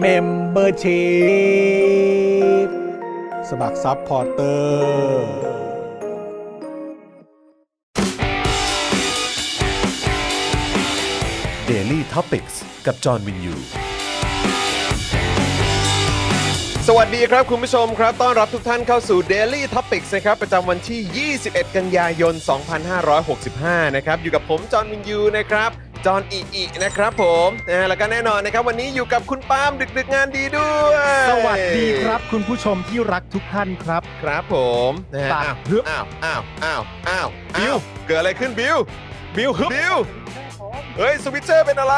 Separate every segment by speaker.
Speaker 1: เมมเบอร์ชีพสมัครซัพพอร์เตอร์
Speaker 2: Daily t o p i c กกับจอห์นวินยู
Speaker 3: สวัสดีครับคุณผู้ชมครับ ต้อนรับทุกท่านเข้าสู่ Daily Topics นะครับ ประจำวันที่ 21 กันยายน 2565 นะครับ อยู่กับผมจอห์นวินยูนะครับ จอห์นอิอินะครับผมนะฮะแล้วก็แน่นอนนะครับ วันนี้อยู่กับคุณปาล์มดึก ๆ งานดีด้วย
Speaker 4: สวัสดีครับคุณผู้ชมที่รักทุกท่านครับ
Speaker 3: ครับผมนะฮะ
Speaker 4: ปาก
Speaker 3: อ้าว
Speaker 4: ฮึบ
Speaker 3: อ้าวอ้าวอ้าวอ้าวบิวเกิดอะไรขึ้นบิวบิวบิวเฮ้ยสวิตเชอร์เป็นอะไร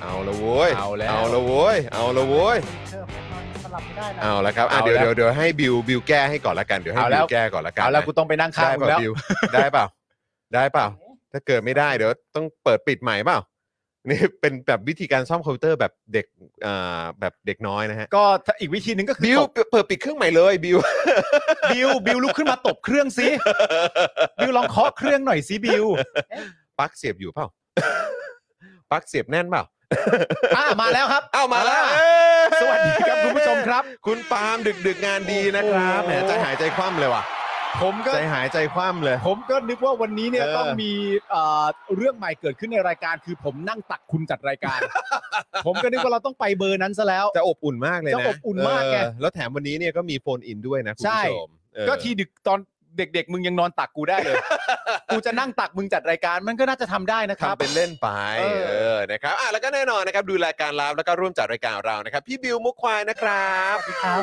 Speaker 3: เอาละโว้ย
Speaker 5: เอาแล้ว
Speaker 3: เอาละโว้ยเอาละโว้ย เอาละครับอ่ะ
Speaker 5: เอา
Speaker 3: เดี๋ยวเดี๋
Speaker 5: แล้ว
Speaker 3: ยวเดี๋ยวให้บิวบิวแก้ให้ก่อนละกันเดี๋ยวให้
Speaker 5: เอาแล้
Speaker 3: บิ
Speaker 5: ว
Speaker 3: วแก้ก่อนละกัน
Speaker 5: เอาแล้ว
Speaker 3: นะ
Speaker 5: กูต้องไปนั่งข้าง
Speaker 3: ได้
Speaker 5: มึง
Speaker 3: เปล่า
Speaker 5: แล้ว
Speaker 3: บิว ได้เปล่าได้เปล่าถ้าเกิดไม่ได้เดี๋ยวต้องเปิดปิดใหม่เปล่านี่เป็นแบบวิธีการซ่อมคอมพิวเตอร์แบบเด็กอ่าแบบเด็กน้อยนะฮะ
Speaker 5: ก็ถ้าอีกวิธีหนึ่งก็คือ
Speaker 3: บิว
Speaker 5: ตบ
Speaker 3: เปิดปิดเครื่องใหม่เลยบิว
Speaker 5: บิวบิวลุกขึ้นมาตบเครื่อง ซิบิวลองเคาะเครื่องหน่อยซิบิว
Speaker 3: ปลั๊กเสียบอยู่เปล่า ปลั๊กเสียบแน่นเปล่า
Speaker 5: อ่ามาแล้วครับ
Speaker 3: เอ้ามาแล้ว
Speaker 5: อ่
Speaker 3: เอ้ย
Speaker 5: สวัสดีครับคุณผู้ชมครับ
Speaker 3: คุณปาล์มดึกดึกๆงานดีนะครับ
Speaker 5: โอ้โห
Speaker 3: แหมใจหายใจคว่ำเลยว่ะ
Speaker 5: ผมก็
Speaker 3: ใจหายใจคว่ำเลย
Speaker 5: ผมก็นึกว่าวันนี้เนี่ย
Speaker 3: เออ
Speaker 5: ต้องมีเอ่อเรื่องใหม่เกิดขึ้นในรายการ คือผมนั่งตักคุณจัดรายการ ผมก็นึกว่าเราต้องไปเบอร์นั้นซะแล้ว
Speaker 3: จะอบอุ่นมากเลยนะ
Speaker 5: จะอบอุ่นมากไง
Speaker 3: เออแล้วแถมวันนี้เนี่ยก็มีโฟนอินด้วยนะคุณ
Speaker 5: ใช่
Speaker 3: ผู้ชมเออ
Speaker 5: ก็ทีดึกตอนเด็ก ๆ มึงยังนอนตักกูได้ เลย กูจะนั่งตักมึงจัดรายการมันก็น่าจะทำได้นะครับ
Speaker 3: ทำเป็นเล่นไป
Speaker 5: เออ
Speaker 3: เออนะครับอ่ะแล้วก็แน่นอนนะครับดูรายการลาวแล้วก็ร่วมจัดรายการเรานะครับ พี่บิวมุกควายนะครับ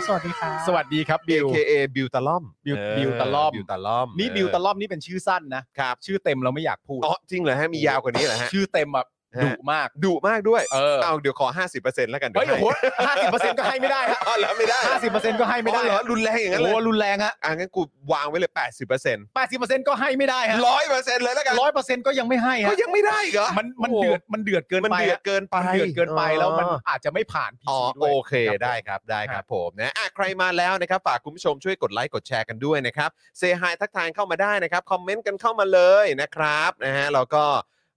Speaker 4: สวัสดีครับ
Speaker 5: สวัสดีครับบิว
Speaker 3: AKA บิวตะล่อม
Speaker 5: บิว
Speaker 3: เออ
Speaker 5: บิวตะล่อม
Speaker 3: บิวตะล่อม
Speaker 5: นี่บิวตะล่อมนี่เป็นชื่อสั้นนะ
Speaker 3: ครับ
Speaker 5: ชื่อเต็มเราไม่อยากพูด
Speaker 3: อ๋อจริงเหรอฮะมียาวกว่านี้เหรอฮะ
Speaker 5: ชื่อเต็มแบบ
Speaker 3: ฮะ
Speaker 5: ดุมาก
Speaker 3: ดุมากด้วย
Speaker 5: เออ
Speaker 3: เดี๋ยวขอ 50%แล้วกัน
Speaker 5: เฮ้ย
Speaker 3: ดี๋
Speaker 5: โอ้
Speaker 3: ว
Speaker 5: โหห้าสิบเปอร์เซ็นต์ก็ให้ไม่ได้ฮะ
Speaker 3: อ๋อแล้วไม่ได้
Speaker 5: ห้าสิบเปอร์เซ็นต์ก็ให้ไม่ได้
Speaker 3: อ๋อเหรอรุนแรงอย่างนั้นเลย
Speaker 5: โอ้รุนแรงฮะ
Speaker 3: อ่ะงั้นกูวางไว้เลย 80%
Speaker 5: แปดสิบเปอร์เซ็นต์ก็ให้ไม่ได้ฮะ
Speaker 3: 100%เลยแล้วกัน
Speaker 5: ร้อยเปอร์เซ็นต์ก็ยังไม่ให้
Speaker 3: ก็
Speaker 5: ฮะ
Speaker 3: ยังไม่ได้อีกเหรอ
Speaker 5: มันมัน
Speaker 3: โอ้โห
Speaker 5: เดือดมันเดือดเกิน
Speaker 3: มัน
Speaker 5: ไป
Speaker 3: เดือด
Speaker 5: ฮะ
Speaker 3: เกินไป
Speaker 5: มันเดือดเกินไปแล้วมันอาจจะไม่ผ่านพี
Speaker 3: อ๋อ
Speaker 5: ซีด้วย
Speaker 3: โอเคได้ครับได้ครับผมนะอ่ะใครมาแล้วนะครับฝากคุณผู้ชมช่วยกดไลค์กดแชร์กันด้วยนะครับเซฮายทักทายเข้ามาได้นะครับคอมเมนต์กันเข้ามาเลยนะครับนะฮะแล้วก็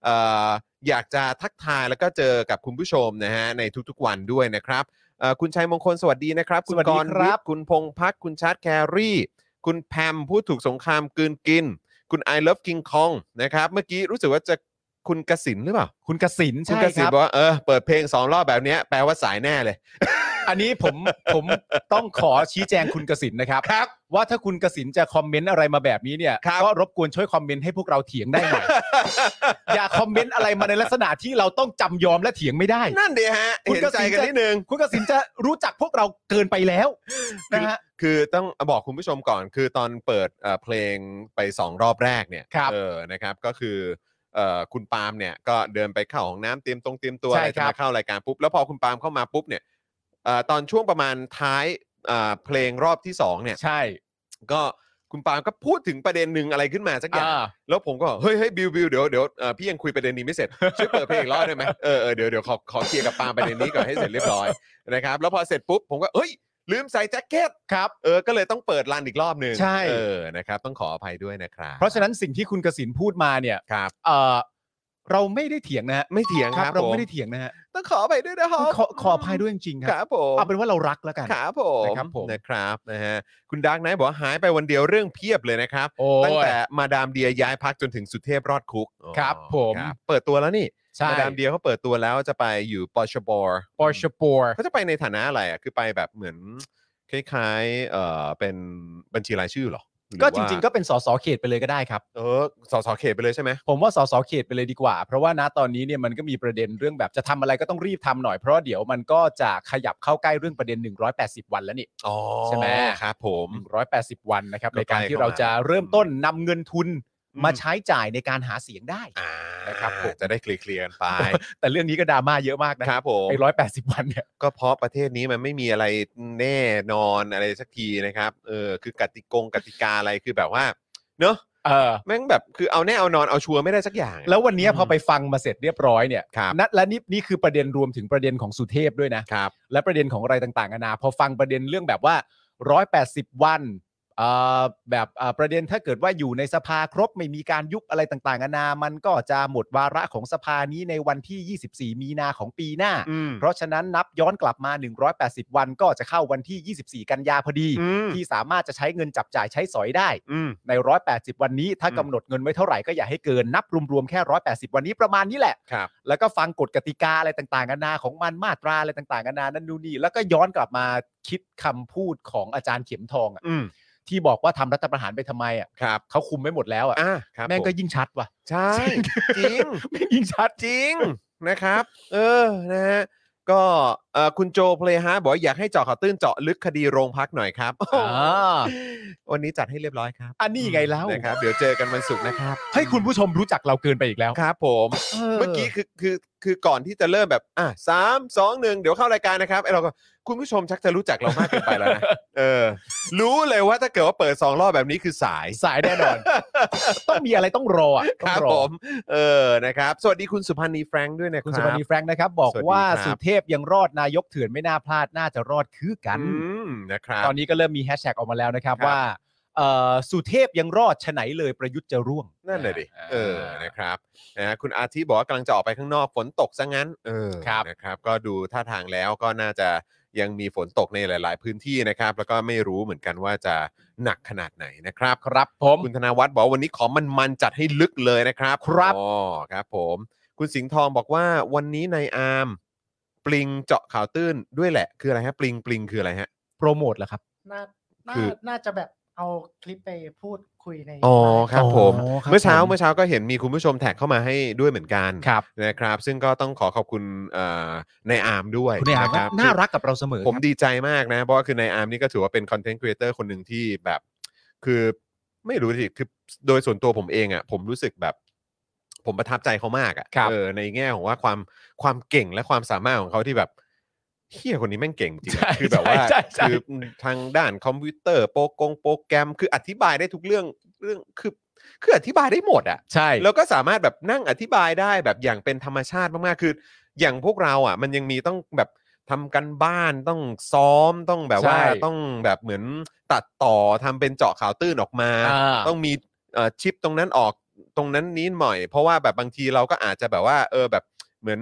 Speaker 3: เอ่ออยากจะทักทายแล้วก็เจอกับคุณผู้ชมนะฮะในทุกๆวันด้วยนะครับเอ่อคุณชัยมงคลสวัสดีนะครับ คุณ
Speaker 5: สวัส
Speaker 3: กร
Speaker 5: ดีครับ
Speaker 3: วิทย์คุณพงพักคุณชาร์ตแครี่ คุณแพมพูดถูกสงครามกลืนกิน คุณ I love King Kong นะครับเมื่อกี้รู้สึกว่าจะคุณกสินหรือเปล่า
Speaker 5: คุณกสิน
Speaker 3: คุณ
Speaker 5: ใช่
Speaker 3: กสิ
Speaker 5: คน รับ
Speaker 3: บอกว่าเออเปิดเพลงสองรอบแบบเนี้ยแปลว่าสายแน่เลย
Speaker 5: อันนี้ผมผมต้องขอชี้แจงคุณกสินนะครับ
Speaker 3: ครับ
Speaker 5: ว่าถ้าคุณกสินจะคอมเมนต์อะไรมาแบบนี้เนี่ย
Speaker 3: ครับ
Speaker 5: ก็รบกวนช่วยคอมเมนต์ให้พวกเราเถียงได้ หน่อย อย่าคอมเมนต์อะไรมาในลักษณะที่เราต้องจำยอมและเถียงไม่ได้
Speaker 3: นั่นดีฮะ
Speaker 5: คุณ
Speaker 3: เห็น
Speaker 5: ก็
Speaker 3: ใจ
Speaker 5: สิน
Speaker 3: กัน
Speaker 5: ใจ
Speaker 3: นิดนึง
Speaker 5: คุณกสินจะรู้จักพวกเราเกินไปแล้วนะฮะ
Speaker 3: คือต้องบอกคุณผู้ชมก่อน คือตอนเปิดเอ่อเพลงไปสองรอบแรกเนี่ย
Speaker 5: ครับ
Speaker 3: เออ นะครับ ก็คือเอ่อคุณปาล์มเนี่ย ก็เดินไปเข้าห้องน้ำเตรียมตรงเตรียมตัวอะ
Speaker 5: ใช่
Speaker 3: ไรจะ
Speaker 5: ครั
Speaker 3: มา
Speaker 5: บ
Speaker 3: เข้ารายการปุ๊บ แล้วพอคุณปาล์มเข้ามาปุ๊บเนี่ยเอ่อตอนช่วงประมาณท้ายเอ่อเพลงรอบที่สองเนี่ย
Speaker 5: ใช่
Speaker 3: ก็คุณปาล์มก็พูดถึงประเด็นหนึ่งอะไรขึ้นมาสักอย่าง
Speaker 5: อ่า
Speaker 3: แล้วผมก็บอกเฮ้ยเฮ้ยบิวบิวเดี๋ยวเดี๋ยวเอ่อพี่ยังคุยประเด็นนี้ไม่เสร็จ ช่วยเปิดเพลงอีกรอบได้ไหมเออเออเดี๋ยวเดี๋ยวขอขอเคลียร์กับปาล์มประเด็นนี้ก่อนให้เสร็จเรียบร้อย นะครับแล้วพอเสร็จปุ๊บผมก็เฮ้ย ลืมใส่แจ็คเก็ต
Speaker 5: ครับ
Speaker 3: เออก็เลยต้องเปิดรันอีกรอบหนึ่ง
Speaker 5: ใช่
Speaker 3: เออนะครับต้องขออภัยด้วยนะครับ
Speaker 5: เพราะฉะนั้นสิ่งที่คุณกสินพูดมาเนี่ย
Speaker 3: ครับ
Speaker 5: เอ่อเราไม่ได้เถียงนะฮะ
Speaker 3: ไม่เถียงครับ
Speaker 5: เรา
Speaker 3: ผม
Speaker 5: ไม่ได้เถียงนะฮะ
Speaker 3: ต้องขออภัยด้วยนะฮะ
Speaker 5: ขอขออภัยด้วยจริงๆค
Speaker 3: ครับ รับผม
Speaker 5: เอาเป็นว่าเรารักแล้วกัน
Speaker 3: ครับผม
Speaker 5: นะครับผม
Speaker 3: นะครับนะฮะคุณดักไนท์บอกว่าหายไปวันเดียวเรื่องเพียบเลยนะครับ
Speaker 5: โอ้
Speaker 3: ตั้ง
Speaker 5: ย
Speaker 3: แต่มาดามเดียย้ายพักจนถึงสุเทพรอดคุกอ๋อ
Speaker 5: ครับผม
Speaker 3: ครับเปิดตัวแล้วนี่
Speaker 5: ใช่
Speaker 3: มาดามเดียเขาเปิดตัวแล้วจะไปอยู่ปอชบอร์
Speaker 5: ปอร์ชปอร์
Speaker 3: เขาจะไปในฐานะอะไรอ่ะ คือไปแบบเหมือน คล้ายๆเอ่อเป็นบัญชีรายชื่อเหรอหอ
Speaker 5: ก็
Speaker 3: ว่า
Speaker 5: จริง ๆ ก็เป็นสสเขตไปเลยก็ได้ครับ
Speaker 3: เออสสเขตไปเลยใช่ไหม
Speaker 5: ผมว่าสสเขตไปเลยดีกว่า เพราะว่าณตอนนี้เนี่ยมันก็มีประเด็นเรื่องแบบจะทำอะไรก็ต้องรีบทำหน่อยเพราะเดี๋ยวมันก็จะขยับเข้าใกล้เรื่องประเด็น 180 วันแล้วนี่
Speaker 3: อ๋อ
Speaker 5: ใช่ไหม
Speaker 3: ครับผม
Speaker 5: 180 วันนะครับ
Speaker 3: ก็
Speaker 5: ใน
Speaker 3: ใกล้
Speaker 5: การที่เราจะ
Speaker 3: เข้ามา
Speaker 5: เริ่มต้นนำเงินทุนมาใช้จ่ายในการหาเสียงได้
Speaker 3: อ่า
Speaker 5: นะครับผม
Speaker 3: จะได้เคลียร์ๆกัน ไป
Speaker 5: แต่เรื่องนี้ก็ดราม่าเยอะมากนะครับ
Speaker 3: ผม
Speaker 5: ไอ้ร้อยแปดสิบวันเนี่ย
Speaker 3: ก็เพราะประเทศนี้มันไม่มีอะไรแน่นอนอะไรสักทีนะครับเออคือกติกงกติกาอะไรคือแบบว่าเนอะ
Speaker 5: เออ
Speaker 3: แม่งแบบคือเอาแน่เอานอนเอาชัวร์ไม่ได้สักอย่าง
Speaker 5: แล้ววันเนี้ย
Speaker 4: อืม
Speaker 5: พอไปฟังมาเสร็จเรียบร้อยเนี่ย
Speaker 3: ครับ
Speaker 5: นัดและนี่นี่คือประเด็นรวมถึงประเด็นของสุเทพด้วยนะ
Speaker 3: ครับ
Speaker 5: และประเด็นของอะไรต่างๆนานาพอฟังประเด็นเรื่องแบบว่า 180 วันเอ่อแบบเอ่อประเด็นถ้าเกิดว่าอยู่ในสภาครบไม่มีการยุบอะไรต่างๆนานา มันก็จะหมดวาระของสภานี้ในวันที่ 24 มีนาของปีหน้า
Speaker 3: อืม
Speaker 5: เพราะฉะนั้นนับย้อนกลับมา 180 วันก็จะเข้าวันที่ 24 กันยาพอดี
Speaker 3: อืม
Speaker 5: ที่สามารถจะใช้เงินจับจ่ายใช้สอยได้
Speaker 3: อืม
Speaker 5: ใน 180 วันนี้ ถ้า
Speaker 3: อืม
Speaker 5: กำหนดเงินไว้เท่าไหร่ก็อย่าให้เกิน นับรวมๆ แค่ 180 วันนี้ประมาณนี้แหละ
Speaker 3: ครับ
Speaker 5: แล้วก็ฟังกฎกติกาอะไรต่างๆนานาของมันมาตราอะไรต่างๆนานานั่นนู่นนี่ แล้วก็ย้อนกลับมาคิดคำพูดของอาจารย์เข็มทองอะ
Speaker 3: อืม
Speaker 5: ที่บอกว่าทำรัฐประหารไปทำไมอ่ะ
Speaker 3: ครับ
Speaker 5: เขาคุมไม่หมดแล้วอ่ะ
Speaker 3: อ่ะครับ
Speaker 5: แม่งก็
Speaker 3: ผ
Speaker 5: ยิ่งชัดว่ะ
Speaker 3: ใช่จริง
Speaker 5: แม่งยิ่งชัด
Speaker 3: จริง นะครับ เออนะฮะก็เอ่อคุณโจเพลฮาบอกว่าอยากให้เจาะข่าวตื้นเจาะลึกคดีโรงพักหน่อยครับ
Speaker 5: อ่า
Speaker 3: วันนี้จัดให้เรียบร้อยครับ
Speaker 5: อันนี้ไงแล้ว
Speaker 3: นะครับ เดี๋ยวเจอกันวันศุกร์นะครับ
Speaker 5: ให้คุณผู้ชมรู้จักเราเกินไปอีกแล้ว
Speaker 3: ครับผม เมื่อกี้คือคือคือก่อนที่จะเริ่มแบบอ่ะสามสองหนึ่งเดี๋ยวเข้ารายการนะครับไอเราก็คุณผู้ชมชักจะรู้จักเรามากเกินไปแล้วนะเออ รู้เลยว่าถ้าเกิดว่าเปิดสองรอบแบบนี้คือสาย
Speaker 5: สายแน่นอน ต้องมีอะไรต้องรออ่ะ
Speaker 3: ค
Speaker 5: ต้อง
Speaker 3: รับ
Speaker 5: รอ
Speaker 3: ผม เออนะครับ สวัสดีคุณสุพันธ์นีแฟรงค์ด้วยนะครับ
Speaker 5: คุณสุวรรณีแฟรงค์นะครับ บอก
Speaker 3: สวัสดี
Speaker 5: ว่า
Speaker 3: ครับ
Speaker 5: สุเทพยังรอดนายกเถื่อนไม่น่าพลาดน่าจะรอดคือกัน
Speaker 3: อืมนะครับ
Speaker 5: ตอนนี้ก็เริ่มมีแฮชแท็กออกมาแล้วนะครับ
Speaker 3: ครับ
Speaker 5: ว่าเอ่อสุเทพยังรอดฉะไหนเลยประยุทธ์จะร่วง
Speaker 3: นั่นแหละดิ
Speaker 5: า
Speaker 3: เออ นะครับ นะฮะคุณอาทิตย์บอกว่ากำลังจะออกไปข้างนอกฝนตกซะงั้น เออ
Speaker 5: ครับ
Speaker 3: นะครับ ก็ดูท่าทางแล้วก็น่าจะยังมีฝนตกในหลาย ๆ พื้นที่นะครับ แล้วก็ไม่รู้เหมือนกันว่าจะหนักขนาดไหนนะครับ
Speaker 5: ครับผม
Speaker 3: คุณธนวัฒน์บอกว่าวันนี้ขอมันมันๆจัดให้ลึกเลยนะครับ
Speaker 5: ครับ
Speaker 3: อ๋อครับผม คุณสิงห์ทองบอกว่าวันนี้ในอาร์มปลิงเจาะข่าวตื้นด้วยแหละ คืออะไรฮะ ปลิงปลิงคืออะไรฮะ
Speaker 5: โปรโมทเหรอครับ
Speaker 4: น่าน่า
Speaker 3: คือ
Speaker 4: น่าจะแบบเอาคลิปไปพูดคุยใน
Speaker 3: อ๋อครับผม
Speaker 5: อ๋อครับ
Speaker 3: เมื่อเช้า
Speaker 5: ผม
Speaker 3: เมื่อเช้าก็เห็นมีคุณผู้ชมแท็กเข้ามาให้ด้วยเหมือนกัน
Speaker 5: ครับ
Speaker 3: นะครับซึ่งก็ต้องขอขอบคุณเอ่อในอาร์มด้วย
Speaker 5: คุณอาร์
Speaker 3: ะ
Speaker 5: ม
Speaker 3: คบ
Speaker 5: น่ารักกับเราเสมอ
Speaker 3: ผม
Speaker 5: ครับ
Speaker 3: ดีใจมากนะ เพราะว่าคือในอาร์มนี่ก็ถือว่าเป็นคอนเทนต์ครีเอเตอร์คนหนึ่งที่แบบ คือไม่รู้สิคือโดยส่วนตัวผมเองอะ่ะผมรู้สึกแบบ ผมประทับใจเขามาก
Speaker 5: ครั
Speaker 3: อะ่ะ
Speaker 5: บ
Speaker 3: เออในแง่ของว่าความความเก่งและความสามารถของเขาที่แบบเฮียคนนี้แม่งเก่งจริง
Speaker 5: ใช่
Speaker 3: อะคือแบบว่า
Speaker 5: ใช่ใช่
Speaker 3: คือ
Speaker 5: ใช่
Speaker 3: ทางด้านคอมพิวเตอร์โปรกงโปรแกรม คืออธิบายได้ทุกเรื่องเรื่องคือคืออธิบายได้หมดอ่ะ
Speaker 5: ใช่
Speaker 3: แล้วก็สามารถแบบนั่งอธิบายได้แบบอย่างเป็นธรรมชาติมากๆ คือ อย่างพวกเราอ่ะ มันยังมีต้องแบบทำกันบ้านต้องซ้อมต้องแบบว่า
Speaker 5: ใช่
Speaker 3: ต้องแบบเหมือนตัดต่อทำเป็นเจาะข่าวตื้นออกมา
Speaker 5: อ่า
Speaker 3: ต้องมีเอ่อชิปตรงนั้นออกตรงนั้นนี้หน่อย เพราะว่าแบบบางทีเราก็อาจจะแบบว่า เออแบบเหมือน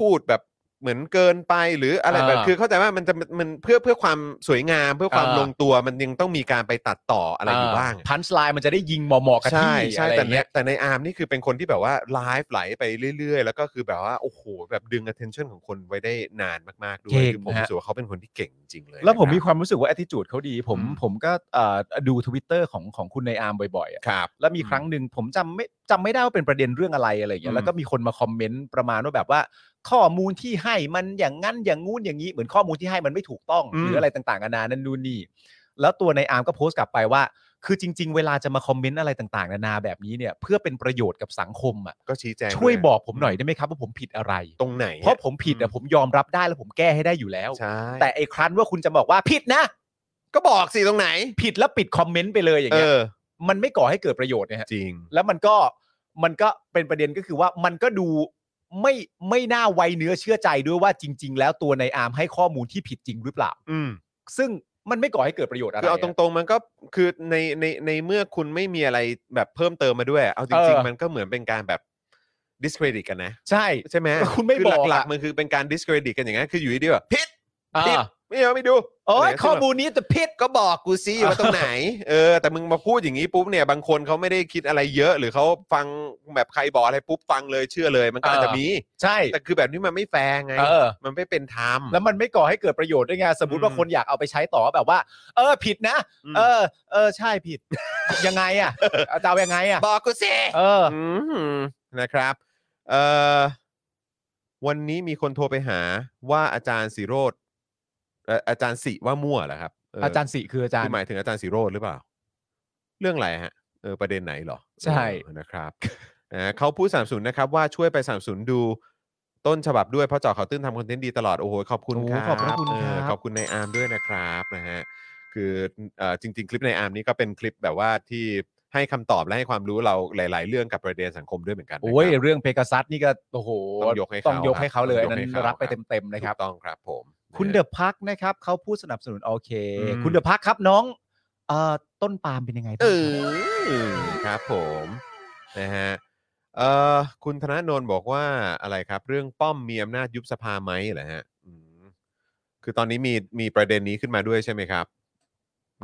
Speaker 3: พูดแบบเหมือนเกินไปหรืออะไรแบบ
Speaker 5: อ่า
Speaker 3: คือเข้าใจว่ามันจะมันเพื่อเพื่อความสวยงาม เพื่อความ
Speaker 5: อ่า
Speaker 3: ลงตัวมันยังต้องมีการไปตัดต่ออะไรอยู่บ้าง
Speaker 5: พันช์ไลน์มันจะได้ยิงเหมาะๆกับ
Speaker 3: ใช่
Speaker 5: ที่
Speaker 3: ใช่
Speaker 5: อะไรอ
Speaker 3: แต่
Speaker 5: ย่าง
Speaker 3: ใน
Speaker 5: เงี้ย
Speaker 3: แต่ในอาร์มนี่คือเป็นคนที่แบบว่าไลฟ์ไหลไปเรื่อยๆ แล้วก็คือแบบว่า โอ้โห แบบดึง attention ของคนไว้ได้นานมากๆ ด้ว
Speaker 5: เก่
Speaker 3: ย
Speaker 5: ง
Speaker 3: คือผม
Speaker 5: ฮะ
Speaker 3: รู้สึกว่าเขาเป็นคนที่เก่งจริงๆเลย
Speaker 5: แล้วผมมี
Speaker 3: นะ
Speaker 5: ความรู้สึกว่า attitude เขาดี ผม
Speaker 3: อืม
Speaker 5: ผมก็เอ่อดูทวิตเตอร์ของของคุณในอาร์มบ่อยๆอะ
Speaker 3: ครับ
Speaker 5: แล้วมีครั้งหนึ่งผมจำไม่จำไม่ได้ว่าเป็นประเด็นเรื่องอะไรอะไรอย่างเงี้
Speaker 3: อื
Speaker 5: ย
Speaker 3: ม
Speaker 5: แล้วก็มีคนมาคอมเมนต์ประมาณว่าแบบว่า ข้อมูลที่ให้มันอย่างงั้นอย่างงู้นอย่างนี้เหมือนข้อมูลที่ให้มันไม่ถูกต้อง
Speaker 3: อืม
Speaker 5: หรืออะไรต่างๆนานานั่นนู่นนี่แล้วตัวในอาร์มก็โพสต์กลับไปว่า คือจริง ๆ เวลาจะมาคอมเมนต์อะไรต่างๆนานาแบบนี้เนี่ยเพื่อเป็นประโยชน์กับสังคมอ่ะ
Speaker 3: ก็ชี้แจง
Speaker 5: ช่วย
Speaker 3: ด้
Speaker 5: บอกผมหน่อยได้ไหมครับว่าผมผิดอะไร
Speaker 3: ตรงไหน
Speaker 5: เพราะผมผิดอะผมยอมรับได้แล้วผมแก้ให้ได้อยู่แล้ว
Speaker 3: ใช่
Speaker 5: แต่ไอ้ครั้นว่าคุณจะบอกว่าผิดนะ
Speaker 3: ก็บอกสิตรงไหน
Speaker 5: ผิดแล้วปิดคอมเมนต์ไปเลยอย่าง
Speaker 3: เอ
Speaker 5: เงี้ย
Speaker 3: อ
Speaker 5: มันไม่ก่อให้เกิดประโยชน์นะฮะ
Speaker 3: จริง
Speaker 5: แล้วมันก็มันก็เป็นประเด็นก็คือว่ามันก็ดูไม่ไม่น่าไวเนื้อเชื่อใจด้วยว่าจริง ๆ แล้วตัวในอาร์มให้ข้อมูลที่ผิดจริงหรือเปล่า
Speaker 3: อืม
Speaker 5: ซึ่งมันไม่ก่อให้เกิดประโยชน์อะไร
Speaker 3: คือเอาตรงๆมันก็คือในในในเมื่อคุณไม่มีอะไรแบบเพิ่มเติมมาด้วย เอาจ
Speaker 5: เอ
Speaker 3: ริง
Speaker 5: อ
Speaker 3: ๆ มันก็เหมือนเป็นการแบบ discredit กันนะ
Speaker 5: ใช่
Speaker 3: ใช่ไหม
Speaker 5: คุณไม่
Speaker 3: อ
Speaker 5: บอกอะ
Speaker 3: หลักๆมันคือเป็นการ discredit กันอย่างนั้นคืออยู่ดีๆแบบผิด
Speaker 5: อ่า
Speaker 3: ผิด ไม่เอาไม่ดู
Speaker 5: โอ้ย
Speaker 3: ะไร
Speaker 5: ข้อ
Speaker 3: ซึ่งแบบ
Speaker 5: มูลนี้จะพิษ
Speaker 3: ก็บอกกูซิว่าตรงไหน เออ แต่มึงมาพูดอย่างนี้ปุ๊บเนี่ย บางคนเขาไม่ได้คิดอะไรเยอะ หรือเขาฟังแบบใครบอกอะไรปุ๊บฟังเลยเชื่อเลย มันก็อาจจะ
Speaker 5: เออ
Speaker 3: มี
Speaker 5: ใช่
Speaker 3: แต่คือแบบนี้มันไม่แฟร์ไง
Speaker 5: เออ
Speaker 3: มันไม่เป็นธรรม
Speaker 5: แล้วมันไม่ก่อให้เกิดประโยชน์ด้วยไงสมมติว่า
Speaker 3: อืม
Speaker 5: คนอยากเอาไปใช้ต่อแบบว่า เออผิดนะ
Speaker 3: ม
Speaker 5: เออ เออใช่ผิด ยังไงอ่ะเอาจะเอายังไงอ่ะ
Speaker 3: บอกกูซิ
Speaker 5: เออ
Speaker 3: มนะครับเอ่อวันนี้มีคนโทรไปหาว่าอาจารย์สิโรธเอ่ออาจารย์สิว่ามั่วเหรอครับเ
Speaker 5: อาจารย์สิคืออาจาร
Speaker 3: คื
Speaker 5: ย์
Speaker 3: อหมายถึงอาจารย์สิโรธหรือเปล่า เรื่องอะไรฮะเออประเด็นไหนเหรอ
Speaker 5: ใช่
Speaker 3: เออนะครับนะเขาพูดสามสูนนะครับ ว่าช่วยไปสามสูนดูต้นฉบับด้วยเพราะเจอเขาวตื้นทำคอนเทนต์ดีตลอด โอ้โหขอบคุณ
Speaker 5: โอ้
Speaker 3: ครับ
Speaker 5: ขอบพระคุณ
Speaker 3: เอ
Speaker 5: ค
Speaker 3: อ
Speaker 5: รับ
Speaker 3: ขอบคุณในายอาร์มด้วยนะครับนะฮะคือเอ่อจริง ๆ คลิปในายอาร์มนี้ก็เป็นคลิปแบบว่าที่ให้คำตอบและให้ความรู้เราหลาย ๆ เรื่องกับประเด็นสังคมด้วยเหมือนกันนะครับ
Speaker 5: โอ้ยเรื่องเพกาซัสนี่ก็โอ้โห
Speaker 3: ต้องยกให้เขา
Speaker 5: ต้องยกให้เขาเลย
Speaker 3: ต้
Speaker 5: อั
Speaker 3: อง
Speaker 5: น
Speaker 3: ยก
Speaker 5: นั้
Speaker 3: ให้
Speaker 5: น
Speaker 3: เขา
Speaker 5: รับไปเต็มๆนะครับ
Speaker 3: ถูกต้องครับผม
Speaker 5: คุณเดอะพักนะครับเขาผู้สนับสนุนโอเค
Speaker 3: อืม
Speaker 5: คุณเดอะพักครับน้องเอ่อต้นปาล์มเป็นยังไงบ้าง
Speaker 3: เอ
Speaker 5: ครับ
Speaker 3: อครับผมนะฮะเอ่อคุณธนาโนนบอกว่าอะไรครับ เรื่องป้อมมีอำนาจยุบสภาไหมเหรอฮะอืมคือตอนนี้มีมีประเด็นนี้ขึ้นมาด้วยใช่ไหมครับ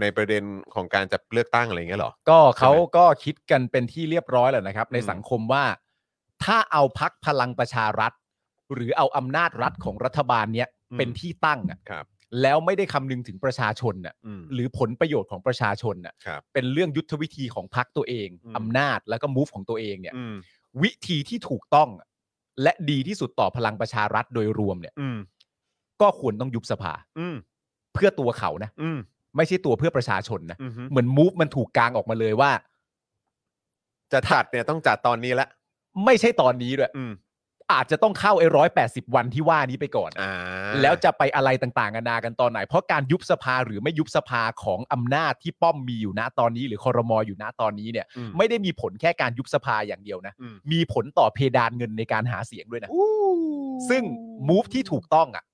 Speaker 3: ในประเด็นของการจัดเลือกตั้งอะไรอย่างเงี้ยเหรอ
Speaker 5: ก็เขา
Speaker 3: ใช่ไหม
Speaker 5: ก็คิดกันเป็นที่เรียบร้อยแล้วนะครับ ใน
Speaker 3: อืม
Speaker 5: สังคมว่า ถ้าเอาพักพลังประชารัฐ หรือเอาอำนาจรัฐของรัฐบาลเนี้ยเป็นที่ตั้งอะ
Speaker 3: ครับ
Speaker 5: แล้วไม่ได้คำนึงถึงประชาชนน่ะ
Speaker 3: อืม
Speaker 5: หรือผลประโยชน์ของประชาชนน่ะ
Speaker 3: ครับ
Speaker 5: เป็นเรื่องยุทธวิธีของพักตัวเอง
Speaker 3: อืม
Speaker 5: อำนาจแล้วก็มูฟของตัวเองเนี่ย
Speaker 3: อืม
Speaker 5: วิธีที่ถูกต้อง และดีที่สุดต่อพลังประชารัฐโดยรวมเนี่ย
Speaker 3: อืม
Speaker 5: ก็ควรต้องยุบสภา
Speaker 3: อืม
Speaker 5: เพื่อตัวเขานะ
Speaker 3: อืม
Speaker 5: ไม่ใช่ตัวเพื่อประชาชนนะ
Speaker 3: อืมฮึ
Speaker 5: เหมือนมูฟมันถูกกางออกมาเลยว่า
Speaker 3: จะจัดเนี่ยต้องจัดตอนนี้ละ
Speaker 5: ไม่ใช่ตอนนี้ด้วย
Speaker 3: อืม
Speaker 5: อาจจะต้องเข้าไอ้ร้อยแปดสิบวันที่ว่านี้ไปก่อน
Speaker 3: อ่า
Speaker 5: แล้วจะไปอะไรต่างๆนานากันตอนไหน เพราะการยุบสภาหรือไม่ยุบสภาของอำนาจที่ป้อมมีอยู่ณตอนนี้ หรือคอรมออยู่ณตอนนี้เนี่ย
Speaker 3: อืม
Speaker 5: ไม่ได้มีผลแค่การยุบสภาอย่างเดียวนะ
Speaker 3: อืม
Speaker 5: มีผลต่อเพดานเงินในการหาเสียงด้วยนะ
Speaker 3: อู้
Speaker 5: ซึ่งมูฟที่ถูกต้องอ่ะ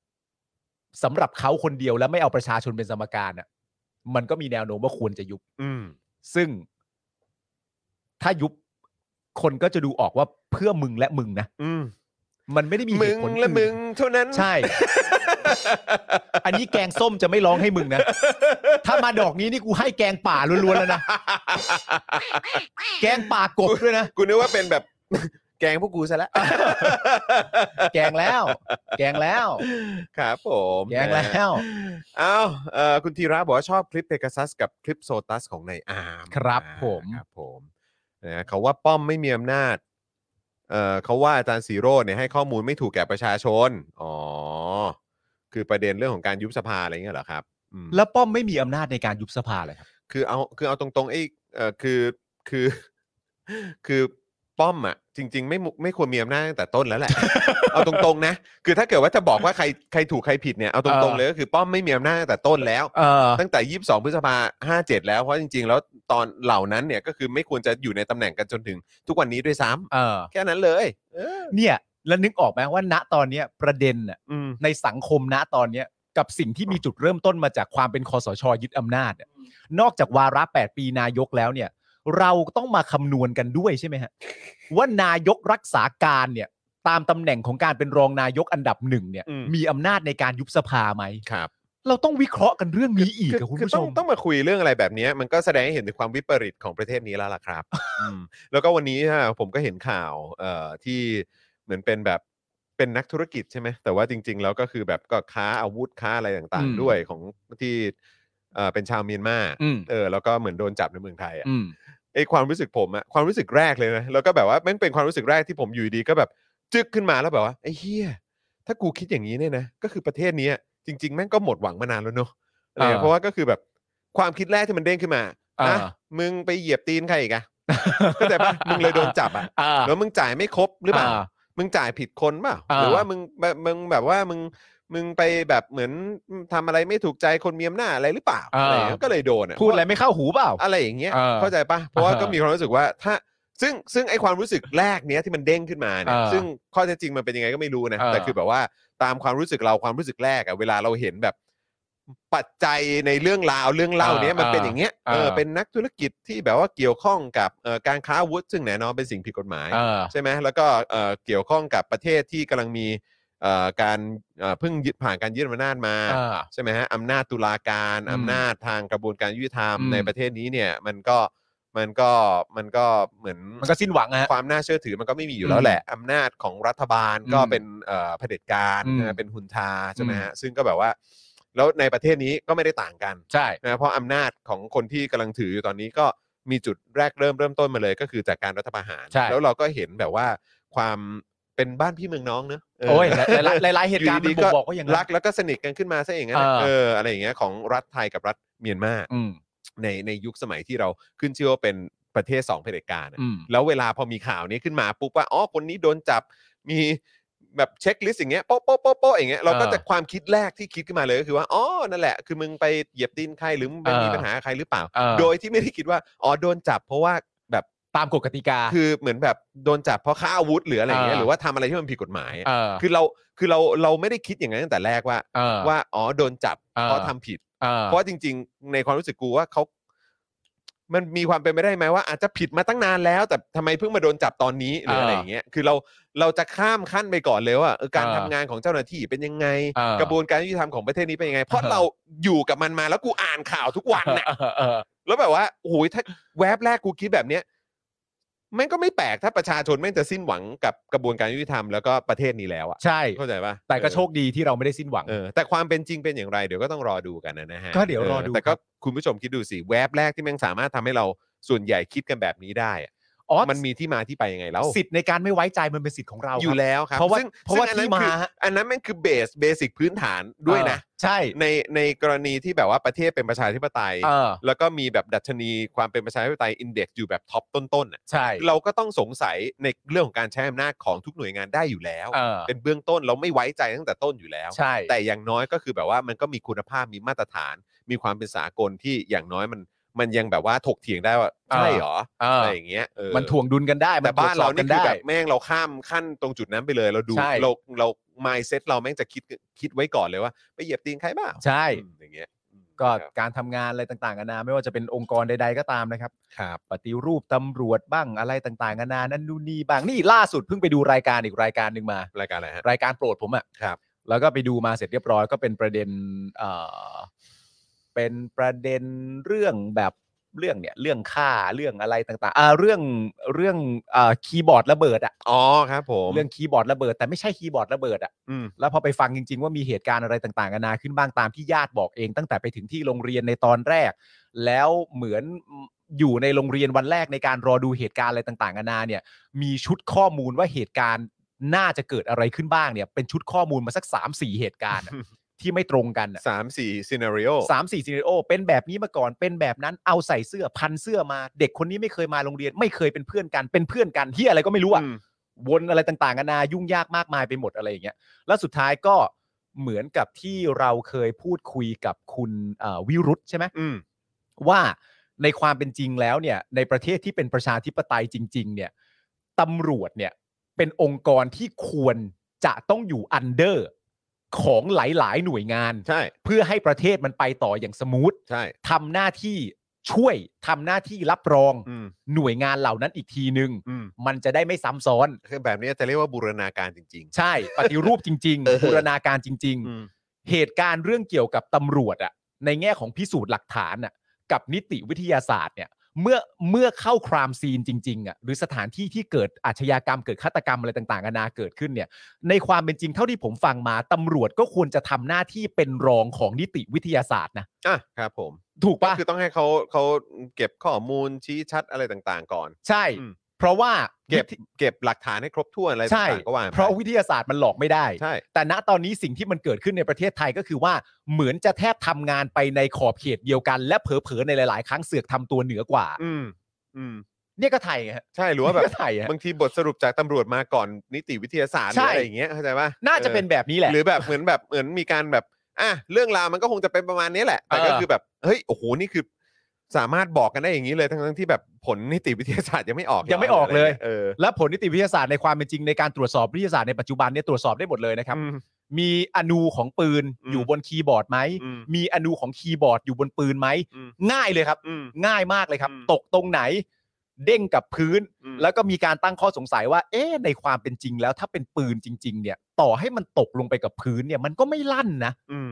Speaker 5: สำหรับเขาคนเดียวแล้วไม่เอาประชาชนเป็นสมการอ่ะ มันก็มีแนวโน้มว่าควรจะยุบ
Speaker 3: อืม
Speaker 5: ซึ่ง ถ้ายุบคนก็จะดูออกว่าเพื่อมึงและมึงนะ
Speaker 3: อืม
Speaker 5: มันไม่ได้มีเห
Speaker 3: มึ
Speaker 5: ตุ
Speaker 3: ง
Speaker 5: ผล
Speaker 3: และ
Speaker 5: อื่น
Speaker 3: มึงเท่านั้น
Speaker 5: ใช่ อันนี้แกงส้มจะไม่ร้องให้มึงนะ ถ้ามาดอกนี้นี่กูให้แกงป่าล้วนๆแล้วนะ แกงป่ากบด้วยนะ
Speaker 3: กูนึกว่าเป็นแบบ แกงพวกกูซะ แล้ว
Speaker 5: แกงแล้ว แกงแล้ว
Speaker 3: ครับผม
Speaker 5: แกงแล้ว
Speaker 3: เอ้าเอ่อคุณธีระบอกว่าชอบคลิปเพก a ซัสกับคลิปโซตัสของนายอาร์ม
Speaker 5: ครับ
Speaker 3: อ่า
Speaker 5: ผม
Speaker 3: ครับผมนะเขาว่าป้อมไม่มีอำนาจเอ่อเขาว่าอาจารย์สีโรดเนี่ยให้ข้อมูลไม่ถูกแก่ประชาชน อ๋อ คือประเด็นเรื่องของการยุบสภาอะไรเงี้ยเหรอครับอืม
Speaker 5: แล้วป้อมไม่มีอำนาจในการยุบสภาเลยครับ
Speaker 3: คือเอาคือเอาตรงๆไอ้เออคือคือ คือป้อมอ่ะ จริง ๆ ไม่มุไม่ควรมีอำนาจตั้งแต่ต้นแล้วแหละ เอาตรงๆนะ คือถ้าเกิดว่าจะบอกว่าใครใครถูกใครผิดเนี่ยเอาตรงๆเลยก็คือป้อมไม่มีอำนาจตั้งแต่ต้นแล้ว
Speaker 5: เออ
Speaker 3: ตั้งแต่ 22 พฤษภา57 แล้วเพราะจริง ๆ แล้วตอนเหล่านั้นเนี่ยก็คือไม่ควรจะอยู่ในตำแหน่งกันจนถึง ทุกวันนี้ด้วยซ้ำ
Speaker 5: เออ
Speaker 3: แค่นั้นเลยเออ
Speaker 5: เนี่ยแล้วนึกออกไหมว่าณตอนเนี้ยประเด็นน่ะ
Speaker 3: อืม
Speaker 5: ในสังคมณตอนเนี้ยกับสิ่งที่มีจุดเริ่มต้นมาจากความเป็นคอสชยึดอำนาจเนี่ยนอกจากวาระ 8 ปีนายกแล้วเนี่ย เราต้องมาคำนวณกันด้วยใช่ไหมฮะว่านายกรักษาการเนี่ย ตามตำแหน่งของการเป็นรองนายกอันดับหนึ่งเนี่ย มีอำนาจในการยุบสภาไหม
Speaker 3: ครับ
Speaker 5: เราต้องวิเคราะห์กันเรื่องนี้อีก
Speaker 3: คือ
Speaker 5: อะคุณ
Speaker 3: คือ
Speaker 5: ผู้ช
Speaker 3: ต้อง
Speaker 5: ม
Speaker 3: ต้องมาคุยเรื่องอะไรแบบเนี้ยมันก็แสดงให้เห็นถึงความวิปริตของประเทศนี้แล้วล่ะครับ อืมแล้วก็วันนี้ฮะผมก็เห็นข่าวเอ่อที่เหมือนเป็นแบบเป็นนักธุรกิจใช่ไหมแต่ว่าจริง ๆ แล้วก็คือแบบก็ค้าอาวุธค้าอะไรต่าง
Speaker 5: อืม
Speaker 3: ๆ ด้วยของที่เอ่อเป็นชาวเมียนมา
Speaker 5: อืม
Speaker 3: เออแล้วก็เหมือนโดนจับในเมืองไทยอะ
Speaker 5: อืม
Speaker 3: ไอความรู้สึกผมอะความรู้สึกแรกเลยนะแล้วก็แบบว่าแมันเป็นความรู้สึกแรกที่ผมอยู่ดีก็แบบจึกขึ้นมาแล้วแบบว่าไอ้เฮียถ้ากูคิดอย่างนี้เนี่ยนะก็คือประเทศเนี้ยจริง ๆ แม่งก็หมดหวังมานานแล้วเนอะอะไรอย่างเงี้ยเพราะว่าก็คือแบบความคิดแรกที่มันเด้งขึ้นมา
Speaker 5: อ่า
Speaker 3: นะมึงไปเหยียบตีนใครอีกอะ เข้าใจปะมึงเลยโดนจับอะ
Speaker 5: อ่า
Speaker 3: แล้วมึงจ่ายไม่ครบหรือเปล่า
Speaker 5: า
Speaker 3: มึงจ่ายผิดคนเปล่า
Speaker 5: อ่า
Speaker 3: หรือว่ามึงแบบมึงแบบว่ามึงมึงไปแบบเหมือนทำอะไรไม่ถูกใจคนมีอำนาจอะไรหรือเปล่าอะไรอย่างเงี้ยก็เลยโดนอะ
Speaker 5: พูดอะไรไม่เข้าหูเปล่า
Speaker 3: อะไรอย่างเงี้ย
Speaker 5: เออ
Speaker 3: เข้าใจปะเพราะว่า
Speaker 5: อ่าฮะ
Speaker 3: ก็มีความรู้สึกว่าถ้าซึ่งซึ่งไอความรู้สึกแรกเนี้ยที่มันเด้งขึ้นมาเนี่ย
Speaker 5: เออ
Speaker 3: ซึ่งข้อเท็จจริงมันเป็นยังไงก็ไม่รู้นะ
Speaker 5: เออ
Speaker 3: แต่คือแบบว่าตามความรู้สึกเราความรู้สึกแรกอะเวลาเราเห็นแบบปัจจัยในเรื่องราวเรื่องเล่าเนี้ยมันเป็นอย่างเงี้ย อย่างเงี้ยเออ
Speaker 5: เออ
Speaker 3: เป็นนักธุรกิจที่แบบว่าเกี่ยวข้องกับเอ่อการค้าอาวุธซึ่งแน่นอนเป็นสิ่งผิดกฎหมาย
Speaker 5: เออ
Speaker 3: ใช่ไหมแล้วก็เอ่อเกี่ยวข้องกับประเทศที่กำลังมี เอ่อการเอ่อเพิ่งยึดผ่านการยึดอำนาจมา
Speaker 5: อ่า
Speaker 3: ใช่ไหมฮะอำนาจตุลาการ
Speaker 5: อืม
Speaker 3: อำนาจทางกระบวนการยุติธรรม
Speaker 5: อืม
Speaker 3: ในประเทศนี้เนี่ยมันก็มันก็มันก็เหมือน
Speaker 5: มันก็สิ้นหวังอะฮะ
Speaker 3: ความน่าเชื่อถือมันก็ไม่มีอยู่
Speaker 5: อืม
Speaker 3: แล้วแหละอำนาจของรัฐบาลก็
Speaker 5: อืม
Speaker 3: เป็นเอ่อเผด็จการ
Speaker 5: อืม
Speaker 3: นะเป็นหุนทาใช่ไหม
Speaker 5: อืม
Speaker 3: ฮะซึ่งก็แบบว่า แล้วในประเทศนี้ก็ไม่ได้ต่างกัน
Speaker 5: ใช่
Speaker 3: นะเพราะอำนาจของคนที่กำลังถืออยู่ตอนนี้ก็มีจุดแรกเริ่มเริ่มต้นมาเลย ก็คือจากการรัฐประหาร
Speaker 5: ใช่
Speaker 3: แล้วเราก็เห็นแบบว่าความเป็นบ้านพี่เมืองน้องเนอะเ
Speaker 5: โอ้ยหลายหลายหลายหลายเหตุการ
Speaker 3: อ
Speaker 5: ณ์มัน
Speaker 3: ดีๆ
Speaker 5: บ่งบอกว่าอย่างนั้
Speaker 3: รัก
Speaker 5: น
Speaker 3: แล้วก็สนิทกันขึ้นมาซะอย่างนั้นน่ะ
Speaker 5: เออ
Speaker 3: เอออะไรอย่างเงี้ยของรัฐไทยกับรัฐเมียนมา
Speaker 5: อืม
Speaker 3: ในในยุคสมัยที่เราขึ้นชื่อว่าเป็นประเทศสองเผด็จการน่ะ
Speaker 5: อืม
Speaker 3: แล้วเวลาพอมีข่าวนี้ขึ้นมาปุ๊บว่าอ๋อคนนี้โดนจับมีแบบเช็คลิสต์อย่างเงี้ยโป๊ะโป๊ะโป๊ะโป๊ะอย่างเงี้ยเราก็
Speaker 5: เออ
Speaker 3: จะความคิดแรกที่คิดขึ้นมาเลยก็คือว่าอ๋อนั่นแหละคือมึงไปเหยียบตีนใครหรือมึงไป
Speaker 5: เออ
Speaker 3: มีปัญหากับใครหรือเปล่า
Speaker 5: เออ
Speaker 3: โดยที่ไม่ได้คิดว่าอ๋อโดนจับเพราะว่าแบบ
Speaker 5: ตามกฎกติกา
Speaker 3: คือเหมือนแบบโดนจับเพราะค้าอาวุธหรืออะไรอย่างเงี้ย
Speaker 5: เออ
Speaker 3: หรือว่าทำอะไรที่มันผิดกฎหมายอะ
Speaker 5: เออ
Speaker 3: คือเราคือเราเราไม่ได้คิดอย่างนั้นตั้งแต่แรกว่า
Speaker 5: เออ
Speaker 3: ว่าอ๋อโดนจับ
Speaker 5: เออ
Speaker 3: เพราะทำผิด
Speaker 5: เออ
Speaker 3: เพราะจริง ๆ ในความรู้สึกกูว่าเขา มันมีความเป็นไปได้ไหมว่า อาจจะผิดมาตั้งนานแล้ว แต่ทำไมเพิ่งมาโดนจับตอนนี้หรืออะไรอย่างเงี้ยคือเราเราจะข้ามขั้นไปก่อนเลยว่าเออการ
Speaker 5: เออ
Speaker 3: ทำงานของเจ้าหน้าที่เป็นยังไง
Speaker 5: เออก
Speaker 3: ระบวนการยุติธรรมของประเทศนี้เป็นยังไง เพราะ
Speaker 5: เออ
Speaker 3: เราอยู่กับมันมาแล้วกูอ่านข่าวทุกวันน่ะ
Speaker 5: เออเออ
Speaker 3: แล้วแบบว่าโอ้ยถ้าแวบแรกกูคิดแบบเนี้ยแม่งก็ไม่แปลกถ้าประชาชนแม่งจะสิ้นหวังกับกระบวนการยุติธรรมแล้วก็ประเทศนี้แล้วอะ
Speaker 5: ใช่
Speaker 3: เข้าใจปะ
Speaker 5: แต่ก็โชคดีที่เราไม่ได้สิ้นหวัง
Speaker 3: เออแต่ความเป็นจริงเป็นอย่างไรเดี๋ยวก็ต้องรอดูกันนะฮะ
Speaker 5: ก็เดี๋ยวรอดู
Speaker 3: แต่
Speaker 5: ค
Speaker 3: ก็
Speaker 5: รับ
Speaker 3: คุณผู้ชมคิดดูสิแวบแรกที่แม่งสามารถทำให้เราส่วนใหญ่คิดกันแบบนี้ได้อะ
Speaker 5: อ๋อ
Speaker 3: มันมีที่มาที่ไปยังไงแล้ว
Speaker 5: สิทธิ์ในการไม่ไว้ใจมันเป็นสิทธิ์ของเรา
Speaker 3: อยู่
Speaker 5: ครับ
Speaker 3: แล้วครับ
Speaker 5: เพราะว่า
Speaker 3: ซึ่ง
Speaker 5: เพราะว่า
Speaker 3: ซึ่งอันนั้น
Speaker 5: ที่มา
Speaker 3: คือ
Speaker 5: ฮะ
Speaker 3: อันนั้นแม่งคือเบสเบสิกพื้นฐานด้วยนะ
Speaker 5: เออใช่
Speaker 3: ในในกรณีที่แบบว่าประเทศเป็นประชาธิปไตย
Speaker 5: เออ
Speaker 3: แล้วก็มีแบบดัชนีความเป็นประชาธิปไตยอินเด็กซ์อยู่แบบท็อปต้นๆน่ะ
Speaker 5: ใช่
Speaker 3: เราก็ต้องสงสัยในเรื่องของการใช้อำนาจของทุกหน่วยงานได้อยู่แล้ว
Speaker 5: เออ
Speaker 3: เป็นเบื้องต้นเราไม่ไว้ใจตั้งแต่ต้นอยู่แล้ว
Speaker 5: ใช่
Speaker 3: แต่อย่างน้อยก็คือแบบว่ามันก็มีคุณภาพมีมาตรฐาน มีความเป็นสากลที่อย่างน้อยมันมันยังแบบว่าถกเถียงได้ว่าใช่เหรอ
Speaker 5: เออ
Speaker 3: อะไรอย่างเงี้ยเออ
Speaker 5: มันถ่วงดุลกันได้มั
Speaker 3: แต่บ้านเรา
Speaker 5: ตวจส
Speaker 3: นี่
Speaker 5: อกั
Speaker 3: คือ
Speaker 5: ได้
Speaker 3: แบบแม่งเราข้ามขั้นตรงจุดนั้นไปเลยเราดู
Speaker 5: ใช่
Speaker 3: เราเราไมเซ็ตเราแม่งจะคิดคิดไว้ก่อนเลยว่าไปเหยียบตีนใครบ้าง
Speaker 5: ใช่
Speaker 3: อย่างเงี้ย
Speaker 5: ก็
Speaker 3: ครับ
Speaker 5: การทำงานอะไรต่างๆนานาไม่ว่าจะเป็นองค์กรใด ๆ ก็ตามนะครับ
Speaker 3: ครับ
Speaker 5: ปฏิรูปตำรวจบ้างอะไรต่างๆนานานั่นนู่นนี่บ้างนี่ล่าสุดเพิ่งไปดูรายการอีกรายการหนึ่งมา
Speaker 3: รายการอะไรฮะ
Speaker 5: รายการโปรดผมอะ่ะ
Speaker 3: ครับ
Speaker 5: แล้วก็ไปดูมาเสร็จเรียบร้อยก็เป็นประเด็นเอ่อเป็นประเด็นเรื่องแบบเรื่องเนี่ยเรื่องค่าเรื่องอะไรต่างๆอ่าเรื่องเรื่องเอ่อคีย์บอร์ดระเบิดอะ
Speaker 3: อ๋อครับผม
Speaker 5: เรื่องคีย์บอร์ดระเบิด แต่ไม่ใช่คีย์บอร์ดระเบิดอะ
Speaker 3: อืม
Speaker 5: แล้วพอไปฟังจริง ๆ ว่ามีเหตุการณ์อะไรต่างๆนานาขึ้นบ้างตามที่ญาติบอกเอง ตั้งแต่ไปถึงที่โรงเรียนในตอนแรก แล้วเหมือนอยู่ในโรงเรียนวันแรกในการรอดูเหตุการณ์อะไรต่างๆนานาเนี่ย มีชุดข้อมูลว่าเหตุการณ์น่าจะเกิดอะไรขึ้นบ้างเนี่ย เป็นชุดข้อมูลมาสัก3ามสี่เหตุการณ์อะ ที่ไม่ตรงกันอะ
Speaker 3: สามสี่ซีนารีโอ
Speaker 5: สามสี่ซีเนโอเป็นแบบนี้มาก่อนเป็นแบบนั้นเอาใส่เสื้อพันเสื้อมา เด็กคนนี้ไม่เคยมาโรงเรียน ไม่เคยเป็นเพื่อนกันเป็นเพื่อนกันที่อะไรก็ไม่รู้อะ
Speaker 3: อืม
Speaker 5: วนอะไรต่างๆกันานายุ่งยากมากมายไปหมดอะไรอย่างเงี้ย แล้วสุดท้ายก็เหมือนกับที่เราเคยพูดคุยกับคุณเอ่อวิรุธใช่ไหม
Speaker 3: อืม
Speaker 5: ว่าในความเป็นจริงแล้วเนี่ยในประเทศที่เป็นประชาธิปไตยจริง ๆ เนี่ยตำรวจเนี่ยเป็นองค์กรที่ควรจะต้องอยู่อันเดอร์ของหลายๆ หน่วยงาน
Speaker 3: ใช่
Speaker 5: เพื่อให้ประเทศมันไปต่ออย่างสมูท
Speaker 3: ใช่
Speaker 5: ทำหน้าที่ช่วยทำหน้าที่รับรอง
Speaker 3: อืม
Speaker 5: หน่วยงานเหล่านั้นอีกทีนึง
Speaker 3: อืม
Speaker 5: มันจะได้ไม่ซ้ำซ้อน
Speaker 3: คือแบบนี้จะเรียกว่าบูรณาการจริง
Speaker 5: ใช่ ปฏิรูปจริง
Speaker 3: เออ
Speaker 5: ๆบูรณาการจริง
Speaker 3: ๆอืม
Speaker 5: ๆ เหตุการณ์เรื่องเกี่ยวกับตำรวจอะในแง่ของพิสูจน์หลักฐานอะกับนิติวิทยาศาสตร์เนี่ยเมื่อเมื่อเข้าครามซีนจริงๆอะหรือสถานที่ที่เกิดอาชญากรรมเกิดฆาตกรรมอะไรต่างๆนานาเกิดขึ้นเนี่ย ในความเป็นจริงเท่าที่ผมฟังมาตำรวจก็ควรจะทำหน้าที่เป็นรองของนิติวิทยาศาสตร์นะ
Speaker 3: อ่ะครับผม
Speaker 5: ถูก
Speaker 3: ก็
Speaker 5: ปะ
Speaker 3: คือต้องให้เขาเขาเก็บข้อมูลชี้ชัดอะไรต่างๆ ก่อน
Speaker 5: ใช่
Speaker 3: อืม
Speaker 5: เพราะว่า
Speaker 3: เก็บเก็บหลักฐานให้ครบถ้วนอะไร
Speaker 5: ใช่
Speaker 3: ต่างๆก็ว่าไป
Speaker 5: เพราะวิทยาศาสตร์มันหลอกไม่ได้
Speaker 3: ใช่
Speaker 5: แต่ณตอนนี้สิ่งที่มันเกิดขึ้นในประเทศไทยก็คือว่าเหมือนจะแทบทำงานไปในขอบเขตเดียวกัน และเผลอๆในหลาย ๆ ครั้งเสือกทำตัวเหนือกว่า
Speaker 3: อืมอืม
Speaker 5: เนี่ยก็ไทยไงฮะ
Speaker 3: ใช่หรือว่าแบบ
Speaker 5: เนี่ยก็ไทยฮะ
Speaker 3: บางทีบทสรุปจากตำรวจมาก่อนนิติวิทยาศาสตร์หรื
Speaker 5: ใช่
Speaker 3: ออะไรอย่างเงี้ยเข้าใจป่ะ
Speaker 5: น่าจะเป็น
Speaker 3: อ
Speaker 5: แบบนี้
Speaker 3: อ
Speaker 5: แหละ
Speaker 3: หรือแบบเหมือนแบบเหมือนมีการแบบอ่ะเรื่องราวมันก็คงจะเป็นประมาณนี้แหละ แต่ก็
Speaker 5: เออ
Speaker 3: คือแบบเฮ้ยโอ้โหนี่คือ สามารถบอกกันได้อย่างนี้เลยทั้งๆที่แบบผลนิติวิทยาศาสตร์ยังไม่ออก
Speaker 5: ยังไม่ออกเลย
Speaker 3: เออ
Speaker 5: และผลนิติวิทยาศาสตร์ในความเป็นจริงในการตรวจสอบวิทยาศาสตร์ในปัจจุบันเนี่ยตรวจสอบได้หมดเลยนะครับ
Speaker 3: อืม
Speaker 5: มีอนูของปืน
Speaker 3: อืม
Speaker 5: อยู่บนคีย์บอร์ดไหม
Speaker 3: อืม
Speaker 5: มีอนูของคีย์บอร์ดอยู่บนปืนไหม
Speaker 3: อืม
Speaker 5: ง่ายเลยครับ
Speaker 3: อืม
Speaker 5: ง่ายมากเลยครับ
Speaker 3: อืม
Speaker 5: ตกตรงไหน เด้งกับพื้น
Speaker 3: อืม
Speaker 5: แล้วก็มีการตั้งข้อสงสัยว่า เอ๊ะในความเป็นจริงแล้วถ้าเป็นปืนจริง ๆ เนี่ย ต่อให้มันตกลงไปกับพื้นเนี่ยมันก็ไม่ลั่นนะ
Speaker 3: อืม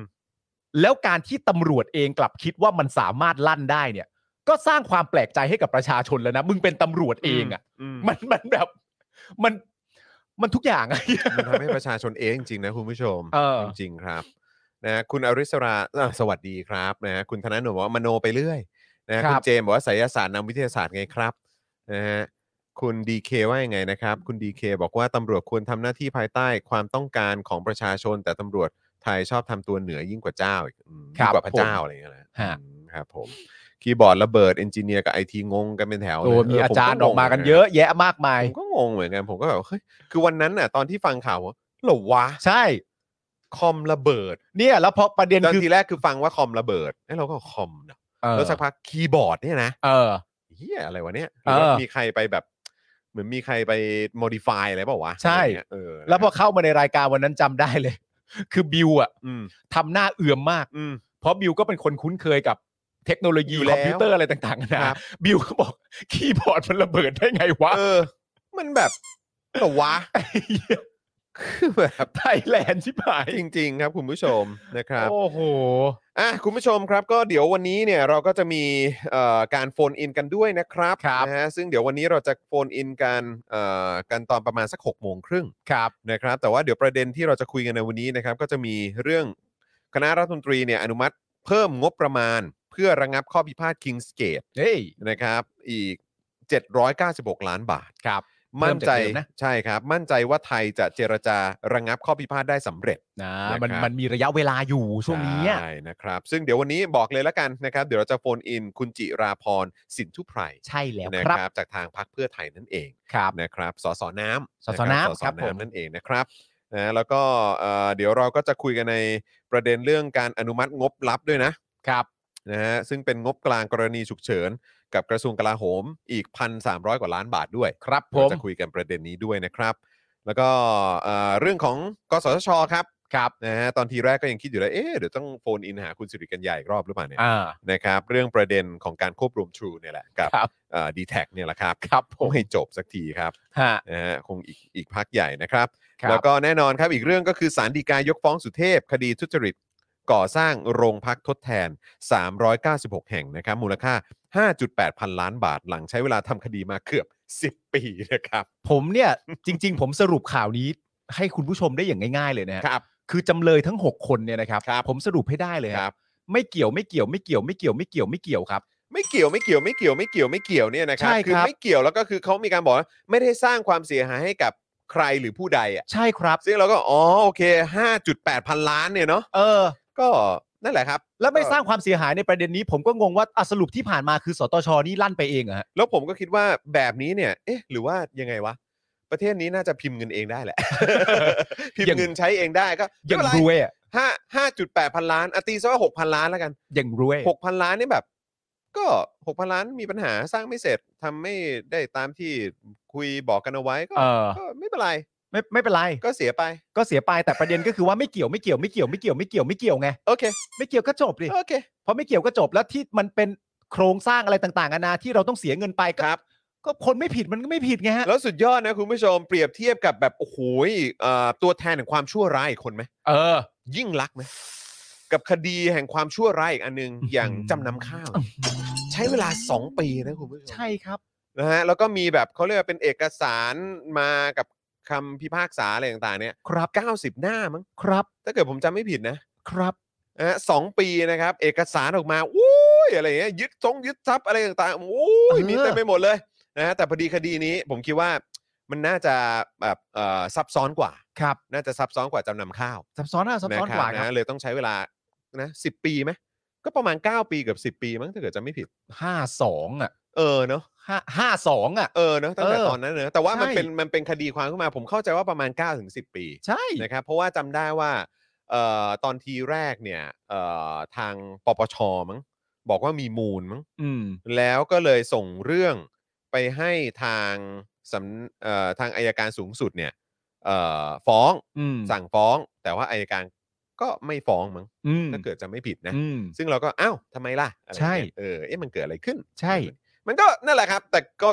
Speaker 5: แล้วการที่ตำรวจเองกลับคิดว่ามันสามารถลั่นได้เนี่ย ก็สร้างความแปลกใจให้กับประชาชนแล้วนะ มึงเป็นตำรวจเองอะ่ะ มันมันแบบมันมันทุกอย่างอะ
Speaker 3: มันทำให้ประชาชนเองจริงๆนะคุณผู้ชม
Speaker 5: เออ
Speaker 3: จริงๆครับนะคุณอริสราอ่ะสวัสดีครับนะคุณธนาหนูบอกว่ามโนไปเรื่อยนะคุณเจมส์บอกว่าไสยศาสตร์นำวิทยาศาสตร์ไงครับนะฮะคุณดีเคว่ายังไงนะครับ คุณดีเคบอกว่าตำรวจควรทำหน้าที่ภายใต้ความต้องการของประชาชน แต่ตำรวจไทยชอบทำตัวเหนือยิ่งกว่าเจ้าอีกอืม
Speaker 5: ครั
Speaker 3: ยิ่
Speaker 5: บ
Speaker 3: งกว่าพระเจ้า
Speaker 5: ผม
Speaker 3: อะไรอย่างเงี้ยนะ
Speaker 5: ฮะ
Speaker 3: อืมครับผมคีย์บอร์ดระเบิดเอนจิเนียร์กับไอทีงงกันเป็นแถวเลย
Speaker 5: โอ้มี
Speaker 3: เผ
Speaker 5: อาจารย์
Speaker 3: งง
Speaker 5: ออกมากัน
Speaker 3: ห
Speaker 5: เยอะแยะมากมาย
Speaker 3: ผมก็งงเหมือนกันผมก็แบบเฮ้ยคือวันนั้นน่ะตอนที่ฟังข่าวว่าเหรอวะ
Speaker 5: ใช่
Speaker 3: คอมระเบิด
Speaker 5: เนี่ยแล้วพอประเด็น
Speaker 3: ตอน
Speaker 5: คือ
Speaker 3: ทีแรกคือฟังว่าคอมระเบิดเอ้ยเราก็คอมนะ
Speaker 5: เออ
Speaker 3: แล้วสักพักคีย์บอร์ดเนี่ยนะ
Speaker 5: เออ
Speaker 3: เฮียอะไรวะเนี่ยหรือว่า
Speaker 5: เออ
Speaker 3: มีใครไปแบบ เหมือนมีใครไป modify อะไรเปล่าวะ
Speaker 5: ใช่
Speaker 3: อะไรเงี้ยเออ
Speaker 5: แล้วพอเข้ามาในรายการวันนั้นจำได้เลย คือบิวอะ
Speaker 3: อืม
Speaker 5: ทำหน้าเอื่อมมาก
Speaker 3: อืม
Speaker 5: เพราะบิวก็เป็นคนคุ้นเคยกับเทคโนโลยี
Speaker 3: อยู่
Speaker 5: ค
Speaker 3: แล้ว
Speaker 5: อมพิวเตอร์อะไรต่างๆนะครับ บิวก็บอกคีย์บอร์ดมันระเบิดได้ไงวะ
Speaker 3: เออ มันแบบแต่วะคือแบบ
Speaker 5: ไทยแลนด์ชิบหาย
Speaker 3: จริง ๆ ครับคุณผู้ชมนะครับ
Speaker 5: โอ้โห
Speaker 3: อ่ะคุณผู้ชมครับก็เดี๋ยววันนี้เนี่ยเราก็จะมีเอ่อการโฟนอินกันด้วยนะครับ
Speaker 5: ครับ
Speaker 3: นะฮะซึ่งเดี๋ยววันนี้เราจะโฟนอินกันเอ่อกันตอนประมาณสัก6กโมงครึ่ง
Speaker 5: ครับ
Speaker 3: นะครับแต่ว่าเดี๋ยวประเด็นที่เราจะคุยกันในวันนี้นะครับก็จะมีเรื่องคณะรัฐมนตรีเนี่ยอนุมัติเพิ่มงบประมาณ เพื่อระงับข้อพิพาท Kings Gate
Speaker 5: เฮ้ย
Speaker 3: นะครับอีก 796 ล้านบาท
Speaker 5: ครับ
Speaker 3: มั่นใจ
Speaker 5: เพิ่มจากเดิมนะ
Speaker 3: ใช่ครับ มั่นใจว่าไทยจะเจรจาระงับข้อพิพาทได้สำเร็จ
Speaker 5: นะ
Speaker 3: นะครับ
Speaker 5: มันมันมีระยะเวลาอยู่ช่วงนี้อะ
Speaker 3: ใช่นะครับ ซึ่งเดี๋ยววันนี้บอกเลยละกันนะครับ เดี๋ยวเราจะโฟนอินคุณจิราพรสินทุไพร
Speaker 5: ใช่แล้ว
Speaker 3: นะครับ จากทางพรรคเพื่อไทยนั่นเอง
Speaker 5: ครับ
Speaker 3: นะครับ สสน้ำ
Speaker 5: สสน้ำ
Speaker 3: ะ
Speaker 5: ครับ
Speaker 3: สส
Speaker 5: ผม
Speaker 3: น้ำนั่นเองนะครับนะแล้วก็เอ่อเดี๋ยวเราก็จะคุยกันในประเด็นเรื่องการอนุมัติงบลับด้วยนะครับ นะฮะซึ่งเป็นงบกลางกรณีฉุกเฉิน กับกระทรวงกลาโหมอีก 1,300 กว่าล้านบาทด้วย
Speaker 5: ครับผ
Speaker 3: เรา
Speaker 5: ม
Speaker 3: จะคุยกันประเด็นนี้ด้วยนะครับ แล้วก็เอ่อเรื่องของกสทชครับ
Speaker 5: ครับ
Speaker 3: นะฮะตอนทีแรกก็ยังคิดอยู่เลยเอ๊ะเดี๋ยวต้องโฟนอินหาคุณสิริกัญญาอีกรอบหรือเปล่าเนี่ย
Speaker 5: อ่า
Speaker 3: นะครับเรื่องประเด็นของการควบรวม True เนี่ยแหละกับ
Speaker 5: ครับ
Speaker 3: ดีแท็เนี่ยแหละครับ
Speaker 5: ครับผม
Speaker 3: ไม่จบสักทีครับ
Speaker 5: ฮะ
Speaker 3: นะฮะคงอีกอีกพักใหญ่นะครับ
Speaker 5: ครับ
Speaker 3: แล้วก็แน่นอนครับอีกเรื่องก็คือสารดีกายกฟ้องสุเทพ คดีทุจริต ก่อสร้างโรงพักทดแทน 396 แห่งนะครับ มูลค่า 5.8 พันล้านบาทหลังใช้เวลาทำคดีมาเกือบ 10 ปีนะครับ
Speaker 5: ผมเนี่ย จริง ๆ ผมสรุปข่าวนี้ให้คุณผู้ชมได้อย่างง่าย ๆ เลยนะฮะ
Speaker 3: ครับ
Speaker 5: คือจำเลยทั้ง 6 คนเนี่ยนะครับ
Speaker 3: ครับ
Speaker 5: ผมสรุปให้ได้เลย
Speaker 3: ครั
Speaker 5: ครับ บ ไม่เกี่ยวไม่เกี่ยวไม่เกี่ยวไม่เกี่ยวไม่เกี่ยวไม่เกี่ยวครับ
Speaker 3: ไม่เกี่ยวไม่เกี่ยวไม่เกี่ยวไม่เกี่ยวไม่เกี่ยวเนี่ยนะครับ
Speaker 5: ใช่ครับ
Speaker 3: ไม่เกี่ยวแล้วก็คือเขามีการบอกว่าไม่ได้สร้างความเสียหายให้กับใครหรือผู้ใดอ่ะ
Speaker 5: ใช่ครับ
Speaker 3: ซึ่งเราก็อ๋อโอเค 5.8 พันล้านเนี่ยเนาะ
Speaker 5: เออ
Speaker 3: ก็นั่นแหละครับ
Speaker 5: แล้วไม่สร้างความเสียหายในประเด็นนี้ ผมก็งงว่าอ่ะสรุปที่ผ่านมาคือสตชนี่ลั่นไปเองเหรอฮะ
Speaker 3: แล้วผมก็คิดว่าแบบนี้เนี่ย เอ๊ะ หรือว่ายังไงวะ ประเทศนี้น่าจะพิมพ์เงินเองได้แหละ พิม
Speaker 5: อ
Speaker 3: พ์
Speaker 5: ย่าง
Speaker 3: เงินใช้เองได้ก็
Speaker 5: อย่างรวยอะ
Speaker 3: ห้าห้าจุดแปดพันล้านอะตีซะว่าหกพันล้านแล้วกัน
Speaker 5: อย่างรวย
Speaker 3: หกพันล้านนี่แบบ ก็หกพันล้านมีปัญหาสร้างไม่เสร็จทำไม่ได้ตามที่คุยบอกกันเอาไว้ก็
Speaker 5: เออ
Speaker 3: ก็ไม่เป็นไร
Speaker 5: ไม่ไม่เป็นไร
Speaker 3: ก็เสียไป
Speaker 5: ก็เสียไปแต่ประเด็นก็คือว่าไม่เกี่ยวไม่เกี่ยวไม่เกี่ยวไม่เกี่ยวไม่เกี่ยวไม่เกี่ยวไง
Speaker 3: โอเค
Speaker 5: ไม่เกี่ยวก็จบดิ
Speaker 3: โอเค
Speaker 5: เพราะไม่เกี่ยวก็จบแล้วที่มันเป็นโครงสร้างอะไรต่างๆนานาที่เราต้องเสียเงินไปก็
Speaker 3: ครับ
Speaker 5: ก็คนไม่ผิดมันก็ไม่ผิดไงฮะ
Speaker 3: แล้วสุดยอดนะคุณผู้ชมเปรียบเทียบกับแบบโอ้โหยเอ่อตัวแทนแห่งความชั่วร้ายอีกคนไหม
Speaker 5: เออ
Speaker 3: ยิ่งรักษณ์ไหมกับคดีแห่งความชั่วร้ายอีกอันหนึง
Speaker 5: อื้อหือ
Speaker 3: อย่างจำนำข้าวเนี่ยใช้เวลา 2 ปีนะคุณผู้ชม
Speaker 5: ใช่ครับ
Speaker 3: นะฮะแล้วก็มีแบบเขาเรียกว่าเป็นเอกสารมากับคำพิพากษาอะไรต่างๆเนี่ย
Speaker 5: ครับ
Speaker 3: 90 หน้ามั้ง
Speaker 5: ครับ
Speaker 3: ถ้าเกิดผมจำไม่ผิดนะครับ นะฮะสองปีนะครับ เอกสารออกมาอุ้ยอะไรอย่างเงี้ยยึดทงยึดทรัพย์อะไรต่างๆอุ้ย
Speaker 5: เออ
Speaker 3: มีเต็มไปหมดเลยนะฮะแต่พอดีคดีนี้ผมคิดว่ามันน่าจะแบบเอ่อซับซ้อนกว่า
Speaker 5: ครับ
Speaker 3: น่าจะซับซ้อนกว่าจำนำข้าว
Speaker 5: ซับซ้อนอะซับซ้อนกว่า
Speaker 3: ะ
Speaker 5: ค
Speaker 3: ค
Speaker 5: รั
Speaker 3: รับบ นะเลยต้องใช้เวลานะสิปีไหมก็ประมาณ 9 ปีเกือบ10 ปีมั้งถ้าเกิดจะไม่ผิด
Speaker 5: ห้าสองอ่ะ
Speaker 3: เออเนาะ
Speaker 5: ห้าห้าสองอ่ะ
Speaker 3: เออเนาะตั้งแต่
Speaker 5: เออ
Speaker 3: ตอนนั้นเนอะแต่ว่ามัน
Speaker 5: ใช่
Speaker 3: เป็นมันเป็นคดีความขึ้นมาผมเข้าใจว่าประมาณ9ถึง10 ปี
Speaker 5: ใช่
Speaker 3: นะครับเพราะว่าจำได้ว่าเอ่อตอนทีแรกเนี่ยเอ่อทางปปชมั้งบอกว่ามีมูลมั้ง
Speaker 5: อืม
Speaker 3: แล้วก็เลยส่งเรื่องไปให้ทางสำเอ่อทางอายการสูงสุดเนี่ยเอ่อฟ้อง
Speaker 5: อืม
Speaker 3: สั่งฟ้อง แต่ว่าอายการก็ไม่ฟ้องมั้ง
Speaker 5: อืม
Speaker 3: ถ้าเกิดจะไม่ผิดนะ
Speaker 5: อืม
Speaker 3: ซึ่งเราก็อ้าวทำไมล่ะอะไร
Speaker 5: ใช่
Speaker 3: เงี้ยเออเอ๊ะมันเกิดอะไรขึ้น
Speaker 5: ใช่
Speaker 3: มันก็นั่นแหละครับ แต่ก็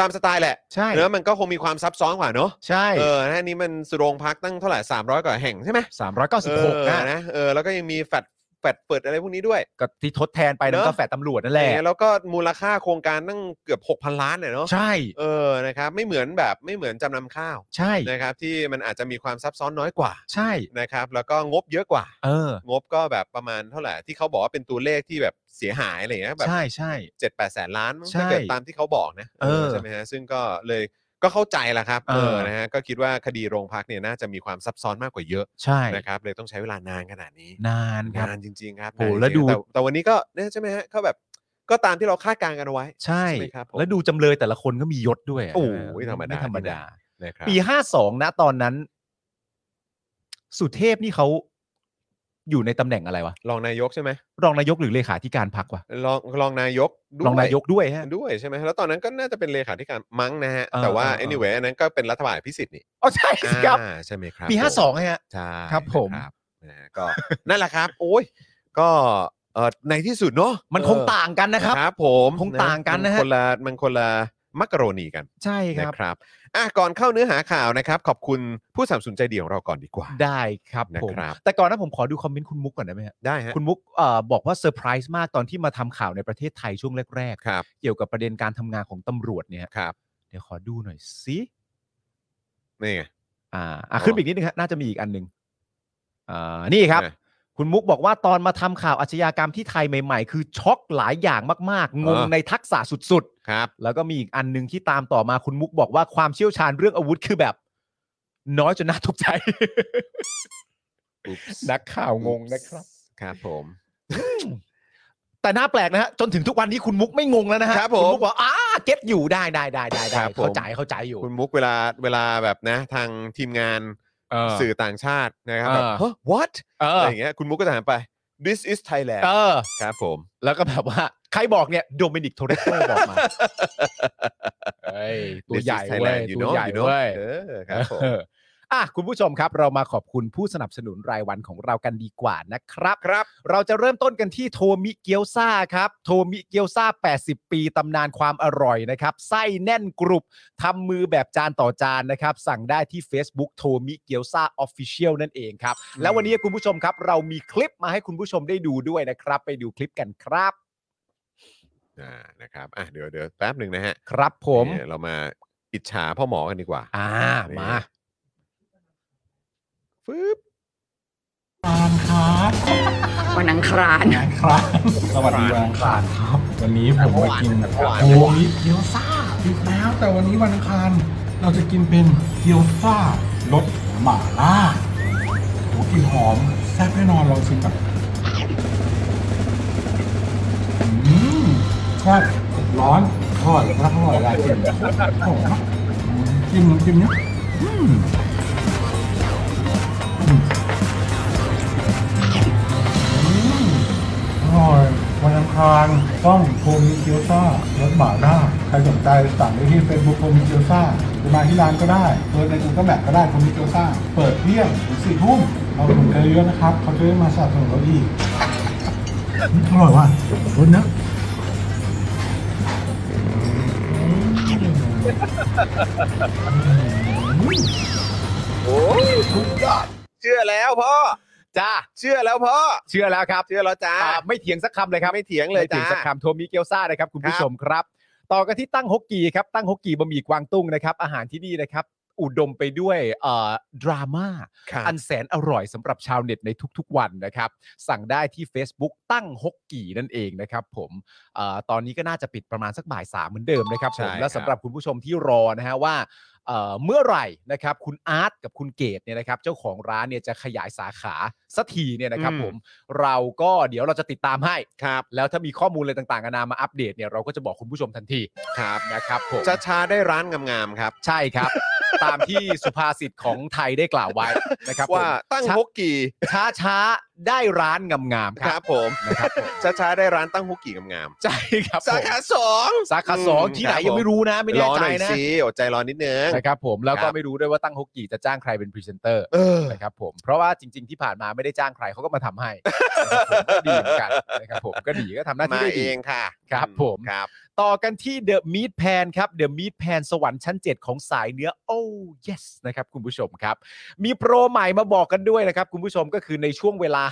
Speaker 3: ตามสไตล์แหละ
Speaker 5: ใช่
Speaker 3: เนื้อะมันก็คงมีความซับซ้อนกว่าเนอะ
Speaker 5: ใช่
Speaker 3: เออนะฮะนี่มันโรงพักตั้งเท่าไหร่300 กว่าแห่งใช่ไหม
Speaker 5: สามร้อยเก้าสิบหก
Speaker 3: เออ
Speaker 5: นะ
Speaker 3: นะเออแล้วก็ยังมีแฟดแฟดเปิดอะไรพวกนี้ด้วย
Speaker 5: ก็ที่ทดแทนไปนั่
Speaker 3: เน
Speaker 5: น
Speaker 3: อะ
Speaker 5: ก็แฟดตำรวจนั่นแหละ
Speaker 3: แล้วก็มูลค่าโครงการตั้งเกือบ 6,000 ล้านเนี่ยเนาะ
Speaker 5: ใช่
Speaker 3: เออนะครับไม่เหมือนแบบไม่เหมือนจำนำข้าว
Speaker 5: ใช่
Speaker 3: นะครับที่มันอาจจะมีความซับซ้อนน้อยกว่า
Speaker 5: ใช่
Speaker 3: นะครับแล้วก็งบเยอะกว่า
Speaker 5: เออ
Speaker 3: งบก็แบบประมาณเท่าไหร่ที่เขาบอกว่าเป็นตัวเลขที่แบบเสียหายอะไรอย่างเงี้ยแบบ
Speaker 5: ใช่ใช่
Speaker 3: เจ็ดแปดแสนล้านมั้ง
Speaker 5: ใช่
Speaker 3: ถ้าเกิดตามที่เขาบอกนะ
Speaker 5: เออ
Speaker 3: ใช่ไหมฮะซึ่งก็เลยก็เข้าใจละครับ
Speaker 5: เออ
Speaker 3: นะฮะก็คิดว่าคดีโรงพักเนี่ยน่าจะมีความซับซ้อนมากกว่าเยอะ
Speaker 5: ใช่
Speaker 3: นะครับเลยต้องใช้เวลานานขนาดนี้
Speaker 5: นานครับ
Speaker 3: นานจริง ๆ ครับ
Speaker 5: โอ้
Speaker 3: นานจริงๆต่
Speaker 5: แล้วดู
Speaker 3: แต่วันนี้ก็เนี่ยใช่ไหมฮะเขาแบบก็ตามที่เราคาดการณ์กันเอาไว้
Speaker 5: ใช่
Speaker 3: ใช่ไหมครับผม
Speaker 5: แล้วดูจำเลยแต่ละคนก็มียศด้วยะ
Speaker 3: โอ้ย
Speaker 5: ไ
Speaker 3: ธรรมดา
Speaker 5: ไธรรมดา
Speaker 3: นะครับ
Speaker 5: ปีห้าสองนะตอนนั้น สุเทพนี่เขาอยู่ในตำแหน่งอะไรวะ
Speaker 3: รองนายกใช่ไหม
Speaker 5: รองนายกหรือเลขาธิการพรรควะ
Speaker 3: รองรองนายกด้วย
Speaker 5: รองนายกด้วยฮะ
Speaker 3: ด้วยใช่ไหมแล้วตอนนั้นก็น่าจะเป็นเลขาธิการมั้งนะฮะ
Speaker 5: เออ
Speaker 3: แต่ว่า
Speaker 5: เออเออ
Speaker 3: anyway อันนั้นก็เป็นรัฐบาลพิสิทธิ์ นี่
Speaker 5: อ๋อใช่สิครับ
Speaker 3: อ่าใช่ไหมครับ
Speaker 5: ปี
Speaker 3: ผม
Speaker 5: ห้าสองฮะ
Speaker 3: ใช่
Speaker 5: ครับผม
Speaker 3: นะครับนะฮะก็ นั่นแหละครับ โอ้ยก็เออในที่สุดเนาะ
Speaker 5: มันคง
Speaker 3: เออ
Speaker 5: ต่างกันนะครับ
Speaker 3: ครับ ผม
Speaker 5: คงต่างกันนะ
Speaker 3: มั
Speaker 5: ฮะ
Speaker 3: คนละมันคนละมักกะโรนีกัน
Speaker 5: ใช่ค
Speaker 3: นะ
Speaker 5: รับ
Speaker 3: ครับอ่ะก่อนเข้าเนื้อหาข่าวนะครับ ขอบคุณผู้สนัมสนุนใจดีของเราก่อนดีกว่า
Speaker 5: ได้ครับผม
Speaker 3: นะครับ
Speaker 5: แต่ก่อนนะผมขอดูคอมเมนต์คุณมุกก่อนได้ไหมฮะ
Speaker 3: ได้ฮะ
Speaker 5: คุณมุกเอ่อบอกว่าเซอร์ไพรส์มากตอนที่มาทำข่าวในประเทศไทยช่วงแรก
Speaker 3: ครับ
Speaker 5: ๆ เกี่ยวกับประเด็นการทำงานของตำรวจเนี่ยฮะ
Speaker 3: ครับ
Speaker 5: เดี๋ยวขอดูหน่อยสิ
Speaker 3: นี่ไง
Speaker 5: อ่าอ่ะขึ้นไปอีกนิดนึงฮะน่าจะมีอีกอันหนึ่งอ่านี่ครับ
Speaker 3: ไหน
Speaker 5: คุณมุกบอกว่าตอนมาทำข่าวอาชญากรรมที่ไทยใหม่ๆ คือช็อกหลายอย่างมากๆงง
Speaker 3: เออ
Speaker 5: ในทักษะสุดๆ
Speaker 3: ครับ
Speaker 5: แล้วก็มีอีกอันหนึ่งที่ตามต่อมาคุณมุกบอกว่าความเชี่ยวชาญเรื่องอาวุธคือแบบ น้อยจนน่าตกใจ
Speaker 3: อุ๊บส์
Speaker 5: นักข่าวงงนะครับ
Speaker 3: ครับผม
Speaker 5: แต่น่าแปลกนะฮะจนถึงทุกวันนี้คุณมุกไม่งงแล้วนะฮะ
Speaker 3: ครับผม
Speaker 5: ณมุกบอกอ้าเก็ตอยู่ได้ได้ได้ได้
Speaker 3: ค
Speaker 5: ได้
Speaker 3: รับผม
Speaker 5: เข้าใจเข้าใจอยู่
Speaker 3: คุณมุกเวลาเวลาแบบนะ ทางทีมงาน
Speaker 5: เออ
Speaker 3: สื่อต่างชาตินะครับแบบ
Speaker 5: เออ
Speaker 3: เฮ้ย what
Speaker 5: เอ
Speaker 3: อะ
Speaker 5: อ
Speaker 3: ไรอย่างเงี้ยคุณมุกก็จะหันไป this is Thailand
Speaker 5: เออ
Speaker 3: ครับผม
Speaker 5: แล้วก็แบบว่าใครบอกเนี่ยโดมินิกโทเรสโตบอกมาเฮ้ยตัวใหญ่
Speaker 3: This is
Speaker 5: เว้ย
Speaker 3: Thailand you
Speaker 5: ตัว
Speaker 3: know
Speaker 5: ใหญ่
Speaker 3: you know
Speaker 5: เว้ย
Speaker 3: เออครับผม
Speaker 5: เอออ่ะคุณผู้ชมครับ เรามาขอบคุณผู้สนับสนุนรายวันของเรากันดีกว่า นะครับ
Speaker 3: ครับ
Speaker 5: เราจะเริ่มต้นกันที่โทมิเกียวซาครับ โทมิเกียวซา80 ปีตำนานความอร่อยนะครับ ไส้แน่นกรุบทำมือแบบจานต่อจานนะครับ สั่งได้ที่ Facebook โทมิเกียวซาออฟฟิเชียลนั่นเองครับ แล้ววันนี้คุณผู้ชมครับ เรามีคลิปมาให้คุณผู้ชมได้ดูด้วยนะครับ ไปดูคลิปกันครับ
Speaker 3: อ่า นะครับ อ่ะ เดี๋ยวเดี๋ยวแป๊บหนึ่งนะฮะ
Speaker 5: ครับผม
Speaker 3: เนี่ยเรามาอิจฉาพ่อหมอกันดีกว่า
Speaker 5: อ่ามา
Speaker 3: ฟึบ
Speaker 4: ตามครับ
Speaker 6: วันอังคาร
Speaker 4: งานครับ
Speaker 1: สวัสดีวันอังคารครับ วันนี้ผมมากินโอ้ยเกี๊ยวซ่าอีกแล้ว แต่วันนี้วันอังคารเราจะกินเป็นเกี๊ยวซ่ารสหม่าล่าโอ้กลิ่นหอมแซ่บแน่นอนลองชิมกับอืมทอดเผ็ดร้อนทอดรักอร่อยลายเกินโอ้โหจิ้มน้ำจิ้มเนี้ยอืมอืม อร่อยวันอังคารต้องโพมิเกียวซ่ารสหมาล่าใครสนใจสั่งได้ที่เฟซบุ๊กโพมิเกียวซ่าหรือมาที่ร้านก็ได้เปิดในกูเกิลแมปก็ได้โพมิเกียวซ่าเปิดเที่ยงถึงสี่ทุ่มเราถึงกันเยอะๆนะครับ เขาจะได้มาสนับสนุนเราอีกอืมอร่อยว่ะรสเนอะ
Speaker 3: โอ้ยสุดยอดเชื่อแล้วพ่อ
Speaker 5: จ้า
Speaker 3: เชื่อแล้วพ่อ
Speaker 5: เชื่อแล้วครับ
Speaker 3: เชื่อแล้วจ้า
Speaker 5: อ่าไม่เถียงสักคำเลยครับ
Speaker 3: ไม่เถียงเลย
Speaker 5: ไม่ถึ
Speaker 3: จ้า
Speaker 5: งสักคำโทมิเกียวซานะครับ คุณ
Speaker 3: ค
Speaker 5: ผู้
Speaker 3: รับ
Speaker 5: ชมครับ ต่อกันที่ตั้งฮกกีครับ ตั้งฮกกีบะหมี่กวางตุ้งนะครับ อาหารที่นี่นะครับ อุดมไปด้วยเอ่อดราม่า
Speaker 3: ครับ
Speaker 5: อันแสนอร่อยสำหรับชาวเน็ตในทุกๆวันนะครับ สั่งได้ที่ Facebook ตั้งฮกกีนั่นเองนะครับผมเออตอนนี้ก็น่าจะปิดประมาณสักบ่ายสามเหมือนเดิมนะครับผม
Speaker 3: ใช่ค
Speaker 5: และ
Speaker 3: รับ
Speaker 5: สำหรับคุณผู้ชมที่รอนะฮะว่าเอ่อเมื่อไหร่นะครับคุณอาร์ตกับคุณเกตเนี่ยนะครับ เจ้าของร้านเนี่ยจะขยายสาขาสักทีเนี่ยนะครับผมเราก็เดี๋ยวเราจะติดตามให้
Speaker 3: ครับ
Speaker 5: แล้วถ้ามีข้อมูลอะไรต่างๆนานามาอัปเดตเนี่ยเราก็จะบอกคุณผู้ชมทันที
Speaker 3: ครับ
Speaker 5: นะครับผม
Speaker 3: จะช้าได้ร้านงามๆครับ
Speaker 5: ใช่ครับ ตามที่สุภาษิตของไทยได้กล่าวไว้นะครับผม
Speaker 3: ว่าตั้ง
Speaker 5: ช้า
Speaker 3: ฮกกี่
Speaker 5: ช้าช้าได้ร้านงามๆค
Speaker 3: ค
Speaker 5: รั
Speaker 3: รั
Speaker 5: บบ
Speaker 3: ผม
Speaker 5: นะครับผม
Speaker 3: จะช้าได้ร้านตั้งฮกกี่งาม
Speaker 5: ใช่ครับ
Speaker 3: ๆ
Speaker 5: ผม
Speaker 3: สาขาสอง
Speaker 5: สาขาสองที่ไหนยังไม่รู้นะ ไม่
Speaker 3: ร
Speaker 5: แน่
Speaker 3: อห
Speaker 5: ใจ
Speaker 3: น่อย
Speaker 5: นะ
Speaker 3: สิอดใจรอนิดนึง
Speaker 5: นะครับผมแล้ว
Speaker 3: ค
Speaker 5: ก็
Speaker 3: รับ
Speaker 5: ไม่รู้ด้วยว่าตั้งฮกกี่จะจ้างใครเป็นพรีเซนเตอร์
Speaker 3: เออ
Speaker 5: นะครับผมเพราะว่าจริง ๆ ที่ผ่านมาไม่ได้จ้างใครเขาก็มาทำให้นะครับผมก็ดีเหมือนกันนะครับผมก็ดีก็ทำหน้าที่
Speaker 3: มา
Speaker 5: ได้
Speaker 3: เอ
Speaker 5: ดี
Speaker 3: งค่ะ
Speaker 5: ครับผม
Speaker 3: ครับ
Speaker 5: ต่อกันที่เดอะมีทแพนครับเดอะมีทแพนสวรรค์ชั้น 7 ของสายเนื้อโอ้ yes นะครับคุณผู้ชมครับ มีโปรใหม่มาบอกกันด้วยนะครับ คุณผู้ชมก็คือในช่วงเวลา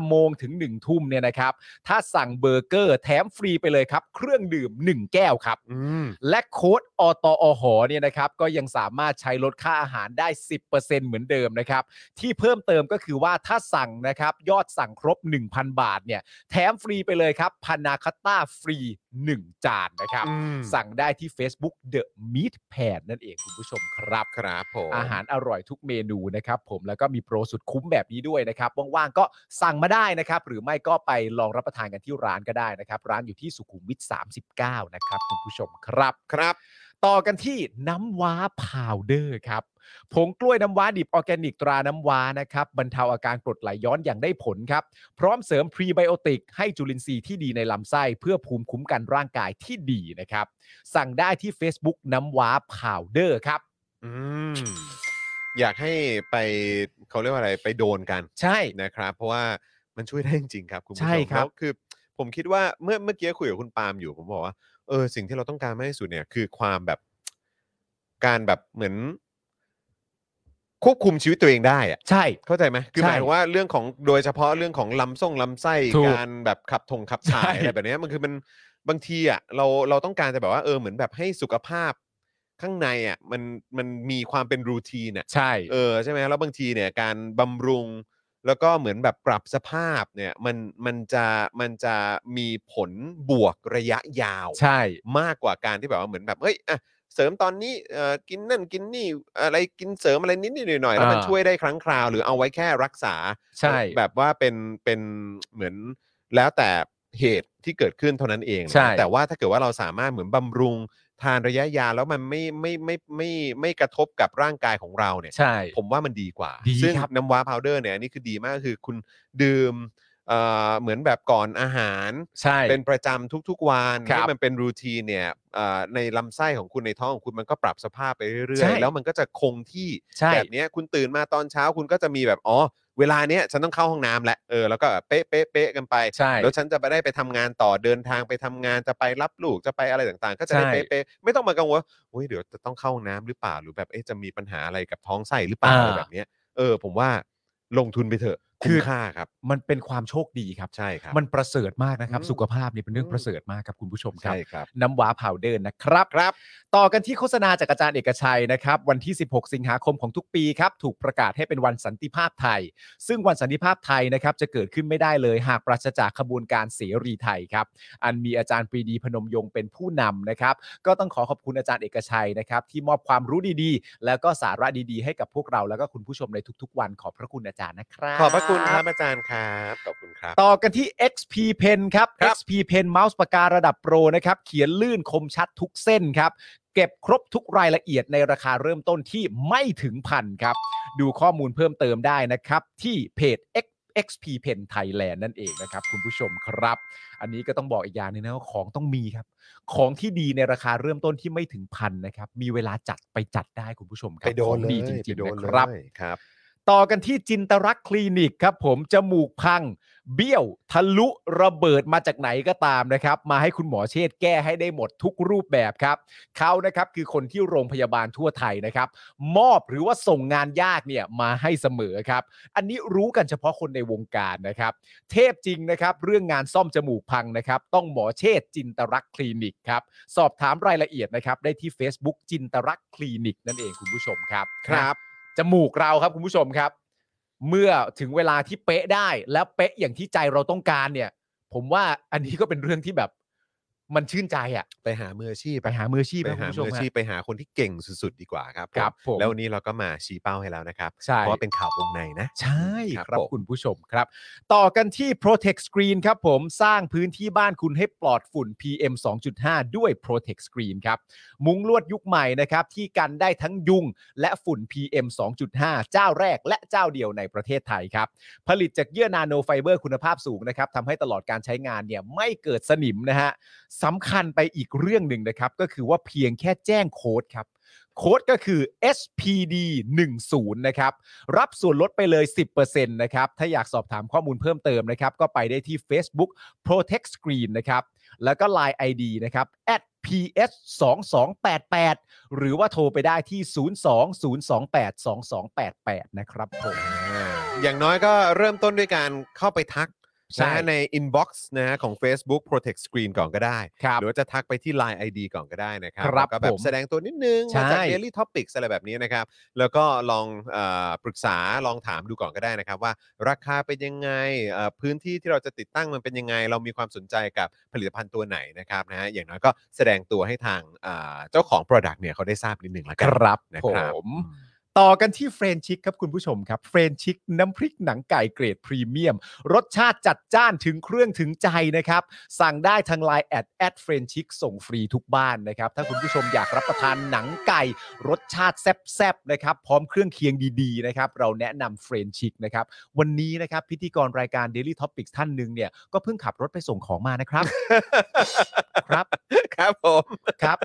Speaker 5: 5 โมงถึง 1 ทุ่มเนี่ยนะครับ ถ้าสั่งเบอร์เกอร์แถมฟรีไปเลยครับ เครื่องดื่ม 1 แก้วครับ
Speaker 3: อืม
Speaker 5: และโค้ดอตอหอเนี่ยนะครับก็ยังสามารถใช้ลดค่าอาหารได้ 10%เหมือนเดิมนะครับ ที่เพิ่มเติมก็คือว่าถ้าสั่งนะครับ ยอดสั่งครบ 1,000 บาทเนี่ยแถมฟรีไปเลยครับพานาคาต้าฟรี 1 จานนะครับ
Speaker 3: อืม
Speaker 5: สั่งได้ที่ Facebook The Meat Pan นั่นเองคุณผู้ชมครับ
Speaker 3: ครับผม
Speaker 5: อาหารอร่อยทุกเมนูนะครับผมแล้วก็มีโปรสุดคุ้มแบบนี้ด้วยนะครับว่างๆก็สั่งมาได้นะครับ หรือไม่ก็ไปลองรับประทานกันที่ร้านก็ได้นะครับ ร้านอยู่ที่สุขุมวิท 39 นะครับคุณผู้ชมครับ
Speaker 3: ครับ
Speaker 5: ต่อกันที่น้ำว้าพาวเดอร์ครับผงกล้วยน้ำว้าดิบออร์แกนิกตราน้ำว้านะครับบรรเทาอาการกรดไหลย้อนอย่างได้ผลครับ พร้อมเสริมพรีไบโอติกให้จุลินทรีย์ที่ดีในลำไส้เพื่อภูมิคุ้มกันร่างกายที่ดีนะครับ สั่งได้ที่ Facebook น้ำว้าพาวเดอร์ครับ
Speaker 3: อืม อยากให้ไปเขาเรียกว่าอะไรไปโดนกัน
Speaker 5: ใช่
Speaker 3: นะครับ เพราะว่ามันช่วยได้จริงๆครับคุณผู้ชม
Speaker 5: ใช่ครับ
Speaker 3: แล้วคือ ผมคิดว่าเมื่อเมื่อกี้คุยกับคุณปาล์มอยู่ผมบอกว่าเออสิ่งที่เราต้องการมากที่สุดเนี่ย คือความแบบ การแบบเหมือน ควบคุมชีวิตตัวเองได้อะ
Speaker 5: ใช่
Speaker 3: เข้าใจไหมคือ
Speaker 5: ใช่
Speaker 3: หมายถึงว่าเรื่องของโดยเฉพาะเรื่องของลำส่งลำไส้
Speaker 5: ถูก
Speaker 3: การแบบขับทงขับถ่าย
Speaker 5: ใช่
Speaker 3: อะไรแบบเนี้ยมันคือมันบางทีอ่ะเราเราต้องการจะแบบว่าเออเหมือนแบบให้สุขภาพข้างในอ่ะมันมันมีความเป็นรูทีนอ่ะ
Speaker 5: ใช่
Speaker 3: เออใช่ไหมแล้วบางทีเนี่ยการบำรุงแล้วก็เหมือนแบบปรับสภาพเนี่ยมันมันจะมันจะมีผลบวกระยะยาว
Speaker 5: ใช่
Speaker 3: มากกว่าการที่แบบว่าเหมือนแบบเฮ้ยอ่ะเสริมตอนนี้เอ่อกินนั่นกินนี่อะไรกินเสริมอะไรนิดนิดหน่อยหน่อยๆแล้วมัน
Speaker 5: อ่า
Speaker 3: ช่วยได้ครั้งคราว หรือเอาไว้แค่รักษา
Speaker 5: ใช่
Speaker 3: แบบว่าเป็นเป็นเหมือนแล้วแต่เหตุที่เกิดขึ้นเท่านั้นเองนะ
Speaker 5: ใช่
Speaker 3: แต่ว่าถ้าเกิดว่าเราสามารถเหมือนบำรุงทานระยะยาวแล้วมันไม่ไม่ไม่ไม่ไม่กระทบกับร่างกายของเราเนี่ย
Speaker 5: ใช่
Speaker 3: ผมว่ามันดีกว่า
Speaker 5: ดี
Speaker 3: ซึ่ง
Speaker 5: ครับ
Speaker 3: น้ำว้าพาวเดอร์เนี่ยอันนี่คือดีมากคือคุณดื่มเอ่อเหมือนแบบก่อนอาหาร
Speaker 5: ใช่
Speaker 3: เป็นประจำทุกๆวัน
Speaker 5: ครับ
Speaker 3: ให้มันเป็นรูทีนเนี่ยเอ่อในลำไส้ของคุณในท้องของคุณมันก็ปรับสภาพไปเรื่อ
Speaker 5: ใช่
Speaker 3: ยๆ แล้วมันก็จะคงที่
Speaker 5: ใช่
Speaker 3: แบบเนี้ยคุณตื่นมาตอนเช้าคุณก็จะมีแบบอ๋อเวลาเนี้ยฉันต้องเข้าห้องน้ำแหละเออแล้วก็แบบเป๊ะเป๊ะเป๊ะกันไป
Speaker 5: ใช่
Speaker 3: แล้วฉันจะไปได้ไปทำงานต่อเดินทางไปทำงานจะไปรับลูกจะไปอะไรต่างๆ ก็จะได้
Speaker 5: ใช่
Speaker 3: เป๊ะๆไม่ต้องมากังวลว่าอุ้ยเดี๋ยวจะต้องเข้าห้องน้ำหรือเปล่าหรือแบบเอ๊ะจะมีปัญหาอะไรกับท้องไส้หรือเปล่าอะไรแบบเนี้ยเออ ผมว่าลงทุนไปเถอะคุ้มค่าครับ
Speaker 5: มันเป็นความโชคดีครับ
Speaker 3: ใช่ครับ
Speaker 5: มันประเสริฐมากนะครับ
Speaker 3: อืม
Speaker 5: สุขภาพนี่เป็นเรื่อง
Speaker 3: อืม
Speaker 5: ประเสริฐมากครับคุณผู้ชมครับ
Speaker 3: ใช่ครับ
Speaker 5: น้ำว้าพาวเดอร์นะครับ
Speaker 3: ครับ
Speaker 5: ต่อกันที่โฆษณาจากอาจารย์เอกชัยนะครับ วันที่ 16 สิงหาคมของทุกปีครับ ถูกประกาศให้เป็นวันสันติภาพไทย ซึ่งวันสันติภาพไทยนะครับ จะเกิดขึ้นไม่ได้เลยหากปราศจากขบวนการเสรีไทยครับ อันมีอาจารย์ปรีดีพนมยงค์เป็นผู้นำนะครับ ก็ต้องขอขอบคุณอาจารย์เอกชัยนะครับ ที่มอบความรู้ดีๆ แล้วก็สาระดีๆ ให้กับพวกเราแล้วก็คุณผู้ชมในทุกๆ วันขอบพระคุณอาจารย์นะครับ
Speaker 3: ขอบพระคุณครับอาจารย์ครับขอบคุณครับ
Speaker 5: ต่อกันที่ XP Pen ครับ
Speaker 3: ครับ
Speaker 5: XP Pen เมาส์ปากการะดับโปรนะครับ เขียนลื่นคมชัดทุกเส้นครับ เก็บครบทุกรายละเอียดในราคาเริ่มต้นที่ไม่ถึงพันครับ ดูข้อมูลเพิ่มเติมได้นะครับ ที่เพจ X XP Pen Thailand นั่นเองนะครับ คุณผู้ชมครับ อันนี้ก็ต้องบอกอีกอย่างหนึงนะว่าของต้องมีครับ ของที่ดีในราคาเริ่มต้นที่ไม่ถึงพันนะครับ มีเวลาจัดไปจัดได้คุณผู้ชมครับ
Speaker 3: ไปโดน
Speaker 5: ของ
Speaker 3: เลย
Speaker 5: ดีจริ
Speaker 3: ไป
Speaker 5: ง
Speaker 3: โด
Speaker 5: ๆ
Speaker 3: น
Speaker 5: นะ
Speaker 3: เลย
Speaker 5: ครับ
Speaker 3: ครับ
Speaker 5: ต่อกันที่จินตรักษณ์คลินิกครับผมจมูกพัง เบี้ยว ทะลุระเบิดมาจากไหนก็ตามนะครับ มาให้คุณหมอเชษฐ์แก้ให้ได้หมดทุกรูปแบบครับเขานะครับคือคนที่โรงพยาบาลทั่วไทยนะครับ มอบหรือว่าส่งงานยากเนี่ยมาให้เสมอครับ อันนี้รู้กันเฉพาะคนในวงการนะครับ เทพจริงนะครับ เรื่องงานซ่อมจมูกพังนะครับ ต้องหมอเชษฐ์จินตรักษณ์คลินิกครับ สอบถามรายละเอียดนะครับ ได้ที่ Facebook จินตรักษณ์คลินิกนั่นเองคุณผู้ชมครับ
Speaker 3: ครับ
Speaker 5: จมูกเราครับคุณผู้ชมครับ เมื่อถึงเวลาที่เป๊ะได้แล้วเป๊ะอย่างที่ใจเราต้องการเนี่ย ผมว่าอันนี้ก็เป็นเรื่องที่แบบมันชื่นใจอะ
Speaker 3: ไปหามืออาชีพ
Speaker 5: ไปหามืออาชีพ
Speaker 3: ไป
Speaker 5: นะคุ
Speaker 3: หา
Speaker 5: ณผู้ช
Speaker 3: มื
Speaker 5: ม
Speaker 3: ออา
Speaker 5: ฮะ
Speaker 3: ชีพไปหาคนที่เก่งสุดๆ ดีกว่าครับ
Speaker 5: ครับผม
Speaker 3: แล้ววันนี้เราก็มาชี้เป้าให้แล้วนะครับ
Speaker 5: ใช่
Speaker 3: เพราะว่าเป็นข่าววงในนะ
Speaker 5: ใช่
Speaker 3: ครับ
Speaker 5: ครับ
Speaker 3: ผม
Speaker 5: คุณผู้ชมครับ ต่อกันที่ Protect Screen ครับผมสร้างพื้นที่บ้านคุณให้ปลอดฝุ่น PM 2.5 ด้วย Protect Screen ครับ มุ้งลวดยุคใหม่นะครับ ที่กันได้ทั้งยุงและฝุ่น PM 2.5 เจ้าแรกและเจ้าเดียวในประเทศไทยครับ ผลิตจากเยื่อนาโนไฟเบอร์คุณภาพสูงนะครับทำให้ตลอดการใช้งานเนี่ยไม่เกิดสนิมนะฮะสำคัญไปอีกเรื่องหนึ่งนะครับ ก็คือว่าเพียงแค่แจ้งโค้ดครับ โค้ดก็คือ SPD 1 0นะครับ รับส่วนลดไปเลย 10%นะครับ ถ้าอยากสอบถามข้อมูลเพิ่มเติมนะครับ ก็ไปได้ที่ Facebook Protect Screen นะครับ แล้วก็ Line ID นะครับ @ps 2 2 8 8หรือว่าโทรไปได้ที่ 020282288 นะครับผม
Speaker 3: อย่างน้อยก็เริ่มต้นด้วยการเข้าไปทัก
Speaker 5: ใช่
Speaker 3: นะฮะใน inbox นะฮะของ Facebook Protect Screen ก่อนก็ได้
Speaker 5: ครับ
Speaker 3: หรือว่าจะทักไปที่ Line ID ก่อนก็ได้นะครับ
Speaker 5: ครับ
Speaker 3: แล้วก็แบ
Speaker 5: ผ
Speaker 3: บ
Speaker 5: ม
Speaker 3: แสดงตัวนิดนึง มาจาก
Speaker 5: ใช่
Speaker 3: Daily Topics อะไรแบบนี้นะครับ แล้วก็ลองเออปรึกษาลองถามดูก่อนก็ได้นะครับ ว่าราคาเป็นยังไงเอ่อพื้นที่ที่เราจะติดตั้งมันเป็นยังไง เรามีความสนใจกับผลิตภัณฑ์ตัวไหนนะครับนะฮะอย่างน้อยก็แสดงตัวให้ทางเอ่อเจ้าของ Product เนี่ยเขาได้ทราบนิดนึงแล้ว
Speaker 5: ค
Speaker 3: กัน
Speaker 5: รับ
Speaker 3: นะ
Speaker 5: ผ
Speaker 3: ครับ
Speaker 5: ม ต่อกันที่เฟรนชิกครับคุณผู้ชมครับเฟรนชิกน้ำพริกหนังไก่เกรดพรีเมียม รสชาติจัดจ้านถึงเครื่องถึงใจนะครับ สั่งได้ทางไลน์แอดแอดเฟรนชิกส่งฟรีทุกบ้านนะครับ ถ้าคุณผู้ชมอยากรับประทานหนังไก่ รสชาติแซ่บๆนะครับ พร้อมเครื่องเคียงดีๆนะครับ เราแนะนำเฟรนชิกนะครับ วันนี้นะครับพิธีกรรายการ Daily Topics ท่านหนึ่งเนี่ยก็เพิ่งขับรถไปส่งของมานะครับ ครับ
Speaker 3: ครับผม
Speaker 5: ครับ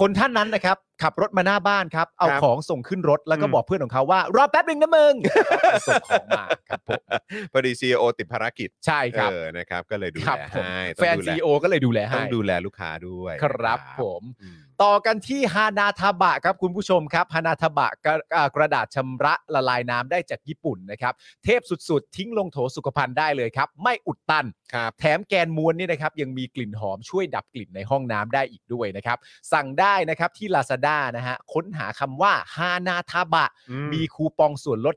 Speaker 5: คนท่านนั้นนะครับ ขับรถมาหน้าบ้านครับ เอา
Speaker 3: ครับ
Speaker 5: ของส่งขึ้นรถแล้วก็
Speaker 3: อืม
Speaker 5: บอกเพื่อนของเขาว่า รอแป๊บหนึ่งนะมึงแล้วก็ไปส่งของมาครับผม
Speaker 3: พอดี CEO ติดภารกิจ
Speaker 5: ใช่ครับ
Speaker 3: เออ นะครับ ก็เลยดู
Speaker 5: ค
Speaker 3: แล
Speaker 5: รับผม
Speaker 3: ให้
Speaker 5: แฟนซีโอก็เลยดูแล
Speaker 3: ต้
Speaker 5: ให้
Speaker 3: องดูแลลูกค้าด้วย
Speaker 5: ครับ
Speaker 3: นะ
Speaker 5: ผม
Speaker 3: อืม
Speaker 5: ต่อกันที่ฮานาทาบะครับคุณผู้ชมครับฮานาทาบะกระอ่ากระดาษชำระละลายน้ำได้จากญี่ปุ่นนะครับ เทพสุดๆ ทิ้งลงโถสุขภัณฑ์ได้เลยครับ ไม่อุดตัน
Speaker 3: ครับ
Speaker 5: แถมแกนมวลเนี่ยนะครับยังมีกลิ่นหอมช่วยดับกลิ่นในห้องน้ำได้อีกด้วยนะครับ สั่งได้นะครับที่ Lazada นะฮะค้นหาคำว่าฮานาทาบะ
Speaker 3: อืม
Speaker 5: มีคูปองส่วนลด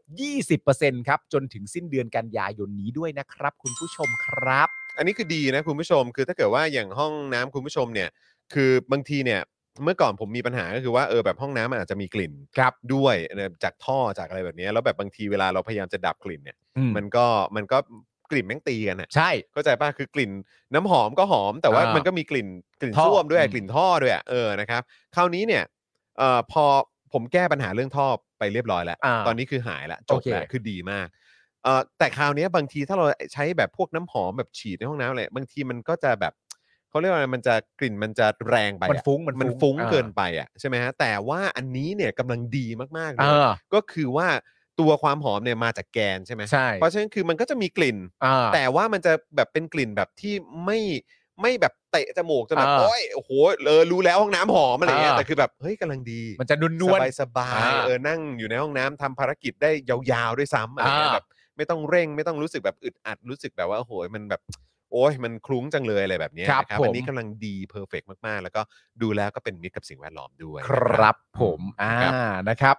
Speaker 5: 20%ครับ จนถึงสิ้นเดือนกันยายนนี้ด้วยนะครับ คุณผู้ชมครับ
Speaker 3: อันนี้คือดีนะคุณผู้ชม คือถ้าเกิดว่าอย่างห้องน้ำคุณผู้ชมเนี่ย คือบางทีเนี่ย เมื่อก่อนผมมีปัญหาก็คือว่า เออ แบบห้องน้ำมันอาจจะมีกลิ่น
Speaker 5: ครับ
Speaker 3: ด้วยนะจากท่อจากอะไรแบบเนี้ยแล้วแบบบางทีเวลาเราพยายามจะดับกลิ่นเนี่ย
Speaker 5: มั
Speaker 3: มัน นก็มันก็กลิ่นแม่งตีกันอ่ะ
Speaker 5: ใช่
Speaker 3: เข้าใจป่ะ คือกลิ่นน้ำหอมก็หอม แต่ว่า
Speaker 5: อ่ามั
Speaker 3: มันก็มีกลิ่นกลิ่น
Speaker 5: ท่อ
Speaker 3: ส้วมด้วย
Speaker 5: อืม
Speaker 3: กลิ่นท่อด้วยอะเออ นะครับ คราวนี้เนี่ย เอ่อ พอผมแก้ปัญหาเรื่องท่อไปเรียบร้อยแล้ว
Speaker 5: อ่า
Speaker 3: ตอนนี้คือหายละจบ
Speaker 5: โอเค
Speaker 3: ละคือดีมากเอ่อแต่คราวเนี้ยบางทีถ้าเราใช้แบบพวกน้ำหอมแบบฉีดในห้องน้ำอะไรบางทีมันก็จะแบบเขาเรียกว่าอะไรมันจะกลิ่นมันจะแรงไป
Speaker 5: มัน
Speaker 3: อะ
Speaker 5: ฟุ้ง
Speaker 3: มั
Speaker 5: มัน น
Speaker 3: ฟุ้ง
Speaker 5: อ่า
Speaker 3: เกินไปอ่ะใช่ไหมฮะแต่ว่าอันนี้เนี่ยกำลังดีมากๆเล
Speaker 5: เอย อ
Speaker 3: ก็คือว่าตัวความหอมเนี่ยมาจากแกนใช่ไหม
Speaker 5: ใช่
Speaker 3: เพราะฉะนั้นคือมันก็จะมีกลิ่น
Speaker 5: อ่า
Speaker 3: แต่ว่ามันจะแบบเป็นกลิ่นแบบที่ไม่ไม่แบบเตะจมูกจนแบบ
Speaker 5: อ่า
Speaker 3: โอ้ยโอ้โหเออรู้แล้วห้องน้ำหอมอะไรเงี้ย
Speaker 5: อ่า
Speaker 3: แต่คือแบบเฮ้ยกำลังดี
Speaker 5: มันจะนวล
Speaker 3: สบายสบาย
Speaker 5: อ่า
Speaker 3: เออนั่งอยู่ในห้องน้ำทำภารกิจได้ยาวๆด้วยซ้ำอะไรเงี้ย
Speaker 5: อ่า
Speaker 3: แบบไม่ต้องเร่งไม่ต้องรู้สึกแบบอึดอัดรู้สึกแบบว่าโอ้โหมันแบบ โอ้ยมันคลุ้งจังเลยอะไรแบบเนี้ยนะอันนี้กำลังดีเพอร์เฟกมากๆ แล้วก็ดูแล้วก็เป็นมิตรกับสิ่งแวดล้อมด้วย
Speaker 5: ค
Speaker 3: นะ
Speaker 5: รับผมอ่า
Speaker 3: ครับ
Speaker 5: นะครับ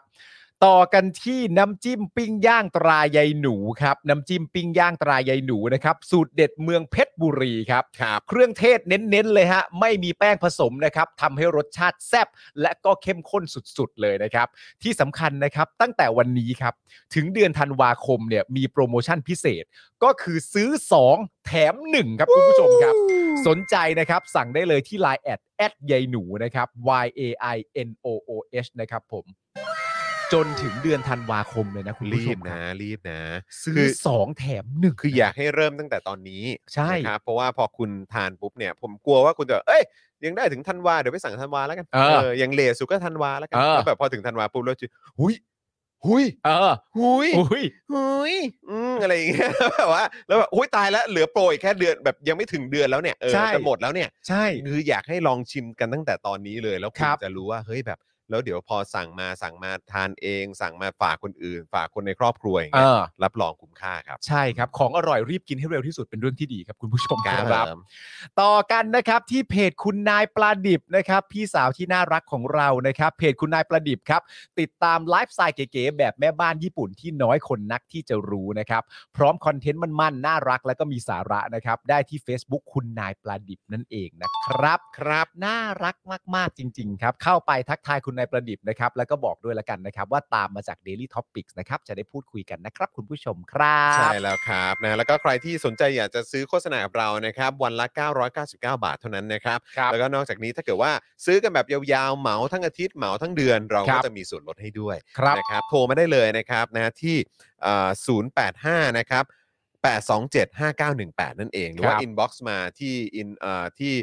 Speaker 5: ต่อกันที่น้ำจิ้มปิ้งย่างตรายายหนูครับน้ำจิ้มปิ้งย่างตรายายหนูนะครับสูตรเด็ดเมืองเพชรบุรีครับ
Speaker 3: ครับ
Speaker 5: เครื่องเทศเน้น ๆ เลยฮะ ไม่มีแป้งผสมนะครับทำให้รสชาติแซ่บและก็เข้มข้นสุด ๆ เลยนะครับ ที่สำคัญนะครับตั้งแต่วันนี้ครับ ถึงเดือนธันวาคมเนี่ยมีโปรโมชั่นพิเศษ ก็คือซื้อ 2 แถม 1 ครับ คุณผู้ชมครับ สนใจนะครับ สั่งได้เลยที่ Line แอดแอดยายหนูนะครับ y a i n o o h นะครับผม จนถึงเดือนธันวาคมเลยนะคุณผู้
Speaker 3: รี
Speaker 5: ช
Speaker 3: บ
Speaker 5: มค
Speaker 3: นะ
Speaker 5: รับ
Speaker 3: รีบนะ
Speaker 5: ซื้
Speaker 3: คือ อ
Speaker 5: 2 แถม 1
Speaker 3: คืออยากให้เริ่มตั้งแต่ตอนนี้
Speaker 5: ใช่
Speaker 3: นะครับเพราะว่าพอคุณทานปุ๊บเนี่ย ผมกลัวว่าคุณจะเอ้ยยังได้ถึงธันวาเดี๋ยวไปสั่งธันวาแล้วกัน
Speaker 5: เออ
Speaker 3: ยังเลทสุดก็ธันวาแล้วกัน
Speaker 5: เออ
Speaker 3: แล้วแบบพอถึงธันวาปุ๊บแล้วจะหุยหุย
Speaker 5: เออ
Speaker 3: หุย
Speaker 5: อุ้ย
Speaker 3: หุยอืมอะไรอย่างเงี้ย แบบว่าแล้วแบบอุ้ยตายแล้วเหลือโปรยแค่เดือนแบบยังไม่ถึงเดือนแล้วเนี่ยเออ
Speaker 5: ใช่
Speaker 3: จะหมดแล้วเนี่ย
Speaker 5: ใช่
Speaker 3: คืออยากให้ลองชิมกันตั้งแต่ตอนนี้เลยแล้วคุ
Speaker 5: ค
Speaker 3: ณ
Speaker 5: รับ
Speaker 3: จะรู้ว่าเฮ้ยแบบ แล้วเดี๋ยวพอสั่งมาสั่งมาทานเอง สั่งมาฝากคนอื่น ฝากคนในครอบครัวอย่าง
Speaker 5: เอ
Speaker 3: เงี้ย
Speaker 5: อ
Speaker 3: รับรองคุ้มค่าครับ
Speaker 5: ใช่ครับ ของอร่อยรีบกินให้เร็วที่สุดเป็นเรื่องที่ดีครับคุณผู้ชม
Speaker 3: ครับ
Speaker 5: ครับ
Speaker 3: ผม
Speaker 5: ต่อกันนะครับที่เพจคุณนายปลาดิบนะครับ พี่สาวที่น่ารักของเรานะครับ เพจคุณนายปลาดิบครับ ติดตามไลฟ์สไตล์เก๋ๆแบบแม่บ้านญี่ปุ่นที่น้อยคนนักที่จะรู้นะครับ พร้อมคอนเทนต์มันๆน่ารักแล้วก็มีสาระนะครับ ได้ที่ Facebook คุณนายปลาดิบนั่นเองนะครับ
Speaker 3: ครับ
Speaker 5: น่ารักมาก ๆ จริง ๆ ครับ เข้าไปทักทายคุณนายประดิษฐ์นะครับ แล้วก็บอกด้วยละกันนะครับ ว่าตามมาจาก Daily Topics นะครับ จะได้พูดคุยกันนะครับ คุณผู้ชมครับ
Speaker 3: ใช่แล้วครับนะแล้วก็ใครที่สนใจอยากจะซื้อโฆษณากับเรานะครับ วันละ 999 บาทเท่านั้นนะครับ
Speaker 5: ครับ
Speaker 3: แล้วก็นอกจากนี้ถ้าเกิดว่าซื้อกันแบบยาวๆเหมาทั้งอาทิตย์เหมาทั้งเดือนเรา
Speaker 5: ครั
Speaker 3: ก็
Speaker 5: บ
Speaker 3: จะมีส่วนลดให้ด้วย
Speaker 5: ครับ
Speaker 3: นะครับโทรมาได้เลยนะครับนะที่เอ่อ085 นะครับ 827 5918 นั่นเอง หรือว่า
Speaker 5: ครับ
Speaker 3: inbox มาที่ in เอ่อที่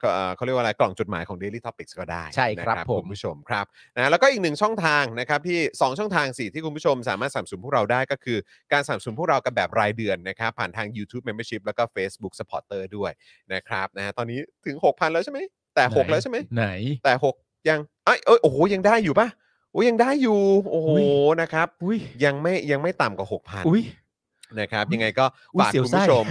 Speaker 3: เอ่อเขาเรียกว่าอะไรกล่องจดหมายของ Daily Topics ก็ได้
Speaker 5: ใช่ครับ
Speaker 3: นะ
Speaker 5: ผม
Speaker 3: คุณผู้ชมครับนะแล้วก็อีกหนึ่งช่องทางนะครับที่ 2 ช่องทางสิที่คุณผู้ชมสามารถสนับสนุนพวกเราได้ก็คือ การสนับสนุนพวกเรากับแบบรายเดือนนะครับผ่านทาง YouTube Membership แล้วก็ Facebook Supporter ด้วยนะครับนะฮะตอนนี้ถึง 6,000 แล้วใช่ไหมแต่ 6 แล้วใช่ไหม
Speaker 5: ไหน
Speaker 3: แต่หกยังเอ้ยเอ้ยโอ้โหยังได้อยู่ปะโอ้ยยังได้อยู่ โอ้โห
Speaker 5: อุ๊ย
Speaker 3: นะครับ
Speaker 5: อุ้ย
Speaker 3: ยังไม่ยังไม่ต่ำกว่าหกพัน
Speaker 5: อุ้ย
Speaker 3: นะครับ ยังไงก็
Speaker 5: อุ๊ย
Speaker 3: ฝาก
Speaker 5: เสียว
Speaker 3: คุณ
Speaker 5: ไส้
Speaker 3: ผู้ชม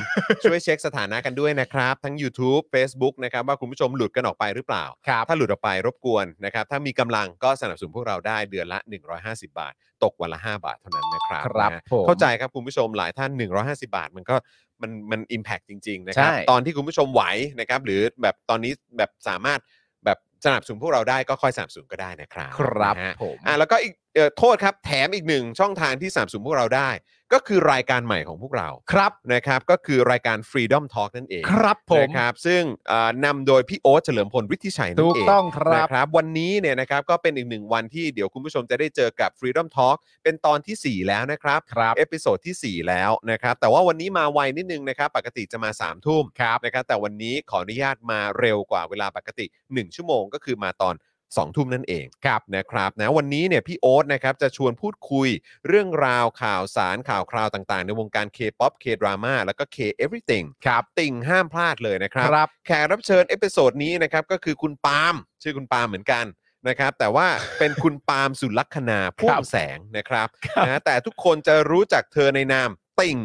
Speaker 3: ช่วยเช็คสถานะกันด้วยนะครับ ทั้ง YouTube Facebook นะครับ ว่าคุณผู้ชมหลุดกันออกไปหรือเปล่า
Speaker 5: ครับ
Speaker 3: ถ้าหลุดออกไปรบกวนนะครับ ถ้ามีกำลังก็สนับสนุนพวกเราได้เดือนละ 150 บาท ตกวันละ 5 บาทเท่านั้นนะครับ
Speaker 5: ครับ
Speaker 3: นะฮะ
Speaker 5: ผม
Speaker 3: เข้าใจครับคุณผู้ชมหลายท่าน 150 บาท มันก็มันมันอิมแพจริง ๆ นะครับ
Speaker 5: ใช่
Speaker 3: ตอนที่คุณผู้ชมไหวนะครับ หรือแบบตอนนี้แบบสามารถแบบสนับสนุนพวกเราได้ก็ค่อยสนับสนุนก็ได้นะครับ
Speaker 5: ครับ
Speaker 3: นะฮะ
Speaker 5: ผม
Speaker 3: อ่ะแล้วก็อีกเอ่อโทษครับ แถมอีกหนึ่งช่องทางที่สามสูนพวกเราได้ ก็คือรายการใหม่ของพวกเรา
Speaker 5: ครับ
Speaker 3: นะครับก็คือรายการ Freedom Talk นั่นเอง
Speaker 5: ครับผม
Speaker 3: นะครับซึ่งเอ่อนำโดยพี่โอ๊ตเฉลิมพลวิทธิชัยนั่
Speaker 5: ถู
Speaker 3: น
Speaker 5: ก
Speaker 3: เอง
Speaker 5: ต้องครับ
Speaker 3: นะครับวันนี้เนี่ยนะครับก็เป็นอีกหนึ่งวันที่เดี๋ยวคุณผู้ชมจะได้เจอกับ Freedom Talk เป็นตอนทีสี่ 4 แล้วนะครับ
Speaker 5: ครับ
Speaker 3: เอพิโซดทีสี่ 4 แล้วนะครับแต่ว่าวันนี้มาไวนิดนึงนะครับปกติจะมา3ามทุ่ม
Speaker 5: ครับ
Speaker 3: นะครับแต่วันนี้ขออนุญาตมาเร็วกว่าเวลาปกติ 1 ชั่วโมงก็คือมาตอน 2 ทุ่มนั่นเองครับนะครับนะวันนี้เนี่ยพี่โอ๊ตนะครับจะชวนพูดคุยเรื่องราวข่าวสารข่าวคราวต่างๆ ในวงการ K-POP K-drama แล้วก็ K-everything
Speaker 5: ครับ
Speaker 3: ติ่งห้ามพลาดเลยนะครับ
Speaker 5: ครับ
Speaker 3: แขกรับเชิญเอพิโซดนี้นะครับก็คือคุณปาล์มชื่อคุณปาล์มเหมือนกันนะครับแต่ว่า เป็นคุณปาล์มสุลักษณาพ่วงแสงนะครับนะแต่ทุกคนจะรู้จักเธอในนาม ติ่ง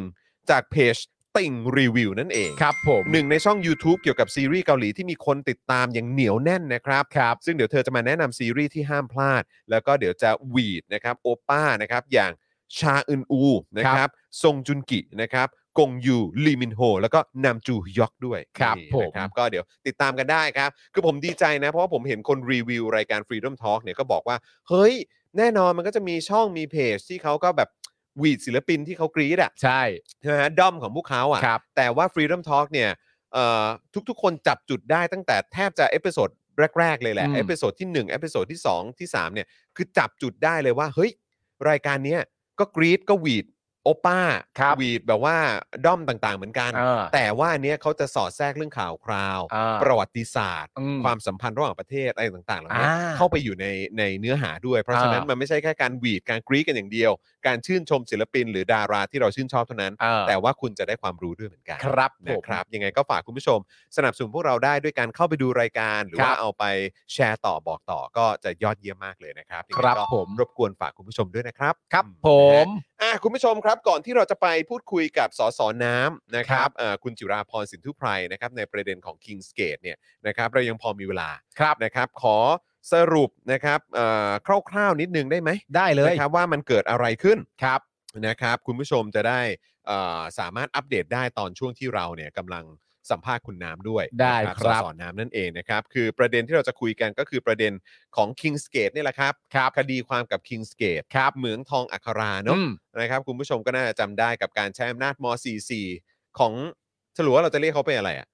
Speaker 3: จากเพจติ่งรีวิวนั่นเอง
Speaker 5: ครับผม
Speaker 3: หนึ่งในช่อง YouTube เกี่ยวกับซีรีส์เกาหลีที่มีคนติดตามอย่างเหนียวแน่นนะครับ
Speaker 5: ครับ
Speaker 3: ซึ่งเดี๋ยวเธอจะมาแนะนำซีรีส์ที่ห้ามพลาด แล้วก็เดี๋ยวจะหวีดนะครับโอป้านะครับอย่างชาอึนอูนะครับซงจุนกินะครับกงยูลีมินโฮ แล้วก็นำจูฮยอกด้วย
Speaker 5: ครับ
Speaker 3: นี่
Speaker 5: ผม
Speaker 3: นะครับก็เดี๋ยวติดตามกันได้ครับ คือผมดีใจนะ เพราะว่าผมเห็นคนรีวิวรายการ Freedom Talk เนี่ยก็บอกว่า เฮ้ย แน่นอนมันก็จะมีช่องมีเพจที่เขาก็แบบหวีดศิลปินที่เขากรี๊ดอะ
Speaker 5: ใช่
Speaker 3: ใช่ไหมฮะด้อมของพวกเขาอะ
Speaker 5: ครับ
Speaker 3: แต่ว่า Freedom Talk เนี่ยเอ่อทุกๆ คนจับจุดได้ตั้งแต่แทบจะเอพิโซดแรก ๆ เลยแหละ
Speaker 5: อืม
Speaker 3: เอพิโซดที่1เอพิโซดที่ 2 ที่ 3 เนี่ย คือจับจุดได้เลยว่า เฮ้ย รายการเนี้ยก็กรีดก็หวีดโอป้าหวีดแบบว่าด้อมต่างๆเหมือนกัน
Speaker 5: เออ
Speaker 3: แต่ว่าอันเนี้ยเขาจะสอดแทรกเรื่องข่าวคราว
Speaker 5: อ่า
Speaker 3: ประวัติศาสตร์
Speaker 5: อืม
Speaker 3: ความสัมพันธ์ระหว่างประเทศอะไรต่างๆเหล่านี้
Speaker 5: อ่า
Speaker 3: เข้าไปอยู่ในในเนื้อหาด้วย เพราะฉะนั้น
Speaker 5: อ่ามั
Speaker 3: มันไม่ใช่แค่การหวีดการกรีดกันอย่างเดียว การชื่นชมศิลปิน หรือดาราที่เราชื่นชอบเท่านั้น
Speaker 5: เออ
Speaker 3: แต่ว่าคุณจะได้ความรู้ด้วยเหมือนกัน
Speaker 5: ครับผ
Speaker 3: นะ
Speaker 5: ม
Speaker 3: ครับยังไงก็ฝากคุณผู้ชม สนับสนุนพวกเราได้ด้วยการเข้าไปดูรายการ หรือ
Speaker 5: ครับ
Speaker 3: ว่าเอาไปแชร์ต่อบอกต่อก็จะยอดเยี่ยมมากเลยนะครับยังไง
Speaker 5: ครับ
Speaker 3: ก็
Speaker 5: ผม
Speaker 3: รบกวนฝากคุณผู้ชมด้วยนะครับ
Speaker 5: ครับ
Speaker 3: อื
Speaker 5: ผม
Speaker 3: อ่ะคุณผู้ชมครับก่อนที่เราจะไปพูดคุยกับสสน้ำนะค
Speaker 5: ครั
Speaker 3: รับบ เอ่อคุณจิราพรสินทุไพรนะครับในประเด็นของ King's Gate เนี่ยนะครับเรายังพอมีเวลา
Speaker 5: ครับ
Speaker 3: นะครับ ขอสรุปนะครับเอ่อคร่าวๆนิดนึงได้ไหม
Speaker 5: ได้เลย
Speaker 3: นะครับว่ามันเกิดอะไรขึ้น
Speaker 5: ครับ
Speaker 3: นะครับคุณผู้ชมจะได้เอ่อสามารถอัปเดตได้ตอนช่วงที่เราเนี่ยกำลังสัมภาษณ์คุณน้ำด้วย
Speaker 5: ได้
Speaker 3: นะครับ สอนน้ำนั่นเองนะครับ คือประเด็นที่เราจะคุยกันก็คือประเด็นของ King's Gate นี่แหละครับ
Speaker 5: ครับ
Speaker 3: คดีความกับ King's Gate
Speaker 5: ครับ
Speaker 3: เหมืองทองอัคราเน
Speaker 5: อื
Speaker 3: อะ
Speaker 5: ม
Speaker 3: นะครับคุณผู้ชมก็น่าจะจำได้กับการใช้อำนาจม .44 ของสรุปว่าเราจะเรียกเขาเป็นอะไรอ่ะ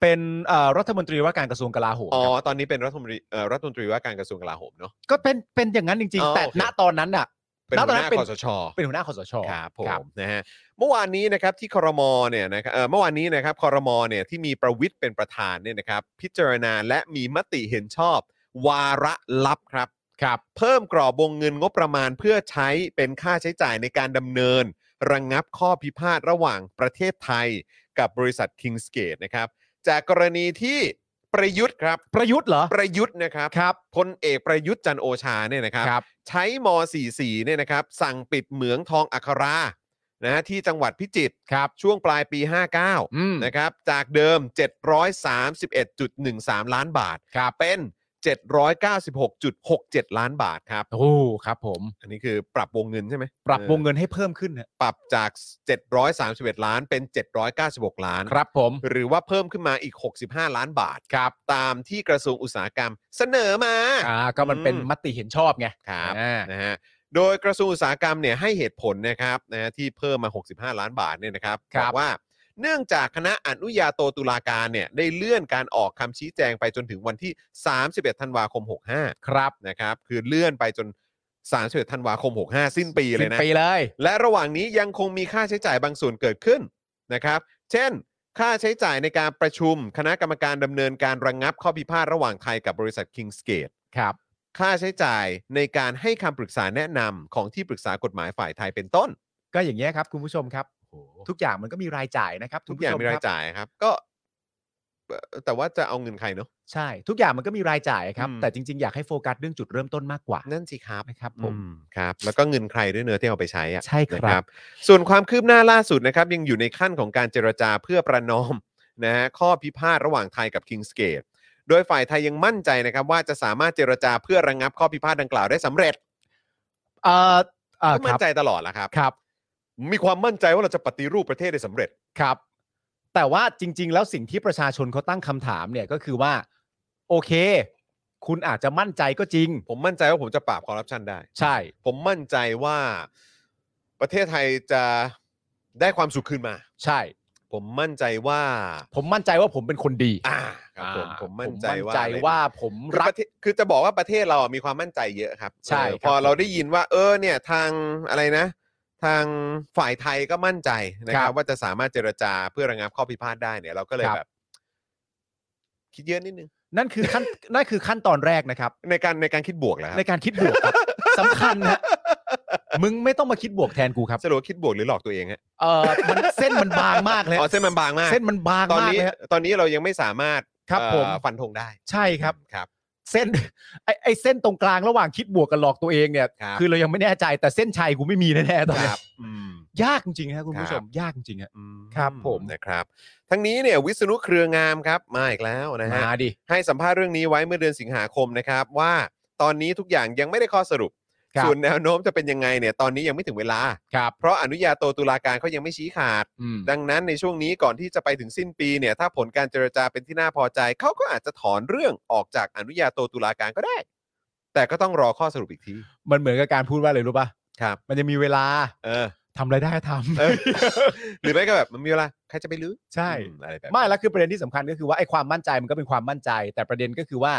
Speaker 5: เป็นเอ่อรัฐมนตรีว่าการกระทรวงกลาโหม
Speaker 3: อ๋อ
Speaker 5: ครับ
Speaker 3: ตอนนี้เป็นรัฐมนตรีเอ่อรัฐมนตรีว่าการกระทรวงกลาโหมเนาะ
Speaker 5: ก็เป็นเป็นอย่างนั้นจริง
Speaker 3: อ๋อ
Speaker 5: ๆ แต่
Speaker 3: โอเค
Speaker 5: ณตอนนั้นอ่ะ
Speaker 3: เป็น
Speaker 5: แล้ว
Speaker 3: หัวนหน้าน
Speaker 5: ตอนั้เป็น
Speaker 3: คอสช
Speaker 5: เป็นหัวหน้าคสช
Speaker 3: ครับผมนะฮะเมื่อวานนี้นะครับที่ครมเนี่ยนะครับเอ่อเมื่อวานนี้นะครับครมเนี่ยที่มีประวิทย์เป็นประธานเนี่ยนะครับพิจารณาและมีมติเห็นชอบ วาระลับครับ
Speaker 5: ครับ
Speaker 3: เพิ่มกรอบวงเงินงบประมาณเพื่อใช้เป็นค่าใช้จ่ายในการดำเนิน ระงงับข้อพิพาทระหว่างประเทศไทย กับบริษัท Kings Gate นะครับ จากกรณีที่ประยุทธ์ครับ
Speaker 5: ประยุทธ์เหรอ
Speaker 3: ประยุทธ์นะครับ
Speaker 5: ครับ
Speaker 3: พลเอกประยุทธ์จันทร์โอชาเนี่ยนะครับ
Speaker 5: ครับ
Speaker 3: ใช้ม 44 เนี่ยนะครับ สั่งปิดเหมืองทองอัครานะฮะที่จังหวัดพิจิตร
Speaker 5: ครับ
Speaker 3: ช่วงปลายปี
Speaker 5: อืม
Speaker 3: 59 นะครับ จากเดิม 731.13 ล้านบาท
Speaker 5: ครับ
Speaker 3: เป็น 796.67 ล้านบาทครับ
Speaker 5: โอ้ครับผม
Speaker 3: อันนี้คือปรับวงเงินใช่ไหม
Speaker 5: ปรับวง
Speaker 3: ออ
Speaker 5: เงินให้เพิ่มขึ้นนะ
Speaker 3: ปรับจาก 731 ล้านเป็น 796 ล้าน
Speaker 5: ครับผม
Speaker 3: หรือว่าเพิ่มขึ้นมาอีก 65 ล้านบาท
Speaker 5: ครับ
Speaker 3: ตามที่กระทรวงอุตสาหกรรมเสนอมา
Speaker 5: อ่า ก็มันเป็นมติเห็นชอบไง
Speaker 3: ครับ
Speaker 5: อ่า
Speaker 3: นะฮะ โดยกระทรวงอุตสาหกรรมเนี่ยให้เหตุผลนะครับนะฮะที่เพิ่มมา 65 ล้านบาทเนี่ยนะครับ
Speaker 5: ครับบ
Speaker 3: อกว่า เนื่องจากคณะอนุญาโตตุลาการเนี่ยได้เลื่อนการออกคำชี้แจงไปจนถึงวันที่ 31 ธันวาคม
Speaker 5: ครับ
Speaker 3: 65 นะครับ คือเลื่อนไปจน 31 ธันวาคม 65 สิ้นปีเลยนะ
Speaker 5: สิบปีเลย
Speaker 3: และระหว่างนี้ยังคงมีค่าใช้จ่ายบางส่วนเกิดขึ้นนะครับ เช่น ค่าใช้จ่ายในการประชุม คณะกรรมการดำเนินการระงงับข้อพิพาทระหว่างไทยกับบริษัท Kingsgate
Speaker 5: ครับ
Speaker 3: ค่าใช้จ่ายในการให้คำปรึกษาแนะนำของที่ปรึกษากฎหมายฝ่ายไทยเป็นต้น
Speaker 5: ก็อย่างเงี้ยครับคุณผู้ชมครับ ทุกอย่างมันก็มีรายจ่ายนะครับ
Speaker 3: ทุกอย่าง
Speaker 5: คุณ
Speaker 3: มี
Speaker 5: ผู้ช
Speaker 3: รายจ่ายครับ ก็เอ่อแต่ว่าจะเอาเงินใครเนอะ
Speaker 5: ใช่ ทุกอย่างมันก็มีรายจ่ายครับ
Speaker 3: อืม
Speaker 5: แต่จริง ๆ อยากให้โฟกัสเรื่องจุดเริ่มต้นมากกว่า
Speaker 3: นั่นสิครับ
Speaker 5: นะครับผ
Speaker 3: ผม มครับแล้วก็เงินใครด้วยเนื้อะที่เอาไปใช้อะ
Speaker 5: ใช่ครับ
Speaker 3: นะส่วนความคืบหน้าล่าสุดนะครับ ยังอยู่ในขั้นของการเจรจาเพื่อประนอม นะฮะข้อพิพาทระหว่างไทยกับ Kings Gate โดยฝ่ายไทยยังมั่นใจนะครับ ว่าจะสามารถเจรจาเพื่อระงงับข้อพิพาทดังกล่าวได้สำเร็จ
Speaker 5: เอ่อเอ่อ
Speaker 3: ก็
Speaker 5: ค
Speaker 3: มั่
Speaker 5: รั
Speaker 3: น
Speaker 5: บ
Speaker 3: ใจตลอดแล้วครับ
Speaker 5: ครับ
Speaker 3: มีความมั่นใจว่าเราจะปฏิรูปประเทศได้สำเร็จ
Speaker 5: ครับ แต่ว่าจริง ๆ แล้วสิ่งที่ประชาชนเขาตั้งคำถามเนี่ยก็คือว่า โอเค คุณอาจจะมั่นใจก็จริง
Speaker 3: ผมมั่นใจว่าผมจะปราบคอร์รัปชันได้
Speaker 5: ใช่
Speaker 3: ผมมั่นใจว่าประเทศไทยจะได้ความสุขคืนมา
Speaker 5: ใช่
Speaker 3: ผมมั่นใจว่า
Speaker 5: ผมมั่นใจว่าผมเป็นคนดี
Speaker 3: อ่าครับผม
Speaker 5: อ่า
Speaker 3: ผมมั่นใจ
Speaker 5: ผม
Speaker 3: ว่า
Speaker 5: มั่นใจ
Speaker 3: อะไรนะ
Speaker 5: ว่าผม
Speaker 3: คือ
Speaker 5: รั
Speaker 3: ป
Speaker 5: ก
Speaker 3: ระเทศคือจะบอกว่าประเทศเราอ่ะมีความมั่นใจเยอะครับ
Speaker 5: ใช่
Speaker 3: เออ
Speaker 5: ครับ
Speaker 3: พอเราได้ยินว่า เออเนี่ยทางอะไรนะ ทางฝ่ายไทยก็มั่นใจนะค
Speaker 5: ค
Speaker 3: รั
Speaker 5: รับ บ
Speaker 3: ว่าจะสามารถเจรจาเพื่อระงับข้อพิพาทได้เนี่ยเราก็เลย
Speaker 5: ครับ
Speaker 3: แบบ คิดเยอะนิดนึง
Speaker 5: นั่นคือขั้นนั่นคือขั้นตอนแรกนะครับ
Speaker 3: ในการในการคิดบวกเหรอค
Speaker 5: ใน
Speaker 3: รับ
Speaker 5: การคิดบวกครับ สำคัญนะมึงไม่ต้องมาคิดบวกแทนกูครับ
Speaker 3: สรุปว่าคิดบวกหรือหลอกตัวเองฮะ
Speaker 5: เออมันเส้นมันบางมากเลย
Speaker 3: อ๋อเส้นมันบางมาก
Speaker 5: เส้นมันบาง
Speaker 3: ตอน
Speaker 5: มาก
Speaker 3: นี้
Speaker 5: เลยฮะ
Speaker 3: ตอนนี้เรายังไม่สามารถ
Speaker 5: ครับ
Speaker 3: เอ่อ
Speaker 5: ผม
Speaker 3: ฟันธงได้
Speaker 5: ใช่ครับ
Speaker 3: ครับ
Speaker 5: เส้น ไอ้ไอ้เส้นตรงกลางระหว่างคิดบวกกับหลอกตัวเองเนี่ย
Speaker 3: ครับ
Speaker 5: อเรายังไม่แน่ใจแต่เส้นชัยกูไม่มีแน่ๆตอ
Speaker 3: ค
Speaker 5: นเนี้
Speaker 3: รั
Speaker 5: ย
Speaker 3: บอืม
Speaker 5: ยากจริงๆครับคุณผู้ชม ยากจริงๆฮะ
Speaker 3: อืม
Speaker 5: ครับผม
Speaker 3: นะครับ ทั้งนี้เนี่ยวิษณุเครืองามครับมาอีกแล้วนะฮะ
Speaker 5: มาดิ
Speaker 3: ให้สัมภาษณ์เรื่องนี้ไว้เมื่อเดือนสิงหาคมนะครับ ว่าตอนนี้ทุกอย่างยังไม่ได้ข้อสรุป
Speaker 5: ครับ
Speaker 3: ส่วนแนวโน้มจะเป็นยังไงเนี่ยตอนนี้ยังไม่ถึงเวลา
Speaker 5: ครับ
Speaker 3: เพราะอนุญาโตตุลาการเขายังไม่ชี้ขาด
Speaker 5: อืม
Speaker 3: ดังนั้นในช่วงนี้ก่อนที่จะไปถึงสิ้นปีเนี่ยถ้าผลการเจรจาเป็นที่น่าพอใจเขาก็อาจจะถอนเรื่องออกจากอนุญาโตตุลาการก็ได้ แต่ก็ต้องรอข้อสรุปอีกที
Speaker 5: มันเหมือนกับการพูดว่าอะไรรู้ป่ะ
Speaker 3: ครับ
Speaker 5: มันยังมีเวลา
Speaker 3: เออ
Speaker 5: ทำอะไรได้ก็ท
Speaker 3: เอ อ หรือไม่ก็แบบมันมีเวลาใครจะไปรื้อ
Speaker 5: ำ ใช่
Speaker 3: อืมอะไรแบบนี้
Speaker 5: ไม่แล้วคือประเด็นที่สำคัญก็คือว่าไอ้ความมั่นใจมันก็เป็นความมั่นใจ แต่ประเด็นก็คือว่า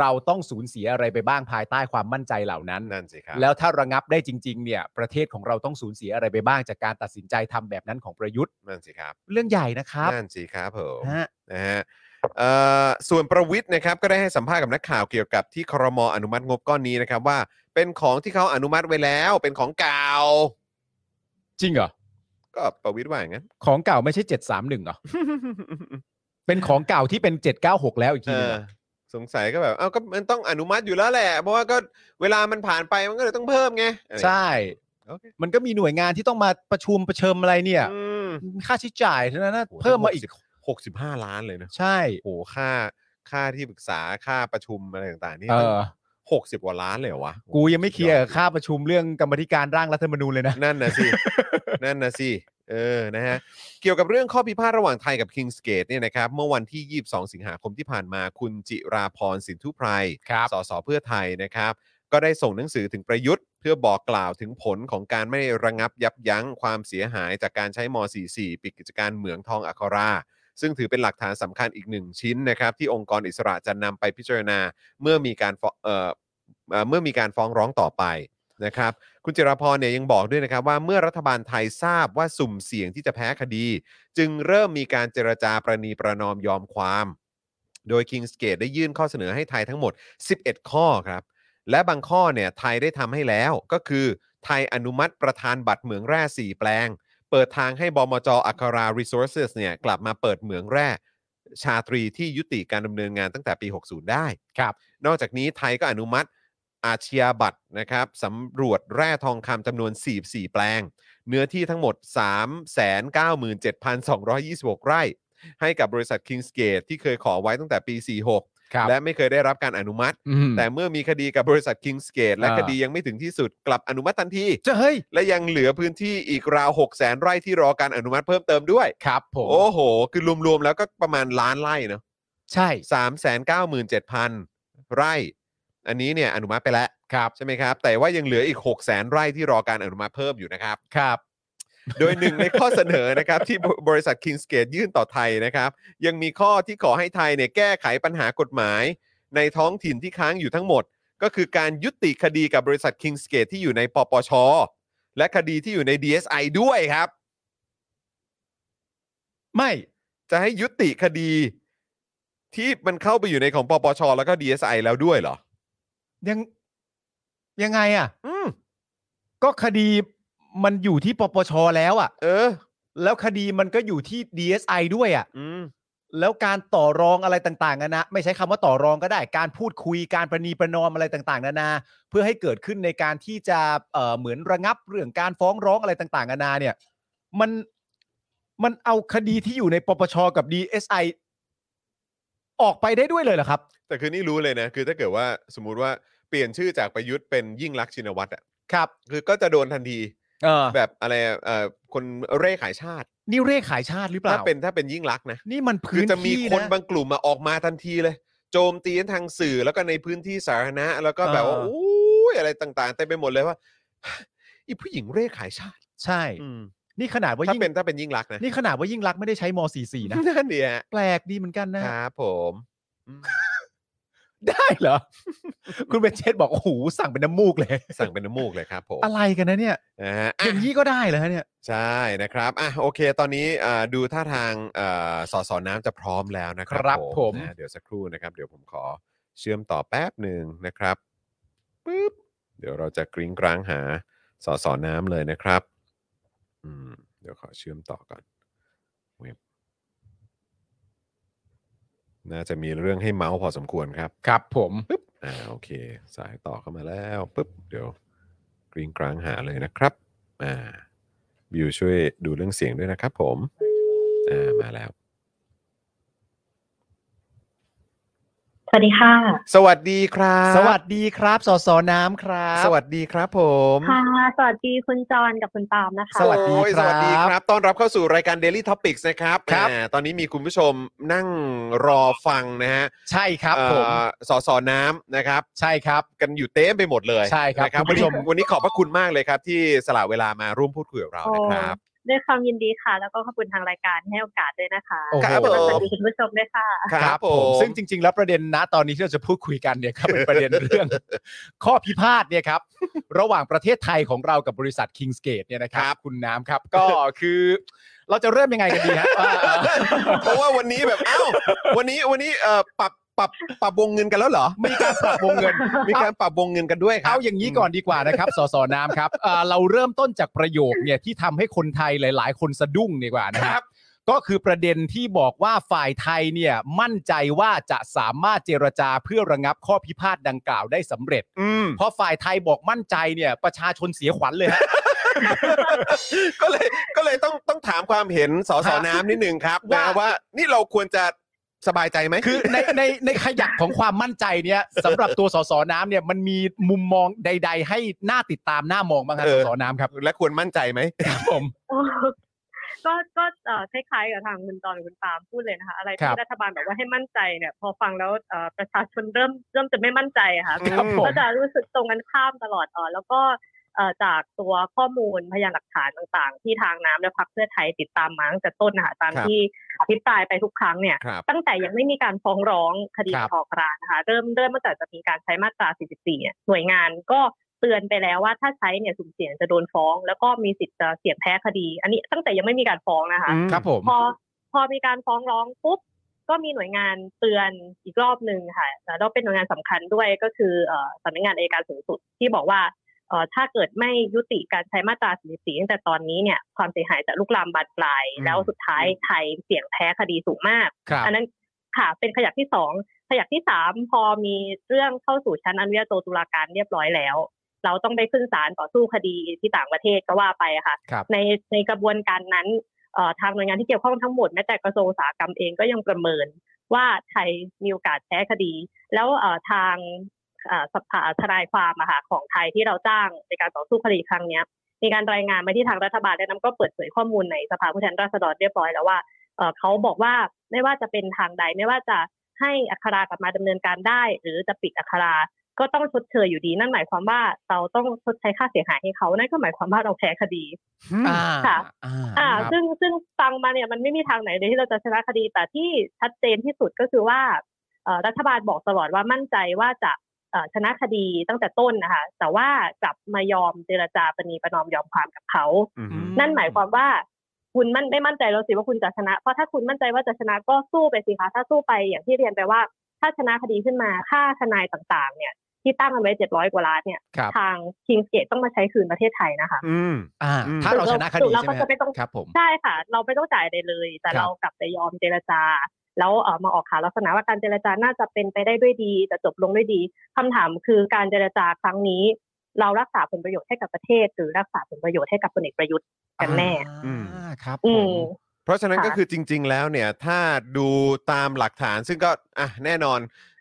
Speaker 5: เราต้องสูญเสียอะไรไปบ้างภายใต้ความมั่นใจเหล่านั้น
Speaker 3: นั่นสิครับ
Speaker 5: แล้วถ้าระงับได้จริง ๆ เนี่ย ประเทศของเราต้องสูญเสียอะไรไปบ้างจากการตัดสินใจทำแบบนั้นของประยุทธ์
Speaker 3: นั่นสิครับ
Speaker 5: เรื่องใหญ่นะครับ
Speaker 3: นั่นสิครับผม
Speaker 5: ฮะ
Speaker 3: นะฮะเอ่อส่วนประวิทย์นะครับก็ได้ให้สัมภาษณ์กับนักข่าวเกี่ยวกับที่ครมอนุมัติงบก้อนนี้นะครับว่า เป็นของที่เขาอนุมัติไว้แล้ว เป็นของเก่า
Speaker 5: จริงเหรอ
Speaker 3: ก็ประวิทย์ว่าอย่างนั้น
Speaker 5: ของเก่าไม่ใช่ 731เหรอ เป็นของเก่าที่เป็น 796 แล้วอีก
Speaker 3: เอ
Speaker 5: ทีหนึ
Speaker 3: อ
Speaker 5: งเหรอ
Speaker 3: สงสัยก็แบบเอ้าก็มันต้องอนุมัติอยู่แล้วแหละ เพราะว่าก็เวลามันผ่านไปมันก็เลยต้องเพิ่มไงอะไร
Speaker 5: ใช่
Speaker 3: โอเค
Speaker 5: มันก็มีหน่วยงานที่ต้องมาประชุมประเชิมอะไรเนี่ย
Speaker 3: อืม
Speaker 5: ค่าใช้จ่ายเท่านั้นนะเพิ่มมาอีก
Speaker 3: หกสิบห้าล้านเลยนะ
Speaker 5: ใช่
Speaker 3: โอ้โหค่าค่าที่ปรึกษาค่าประชุมอะไรต่างๆนี่
Speaker 5: เออ
Speaker 3: หกสิบกว่าล้านเลยเหรอวะ
Speaker 5: กูยังไม่เคลียร์กับค่าประชุมเรื่องกรรมธิการร่างรัฐธรรมนูญเลยนะ
Speaker 3: นั่นนะสิ นั่นนะสิ เออ นะฮะ เกี่ยวกับเรื่องข้อพิพาทระหว่างไทยกับ Kings Gate เนี่ยนะครับ เมื่อวันที่ 22 สิงหาคมที่ผ่านมา คุณจิราพรสินทุไพร
Speaker 5: ครับ
Speaker 3: สสเพื่อไทยนะครับ ก็ได้ส่งหนังสือถึงประยุทธ์ เพื่อบอกกล่าวถึงผลของการไม่ระงับยับยั้งความเสียหายจากการใช้ม .44 ปิดกิจการเหมืองทองอัครา ซึ่งถือเป็นหลักฐานสำคัญอีกหนึ่งชิ้นนะครับ ที่องค์กรอิสระจะนำไปพิจารณาเมื่อมีการฟ้องเอ่อเอ่อเมื่อมีการฟ้องร้องต่อไปนะครับ คุณจิรพรเนี่ยยังบอกด้วยนะครับว่าเมื่อรัฐบาลไทยทราบว่าสุ่มเสี่ยงที่จะแพ้คดี จึงเริ่มมีการเจรจาประนีประนอมยอมความ โดย Kings Gate ได้ยื่นข้อเสนอให้ไทยทั้งหมด 11 ข้อครับ และบางข้อเนี่ยไทยได้ทำให้แล้วก็คือ ไทยอนุมัติประธานบัตรเหมืองแร่ 4 แปลง เปิดทางให้บมจอัครา Resources เนี่ยกลับมาเปิดเหมืองแร่ ชาตรีที่ยุติการดำเนินงานตั้งแต่ปี 60 ได้
Speaker 5: ครับ
Speaker 3: นอกจากนี้ไทยก็อนุมัติอาชญาบัตรนะครับสำรวจแร่ทองคำจำนวน 44 แปลง เนื้อที่ทั้งหมด 397,226 ไร่ ให้กับบริษัท Kingsgate ที่เคยขอไว้ตั้งแต่ปี 46
Speaker 5: ครับ
Speaker 3: และไม่เคยได้รับการอนุมัติ
Speaker 5: อืม
Speaker 3: แต่เมื่อมีคดีกับบริษัท Kingsgate และ
Speaker 5: อ่า
Speaker 3: คดียังไม่ถึงที่สุดกลับอนุมัติทันที
Speaker 5: จะเฮ้ย
Speaker 3: และยังเหลือพื้นที่อีกราว6 0 0 0 0 ไร่ที่รอการอนุมัติเพิ่มเติมด้วย
Speaker 5: ครับผม
Speaker 3: โอ้โห คือรวมๆแล้วก็ประมาณล้านไร่เนอะ
Speaker 5: ใช่
Speaker 3: สามแสนเก้าหมื่นเจ็ดพันไร่ อันนี้เนี่ยอนุมัติไปแล้ว
Speaker 5: ครับ
Speaker 3: ใช่ไหมครับ แต่ว่ายังเหลืออีก 6 0 0 0 0 ไร่ที่รอการอนุมัติเพิ่มอยู่นะครับ
Speaker 5: ครับ
Speaker 3: โดยหนึ่งในข้อเสนอนะครับ ที่บบริษัท Kingsgate ยื่นต่อไทยนะครับ ยังมีข้อที่ขอให้ไทยเนี่ยแก้ไขปัญหากฎหมาย ในท้องถิ่นที่ค้างอยู่ทั้งหมด ก็คือการยุติคดีกับบริษัท Kingsgate ที่อยู่ในปปช และคดีที่อยู่ใน DSI ด้วยครับ
Speaker 5: ไม่
Speaker 3: จะให้ยุติคดี ที่มันเข้าไปอยู่ในของปปชแล้วก็ DSI แล้วด้วยเหรอ
Speaker 5: ยังยังไงอ่ะ
Speaker 3: อืม
Speaker 5: ก็คดีมันอยู่ที่ปปชแล้วอ่ะ
Speaker 3: เออ
Speaker 5: แล้วคดีมันก็อยู่ที่ DSI ด้วยอ่ะ
Speaker 3: อืม
Speaker 5: แล้วการต่อรองอะไรต่างๆนานาไม่ใช้คำว่าต่อรองก็ได้ การพูดคุยการประนีประนอมอะไรต่างๆนานา เพื่อให้เกิดขึ้นในการที่จะเอ่อเหมือนระงับเรื่องการฟ้องร้องอะไรต่างๆนานาเนี่ย มันมันเอาคดีที่อยู่ในปปชกับ DSI ออกไปได้ด้วยเลยเหรอครับ
Speaker 3: แต่คือนี่รู้เลยนะ คือถ้าเกิดว่าสมมุติว่าเปลี่ยนชื่อจากประยุทธ์เป็นยิ่งรักษณ์ชินวัตรอ่ะ
Speaker 5: ครับ
Speaker 3: คือก็จะโดนทันที
Speaker 5: เออ
Speaker 3: แบบอะไรอะเอ่อคนเร่ขายชาติ
Speaker 5: นี่เร่ขายชาติหรือเปล่า
Speaker 3: ถ้าเป็นถ้าเป็นยิ่งรักษณ์นะ
Speaker 5: นี่มัน
Speaker 3: คือ
Speaker 5: พื้น
Speaker 3: จะมี
Speaker 5: ที่
Speaker 3: คน
Speaker 5: นะ
Speaker 3: บางกลุ่มมาออกมาทันทีเลย โจมตีทั้งทางสื่อแล้วก็ในพื้นที่สาธารณะ แล้วก็แบบว่า
Speaker 5: เออ
Speaker 3: อู้ยอะไรต่างๆเต็มไปหมดเลยว่า อีผู้หญิงเร่ขายชาติ
Speaker 5: ใช่
Speaker 3: อืม
Speaker 5: นี่ขนาดว่า
Speaker 3: ถ้า
Speaker 5: ยิ่ง
Speaker 3: เป็นถ้าเป็นยิ่งรักษณ์นะ
Speaker 5: นี่ขนาดว่ายิ่งรักษณ์ไม่ได้ใช้ม .44 นะ
Speaker 3: นั่นเนี่ย
Speaker 5: แปลกดีเหมือนกันนะ
Speaker 3: ครับผมอืม
Speaker 5: ได้เหรอ คุณเบนเชตบอกโอ้โหสั่งเป็นน้ำมูกเลย
Speaker 3: สั่งเป็นน้ำมูกเลยครับผม
Speaker 5: อะไรกันนะเนี่ย
Speaker 3: นะฮะ
Speaker 5: อ
Speaker 3: อ่ะ
Speaker 5: ย่างนี้ก็ได้เหรอฮะเนี่ย
Speaker 3: ใช่นะครับอ่ะโอเค ตอนนี้อ่าดูท่าทางเอ่อสอสอน้ำจะพร้อมแล้วนะครั
Speaker 5: ครับผม
Speaker 3: นะเดี๋ยวสักครู่นะครับ เดี๋ยวผมขอเชื่อมต่อแป๊บหนึ่งนะครับปึ๊บ เดี๋ยวเราจะกริ้งกร้างหาสอสอน้ำเลยนะครับอืมเดี๋ยวขอเชื่อมต่อก่อนเว็บน่าจะมีเรื่องให้เมาส์พอสมควรครับ
Speaker 5: ครับผม
Speaker 3: ปึ๊บอ่าโอเค สายต่อเข้ามาแล้วปึ๊บเดี๋ยวกริ้งกร้างหาเลยนะครับอ่าบิวช่วยดูเรื่องเสียงด้วยนะครับผมอ่ามาแล้ว
Speaker 7: สวัสดีค่ะ
Speaker 3: สวัสดีครับ
Speaker 5: สวัสดีครับสอสอน้ำครับ
Speaker 3: สวัสดีครับผม
Speaker 7: ค่ะ สวัสดีคุณจอนกับคุณปาล์มนะคะ
Speaker 5: สวัสดี
Speaker 3: โอ้ย
Speaker 5: ค
Speaker 3: ส
Speaker 5: รับ
Speaker 3: วัสดีครับ ต้อนรับเข้าสู่รายการ Daily Topics นะครับ
Speaker 5: ครับ
Speaker 3: แหมตอนนี้มีคุณผู้ชมนั่งรอฟังนะฮะ
Speaker 5: ใช่ครับ
Speaker 3: เอ่อ
Speaker 5: ผม
Speaker 3: สอสอน้ำนะครับ
Speaker 5: ใช่ครับ
Speaker 3: กันอยู่เต็มไปหมดเลย
Speaker 5: ใช่ครับ
Speaker 3: นะ
Speaker 5: คุณผู้ชม
Speaker 3: วันนี้วันนี้ขอบพระคุณมากเลยครับ ที่สละเวลามาร่วมพูดคุยกับเรานะครับ
Speaker 7: ด้วยความยินดีค่ะ แล้วก็ขอบคุณทางรายการให้โอกาสด้วยนะคะ
Speaker 5: โอ้โห
Speaker 3: ครับผ
Speaker 7: สวัส
Speaker 3: ม
Speaker 7: ดีคุณผู้ชมด้วยค่ะ
Speaker 5: ครับผมซึ่งจริง ๆ แล้วประเด็นนะตอนนี้ที่เราจะพูดคุยกันเนี่ยครับเป็นประเด็นเรื่อง ข้อพิพาทเนี่ยครับ ระหว่างประเทศไทยของเรากับบริษัท Kingsgate เนี่ยนะครั
Speaker 3: ครับ บ
Speaker 5: คุณน้ำครับ ก็คือเราจะเริ่มยังไงกันดีฮะอ่าอ่า
Speaker 3: เพราะว่าวันนี้แบบเอ้าวันนี้วันนี้เอ่อปรับปรับปรับวงเงินกันแล้วเหรอ
Speaker 5: มีการปรับวงเงิน
Speaker 3: มีการปรับวงเงินกันด้วยครั
Speaker 5: เอา
Speaker 3: บ
Speaker 5: อย่างนี้ก่อนดีกว่านะครับ สสน้ำครับเอ่อเราเริ่มต้นจากประโยคเนี่ยที่ทำให้คนไทยหลาย ๆ คนสะดุ้งดีกว่านะค
Speaker 3: ครั
Speaker 5: รับ
Speaker 3: บ
Speaker 5: ก็คือประเด็นที่บอกว่าฝ่ายไทยเนี่ยมั่นใจว่าจะสามารถเจรจาเพื่อระงับข้อพิพาทดังกล่าวได้สำเร็จ
Speaker 3: อืม
Speaker 5: เพราะฝ่ายไทยบอกมั่นใจเนี่ยประชาชนเสียขวัญเลย ฮะ
Speaker 3: ก็เลยก็เลยต้องต้องถามความเห็นสสน้ำนิดนึงครับนะ
Speaker 5: ว่า
Speaker 3: ว่านี่เราควรจะสบายใจไหม
Speaker 5: คือในในในขยักของความมั่นใจเนี่ยสำหรับตัวสสน้ำเนี่ยมันมีมุมมองใด ๆ ให้หน้าติดตามหน้ามองบ้างครับ
Speaker 3: เอ
Speaker 5: ส
Speaker 3: อ
Speaker 5: สน้ำครับ
Speaker 3: และควรมั่นใจไหม
Speaker 5: ครับผม
Speaker 7: ก็ก็เอ่อคล้ายๆกับทางคุณจอนกับคุณปาล์มพูดเลยนะคะ อะไร
Speaker 5: ครับ
Speaker 7: ที่รัฐบาลบอกว่าให้มั่นใจเนี่ย พอฟังแล้วเอ่อประชาชนเริ่มเริ่มจะไม่มั่นใจอะค่ะ
Speaker 5: ครับผม
Speaker 7: ก็จะรู้สึกตรงกันข้ามตลอดเออแล้วก็เอ่อจากตัวข้อมูลพยานหลักฐานต่างๆ ที่ทางน้ำและพรรคเพื่อไทยติดตามมาตั้งแต่ต้นนะคะตาม
Speaker 3: ครับ
Speaker 7: ที่อภิปรายไปทุกครั้งเนี่ย
Speaker 3: ครับ
Speaker 7: ตั้งแต่ยังไม่มีการฟ้องร้องคดี
Speaker 5: ครับ
Speaker 7: ขอกลางนะคะเริ่มเริ่มตั้งแต่จะมีการใช้มาตรา 44เนี่ยหน่วยงานก็เตือนไปแล้วว่าถ้าใช้เนี่ยสุ่มเสี่ยงจะโดนฟ้อง แล้วก็มีสิทธิ์จะเสี่ยงแพ้คดี อันนี้ตั้งแต่ยังไม่มีการฟ้องนะคะ
Speaker 5: ครับผม
Speaker 7: พอพอมีการฟ้องร้องปุ๊บก็มีหน่วยงานเตือนอีกรอบหนึ่งค่ะแล้วเป็นหน่วยงานสำคัญด้วยก็คือเอ่อสำนักงานอัยการสูงสุดที่บอกว่าเอ่อถ้าเกิดไม่ยุติการใช้มาตรา44ตั้งแต่ตอนนี้เนี่ยความเสียหายจะลุกลามบานปลาย
Speaker 5: อืม
Speaker 7: แล้วสุดท้ายไทยเสี่ยงแพ้คดีสูงมาก
Speaker 5: ครับ
Speaker 7: อันนั้นค่ะเป็นขยักที่สองขยักที่สามพอมีเรื่องเข้าสู่ชั้นอนุญาโตตุลาการเรียบร้อยแล้ว เราต้องไปขึ้นศาลต่อสู้คดีที่ต่างประเทศก็ว่าไปอะค่ะ
Speaker 5: ครับ
Speaker 7: ในในกระบวนการนั้นเอ่อทางหน่วยงานที่เกี่ยวข้องทั้งหมดแม้แต่กระทรวงอุตสาหกรรมเองก็ยังประเมินว่าไทยมีโอกาสแพ้คดี แล้วเอ่อทางเอ่อสภาทนายความอะค่ะของไทยที่เราจ้างในการต่อสู้คดีครั้งเนี้ย มีการรายงานมาที่ทางรัฐบาลและน้ำก็เปิดเผยข้อมูลในสภาผู้แทนราษฎรเรียบร้อยแล้วว่า เอ่อเขาบอกว่าไม่ว่าจะเป็นทางใดไม่ว่าจะให้อัครากลับมาดำเนินการได้ หรือจะปิดอัคราก็ต้องชดเชยอยู่ดีนั่นหมายความว่าเราต้องชดใช้ค่าเสียหายให้เขานั่นก็หมายความว่าเราแพ้คดี
Speaker 5: อ่า
Speaker 7: ค่ะ
Speaker 5: อ่า
Speaker 7: อ่า
Speaker 5: ครับ
Speaker 7: ซึ่งซึ่งฟังมาเนี่ยมันไม่มีทางไหนเลยที่เราจะชนะคดีแต่ที่ชัดเจนที่สุดก็คือว่าเอ่อรัฐบาลบอกตลอดว่ามั่นใจว่าจะเอ่อชนะคดีตั้งแต่ต้นนะคะแต่ว่ากลับมายอมเจรจาประนีประนอมยอมความกับเขา
Speaker 3: อืม
Speaker 7: นั่นหมายความว่า คุณมั่นไม่มั่นใจแล้วสิว่าคุณจะชนะ เพราะถ้าคุณมั่นใจว่าจะชนะก็สู้ไปสิคะ ถ้าสู้ไปอย่างที่เรียนไปว่า ถ้าชนะคดีขึ้นมาค่าทนายต่างๆ เนี่ย ที่ตั้งกันไว้เจ็ดร้อยกว่าล้านเนี่ย
Speaker 5: ครับ
Speaker 7: ทางคิงเกตต้องมาใช้คืนประเทศไทยนะคะ
Speaker 3: อืม
Speaker 5: อ่า
Speaker 3: อืม
Speaker 5: ถ้าเราชนะคดี
Speaker 7: เรา
Speaker 5: ใช่ไหม
Speaker 7: ก็จะไม่ต้อง
Speaker 5: ครับผม
Speaker 7: ใช่ค่ะ เราไม่ต้องจ่ายอะไรเลย
Speaker 5: ค
Speaker 7: แต่
Speaker 5: รับ
Speaker 7: เรากลับไปยอมเจรจา แล้วเออมาออกข่าวลักษณะว่าการเจรจาน่าจะเป็นไปได้ด้วยดีจะจบลงด้วยดีคำถามคือการเจรจาครั้งนี้ เรารักษาผลประโยชน์ให้กับประเทศ หรือรักษาผลประโยชน์ให้กับพลเอกประยุทธ์กันแน่
Speaker 3: อืม
Speaker 5: อ่าครับผ
Speaker 7: อืม
Speaker 5: ม
Speaker 3: เพราะฉะนั้น
Speaker 7: ค่ะ
Speaker 3: ก็คือจริง ๆ แล้วเนี่ยถ้าดูตามหลักฐานซึ่งก็อ่ะแน่นอน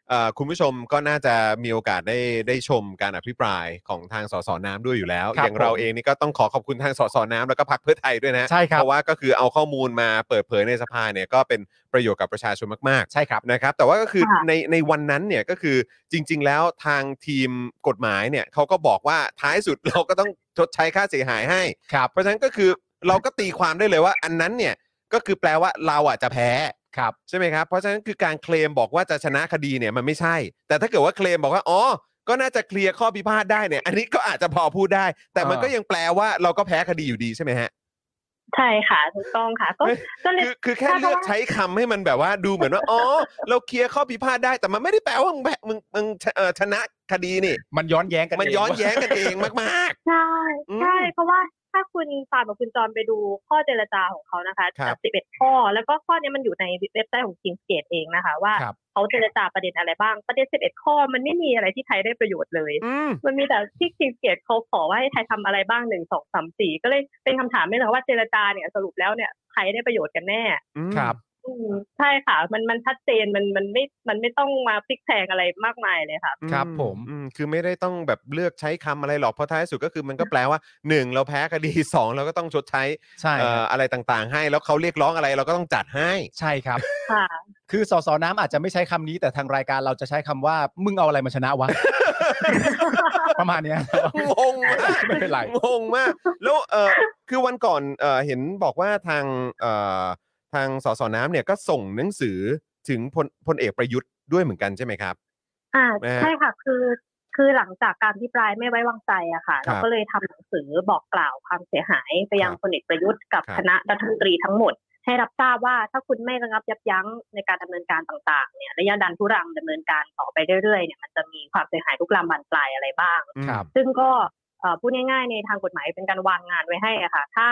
Speaker 3: เอ่อคุณผู้ชมก็น่าจะมีโอกาสได้ได้ชมการอภิปรายของทางสสน้ำด้วยอยู่แล้ว
Speaker 5: ครับ
Speaker 3: อย่างเรา
Speaker 5: ผม
Speaker 3: เองนี่ก็ต้องขอขอบคุณทางสสน้ำแล้วก็พรรคเพื่อไทยด้วยนะ
Speaker 5: ใช่ครับ
Speaker 3: เพราะว่าก็คือเอาข้อมูลมาเปิดเผยในสภาเนี่ยก็เป็นประโยชน์กับประชาชนมาก
Speaker 5: ใช่ครับ
Speaker 3: ๆนะครับแต่ว่าก็คือ
Speaker 7: ค่ะ
Speaker 3: ในในวันนั้นเนี่ยก็คือจริง ๆ แล้วทางทีมกฎหมายเนี่ยเขาก็บอกว่าท้ายสุด เราก็ต้องชดใช้ค่าเสียหายให้
Speaker 5: ครับ
Speaker 3: เพราะฉะนั้นก็คือเราก็ตีความได้เลยว่าอันนั้นเนี่ยก็คือแปลว่าเราอ่ะจะแพ้
Speaker 5: ครับ
Speaker 3: ใช่ไหมครับเพราะฉะนั้นคือการเคลมบอกว่าจะชนะคดีเนี่ยมันไม่ใช่ แต่ถ้าเกิดว่าเคลมบอกว่าอ๋อก็น่าจะเคลียร์ข้อพิพาทได้เนี่ย อันนี้ก็อาจจะพอพูดได้ แต่มัน
Speaker 5: เออ
Speaker 3: ก็ยังแปลว่าเราก็แพ้คดีอยู่ดีใช่ไหมฮะ
Speaker 7: ใช่ค่ะถูกต้องค่ะ ก็
Speaker 3: เฮ้ย
Speaker 7: ก็เลย
Speaker 3: คือคือแค่
Speaker 7: ใช่
Speaker 3: เลือก
Speaker 7: เพราะว่า
Speaker 3: ใช้คำให้มันแบบว่าดูเหมือนว่าอ๋อเราเคลียร์ข้อพิพาทได้ แต่มันไม่ได้แปลว่ามึงแพ้มึงมึงเอ่อชนะคดีนี่
Speaker 5: มันย้อนแย้งกัน
Speaker 3: มัน
Speaker 5: เง
Speaker 3: ย้อน
Speaker 5: ว่า
Speaker 3: แย้งกันเองมาก
Speaker 7: ใช่
Speaker 3: อืม
Speaker 7: ใช่เพราะว่าถ้าคุณฟาร์มกับคุณจอนไปดูข้อเจรจาของเขานะคะ
Speaker 3: ครับ
Speaker 7: จากสิบเอ็ดข้อ แล้วก็ข้อเนี้ยมันอยู่ในเว็บไซต์ของคิงเกตเองนะคะ ว่า
Speaker 5: ครับ
Speaker 7: เขาเจรจาประเด็นอะไรบ้างประเด็นสิบเอ็ดข้อมันไม่มีอะไรที่ไทยได้ประโยชน์เลย
Speaker 3: ๆอืม
Speaker 7: มันมีแต่ที่คิงเกตเขาขอว่าให้ไทยทำอะไรบ้างหนึ่งสองสามสี่ก็เลยเป็นคำถามไม่เลยว่าเจรจาเนี่ยสรุปแล้วเนี่ยไทยได้ประโยชน์กันแน่
Speaker 5: ครับ
Speaker 7: อืมใช่ค่ะ มันมันชัดเจนมันมันไม่มันไม่ต้องมาพลิกแพลงอะไรมากมายเลยค่ะ
Speaker 5: ครับ
Speaker 3: อื
Speaker 5: ผม
Speaker 3: อืคือไม่ได้ต้องแบบเลือกใช้คำอะไรหรอกเพราะท้ายสุดก็คือมันก็แปลว่า 1 เราแพ้คดี 2 เราก็ต้องชดใช้
Speaker 5: ใช่
Speaker 3: เอ่
Speaker 5: ค
Speaker 3: อ
Speaker 5: รับ
Speaker 3: อะไรต่างๆ ให้แล้วเขาเรียกร้องอะไรเราก็ต้องจัดให้
Speaker 5: ใช่ครับ
Speaker 7: ค่ะ
Speaker 5: คือสสน้ำอาจจะไม่ใช้คำนี้ แต่ทางรายการเราจะใช้คำว่า มึงเอาอะไรมาชนะ วะ ประมาณเนี้ย
Speaker 3: งงมาก
Speaker 5: ไม่เป็นไรง
Speaker 3: งมาก แล้วเออคือวันก่อนเออเห็นบอกว่าทางเอ่อทางสสน้ำเนี่ยก็ส่งหนังสือถึงพลพลเอกประยุทธ์ด้วยเหมือนกันใช่ไหมครับ
Speaker 7: อ่า
Speaker 3: นะฮะ
Speaker 7: ใช่ค่ะคือคือหลังจากการที่ปลายไม่ไว้วางใจอะค่ะ
Speaker 3: ครั
Speaker 7: เรา
Speaker 3: บ
Speaker 7: ก็เลยทำหนังสือบอกกล่าวความเสียหายไปยัง
Speaker 3: ครับ
Speaker 7: พลเอกประยุทธ์กับ
Speaker 3: ครับ
Speaker 7: คณะรัฐมนตรีทั้งหมด ให้รับทราบว่าถ้าคุณไม่ระงับยับยั้งในการดำเนินการต่างๆเนี่ยระยะดันทุรังดำเนินการต่อไปเรื่อยๆเนี่ยมันจะมีความเสียหายทุกลามบานปลายอะไรบ้าง
Speaker 3: อืม
Speaker 5: ครับ
Speaker 7: ซึ่งก็เอ่อพูดง่ายๆในทางกฎหมายเป็นการวางงานไว้ให้อะค่ะ ถ้า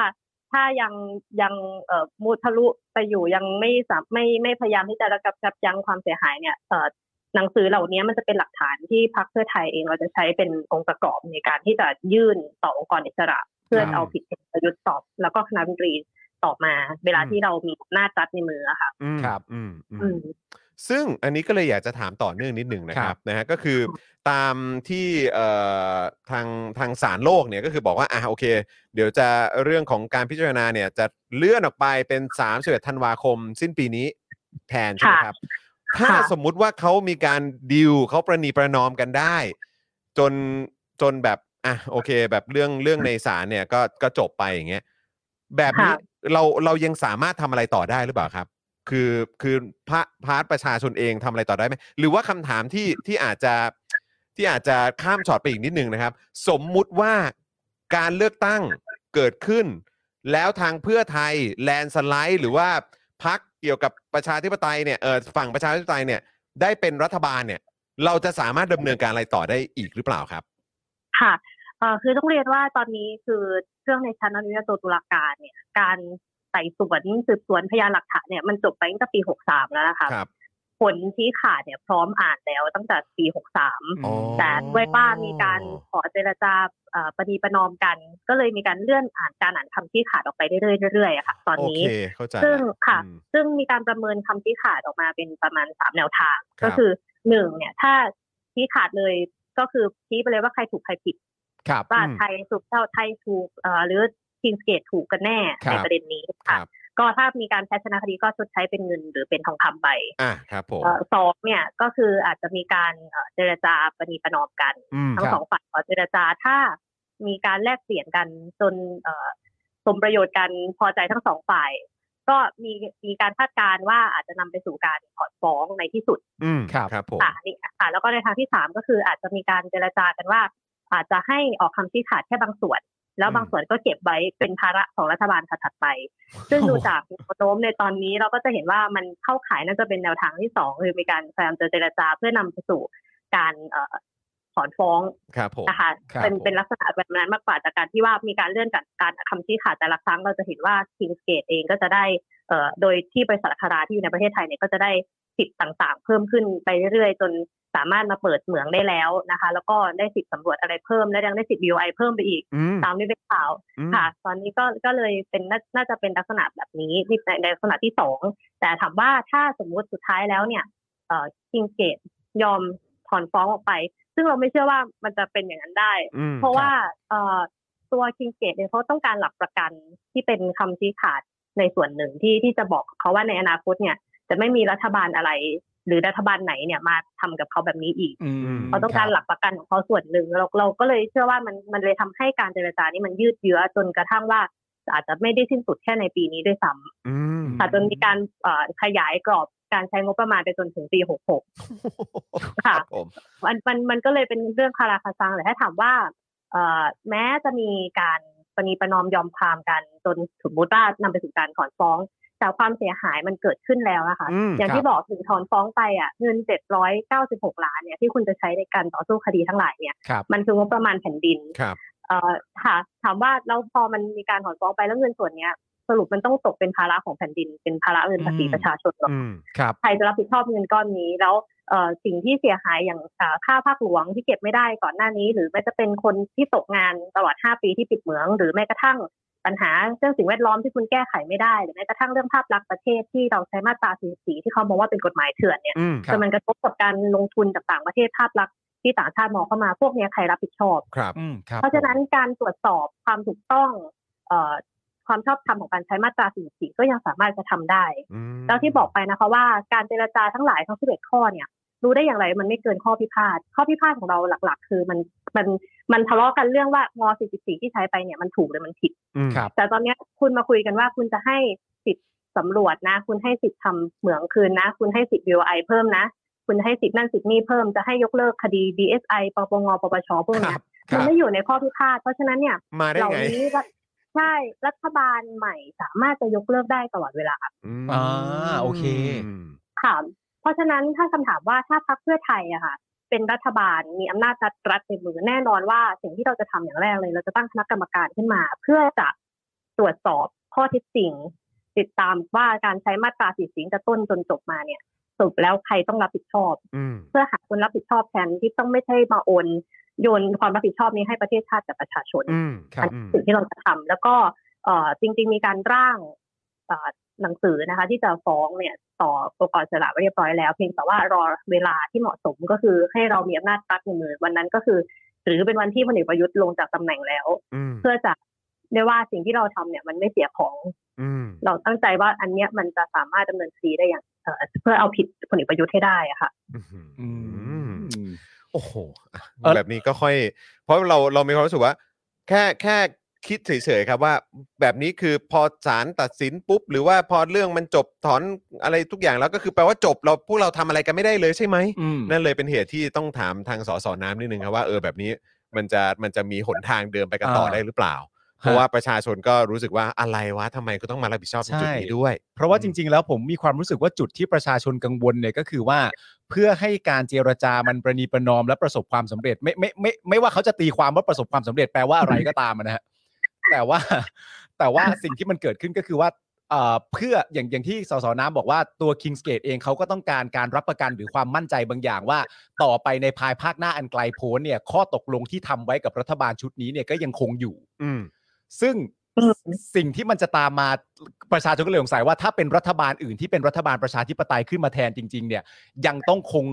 Speaker 7: ถ้ายังยังเอ่อมุทะลุไปอยู่ยังไม่สามไม่ไม่พยายามที่จะระงับยับยั้งความเสียหายเนี่ยเอ่อหนังสือเหล่านี้มันจะเป็นหลักฐานที่พรรคเพื่อไทยเองเราจะใช้เป็นองค์ประกอบในการที่จะยื่นต่อองค์กรอิสระ เพื่อ
Speaker 5: ครับ
Speaker 7: เอาผิดพลเอกประยุทธ์ตอบ แล้วก็คณะรัฐมนตรีต่อมา เวลา
Speaker 3: อืม
Speaker 7: ที่เรามีอำนาจรัฐในมืออะค่ะ
Speaker 3: อืม
Speaker 5: ครับ
Speaker 3: อืมอืม
Speaker 7: อืม
Speaker 3: ซึ่งอันนี้ก็เลยอยากจะถามต่อเนื่องนิดหนึ่งนะค
Speaker 5: ค
Speaker 3: รั
Speaker 5: รั
Speaker 3: บบ นะฮะก็คือตามที่เอ่อทางทางศาลโลกเนี่ยก็คือบอกว่าอ่ะโอเค เดี๋ยวจะเรื่องของการพิจารณาเนี่ยจะเลื่อนออกไปเป็น3 1ธันวาคม สิ้นปีนี้แทนใช่ไหม
Speaker 7: ค่ะ
Speaker 3: ครับ ถ้า
Speaker 7: ค่ะ
Speaker 3: สมมุติว่าเขามีการดิวเขาประนีประนอมกันได้ จนจนแบบอ่ะโอเค แบบเรื่องเรื่องในศาลเนี่ยก็ก็จบไปอย่างเงี้ยแบบนี้
Speaker 7: ค่ะ
Speaker 3: เราเรายังสามารถทำอะไรต่อได้หรือเปล่าครับ คือคือพาพาร์ทประชาชนเองทำอะไรต่อได้ไหมหรือว่าคำถามที่ที่อาจจะที่อาจจะข้ามช็อตไปอีกนิดนึงนะครับ สมมุติว่าการเลือกตั้งเกิดขึ้น แล้วทางเพื่อไทยแลนสไลด์หรือว่าพักเกี่ยวกับประชาธิปไตยเนี่ยเออฝั่งประชาธิปไตยเนี่ยได้เป็นรัฐบาลเนี่ย เราจะสามารถดำเนินการอะไรต่อได้อีกหรือเปล่าครับ
Speaker 7: ค่ะเอ่อคือต้องเรียนว่าตอนนี้คือเรื่องในชั้นอนุญาโตตุลาการเนี่ยการไต่สวนสืบสวนพยานหลักฐานเนี่ยมันจบไปตั้งแต่ปี 63 แล้วนะคะ
Speaker 3: ครับ
Speaker 7: ผลชี้ขาดเนี่ยพร้อมอ่านแล้วตั้งแต่ปี 63
Speaker 3: อ๋อ
Speaker 7: แต่ด้วยว่ามีการขอเจรจาเอ่อประนีประนอมกัน ก็เลยมีการเลื่อนอ่านการอ่านคำชี้ขาดออกไปเรื่อยๆเรื่อยๆอะค่ะตอน
Speaker 3: โอ
Speaker 7: นี้
Speaker 3: เคเข้าใจ
Speaker 7: ซึ่ง
Speaker 3: แล้ว
Speaker 7: ค่ะ
Speaker 3: อืม
Speaker 7: ซึ่งมีการประเมินคำชี้ขาดออกมาเป็นประมาณสามแนวทาง
Speaker 3: ครับ
Speaker 7: ก็คือหนึ่งเนี่ยถ้าชี้ขาดเลยก็คือชี้ไปเลยว่าใครถูกใครผิด
Speaker 5: ครับ
Speaker 7: ว่า
Speaker 3: อืม
Speaker 7: ไทยถูกเท่าไทยถูกเอ่อหรือทีมสเกตถูกกันแน่
Speaker 3: ครับ
Speaker 7: ในประเด็นนี้
Speaker 3: ครั
Speaker 7: ค่ะ
Speaker 3: บ
Speaker 7: ก็ถ้ามีการแพ้ชนะคดีก็ชดใช้เป็นเงินหรือเป็นทองคำไป
Speaker 3: อ่ะครับผม
Speaker 7: เอ่อสองเนี่ยก็คืออาจจะมีการเอ่อเจรจาประนีประนอมกัน
Speaker 3: อืม
Speaker 7: ทั้ง
Speaker 5: ครับ
Speaker 7: สองฝ่ายขอเจรจาถ้ามีการแลกเปลี่ยนกันจนเอ่อสมประโยชน์กันพอใจทั้งสองฝ่าย ก็มีมีการคาดการณ์ว่าอาจจะนำไปสู่การถอนฟ้องในที่สุด
Speaker 3: อืม
Speaker 5: ครับ
Speaker 3: ครับผม
Speaker 7: ค่ะนี่ค่ะแล้วก็ในทางที่สามก็คืออาจจะมีการเจรจากันว่า อาจจะให้ออกคำชี้ขาดแค่บางส่วน แล้วบางส่วนก็เก็บไว้เป็นภาระของรัฐบาลถัดๆไป ซึ่งดูจากแนวโน้มในตอนนี้เราก็จะเห็นว่ามันเข้าขายน่าจะเป็นแนวทางที่สองคือมีการพยายามจะเจรจาเพื่อนำไปสู่การเอ่อถอนฟ้อง
Speaker 3: ครับผม
Speaker 7: นะคะ
Speaker 5: ครับ
Speaker 7: เป็น
Speaker 5: ผม
Speaker 7: เป็นลักษณะแบบนั้นมากกว่าจากการที่ว่ามีการเลื่อนการการคำชี้ขาดแต่ละครั้งเราจะเห็นว่าคิงสเกตเองก็จะได้เอ่อโดยที่บริษัทอัคราที่อยู่ในประเทศไทยเนี่ยก็จะได้สิทธิ์ต่างๆ เพิ่มขึ้นไปเรื่อยๆ จนสามารถมาเปิดเหมืองได้แล้วนะคะ แล้วก็ได้สิทธิ์สำรวจอะไรเพิ่มและยังได้สิทธิ์ BOI เพิ่มไปอีก
Speaker 3: อืม
Speaker 7: ตามที่เป็นข่าว
Speaker 3: อืม
Speaker 7: ค่ะ ตอนนี้ก็ก็เลยเป็นน่าน่าจะเป็นลักษณะแบบนี้ที่ในในลักษณะที่สอง แต่ถามว่าถ้าสมมุติสุดท้ายแล้วเนี่ยเอ่อคิงเกตยอมถอนฟ้องออกไป ซึ่งเราไม่เชื่อว่ามันจะเป็นอย่างนั้นได้
Speaker 3: อืม
Speaker 7: เพราะว่าเอ่อตัวคิงเกตเนี่ยเขาต้องการหลักประกันที่เป็นคำชี้ขาดในส่วนหนึ่งที่ที่จะบอกกับเขาว่าในอนาคตเนี่ย จะไม่มีรัฐบาลอะไร หรือรัฐบาลไหนเนี่ยมาทำกับเขาแบบนี้อีก
Speaker 5: อืม
Speaker 7: เขาต้องการหลักประกันของเขาส่วนหนึ่งเราเราก็เลยเชื่อว่ามันมันเลยทำให้การเจรจานี้มันยืดเยื้อจนกระทั่งว่า อาจจะไม่ได้สิ้นสุดแค่ในปีนี้ด้วยซ้
Speaker 3: อืม
Speaker 7: ำค่ะจนมีการเอ่อขยายกรอบการใช้งบประมาณไปจนถึงปี 66
Speaker 3: ค
Speaker 7: ค่ะ
Speaker 3: รับผม
Speaker 7: มันมันมันก็เลยเป็นเรื่องคาราคาซังเลยถ้าถามว่าเอ่อแม้จะมีการปณีประนอมยอมความกันจนสมมติว่านำไปสู่การถอนฟ้อง แต่ความเสียหายมันเกิดขึ้นแล้วนะคะ
Speaker 3: อืม
Speaker 7: อย่างที่บอกถึงถอนฟ้องไปอ่ะเงิน 796 ล้านเนี่ยที่คุณจะใช้ในการต่อสู้คดีทั้งหลายเนี่ย
Speaker 5: ครับ
Speaker 7: มันคืองบประมาณแผ่นดิน
Speaker 3: ครับ
Speaker 7: เอ่อค่ะ ถามว่าเราพอมันมีการถอนฟ้องไปแล้วเงินส่วนเนี้ย สรุปมันต้องตกเป็นภาระของแผ่นดิน เป็นภาระเงินภาษี
Speaker 5: อืม
Speaker 7: ประชาชนหรอ
Speaker 3: อืม
Speaker 5: ครับ
Speaker 7: ใครจะรับผิดชอบเงินก้อนนี้ แล้วเอ่อสิ่งที่เสียหายอย่างอ่าค่าภาคหลวงที่เก็บไม่ได้ก่อนหน้านี้ หรือแม้จะเป็นคนที่ตกงานตลอด 5 ปีที่ปิดเหมือง หรือแม้กระทั่งปัญหาเรื่องสิ่งแวดล้อมที่คุณแก้ไขไม่ได้ หรือแม้กระทั่งเรื่องภาพลักษณ์ประเทศที่เราใช้มาตรา44ที่เขามองว่าเป็นกฎหมายเถื่อนเนี่ย
Speaker 3: อืม
Speaker 5: ครับ
Speaker 7: จนมันกระทบกับการลงทุนจากต่างประเทศภาพลักษณ์ที่ต่างชาติมองเข้ามาพวกเนี้ยใครรับผิดชอบ
Speaker 3: ครับ
Speaker 5: อืมครับ
Speaker 7: เพราะฉะนั้นการตรวจสอบความถูกต้องเอ่อความชอบธรรมของการใช้มาตรา44ก็ยังสามารถจะทำได้
Speaker 3: อืม
Speaker 7: แล้วที่บอกไปนะคะว่าการเจรจาทั้งหลายทั้ง11ข้อเนี่ย รู้ได้อย่างไรมันไม่เกินข้อพิพาทข้อพิพาทของเราหลัก ๆ คือมันมันมันทะเลาะกันเรื่องว่าม44ที่ใช้ไปเนี่ยมันถูกหรือมันผิด
Speaker 3: อืม
Speaker 5: ครับ
Speaker 7: แต่ตอนเนี้ยคุณมาคุยกันว่าคุณจะให้สิทธิ์สำรวจนะ คุณให้สิทธิ์ทำเหมืองคืนนะ คุณให้สิทธิ์ BOI เพิ่มนะ คุณให้สิทธิ์นั่นสิทธิ์นี่เพิ่มจะให้ยกเลิกคดี DSI ปปงปปชพวกเนี้
Speaker 3: ค
Speaker 7: ย
Speaker 3: รั
Speaker 7: มั
Speaker 3: บ
Speaker 7: นไม่อยู่ในข้อพิพาทเพราะฉะนั้นเนี่ย
Speaker 3: มาได้
Speaker 7: เหล่า
Speaker 3: ไง
Speaker 7: นี้รัฐใช่รัฐบาลใหม่สามารถจะยกเลิกได้ตลอดเวลา
Speaker 3: ม
Speaker 5: อ่าโอเค
Speaker 3: ม
Speaker 7: ค่ะเพราะฉะนั้นถ้าคำถามว่าถ้าพรรคเพื่อไทยอะค่ะ เป็นรัฐบาลมีอำนาจรัฐรัฐในมือแน่นอนว่า สิ่งที่เราจะทำอย่างแรกเลย เราจะตั้งคณะกรรมการขึ้นมา เพื่อจะตรวจสอบข้อเท็จจริง ติดตามว่าการใช้มาตราสีสิงจะต้นจนจบมาเนี่ยสรุปแล้วใครต้องรับผิดชอบ
Speaker 3: อืม
Speaker 7: เพื่อหาคนรับผิดชอบแทนที่ต้องไม่ใช่มาโอนโยนความรับผิดชอบนี้ให้ประเทศชาติกับประชาชน
Speaker 3: อืม
Speaker 5: ครับ
Speaker 7: อันนี้สิ่งที่เราจะทำแล้วก็เอ่อจริง ๆ มีการร่างเอ่อหนังสือนะคะ ที่จะฟ้องเนี่ยต่อองค์กรอิสระไว้เรียบร้อยแล้ว เพียงแต่ว่ารอเวลาที่เหมาะสมก็คือให้เรามีอำนาจรัฐในมือวันนั้นก็คือ หรือเป็นวันที่พลเอกประยุทธ์ลงจากตำแหน่งแล้ว
Speaker 3: อืม
Speaker 7: เพื่อจะได้ว่าสิ่งที่เราทำเนี่ยมันไม่เสียของ
Speaker 3: อืม
Speaker 7: เราตั้งใจว่าอันเนี้ยมันจะสามารถดำเนินคดีได้อย่างเอ่อเพื่อเอาผิดพลเอกประยุทธ์ให้ได้อะค่ะ
Speaker 5: อืม
Speaker 3: โอ้โหอ่ะ
Speaker 5: เอ่อ
Speaker 3: แบบนี้ก็ค่อย เพราะเราเรามีความรู้สึกว่า แค่แค่คิดเฉยๆครับว่า แบบนี้คือพอศาลตัดสินปุ๊บ หรือว่าพอเรื่องมันจบถอนอะไรทุกอย่างแล้วก็คือแปลว่าจบเราพวกเราทำอะไรกันไม่ได้เลยใช่ไหม
Speaker 5: อืม
Speaker 3: นั่นเลยเป็นเหตุที่ต้องถามทางสสน้ำนิดนึงครับว่าเออแบบนี้มันจะมันจะมีหนทางเดินไปกันต่อ
Speaker 5: เออ
Speaker 3: ได้หรือเปล่า เพ
Speaker 5: ฮะ
Speaker 3: ราะว่าประชาชนก็รู้สึกว่าอะไรวะทำไมก็ต้องมารับผิดชอบในจุด
Speaker 5: ใช่
Speaker 3: นี้ด้วย
Speaker 5: เพราะว่าจริง ๆ แล้วผมมีความรู้สึกว่าจุดที่ประชาชนกังวลเนี่ยก็คือว่า เพื่อให้การเจรจามันประนีประนอมและประสบความสำเร็จไม่ไม่ไม่ไม่ว่าเขาจะตีความว่าประสบความสำเร็จแปลว่าอะไรก็ตามอะนะฮะแต่ว่า แต่ ว่าสิ่งที่มันเกิดขึ้นก็คือว่าเอ่อเพื่ออย่างอย่างที่สสน้ำบอกว่าตัว King s g a t e เองเขาก็ต้องการการรับประกันหรือความมั่นใจบางอย่างว่า ต่อไปในภายภาคหน้าอันไกลโพ้นเนี่ยข้อตกลงที่ทำไว้กับรัฐบาลชุดนี้เนี่ยก็ยังคงอยู่
Speaker 3: อืม
Speaker 5: ซึ่ง
Speaker 7: อืม
Speaker 5: สิ่งที่มันจะตามมาประชาชนก็เลยสงสัยว่าถ้าเป็นรัฐบาลอื่นที่เป็นรัฐบาลประชาธิปไตยขึ้นมาแทนจริง ๆ เนี่ย ยังต้องคง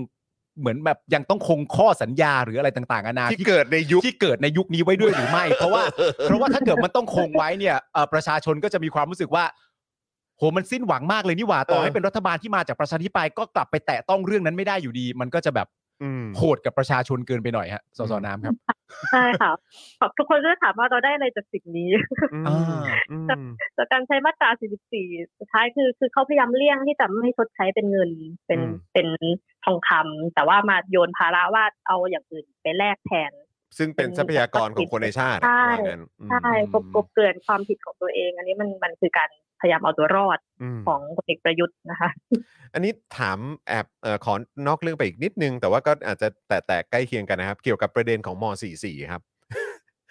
Speaker 5: เหมือนแบบยังต้องคงข้อสัญญาหรืออะไรต่างๆนานา
Speaker 3: ที่เกิดในยุค
Speaker 5: ที่เกิดในยุคนี้ไว้ด้วยหรือไม่ เพราะว่าเพราะว่าถ้าเกิดมันต้องคงไว้เนี่ยเอ่อประชาชนก็จะมีความรู้สึกว่าโหมันสิ้นหวังมากเลยนี่หว่าต่อให้
Speaker 3: เออ
Speaker 5: เป็นรัฐบาลที่มาจากประชาธิปไตยก็กลับไปแตะต้องเรื่องนั้นไม่ได้อยู่ดี มันก็จะแบบ
Speaker 3: อืม
Speaker 5: โหดกับประชาชนเกินไปหน่อยฮะสสน้ำครับ
Speaker 7: ใช่ค่ะขอบทุกคนก็จะถามว่าเราได้อะไรจากสิ่งนี้
Speaker 5: อ่า
Speaker 3: อืม
Speaker 7: จากการใช้มาตรา 44 สุดท้ายคือ คือเขาพยายามเลี่ยงที่จะไม่ให้ชดใช้เป็นเงิน เป็น
Speaker 3: อืม
Speaker 7: เป็นทองคำ แต่ว่ามาโยนภาระว่าเอาอย่างอื่นไปแลกแทน
Speaker 3: ซึ่งเป็นทรัพยากรของคนในชาติ
Speaker 7: ใช่
Speaker 3: ว่างั้นอืม
Speaker 7: ใช่กบกบเกินความผิดของตัวเอง อันนี้มันมันคือการพยายามเอาตัวรอด
Speaker 3: อืม
Speaker 7: ของพลเอกประยุทธ์นะคะ
Speaker 3: อันนี้ถามแอบเออขอนอกเรื่องไปอีกนิดนึง แต่ว่าก็อาจจะแต่แต่ใกล้เคียงกันนะครับ เกี่ยวกับประเด็นของม .44 ครับ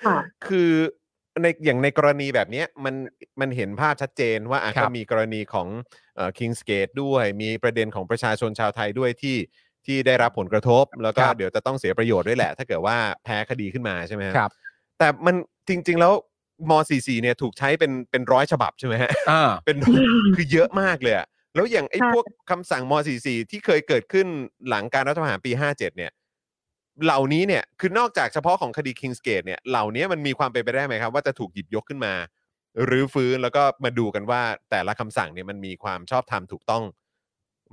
Speaker 7: ค่ะ
Speaker 3: คือในอย่างในกรณีแบบเนี้ยมันมันเห็นภาพชัดเจนว่าอาจ
Speaker 5: ครั
Speaker 3: จะ
Speaker 5: บ
Speaker 3: มีกรณีของเอ่อ King's Gate ด้วย มีประเด็นของประชาชนชาวไทยด้วยที่ที่ได้รับผลกระทบ แล้วก็เดี๋ยวจะต้องเสียประโยชน์ด้วยแหละ ถ้าเกิดว่าแพ้คดีขึ้นมาใช่ไหมฮะ
Speaker 5: ครับ
Speaker 3: แต่มันจริง ๆ แล้วม .44 เนี่ยถูกใช้เป็นเป็นร้อยฉบับใช่ไหมฮะ
Speaker 5: อ่า
Speaker 3: เป็น คือเยอะมากเลยอะแล้วอย่างไอ้
Speaker 7: ใช่
Speaker 3: พวกคำสั่งม .44 ที่เคยเกิดขึ้นหลังการรัฐประหารปี 57 เนี่ย เหล่านี้เนี่ย คือนอกจากเฉพาะของคดี King's Gate เนี่ย เหล่านี้มันมีความเป็นไปได้ไหมครับ ว่าจะถูกหยิบยกขึ้นมาหรือฟื้นแล้วก็มาดูกันว่าแต่ละคำสั่งเนี่ยมันมีความชอบธรรมถูกต้อง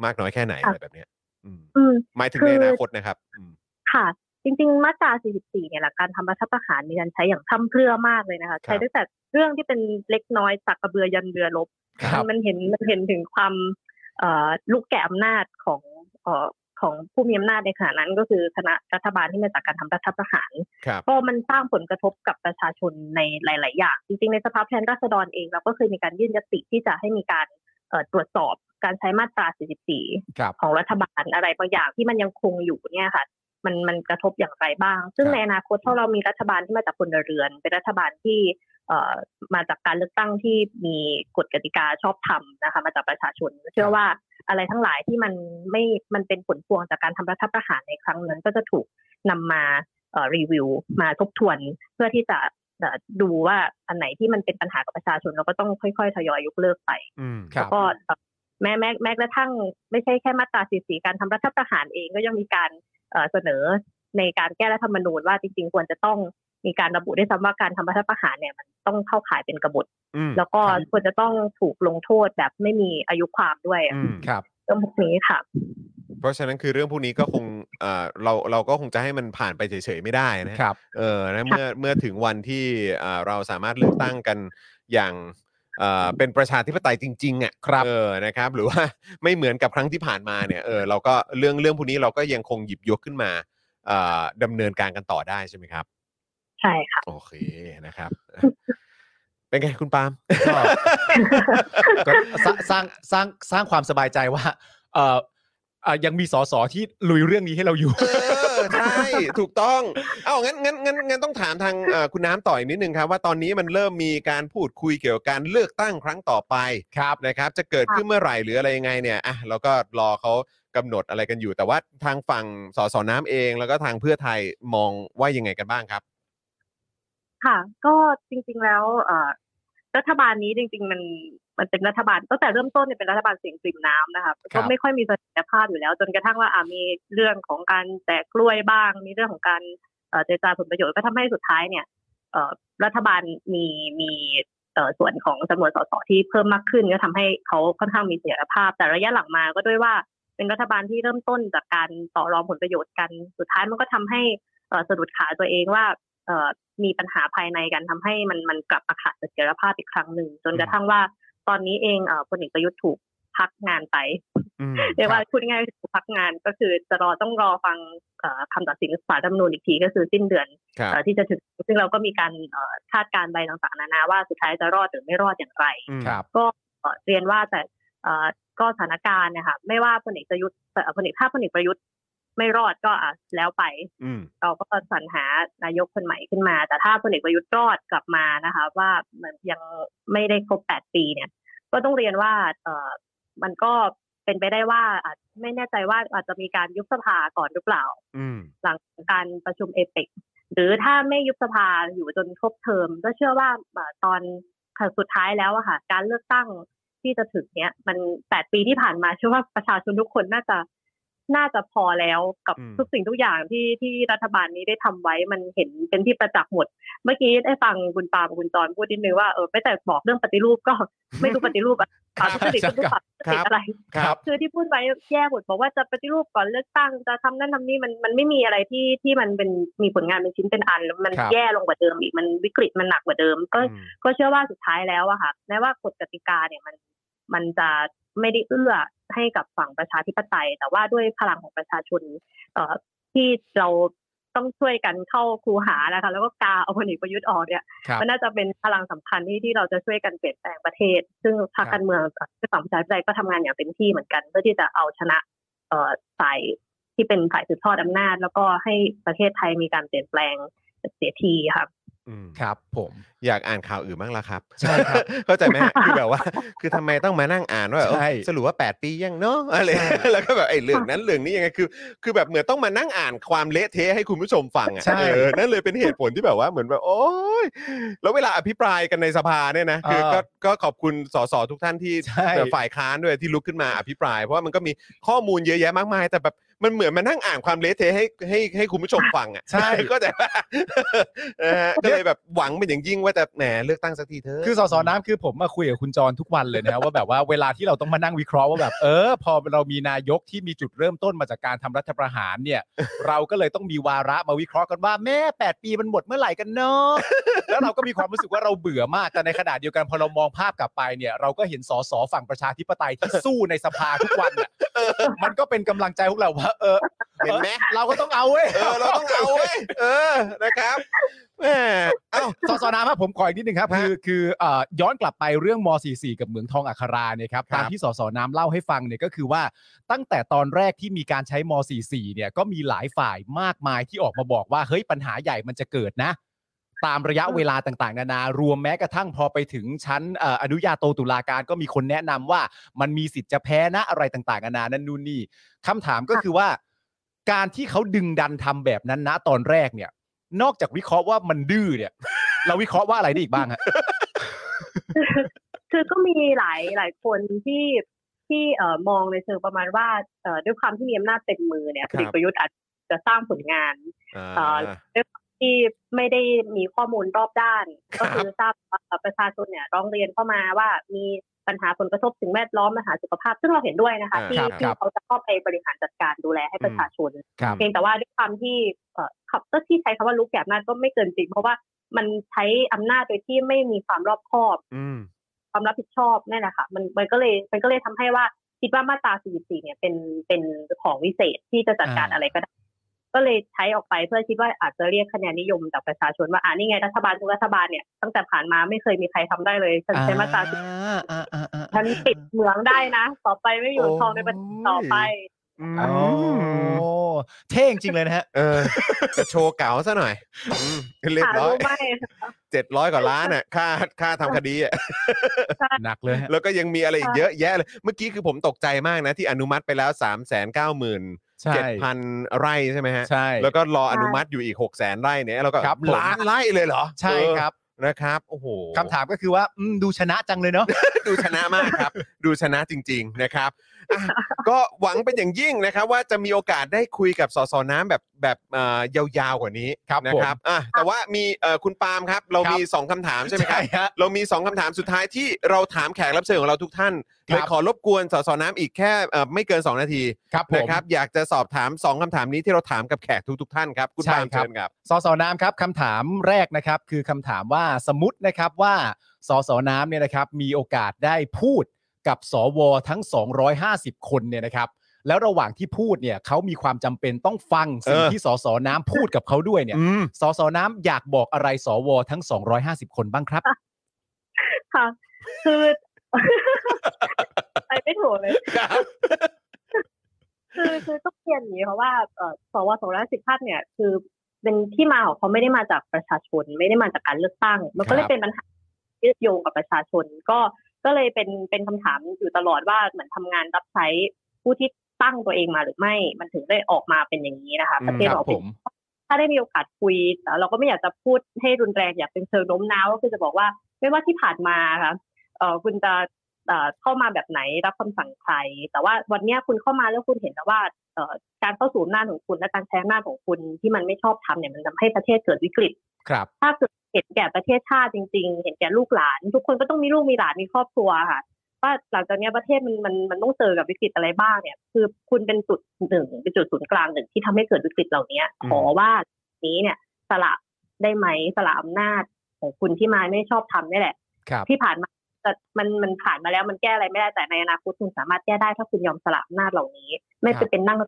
Speaker 3: มากน้อยแค่ไหนอะไรแบบเนี้ยอืม
Speaker 7: อืม
Speaker 3: หมายถึง
Speaker 7: คือ
Speaker 3: ในอนาคตนะครับอืม
Speaker 7: ค่ะ จริง ๆ มาตรา 44 เนี่ยหลักการทำรัฐประหารมีการใช้อย่างพร่ำเพรื่อมากเลยนะคะ
Speaker 3: ค
Speaker 7: ใช้
Speaker 3: รับ
Speaker 7: ตั้งแต่เรื่องที่เป็นเล็กน้อยสักกระเบือยันเรือรบ
Speaker 5: ครับ
Speaker 7: มันเห็นมันเห็นถึงความเอ่อลูกแก่อำนาจของเอ่อของผู้มีอำนาจในขณะนั้นก็คือคณะรัฐบาลที่มาจากการทำรัฐประหาร
Speaker 3: ครับ
Speaker 7: ก็มันสร้างผลกระทบกับประชาชนในหลาย ๆ อย่าง จริง ๆ ในสภาผู้แทนราษฎรเองเราก็เคยมีการยื่นยติที่จะให้มีการเอ่อตรวจสอบการใช้มาตรา 44
Speaker 5: ครับ
Speaker 7: ของรัฐบาลอะไรบางอย่างที่มันยังคงอยู่เนี่ยค่ะ มันมันกระทบอย่างไรบ้าง ซึ่ง
Speaker 5: ครับ
Speaker 7: ในอนาคตถ้าเรามีรัฐบาลที่มาจากพลเรือน เป็นรัฐบาลที่เอ่อมาจากการเลือกตั้งที่มีกฎกติกาชอบธรรมนะคะ มาจากประชาชน เชื่อว่าอะไรทั้งหลายที่มันไม่มันเป็นผลพวงจากการทำรัฐประหารในครั้งนั้น ก็จะถูกนำมาเอ่อรีวิวมาทบทวนเพื่อที่จะเอ่อดูว่าอันไหนที่มันเป็นปัญหากับประชาชนเราก็ต้องค่อย ๆ ทยอยยกเลิกไป
Speaker 3: อืม
Speaker 5: ครับ
Speaker 7: ก็เอ่อแม้แม้แม้กระทั่งไม่ใช่แค่มาตราสีสีการทำรัฐประหารเองก็ยังมีการเอ่อเสนอในการแก้รัฐธรรมนูญว่าจริง ๆ ควรจะต้องมีการระบุด้วยซ้ำว่าการทำรัฐประหารเนี่ยมันต้องเข้าข่ายเป็นกบฏ
Speaker 3: อืม
Speaker 7: แล้วก็
Speaker 5: ครับ
Speaker 7: ควรจะต้องถูกลงโทษแบบไม่มีอายุความด้วย
Speaker 3: อืม
Speaker 5: ครับ
Speaker 7: เรื่องพวกนี้ค่ะ
Speaker 3: เพราะฉะนั้นคือเรื่องพวกนี้ก็คงเอ่อเราเราก็คงจะให้มันผ่านไปเฉยๆไม่ได้นะฮะ
Speaker 5: ครับ
Speaker 3: เออนะเมื่อเมื่อถึงวันที่อ่าเราสามารถเลือกตั้งกันอย่างอ่าเป็นประชาธิปไตยจริงๆอ่ะ
Speaker 5: ครับ
Speaker 3: เออนะครับ หรือว่า ไม่เหมือนกับครั้งที่ผ่านมาเนี่ยเออเราก็เรื่องเรื่องพวกนี้เราก็ยังคงหยิบยกขึ้นมาอ่าดำเนินการกันต่อได้ใช่ไหมครับ
Speaker 7: ใช่ค่ะ
Speaker 3: โอเคนะครับ เป็นไงคุณปาล์ม
Speaker 5: ก็ ก็ สร้างสร้างสร้างสร้างความสบายใจว่าเออเอ่อยังมีสสที่ลุยเรื่องนี้ให้เราอยู่
Speaker 3: เออใช่ ถูกต้อง เอางั้นงั้นงั้นงั้นต้องถามทางเอ่อคุณน้ำต่ออีกนิดนึงครับ ว่าตอนนี้มันเริ่มมีการพูดคุยเกี่ยวกับการเลือกตั้งครั้งต่อไป
Speaker 5: ครับ
Speaker 3: นะครับ จะเกิดขึ้นเมื่อไหร่หรืออะไรยังไงเนี่ยอ่ะเราก็รอเขากำหนดอะไรกันอยู่ แต่ว่าทางฝั่งสสน้ำเอง แล้วก็ทางเพื่อไทยมองว่ายังไงกันบ้างครับ
Speaker 7: ค่ะ ก็จริงๆแล้วเอ่อรัฐบาลนี้จริง ๆ มันมันเป็นรัฐบาลตั้งแต่เริ่มต้นเนี่ยเป็นรัฐบาลเสียงปริ่มน้ำนะคะ
Speaker 5: ครั
Speaker 7: ก็
Speaker 5: บ
Speaker 7: ไม่ค่อยมีเสถียรภาพอยู่แล้ว จนกระทั่งว่าอ่ะมีเรื่องของการแจกกล้วยบ้าง มีเรื่องของการเอ่อเจรจาผลประโยชน์ก็ทำให้สุดท้ายเนี่ยเอ่อรัฐบาลมีมีเอ่อส่วนของจำนวนสสที่เพิ่มมากขึ้นก็ทำให้เขาค่อนข้างมีเสถียรภาพ แต่ระยะหลังมาก็ด้วยว่าเป็นรัฐบาลที่เริ่มต้นจากการต่อรองผลประโยชน์กันสุดท้ายมันก็ทำให้เอ่อสะดุดขาตัวเองว่า เอ่อมีปัญหาภายในกันทำให้มันมันกลับมาขาดเสถียรภาพอีกครั้งหนึ่ง จนกระทั่งว่าตอนนี้เองเอ่อพลเอกประยุทธ์ถูกพักงานไป
Speaker 3: อืม
Speaker 7: เรียกว่าพูดง่ายๆถูกพักงานก็คือจะรอต้องรอฟังเอ่อคำตัดสินศาลรัฐธรรมนูญอีกทีก็คือสิ้นเดือน
Speaker 3: ครับ
Speaker 7: เอ่อที่จะถึงซึ่งเราก็มีการเอ่อคาดการณ์ไปต่างๆนานาว่าสุดท้ายจะรอดหรือไม่รอดอย่างไร
Speaker 3: อืม
Speaker 5: ครับ
Speaker 7: ก็เอ่อเรียนว่าแต่เอ่อก็สถานการณ์เนะคะไม่ว่าพลเอกประยุทธ์เอ่อพลเอกถ้าพลเอกประยุทธ์ไม่รอดก็อ่ะแล้วไป
Speaker 3: อืม
Speaker 7: เราก็สรรหานายกคนใหม่ขึ้นมา แต่ถ้าพลเอกประยุทธ์รอดกลับมานะคะ ว่ามันยังไม่ได้ครบ 8 ปีเนี่ย ก็ต้องเรียนว่าเออมันก็เป็นไปได้ว่าอาจไม่แน่ใจว่าอาจจะมีการยุบสภาก่อนหรือเปล่า
Speaker 3: อืม
Speaker 7: หลังการประชุมเอเปกหรือถ้าไม่ยุบสภาอยู่จนครบเทอม ก็เชื่อว่าเอ่อตอนสุดท้ายแล้วอะค่ะ การเลือกตั้งที่จะถึงเนี้ย มันแปดปีที่ผ่านมาเชื่อว่าประชาชนทุกคนน่าจะน่าจะพอแล้วกับ
Speaker 3: อืม
Speaker 7: ทุกสิ่งทุกอย่างที่ที่รัฐบาลนี้ได้ทำไว้มันเห็นเป็นที่ประจักษ์หมด เมื่อกี้ได้ฟังคุณปาล์มกับคุณจอนพูดนิดนึงว่าเออไม่แต่บอกเรื่องปฏิรูปก็ ไม่รู้ปฏิรูป อะไรปฏิรูปปฏิรูปอะไร
Speaker 3: ครับ
Speaker 7: คือที่พูดไว้แย่หมดบอกว่าจะปฏิรูปก่อนเลือกตั้งจะทำนั่นทำนี่มันมันไม่มีอะไรที่ที่มันเป็นมีผลงานเป็นชิ้นเป็นอันแล้วมัน
Speaker 5: ครับ
Speaker 7: แย่ลงกว่าเดิมอีกมันวิกฤตมันหนักกว่าเดิม ก็
Speaker 3: อืม
Speaker 7: ก็เชื่อว่าสุดท้ายแล้วอะค่ะแม้ว่ากฎกติกาเนี่ยมันมันจะไม่ได้เอื้อให้กับฝั่งประชาธิปไตย แต่ว่าด้วยพลังของประชาชนเอ่อที่เรา ต้องช่วยกันเข้าคูหานะคะ แล้วก็กาเอาพลเอกประยุทธ์ออกเนี่ย
Speaker 5: ครับ
Speaker 7: มันน่าจะเป็นพลังสำคัญที่ที่เราจะช่วยกันเปลี่ยนแปลงประเทศ ซึ่งพรร
Speaker 5: ค
Speaker 7: ค
Speaker 5: รับ
Speaker 7: การเมืองฝั่งประชาธิปไตยก็ทำงานอย่างเต็มที่เหมือนกัน เพื่อที่จะเอาชนะเอ่อฝ่ายที่เป็นฝ่ายสืบทอดอำนาจ แล้วก็ให้ประเทศไทยมีการเปลี่ยนแปลงเสียทีค่ะ
Speaker 3: อืม
Speaker 5: ครับผม
Speaker 3: อยากอ่านข่าวอื่นบ้างละครับ
Speaker 5: ใช่ครับ
Speaker 3: เข้าใจไหมคือแบบว่า คือทำไมต้องมานั่งอ่านว่าเออ
Speaker 5: ใช่
Speaker 3: สรุปว่า 8 ปียังเนาะอะไร แล้วก็แบบไอ้เรื่องนั้นเรื่องนี้ยังไงคือ คือแบบเหมือนต้องมานั่งอ่านความเละเทะให้คุณผู้ชมฟังอ่ะ
Speaker 5: ใช่
Speaker 3: เออนั่นเลยเป็นเหตุผลที่แบบว่าเหมือนแบบ โอ้ยแล้วเวลาอภิปรายกันในสภาเนี่ยนะคือ
Speaker 5: เออ
Speaker 3: ก็ก็ขอบคุณสสทุกท่านที่
Speaker 5: ใช่
Speaker 3: แบบฝ่ายค้านด้วยที่ลุกขึ้นมาอภิปราย เพราะว่ามันก็มีข้อมูลเยอะแยะมากมาย แต่แบบมันเหมือนมานั่งอ่านความเละเทะให้ให้ให้คุณผู้ชมฟังอ่ะ
Speaker 5: ใช่
Speaker 3: ก็แต่ว่า นะฮะก็เลยแบบหวังเป็นอย่างยิ่งว่าจะแหมเลือกตั้งสักทีเถอะ
Speaker 5: คือสสน้ำคือผมมาคุยกับคุณจรทุกวันเลยนะฮะ ว่าแบบ ว่าเวลาที่เราต้องมานั่งวิเคราะห์ว่าแบบเออ พอเรามีนายกที่มีจุดเริ่มต้นมาจากการทำรัฐประหารเนี่ย เราก็เลยต้องมีวาระมาวิเคราะห์กันว่าแม่ 8 ปีมันหมดเมื่อไหร่กันเนาะ แล้วเราก็มีความรู้สึกว่าเราเบื่อมากแต่ในขณะเดียวกันพอเรามองภาพกลับไปเนี่ยเราก็เห็นสสฝั่งประชาธิปไตยที่สู้ในสภาทุกวัน น่ะมันก็เป็นกำลังใจพวกเราว่า เออ
Speaker 3: เห็นไหม
Speaker 5: ออเราก็ต้องเอาเว้ย
Speaker 3: เออเราต้องเอาเว้ยเออนะครับแหมเอ้า
Speaker 5: สสน้ำครับผมขออีกนิดนึงครับ
Speaker 3: ฮะ
Speaker 5: คือคือเอ่อย้อนกลับไปเรื่องม .44 กับเหมืองทองอัคราเนี่ยครับ
Speaker 3: ครับ
Speaker 5: ตามที่สสน้ำเล่าให้ฟังเนี่ยก็คือว่าตั้งแต่ตอนแรกที่มีการใช้ม .44 เนี่ยก็มีหลายฝ่ายมากมายที่ออกมาบอกว่าเฮ้ยปัญหาใหญ่มันจะเกิดนะ ตามระยะเวลาต่างๆนานารวมแม้กระทั่งพอไปถึงชั้นเอ่ออนุญาโตตุลาการก็มีคนแนะนำว่ามันมีสิทธิ์จะแพ้นะอะไรต่างๆนานานั่นนู่นนี่คำถามก็คือว่า การที่เขาดึงดันทำแบบนั้นนะตอนแรกเนี่ย นอกจากวิเคราะห์ว่ามันดื้อเนี่ย เราวิเคราะห์ว่าอะไรได้อีกบ้างฮะ
Speaker 7: คือก็มีหลายหลายคนที่ที่เอ่อมองในเชิงประมาณว่าเอ่อด้วยความที่มีอำนาจเต็มมือเนี่ย
Speaker 3: ค
Speaker 7: พ
Speaker 3: รับ
Speaker 7: ลเอกประยุทธ์อาจจะสร้างผลงาน
Speaker 3: อ่า
Speaker 7: เอ่อ ที่ไม่ได้มีข้อมูลรอบด้าน
Speaker 3: ครั
Speaker 7: ก็
Speaker 3: บ
Speaker 7: คือทราบว่าเอ่อประชาชนเนี่ยร้องเรียนเข้ามาว่ามีปัญหาผลกระทบถึงแวดล้อมปัญหาสุขภาพ ซึ่งเราเห็นด้วยนะคะ ที่
Speaker 5: ครับค
Speaker 7: ที่
Speaker 5: รับ
Speaker 7: เขาจะเข้าไปบริหารจัดการดูแลให้ประชาชน
Speaker 5: ครับ
Speaker 7: เพียงแต่ว่าด้วยความที่เอ่อขับก็ที่ใช้คำว่าลุกแก่อำนาจก็ไม่เกินจริง เพราะว่ามันใช้อำนาจโดยที่ไม่มีความรอบคอบ
Speaker 3: อืม
Speaker 7: ความรับผิดชอบนี่นแหละค่ะมันมันก็เลยมันก็เลยทำให้ว่าคิดว่ามาตรา 44 เนี่ยเป็นเป็นของวิเศษที่จะจัดการ
Speaker 5: อ่า
Speaker 7: อะไรก็ได้ ก็เลยใช้ออกไปเพื่อคิดว่าอาจจะเรียกคะแนนนิยมจากประชาชนว่าอ่านี่ไงรัฐบาลทุกรัฐบาลเนี่ยตั้งแต่ผ่านมาไม่เคยมีใครทำได้เลยฉันใช้มาตรา44ฉันปิดเหมืองได้นะ ต่อไปไม่อยู่ทองในประเทศต่อไป
Speaker 5: โอ้เท่จริงเลยนะฮะ
Speaker 3: เออจะโชว์เก๋าซะหน่อยอืมเรียบ
Speaker 7: หา
Speaker 3: ร้อย
Speaker 7: รู้ไหม
Speaker 3: เจ็ดร้อยกว่าล้านอ่ะค่าค่าทำคดีอ่ะ
Speaker 5: หนักเลยฮะ
Speaker 3: แล้วก็ยังมีอะไรอีกเยอะแยะเลย เมื่อกี้คือผมตกใจมากนะ ที่อนุมัติไปแล้ว 3 9 0 0 0
Speaker 5: ใช่
Speaker 3: 0 7,000 ไร่ใช่ไหมฮะ
Speaker 5: ใช่
Speaker 3: แล้วก็รออนุมัติอยู่อีก 6 0 0 0 0 0 ไร่เนี่ยแล้วก็
Speaker 5: ครับผม
Speaker 3: ล้านไร่เลยเหรอ
Speaker 5: ใช่
Speaker 3: เออ
Speaker 5: ครับ
Speaker 3: นะครับโอ้โห
Speaker 5: คำถามก็คือว่าอืมดูชนะจังเลยเนาะ
Speaker 3: ดูชนะมาก ครับ ดูชนะจริง ๆนะครับอ่ะก็หวังเป็นอย่างยิ่งนะครับ ว่าจะมีโอกาสได้คุยกับสสน้ำแบบแบบเอ่อยาวๆกว่านี้
Speaker 5: ครับ
Speaker 3: นะ
Speaker 5: ผม
Speaker 3: ครับอ่ะแต่ว่ามีเอ่อคุณปาล์มครับ เรา
Speaker 5: ครับ
Speaker 3: มี 2คำถามใช่ไหมครับ
Speaker 5: ฮะ
Speaker 3: เรามี 2คำถามสุดท้ายที่เราถามแขกรับเชิญของเราทุกท่าน
Speaker 5: ครั
Speaker 3: เล
Speaker 5: บ
Speaker 3: ยขอรบกวนสสน้ำอีกแค่เอ่อไม่เกิน 2 นาที
Speaker 5: ครับผ
Speaker 3: นะ
Speaker 5: ม
Speaker 3: ครับอยากจะสอบถาม 2คำถามนี้ที่เราถามกับแขกทุกๆท่านครับคุณ
Speaker 5: ใช่
Speaker 3: ปาล์ม
Speaker 5: ครับ
Speaker 3: เชิญครับ
Speaker 5: สสน้ำครับคำถามแรกนะครับ คือคำถามว่าสมมตินะครับว่าสสน้ำเนี่ยนะครับ มีโอกาสได้พูดกับสวทั้ง 250 คนเนี่ยนะครับ แล้วระหว่างที่พูดเนี่ยเขามีความจำเป็นต้องฟังสิ่งที่สสน้ำพูดกับเขาด้วยเนี่ย
Speaker 3: อืม
Speaker 5: สสน้ำอยากบอกอะไรสวทั้ง 250 คนบ้างครับ
Speaker 7: ค่ะ คือ ไปไม่ถูกเลย คือคือต้องเรียนอย่างนี้เพราะว่าเอ่อสวสองร้อยสิบท่านเนี่ย คือเป็นที่มาของเขาไม่ได้มาจากประชาชน ไม่ได้มาจากการเลือกตั้ง มันก็เล
Speaker 5: ค
Speaker 7: ย
Speaker 5: รับ
Speaker 7: เป็นปัญหายืดโยงกับประชาชน ก็ก็เลยเป็นเป็นคำถามอยู่ตลอดว่าเหมือนทำงานรับใช้ผู้ที่ตั้งตัวเองมาหรือไม่ มันถึงได้ออกมาเป็นอย่างนี้นะคะ
Speaker 3: อืม
Speaker 7: ประเทศ
Speaker 5: ครั
Speaker 7: เรา
Speaker 5: บ
Speaker 7: เป็
Speaker 5: ผ
Speaker 7: น
Speaker 5: ม
Speaker 7: ถ้าได้มีโอกาสคุยแต่เราก็ไม่อยากจะพูดให้รุนแรงอยากเป็นเชิงโน้มน้าวก็คือจะบอกว่าไม่ว่าที่ผ่านมาค่ะเออคุณจะเอ่อเข้ามาแบบไหนรับคำสั่งใคร แต่ว่าวันเนี้ยคุณเข้ามาแล้วคุณเห็นแล้วว่าเอ่อการเข้าสู่อำนาจของคุณและการใช้อำนาจของคุณที่มันไม่ชอบทำเนี่ยมันทำให้ประเทศเกิดวิกฤต
Speaker 5: ครับ
Speaker 7: ถ้าเกิดเห็นแก่ประเทศชาติจริง ๆ เห็นแก่ลูกหลาน ทุกคนก็ต้องมีลูกมีหลานมีครอบครัวค่ะ ว่าหลังจากเนี้ยประเทศมันมันมันต้องเจอกับวิกฤตอะไรบ้างเนี่ย คือคุณเป็นจุดหนึ่งเป็นจุดศูนย์กลางหนึ่งที่ทำให้เกิดวิกฤตเหล่านี้ขอว่านี้เนี่ยสละได้ไหมสละอำนาจของคุณที่มาไม่ชอบทำนี่แหละ
Speaker 5: ครับ
Speaker 7: ที่ผ่านมาแต่มันมันผ่านมาแล้วมันแก้อะไรไม่ได้แต่ในอนาคตคุณสามารถแก้ได้ถ้าคุณยอมสละอำนาจเหล่านี้ ไม่
Speaker 5: ครั
Speaker 7: ไป
Speaker 5: บ
Speaker 7: เป็นนั่ง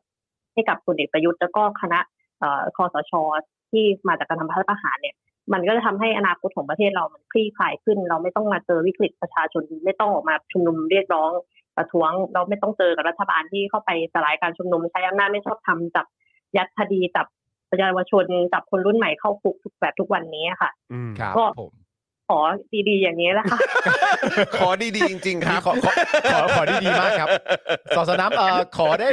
Speaker 7: ให้กับคุณเอกประยุทธ์แล้วก็คณะ เอ่อคอสช ที่มาจากการทำรัฐประหารเนี่ย มันก็จะทำให้อนาคตของประเทศเรามันคลี่คลายขึ้น เราไม่ต้องมาเจอวิกฤตประชาชนไม่ต้องออกมาชุมนุมเรียกร้องประท้วง เราไม่ต้องเจอกับรัฐบาลที่เข้าไปสลายการชุมนุมใช้อำนาจไม่ชอบทำจับยัดคดีจับประชาชนจับคนรุ่นใหม่เข้าคุกทุกแบบทุกวันนี้ค่ะ
Speaker 3: อืม
Speaker 5: ครับ
Speaker 7: ก็
Speaker 5: ผม
Speaker 7: ขอดีๆอย่างนี้แหละค่ะ
Speaker 3: ขอดีๆจริง ๆ ครับ
Speaker 5: ขอขอขอขอดีๆมาก ครับสอสน้ำเอ่อขอได้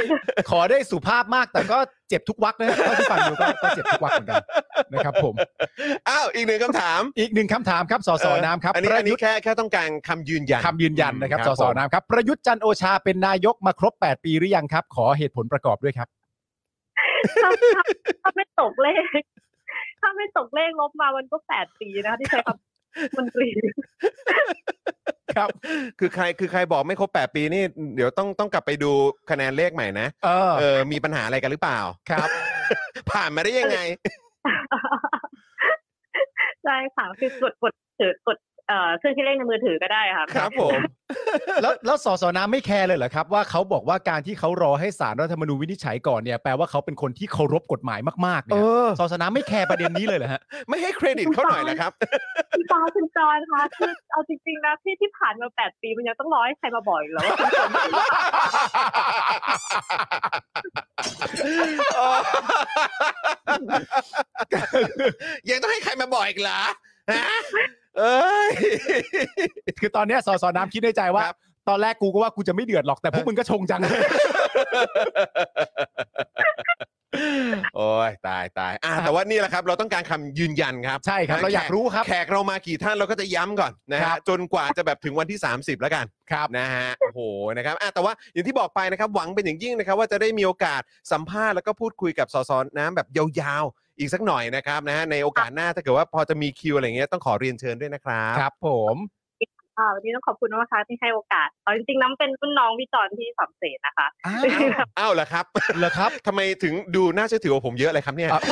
Speaker 5: ขอได้สุภาพมากแต่ก็เจ็บทุกวักนะฮะเท่าที่ฟังดูก็ก็เจ็บทุกวักเหมือนกันนะครับผม
Speaker 3: อ้าวอีกหนึ่งคำถาม
Speaker 5: อีกหนึ่งคำถามครับสสน้ำครับ
Speaker 3: อันนี้
Speaker 5: ประ
Speaker 3: อัน
Speaker 5: ยุ
Speaker 3: นี้
Speaker 5: ทธ์
Speaker 3: แค่แค่ต้องการคำยืนยัน
Speaker 5: คำยืนยันนะครับสส
Speaker 3: ผม
Speaker 5: น้ำครับ ประยุทธ์จันทร์โอชาเป็นนายกมาครบ 8 ปีหรือยังครับ ขอเหตุผลประกอบด้วยครับ
Speaker 7: ถ้าถ้าถ้าไม่ตกเลข ถ้าไม่ตกเลขลบมามันก็แปดปีนะคะที่ใช้คำมนตรี
Speaker 5: ครับ
Speaker 3: คือใครคือใครบอกไม่ครบ 8 ปีนี่เดี๋ยวต้องต้องกลับไปดูคะแนนเลขใหม่นะ
Speaker 5: เออ
Speaker 3: เออมีปัญหาอะไรกันหรือเปล่า
Speaker 5: ครับ
Speaker 3: ผ่านมาได้ยังไง
Speaker 7: ใช่ค่ะคือกดกดถือกดเอ่อเครื่องที่เลขในมือถือก็ได้ค่ะ
Speaker 3: ครับผม
Speaker 5: แล้วแล้วสสน้ำไม่แคร์เลยเหรอครับ ว่าเขาบอกว่าการที่เขารอให้สารรัฐธรรมนูญวินิจฉัยก่อนเนี่ยแปลว่าเขาเป็นคนที่เคารพกฎหมายมากๆ
Speaker 3: เอ
Speaker 5: เนี่ย
Speaker 3: อ
Speaker 5: สสน้ำไม่แคร์ประเด็นนี้เลยเหรอฮะ
Speaker 3: ไม่ให้เครดิตเขาหน่อยนะครับ
Speaker 7: พี่ปาคุณจอยคะคือเอาจริงๆนะที่ที่ผ่านมาแปดปีมันยังต้องรอให้ใครมาบอกอีกเหรอว่าคุณจอย
Speaker 3: ยังต้องให้ใครมาบอกอีกเหรอฮะเอ้ย
Speaker 5: คือตอนเนี้ยสสน้ำคิดในใจว่า
Speaker 3: ครับ
Speaker 5: ตอนแรกกูก็ว่ากูจะไม่เดือดหรอกแต่พวกมึงก็ชงจัง
Speaker 3: โอ้ยตายตายอ่ะแต่ว่านี่แหละครับ เราต้องการคำยืนยันครับ
Speaker 5: ใช่ครับ เราอยากรู้ครับ
Speaker 3: แขกเรามากี่ท่านเราก็จะย้ำก่อนนะ
Speaker 5: ครั
Speaker 3: ฮะ
Speaker 5: บ
Speaker 3: จนกว่าจะแบบถึงวันที่ 30 แล้วกัน
Speaker 5: ครับ
Speaker 3: นะฮะโอ้โหนะครับอ่ะแต่ว่าอย่างที่บอกไปนะครับหวังเป็นอย่างยิ่งนะครับ ว่าจะได้มีโอกาสสัมภาษณ์แล้วก็พูดคุยกับสสน้ำแบบยาวๆ อีกสักหน่อยนะครับนะฮะในโอกาสหน้าถ้าเกิดว่าพอจะมีคิวอะไรเงี้ยต้องขอเรียนเชิญด้วยนะครับ
Speaker 5: ครับผม
Speaker 7: อ่าวันนี้ต้องขอบคุณมากค่ะที่ให้โอกาสเอาจริงๆน้ำเป็นรุ่นน้องพี่จอนที่สามเสนนะคะ
Speaker 5: อ้าว
Speaker 3: อ้าวเหรอครับ
Speaker 5: เหรอครับ
Speaker 3: ทำไมถึงดูน่าเชื่อถือกว่าผมเยอะเลยครับเนี่ย
Speaker 5: เอ่อ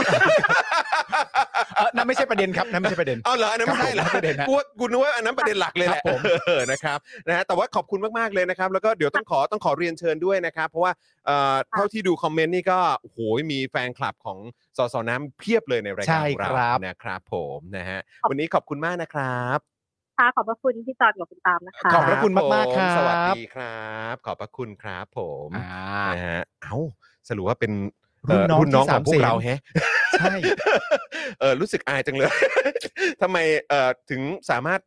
Speaker 5: เอ่อนั่นไม่ใช่ประเด็นครับนั่นไม่ใช่ประเด็น
Speaker 3: เอาเหรออันนั้นไม่ใช่เหรอ
Speaker 5: ครับผมไม่ประเด็นฮะ
Speaker 3: กูว่ากูนึกว่าอันนั้นประเด็นหลักเลยแหละ
Speaker 5: ครับผม
Speaker 3: เออนะครับนะฮะแต่ว่าขอบคุณมากๆเลยนะครับ แล้วก็เดี๋ยวต้องขอต้องขอเรียนเชิญด้วยนะครับ เพราะว่าเอ่อเท่าที่ดูคอมเมนต์นี่ก็โอ้โหมีแฟนคลับของสสน้ำเพียบเลยในรายการของ
Speaker 5: ใช่ครั
Speaker 3: เรา
Speaker 5: บ
Speaker 3: นะครับ ผมนะฮะวันนี้ขอบคุณมากนะครับ
Speaker 7: ค่ะขอบพระคุณพี่จอนกับคุณตามนะคะ
Speaker 5: ขอบพระคุณมากๆ
Speaker 3: ผสวัส
Speaker 5: ครับ
Speaker 3: ดีครับ ขอบพระคุณครับ ผม
Speaker 5: อ่า
Speaker 3: นะฮะเอ้าสรุปว่าเป็น
Speaker 5: รุ่นน้อง
Speaker 3: เรุ่นน้องข
Speaker 5: ที่สา
Speaker 3: อ
Speaker 5: ม
Speaker 3: งพวก
Speaker 5: เสน
Speaker 3: เราแฮะ
Speaker 5: ใช่
Speaker 3: เออรู้สึกอายจังเลย ทำไมเอ่อถึงสามารถ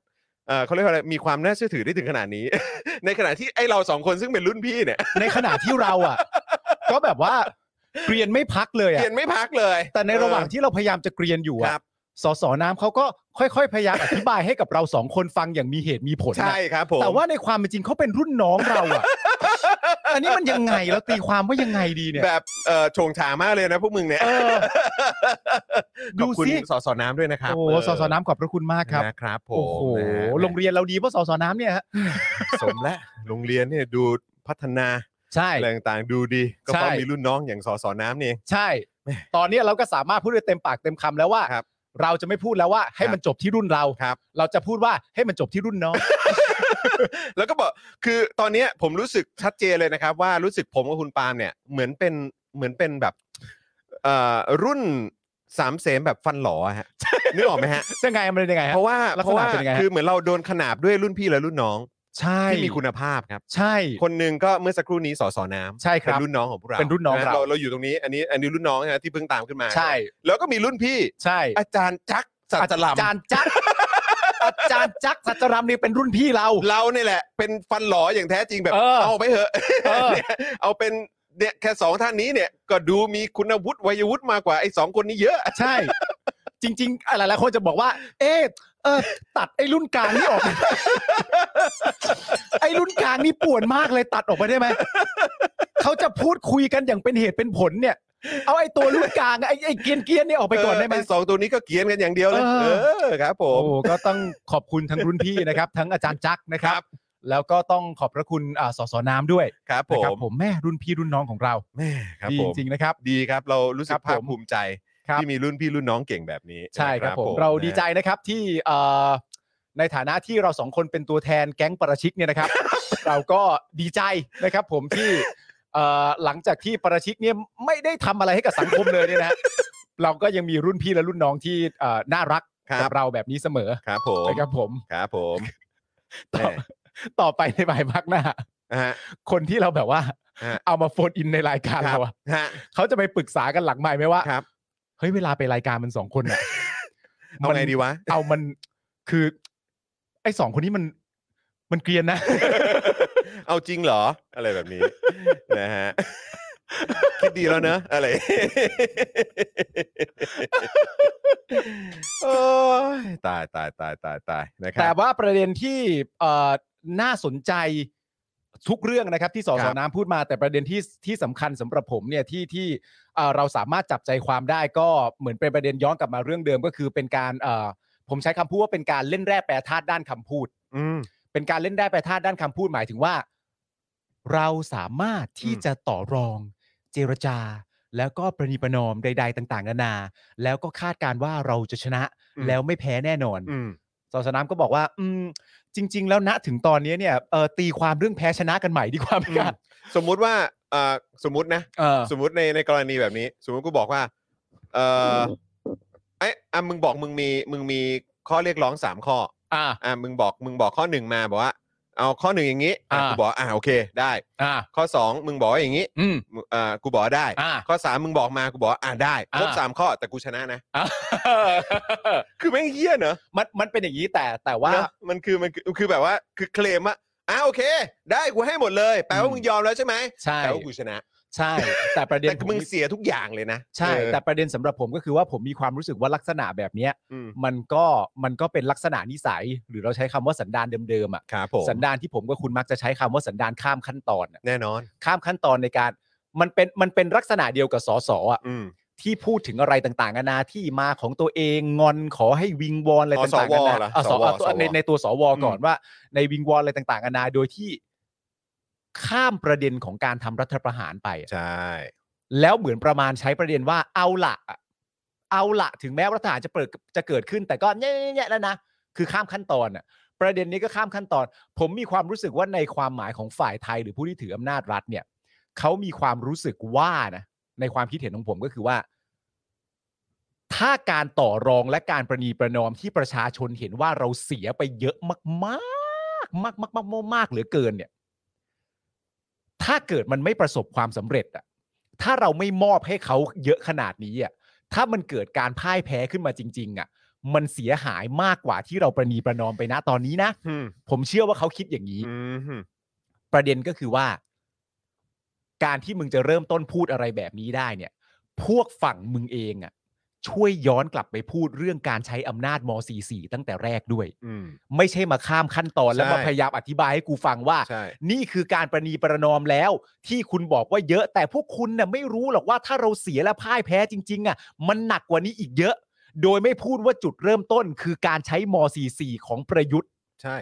Speaker 3: เอ่อเขาเรียกว่าอะไรมีความน่าเชื่อถือได้ถึงขนาดนี้ ในขณะที่ไอเราสองคนซึ่งเป็นรุ่นพี่เนี่ย
Speaker 5: ในขณะที่เราอ่ะ ก็แบบว่าเกรียนไม่พักเลยอ่ะ
Speaker 3: เรียนไม่พักเลย
Speaker 5: แต่ในระหว่างที่เราพยายามจะเกรียนอยู่
Speaker 3: ค
Speaker 5: อ่ะ
Speaker 3: รับ
Speaker 5: สสน้ำเขาก็ค่อยๆ พยายามอธิบายให้กับเราสองคนฟังอย่างมีเหตุมีผลนะ
Speaker 3: ใช่ครับผม
Speaker 5: แต่ว่าในความเป็นจริงเขาเป็นรุ่นน้องเรา อ่ะ อันนี้มันยังไงเราตีความว่ายังไงดีเนี่ย
Speaker 3: แบบเอ่อโฉงฉางมากเลยนะพวกมึงเนี่ย
Speaker 5: เออ
Speaker 3: ขอบคุณ
Speaker 5: ดูสิ
Speaker 3: สอสอน้ำด้วยนะครับ
Speaker 5: โอ้โห
Speaker 3: เ
Speaker 5: สสน้ำขอบพระคุณมากครับ
Speaker 3: นะครับผม
Speaker 5: โอ้โห
Speaker 3: นะฮะ
Speaker 5: โรงเรียนเราดีเพราะสสน้ำเนี่ยฮะ
Speaker 3: สมและโรงเรียนเนี่ยดูพัฒนา
Speaker 5: ใช่
Speaker 3: อะไรต่างๆดูดีก็เพราะ
Speaker 5: ใช่
Speaker 3: มีรุ่นน้องอย่างสอสอน้ำนี่เอง
Speaker 5: ใช่ ตอนเนี้ยเราก็สามารถพูดได้เต็มปากเต็มคำแล้วว่า
Speaker 3: ครับ
Speaker 5: เราจะไม่พูดแล้วว่าให้
Speaker 3: ครับ
Speaker 5: มันจบที่รุ่นเรา
Speaker 3: ครับ
Speaker 5: เราจะพูดว่าให้มันจบที่รุ่น น้อง
Speaker 3: แล้วก็บอกคือตอนเนี้ยผมรู้สึกชัดเจนเลยนะครับ ว่ารู้สึกผมกับคุณปาล์มเนี่ยเหมือนเป็นเหมือนเป็นแบบเอ่อรุ่นสามเสมแบบฟันหลอ อะฮะ นึกออกไหมฮะ
Speaker 5: ยังไงมันเป็นยังไงฮะ
Speaker 3: เพราะว่า
Speaker 5: ลัก
Speaker 3: เพ
Speaker 5: ษ
Speaker 3: ราะ
Speaker 5: ณะ
Speaker 3: ว่า
Speaker 5: เป็นยังไงฮะ
Speaker 3: คือเหมือนเราโดนขนาบด้วยรุ่นพี่และรุ่นน้อง
Speaker 5: ใช่
Speaker 3: ที่มีคุณภาพครับ
Speaker 5: ใช่
Speaker 3: คนหนึ่งก็เมื่อสักครู่นี้สอสอน้ำ
Speaker 5: ใช่ครับ
Speaker 3: เป็นรุ่นน้องของพวกเรา
Speaker 5: เป็นรุ่นน้อง
Speaker 3: ะ
Speaker 5: เรา
Speaker 3: เราอยู่ตรงนี้ อันนี้อันนี้รุ่นน้องนะฮะที่เพิ่งตามขึ้นมา
Speaker 5: ใช่
Speaker 3: แล้วก็มีรุ่นพี่
Speaker 5: ใช่
Speaker 3: อาจารย์จักรสัจจลัม
Speaker 5: จารย์จักร อาจารย์จักรสัจรำนี่เป็นรุ่นพี่เรา
Speaker 3: เราเนี่ยแหละ เป็นฟันหลออย่างแท้จริงแบบ
Speaker 5: เออ
Speaker 3: เอาไปเถอะ
Speaker 5: เออ
Speaker 3: เนี่ยเอาเป็นเนี่ยแค่สองท่านนี้เนี่ยก็ดูมีคุณวุฒิวัยวุฒิมากกว่าไอ้สองคนนี้เยอะ
Speaker 5: ใช่ จริง ๆ หลายๆคนจะบอกว่า เอ๊ะเออตัดไอ้รุ่นกลางนี่ออก ไอ้รุ่นกลางนี่ป่วนมากเลยตัดออกไปได้ไหมเขาจะพูดคุยกันอย่างเป็นเหตุเป็นผลเนี่ย เอาไอ้ตัวรุ่นกลางไอ้ไอ้เกรียนเกียนๆเนี่ยออกไปก่อนได้ไหม
Speaker 3: เสองตัวนี้ก็เกรียนกันอย่างเดียวเลย
Speaker 5: เอ
Speaker 3: เอ
Speaker 5: อ
Speaker 3: อครับผ
Speaker 5: โอ้
Speaker 3: ม
Speaker 5: ก็ต้องขอบคุณทั้งรุ่นพี่นะครับ ทั้งอาจารย์จักรนะครับ
Speaker 3: ครับ
Speaker 5: แล้วก็ต้องขอบพระคุณอ่าสสน้ำด้วย
Speaker 3: ครับผ
Speaker 5: นะครับ
Speaker 3: ม
Speaker 5: ผมแม่รุ่นพี่รุ่นน้องของเรา
Speaker 3: แม่ครับ
Speaker 5: ดี
Speaker 3: ผ
Speaker 5: จ
Speaker 3: ม
Speaker 5: ริงๆนะครับ
Speaker 3: ดีครับเรารู้สึ
Speaker 5: ครั
Speaker 3: ก
Speaker 5: บ
Speaker 3: ภาค
Speaker 5: ผม
Speaker 3: ภูมิใจ
Speaker 5: ครับ
Speaker 3: ที่มีรุ่นพี่รุ่นน้องเก่งแบบนี้
Speaker 5: ใช่ครับผม
Speaker 3: นะ
Speaker 5: เราดีใจนะครับที่เอ่อในฐานะที่เราสองคนเป็นตัวแทนแก๊งประชิกเนี่ยนะครับ เราก็ดีใจนะครับ ผมที่เอ่อหลังจากที่ประชิกเนี่ยไม่ได้ทำอะไรให้กับสังคมเลยเนี่ยนะ เราก็ยังมีรุ่นพี่และรุ่นน้องที่เอ่อน่ารัก
Speaker 3: ครับ
Speaker 5: กัเราแบบนี้เสมอ
Speaker 3: ครับผม
Speaker 5: นะครับผม
Speaker 3: ครับผม
Speaker 5: ต่อต่อไปในบ่ายพักหน้า
Speaker 3: นะฮะ
Speaker 5: คนที่เราแบบว่า
Speaker 3: ฮะ
Speaker 5: เอามาโฟนอินในรายการเราอะ
Speaker 3: ฮะ
Speaker 5: เขาจะไปปรึกษากันหลังใหม่ไหมว่า
Speaker 3: ครับ
Speaker 5: เฮ้ยเวลาไปรายการมันสองคนอะ
Speaker 3: เอาไงดีวะ
Speaker 5: เอามันคือ ไอ้สองคนนี้มันมันเกรียนนะ
Speaker 3: เอาจริงเหรอ อะไรแบบนี้ นะฮะ คิดดีแล้วเนอะ อะไร โอ้ยตายตายตายตายตายนะค
Speaker 5: แต่
Speaker 3: รับ
Speaker 5: ว่าประเด็นที่เอ่อน่าสนใจทุกเรื่องนะครับ ที่ส
Speaker 3: ค
Speaker 5: ส
Speaker 3: รับ
Speaker 5: น้ำพูดมาแต่ประเด็นที่ที่สำคัญสำหรับผมเนี่ยที่ที่เอ่อเราสามารถจับใจความได้ก็เหมือนเป็นประเด็นย้อนกลับมาเรื่องเดิมก็คือเป็นการเอ่อผมใช้คำพูดว่าเป็นการเล่นแร่แปรธาตุด้านคำพูด
Speaker 3: อืม
Speaker 5: เป็นการเล่นแร่แปรธาตุด้านคำพูดหมายถึงว่า เราสามารถที่
Speaker 3: อืม
Speaker 5: จะต่อรอง เจรจา แล้วก็ประนีประนอมใด ๆ ต่างๆนานา แล้วก็คาดการณ์ว่าเราจะชนะแล้วไม่แพ้แน่นอน
Speaker 3: อืม
Speaker 5: สอสนามก็บอกว่า อืม จริง ๆ แล้วณถึงตอนนี้เนี่ยเออตีความเรื่องแพ้ชนะกันใหม่ดีกว่าไหมครับ
Speaker 3: สมมุติว่าเอ่อสมมุตินะ
Speaker 5: เออ
Speaker 3: สมมติในในกรณีแบบนี้ สมมติกูบอกว่า เออไอยอ่ะมึงบอกมึงมีมึงมีข้อเรียกร้องสามข้อ
Speaker 5: อ่า
Speaker 3: อ่ะมึงบอกมึงบอกข้อหนึ่งมาบอกว่า เอาข้อหนึ่งอย่างนี้อ่ะ
Speaker 5: อ่า
Speaker 3: กูบอกอ่าโอเคได้
Speaker 5: อ่า
Speaker 3: ข้อสองมึงบอกว่าอย่างนี้
Speaker 5: อืม
Speaker 3: มึงอ่ากูบอกว่าได้
Speaker 5: อ่า
Speaker 3: ข้อสามมึงบอกมากูบอกว่าอ่าได้ครบ
Speaker 5: อ่า
Speaker 3: สามข้อแต่กูชนะนะ
Speaker 5: อ่า
Speaker 3: คือแม่งเหี้ยเนอะ
Speaker 5: มันมันเป็นอย่างนี้แต่แต่ว่า
Speaker 3: เนอะมันคือมันคือคือแบบว่าคือเคลมว่าอ่าโอเค ได้กูให้หมดเลยแปลว่า
Speaker 5: อืม
Speaker 3: มึงยอมแล้วใช่ไหม
Speaker 5: ใช่
Speaker 3: แปลว่ากูชนะ
Speaker 5: ใช่ แต่ประเด็น
Speaker 3: แต่มึงเสียทุกอย่างเลยนะ
Speaker 5: ใช่
Speaker 3: เออ
Speaker 5: แต่ประเด็นสำหรับผมก็คือว่าผมมีความรู้สึกว่าลักษณะแบบเนี้ย
Speaker 3: อืม
Speaker 5: มันก็มันก็เป็นลักษณะนิสัย หรือเราใช้คำว่าสันดานเดิมๆอ่ะ
Speaker 3: ครับผม
Speaker 5: สันดานที่ผมกับคุณมักจะใช้คำว่าสันดานข้ามขั้นตอนอะ
Speaker 3: แน่นอน
Speaker 5: ข้ามขั้นตอนในการ มันเป็นมันเป็นลักษณะเดียวกับสสอ่ะ
Speaker 3: อืม
Speaker 5: ที่พูดถึงอะไรต่างๆนานาที่มาของตัวเองงอนขอให้วิงวอนอะไร
Speaker 3: อ๋อ
Speaker 5: ต่างๆ
Speaker 3: ส
Speaker 5: นา
Speaker 3: ว
Speaker 5: นา
Speaker 3: เหรอ
Speaker 5: อ่ะส
Speaker 3: ส
Speaker 5: ว
Speaker 3: ว
Speaker 5: ตัว
Speaker 3: สว
Speaker 5: ในในตัวสว
Speaker 3: อืม
Speaker 5: ก่อนว่า ในวิงวอนอะไรต่างๆนานาโดยที่ข้ามประเด็นของการทำรัฐประหารไปอะ
Speaker 3: ใช่
Speaker 5: แล้วเหมือนประมาณใช้ประเด็นว่าเอาละอะเอาละถึงแม้รัฐประหารจะเปิดจะเกิดขึ้น แต่ก็แย่ๆๆแล้วนะคือข้ามขั้นตอนอะประเด็นนี้ก็ข้ามขั้นตอน ผมมีความรู้สึกว่าในความหมายของฝ่ายไทย หรือผู้ที่ถืออำนาจรัฐเนี่ยเขามีความรู้สึกว่านะในความคิดเห็นของผมก็คือว่า ถ้าการต่อรองและการประนีประนอมที่ประชาชนเห็นว่าเราเสียไปเยอะมากๆ มากๆมากๆมากๆมากๆเหลือเกินเนี่ย ถ้าเกิดมันไม่ประสบความสำเร็จอะถ้าเราไม่มอบให้เขาเยอะขนาดนี้อะถ้ามันเกิดการพ่ายแพ้ขึ้นมาจริง ๆอะมันเสียหายมากกว่าที่เราประนีประนอมไปนะตอนนี้นะ
Speaker 3: อืม
Speaker 5: ผมเชื่อว่าเขาคิดอย่างนี้
Speaker 3: อืม
Speaker 5: ประเด็นก็คือว่า การที่มึงจะเริ่มต้นพูดอะไรแบบนี้ได้เนี่ย พวกฝั่งมึงเองอะ่ะ ช่วยย้อนกลับไปพูดเรื่องการใช้อำนาจม .44 ตั้งแต่แรกด้วย
Speaker 3: อืม
Speaker 5: ไม่ใช่มาข้ามขั้นตอนแล้ว
Speaker 3: ใช่
Speaker 5: มาพยายามอธิบายให้กูฟังว่า
Speaker 3: ใช่
Speaker 5: นี่คือการประนีประนอมแล้ว ที่คุณบอกว่าเยอะ แต่พวกคุณน่ะไม่รู้หรอกว่าถ้าเราเสียและพ่ายแพ้จริง ๆ อ่ะ มันหนักกว่านี้อีกเยอะ โดยไม่พูดว่าจุดเริ่มต้น คือการใช้ม .44 ของประยุทธ์
Speaker 3: ใช่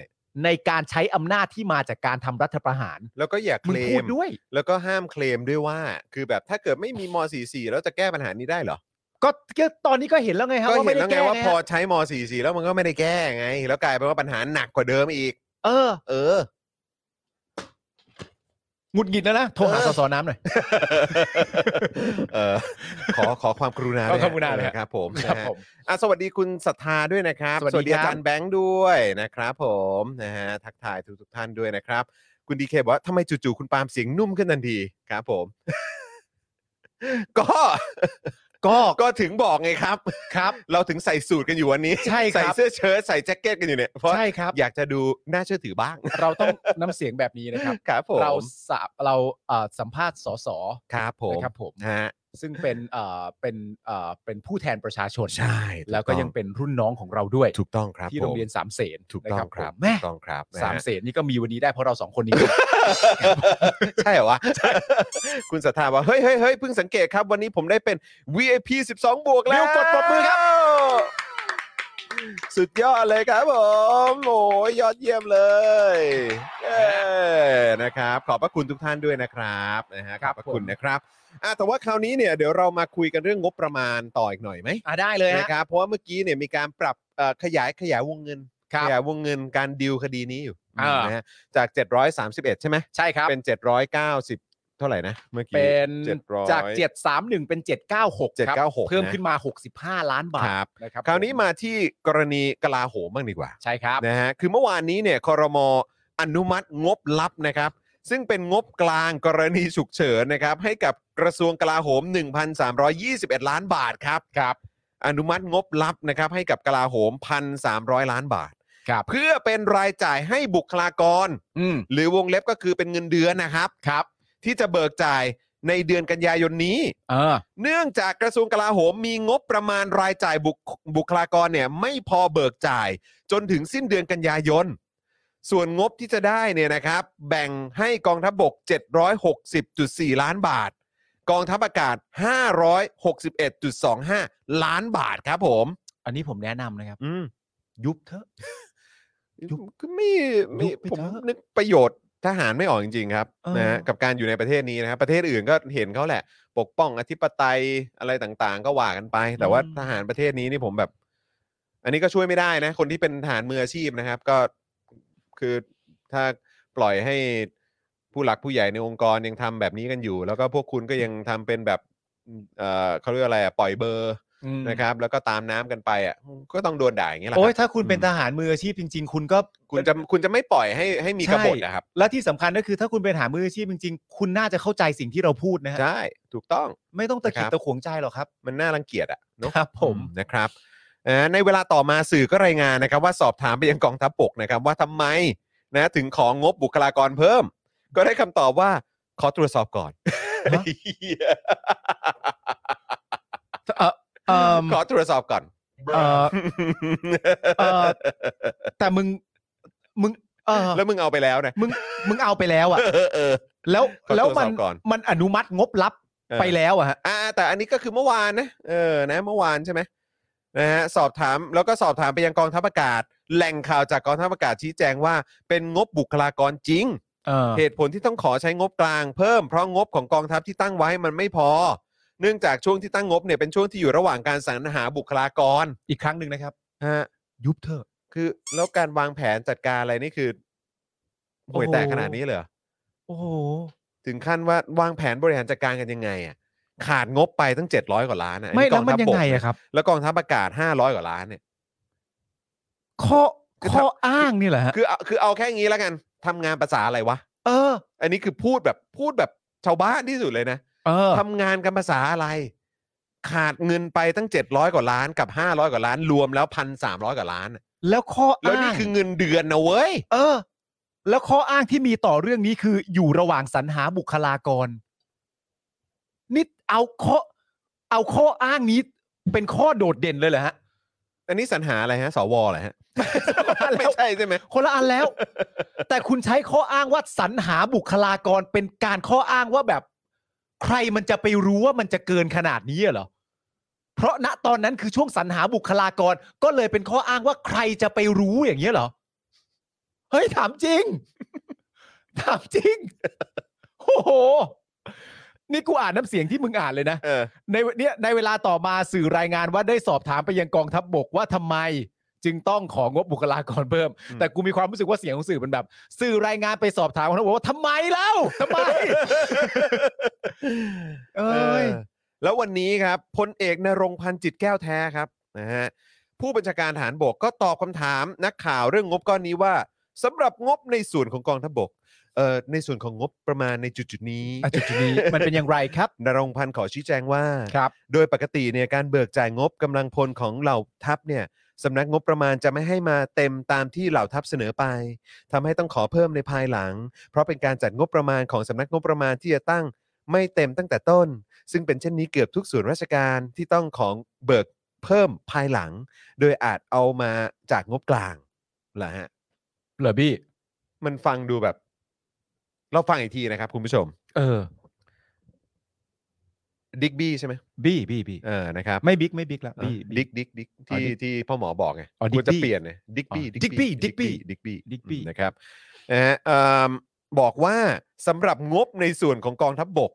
Speaker 5: ในการใช้อำนาจที่มาจากการทำรัฐประหาร
Speaker 3: แล้วก็อย่าเค
Speaker 5: มึง
Speaker 3: ล
Speaker 5: พูด
Speaker 3: ม
Speaker 5: ด้วย
Speaker 3: แล้วก็ห้ามเคลมด้วยว่า คือแบบถ้าเกิดไม่มีม .44 แล้วจะแก้ปัญหานี้ได้เหรอ
Speaker 5: ก็ก็ตอนนี้ก็เห็นแล้วไงครับ
Speaker 3: ก็
Speaker 5: ว่า
Speaker 3: เห็
Speaker 5: ไม่
Speaker 3: น
Speaker 5: ได้
Speaker 3: แล้วไง
Speaker 5: แก้
Speaker 3: ว่า
Speaker 5: ไง
Speaker 3: พอ
Speaker 5: ฮะ
Speaker 3: ใช้ม .44 แล้วมันก็ไม่ได้แก้ไง แล้วกลายเป็นว่าปัญหาหนักกว่าเดิมอีก
Speaker 5: เออ
Speaker 3: เออ
Speaker 5: หงุดหงิดแล้วนะโทรหา
Speaker 3: เออ
Speaker 5: สสน้ำหน่อย
Speaker 3: เออขอขอความกรุณา
Speaker 5: ขอความกรุณาเลยฮะ
Speaker 3: นะครับผม
Speaker 5: ครับ
Speaker 3: นะฮะ
Speaker 5: ผม
Speaker 3: อ่ะสวัสดีคุณศรัทธาด้วยนะครับ
Speaker 5: สวัสดี
Speaker 3: อา
Speaker 5: ครับ
Speaker 3: จารย์แบงค์ด้วยนะครับผมนะฮะทักทายทุกทุกๆท่านด้วยนะครับ คุณดีเคบอกว่าทำไมจู่ๆคุณปาล์มเสียงนุ่มขึ้นทันทีครับผม ก็
Speaker 5: ก็
Speaker 3: ก็ถึงบอกไงครับ
Speaker 5: ครับ
Speaker 3: เราถึงใส่สูตรกันอยู่วันนี้
Speaker 5: ใช่ครับ
Speaker 3: ใส่เสื้อเชิ้ตใส่แจ็คเก็ตกันอยู่เนี่ยเพราะ
Speaker 5: ใช่ครับ
Speaker 3: อยากจะดูน่าเชื่อถือบ้าง
Speaker 5: เราต้อง น้ำเสียงแบบนี้นะครับ
Speaker 3: ครับผม
Speaker 5: เราสับเราเอ่อสัมภาษณ์สส
Speaker 3: ครับผม
Speaker 5: นะครับผม
Speaker 3: ฮะ
Speaker 5: ซึ่งเป็นเอ่อเป็นเอ่อเป็นผู้แทนประชาชน
Speaker 3: ใช่ถูก
Speaker 5: แล้วก็
Speaker 3: ต้อง
Speaker 5: ยังเป็นรุ่นน้องของเราด้วย
Speaker 3: ถูกต้องครับ
Speaker 5: ที่โรงเรียน
Speaker 3: ผม
Speaker 5: สามเสน
Speaker 3: ถูก
Speaker 5: นะ
Speaker 3: ต้อง
Speaker 5: ค
Speaker 3: ค
Speaker 5: รั
Speaker 3: รั
Speaker 5: บบ แม่
Speaker 3: ถูกต้องครับนะฮะ
Speaker 5: สามเสนนี่ก็มีวันนี้ได้เพราะเราสองคนนี้
Speaker 3: ใช่เหรอวะ คุณสัทธาบอกเฮ้ยเฮ้ยเฮ้ยเพิ่งสังเกตครับ วันนี้ผมได้เป็น VIP 12 บวกแล้ว
Speaker 5: เร็วกดปรบมือครับ
Speaker 3: สุดยอดเลยครับผมโอ้ยยอดเยี่ยมเลยเย้นะครับ ขอบพระคุณทุกท่านด้วยนะครับนะฮะขอบพระคุณนะครับอ่ะแต่ว่าคราวนี้เนี่ยเดี๋ยวเรามาคุยกันเรื่องงบประมาณต่ออีกหน่อยไหม
Speaker 5: อ่ะได้เลยฮะ
Speaker 3: นะครับเพราะว่าเมื่อกี้เนี่ยมีการปรับเอ่อขยายขยายวงเงิน
Speaker 5: ครับ
Speaker 3: ขยายวงเงินการดิวคดีนี้อยู่
Speaker 5: อ่าน
Speaker 3: นะฮะจาก 731 ใช่ไหม
Speaker 5: ใช่ครับ
Speaker 3: เป็น 790 เท่าไหร่นะเมื่อกี้
Speaker 5: เป็น
Speaker 3: เจ็ดร้อย
Speaker 5: จาก 731 เป็น 796ครับ
Speaker 3: 796
Speaker 5: เพิ่ม
Speaker 3: นะ
Speaker 5: ขึ้นมา 65 ล้านบาท
Speaker 3: ครับ
Speaker 5: นะครับ
Speaker 3: คราวนี้มาที่กรณีกลาโหมบ้างดีกว่า
Speaker 5: ใช่ครับ
Speaker 3: นะฮะ คือเมื่อวานนี้เนี่ยคอรมออนุมัติงบลับนะครับ ซึ่งเป็นงบกลางกรณีฉุกเฉินนะครับ ให้กับกระทรวงกลาโหม 1,321 ล้านบาทครับ ครับ อนุมัติงบลับนะครับให้กับกลาโหม 1,300 ล้านบาท
Speaker 5: ครับ
Speaker 3: เพื่อเป็นรายจ่ายให้บุคลากร
Speaker 5: อืม
Speaker 3: หรือวงเล็บก็คือเป็นเงินเดือนนะครับ ครับ ที่จะเบิกจ่ายในเดือนกันยายนนี้
Speaker 5: เออ
Speaker 3: เนื่องจากกระทรวงกลาโหมมีงบประมาณรายจ่ายบุคบุคลากรเนี่ยไม่พอเบิกจ่าย จนถึงสิ้นเดือนกันยายน ส่วนงบที่จะได้เนี่ยนะครับ แบ่งให้กองทัพบก 760.4 ล้านบาท กองทัพอากาศ 561.25 ล้านบาทครับผม
Speaker 5: อันนี้ผมแนะนำนะครับ
Speaker 3: อืม
Speaker 5: ยุบเถอะ ยุบ
Speaker 3: ก็ไม่ไม่
Speaker 5: ยุบไป
Speaker 3: ผม
Speaker 5: เถอะ
Speaker 3: นึกประโยชน์ทหารไม่ออกจริง ๆ ครับ
Speaker 5: เออ
Speaker 3: นะฮะกับการอยู่ในประเทศนี้นะครับประเทศอื่นก็เห็นเขาแหละ ปกป้องอธิปไตยอะไรต่างๆ ก็ว่ากันไป แต่ว่าทหารประเทศนี้นี่ผมแบบ อันนี้ก็ช่วยไม่ได้นะ คนที่เป็นทหารมืออาชีพนะครับ ก็คือถ้าปล่อยให้ผู้หลักผู้ใหญ่ในองค์กรยังทำแบบนี้กันอยู่ แล้วก็พวกคุณก็ยังทำเป็นแบบเอ่อเขาเรียกอะไรอะปล่อยเบอร์
Speaker 5: อืม
Speaker 3: นะครับ แล้วก็ตามน้ำกันไปอ่ะก็ต้องโดนด่าอย่างเงี้ยแหละค
Speaker 5: โอ้
Speaker 3: รับ
Speaker 5: ยถ้าคุณเป็นทหารมืออาชีพจริง ๆ คุณก็
Speaker 3: คุณจะคุณจะไม่ปล่อยให้ให้มีกบฏ
Speaker 5: ใช่
Speaker 3: นะครับ
Speaker 5: และที่สำคัญก็คือถ้าคุณเป็นทหารมืออาชีพจริง ๆ คุณน่าจะเข้าใจสิ่งที่เราพูดนะฮะ
Speaker 3: ใช่ถูกต้อง
Speaker 5: ไม่ต้องตะขิ
Speaker 3: ค
Speaker 5: ด
Speaker 3: รับ
Speaker 5: ตะขวงใจหรอกครับ
Speaker 3: มันน่ารังเกียจอะเนอะ
Speaker 5: ครับผม
Speaker 3: อืนะครับเอ่อในเวลาต่อมาสื่อก็รายงานนะครับ ว่าสอบถามไปยังกองทัพบกนะครับ ว่าทำไมนะถึงของงบบุคลากรเพิ่ม ก็ได้คำตอบว่าขอตรวจสอบก่อน
Speaker 5: เออเอิ่ม
Speaker 3: ขอตรวจสอบก่อน
Speaker 5: เอ่อ เอ่อ แต่มึงมึงเออ
Speaker 3: แล้วมึงเอาไปแล้วนะ
Speaker 5: มึงมึงเอาไปแล้วอะ
Speaker 3: เออเออ
Speaker 5: แล้ว
Speaker 3: ขอตรวจสอบ
Speaker 5: แล้วมัน
Speaker 3: ก่อน
Speaker 5: มันอนุมัติงบลับ
Speaker 3: เออ
Speaker 5: ไปแล้วอะฮะ
Speaker 3: อ่าแต่อันนี้ก็คือเมื่อวานนะเออนะเมื่อวานใช่ไหมนะฮะสอบถามแล้วก็สอบถามไปยังกองทัพอากาศ แหล่งข่าวจากกองทัพอากาศชี้แจงว่า เป็นงบบุคลากรจริง
Speaker 5: เออ
Speaker 3: เหตุผลที่ต้องขอใช้งบกลางเพิ่มเพราะงบของกองทัพที่ตั้งไว้มันไม่พอ เนื่องจากช่วงที่ตั้งงบเนี่ยเป็นช่วงที่อยู่ระหว่างการสรรหาบุคลากร
Speaker 5: อีกครั้งหนึ่งนะครับ
Speaker 3: ฮะ
Speaker 5: ยุบเถอะ
Speaker 3: คือแล้วการวางแผนจัดการอะไรนี่คือห่วยแตก
Speaker 5: โอ้โห
Speaker 3: ขนาดนี้เลยเหรอ
Speaker 5: โอ้โห
Speaker 3: ถึงขั้นว่าวางแผนบริหารจัดการกันยังไงอ่ะขาดงบไปตั้ง 700 กว่าล้านอ่ะอั
Speaker 5: ไม่แล้วมัน
Speaker 3: กอทัพ
Speaker 5: ยั
Speaker 3: บ
Speaker 5: ง
Speaker 3: ก
Speaker 5: ไงอะครับ
Speaker 3: แล้วกองทัพอากาศ 500 กว่าล้านเนี่ย
Speaker 5: ข้อ
Speaker 3: คือ
Speaker 5: ข้อ
Speaker 3: ถ้า
Speaker 5: อ้างนี่แหละฮะ
Speaker 3: คือเอาคือเอาแค่งี้แล้วกันทำงานภาษาอะไรวะ
Speaker 5: เออ
Speaker 3: อันนี้คือพูดแบบพูดแบบชาวบ้านที่สุดเลยนะ
Speaker 5: เออ
Speaker 3: ทำงานกันภาษาอะไร ขาดเงินไปตั้ง 700 กว่าล้านกับ 500 กว่าล้านรวมแล้ว 1,300 กว่าล้านน่ะ
Speaker 5: แล้วข้อ
Speaker 3: แล้ว
Speaker 5: อ้าง
Speaker 3: นี่คือเงินเดือนนะเว้ย
Speaker 5: เออ แล้วข้ออ้างที่มีต่อเรื่องนี้คืออยู่ระหว่างสรรหาบุคลากรนี่เอาข้อเอาข้ออ้างนี้ เป็นข้อโดดเด่นเลยเหรอฮะ
Speaker 3: อันนี้สรรหาอะไรฮะสวเหรอฮะ
Speaker 5: แล้ว
Speaker 3: ไม่ใช่ใช่ไหม
Speaker 5: คนละอันแล้ว แต่คุณใช้ข้ออ้างว่าสรรหาบุคลากรเป็นการข้ออ้างว่าแบบ ใครมันจะไปรู้ว่ามันจะเกินขนาดนี้เหรอ เพราะณตอนนั้นคือช่วงสรรหาบุคลากร ก็เลยเป็นข้ออ้างว่าใครจะไปรู้อย่างเงี้ยเหรอ เฮ้ยถามจริง ถามจริง โอ้โห นี่กูอ่านน้ำเสียงที่มึงอ่านเลยนะ
Speaker 3: เออ
Speaker 5: ในเนี่ยในเวลาต่อมาสื่อรายงานว่าได้สอบถามไปยังกองทัพบกว่าทำไม จึงต้องของงบบุคลากรเพิ่ม
Speaker 3: อืม
Speaker 5: แต่กูมีความรู้สึกว่าเสียงของสื่อมันแบบ สื่อรายงานไปสอบถามเขาบอกว่าทำไมเล่าทำไม เอ้
Speaker 3: เอ
Speaker 5: ย
Speaker 3: อแล้ววันนี้ครับพลเอกนรงค์พันธ์จิตแก้วแท้ครับนะฮะผู้บัญชาการฐานบกก็ตอบคำถามนักข่าวเรื่องงบก้อนนี้ว่าสำหรับงบในส่วนของกองทัพบกเอ่อในส่วนของงบประมาณในจุดๆนี้
Speaker 5: อ่ะจุดๆนี้มันเป็นอย่างไรครับ
Speaker 3: นรงค์พันธ์ขอชี้แจงว่า
Speaker 5: ครับ
Speaker 3: โดยปกติเนี่ยการเบิกจ่ายงบกำลังพลของเหล่าทัพเนี่ยสำนักงบประมาณจะไม่ให้มาเต็มตามที่เหล่าทัพเสนอไปทำให้ต้องขอเพิ่มในภายหลัง เพราะเป็นการจัดงบประมาณของสำนักงบประมาณที่จะตั้งไม่เต็มตั้งแต่ต้น ซึ่งเป็นเช่นนี้เกือบทุกส่วนราชการที่ต้องของเบิกเพิ่มภายหลัง โดยอาจเอามาจากงบกลางเหรอฮะ
Speaker 5: เหรอพี่
Speaker 3: มันฟังดูแบบ เราฟังอีกทีนะครับคุณผู้ชม
Speaker 5: เออ
Speaker 3: ดิกบี้ใช่ไหม
Speaker 5: บี้บี้บี้
Speaker 3: เออนะครับ
Speaker 5: ไม่บิ๊กไม่บิ๊กแล้วบี้
Speaker 3: ดิ
Speaker 5: บิ๊ก
Speaker 3: กดิกดิก
Speaker 5: อ๋อ
Speaker 3: ที่
Speaker 5: ดิ๊ก
Speaker 3: ที่พ่อหมอบอกไง
Speaker 5: อ๋อดิ๊
Speaker 3: กู
Speaker 5: ก
Speaker 3: จะ
Speaker 5: บี้
Speaker 3: เปลี่ยนเลยดิกบี้
Speaker 5: อ๋อดิ๊กบี้
Speaker 3: ดิกบี้
Speaker 5: ดิ๊กบี้ดิ๊กบี้
Speaker 3: นะครับนะฮะเอิ่มบอกว่าสำหรับงบในส่วนของกองทัพบบก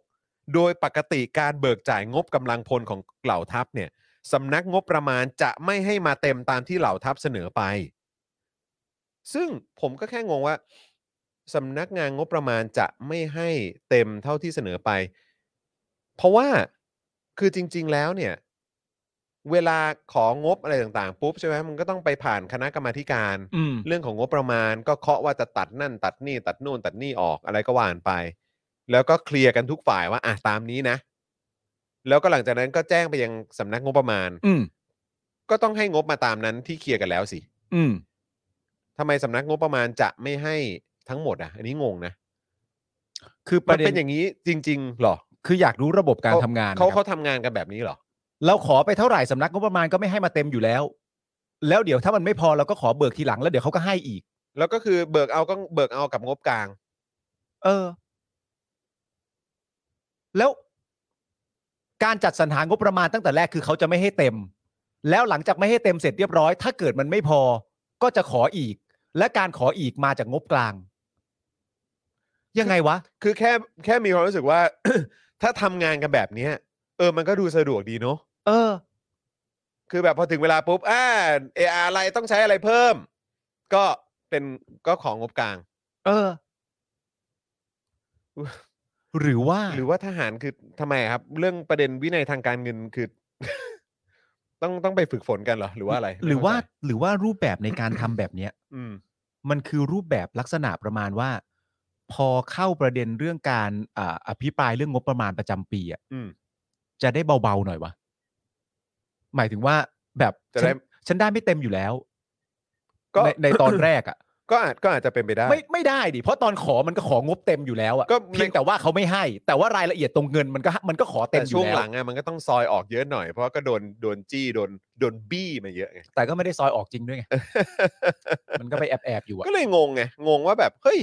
Speaker 3: โดยปกติการเบิกจ่ายงบกำลังพลของเหล่าทัพเนี่ยสำนักงบประมาณจะไม่ให้มาเต็มตามที่เหล่าทัพเสนอไป ซึ่งผมก็แค่งงว่า สำนักงานงบประมาณจะไม่ให้เต็มเท่าที่เสนอไป เพราะว่าคือจริง ๆ แล้วเนี่ย เวลาของงบอะไรต่างๆ ปุ๊บใช่ไหมมันก็ต้องไปผ่านคณะกรรมาธิการ
Speaker 5: อืม
Speaker 3: เรื่องของงบประมาณก็เคาะว่าจะตัดนั่น ตัดนี่ ตัดนู่น ตัดนี่ออกอะไรก็ว่ากันไป แล้วก็เคลียร์กันทุกฝ่ายว่าอ่ะตามนี้นะ แล้วก็หลังจากนั้นก็แจ้งไปยังสำนักงบประมาณ
Speaker 5: อืม
Speaker 3: ก็ต้องให้งบมาตามนั้นที่เคลียร์กันแล้วสิ
Speaker 5: อืม
Speaker 3: ทำไมสำนักงบประมาณจะไม่ให้ทั้งหมดอ่ะ อันนี้งงนะ
Speaker 5: คือป
Speaker 3: มัน
Speaker 5: ระเด็
Speaker 3: เป็น นอย่างนี้จริง ๆ หรอ
Speaker 5: คืออยากรู้ระบบการทำงาน
Speaker 3: เขา
Speaker 5: นะครับ
Speaker 3: เขาทำงานกันแบบนี้เหรอ
Speaker 5: เราขอไปเท่าไหร่สำนักงบประมาณก็ไม่ให้มาเต็มอยู่แล้ว แล้วเดี๋ยวถ้ามันไม่พอเราก็ขอเบิกทีหลังแล้วเดี๋ยวเขาก็ให้อีก
Speaker 3: แล้วก็คือเบิกเอาก็เบิกเอากับงบกลาง
Speaker 5: เออ แล้วการจัดสรรหางบประมาณตั้งแต่แรกคือเขาจะไม่ให้เต็ม แล้วหลังจากไม่ให้เต็มเสร็จเรียบร้อย ถ้าเกิดมันไม่พอ ก็จะขออีก และการขออีกมาจากงบกลาง ยังไงวะ
Speaker 3: คือแค่แค่มีความรู้สึกว่า ถ้าทำงานกันแบบเนี้ยเออมันก็ดูสะดวกดีเนาะ
Speaker 5: เออ
Speaker 3: คือแบบพอถึงเวลาปุ๊บ อ่าเออะไรต้องใช้อะไรเพิ่ม ก็เป็นก็ของงบกลาง
Speaker 5: เออ หรือว่า
Speaker 3: หรือว่าทหารคือทำไมครับ เรื่องประเด็นวินัยทางการเงินคือ ต้องต้องไปฝึกฝนกันเหรอ หรือว่าอะไรไม่
Speaker 5: หรือว่า
Speaker 3: เข้ใจ
Speaker 5: หรือว่ารูปแบบในการทำแบบเนี้ย
Speaker 3: อืม
Speaker 5: มันคือรูปแบบลักษณะประมาณว่า พอเข้าประเด็นเรื่องการอ่าอภิปรายเรื่องงบประมาณประจำปีอ่ะ
Speaker 3: อืม
Speaker 5: จะได้เบาๆหน่อยวะหมายถึงว่าแบบ
Speaker 3: จะได้
Speaker 5: ฉันฉันได้ไม่เต็มอยู่แล้ว
Speaker 3: ก็
Speaker 5: ในในตอนแรกอ่ะ
Speaker 3: ก็อาจก็อาจจะ เป็นไปได้
Speaker 5: ไม่ไม่ได้ดิเพราะตอนขอมันก็ของบเต็มอยู่แล้วอ่ะ
Speaker 3: ก็
Speaker 5: เพียงแต่ว่าเขาไม่ให้ แต่ว่ารายละเอียดตรงเงินมันก็มันก็ขอเต็
Speaker 3: แต่
Speaker 5: มอยู่
Speaker 3: ช่วง
Speaker 5: แล้
Speaker 3: ห
Speaker 5: ว
Speaker 3: ลังอะมันก็ต้องซอยออกเยอะหน่อย เพราะก็โดนโดนจี้โดนโดนบี้มาเยอะไง
Speaker 5: แต่ก็ไม่ได้ซอยออกจริง ด้วยไงมันก็ไปแอบแอบๆอยู่อ่ะ
Speaker 3: ก็เลยงงไงงงว่าแบบเฮ้ย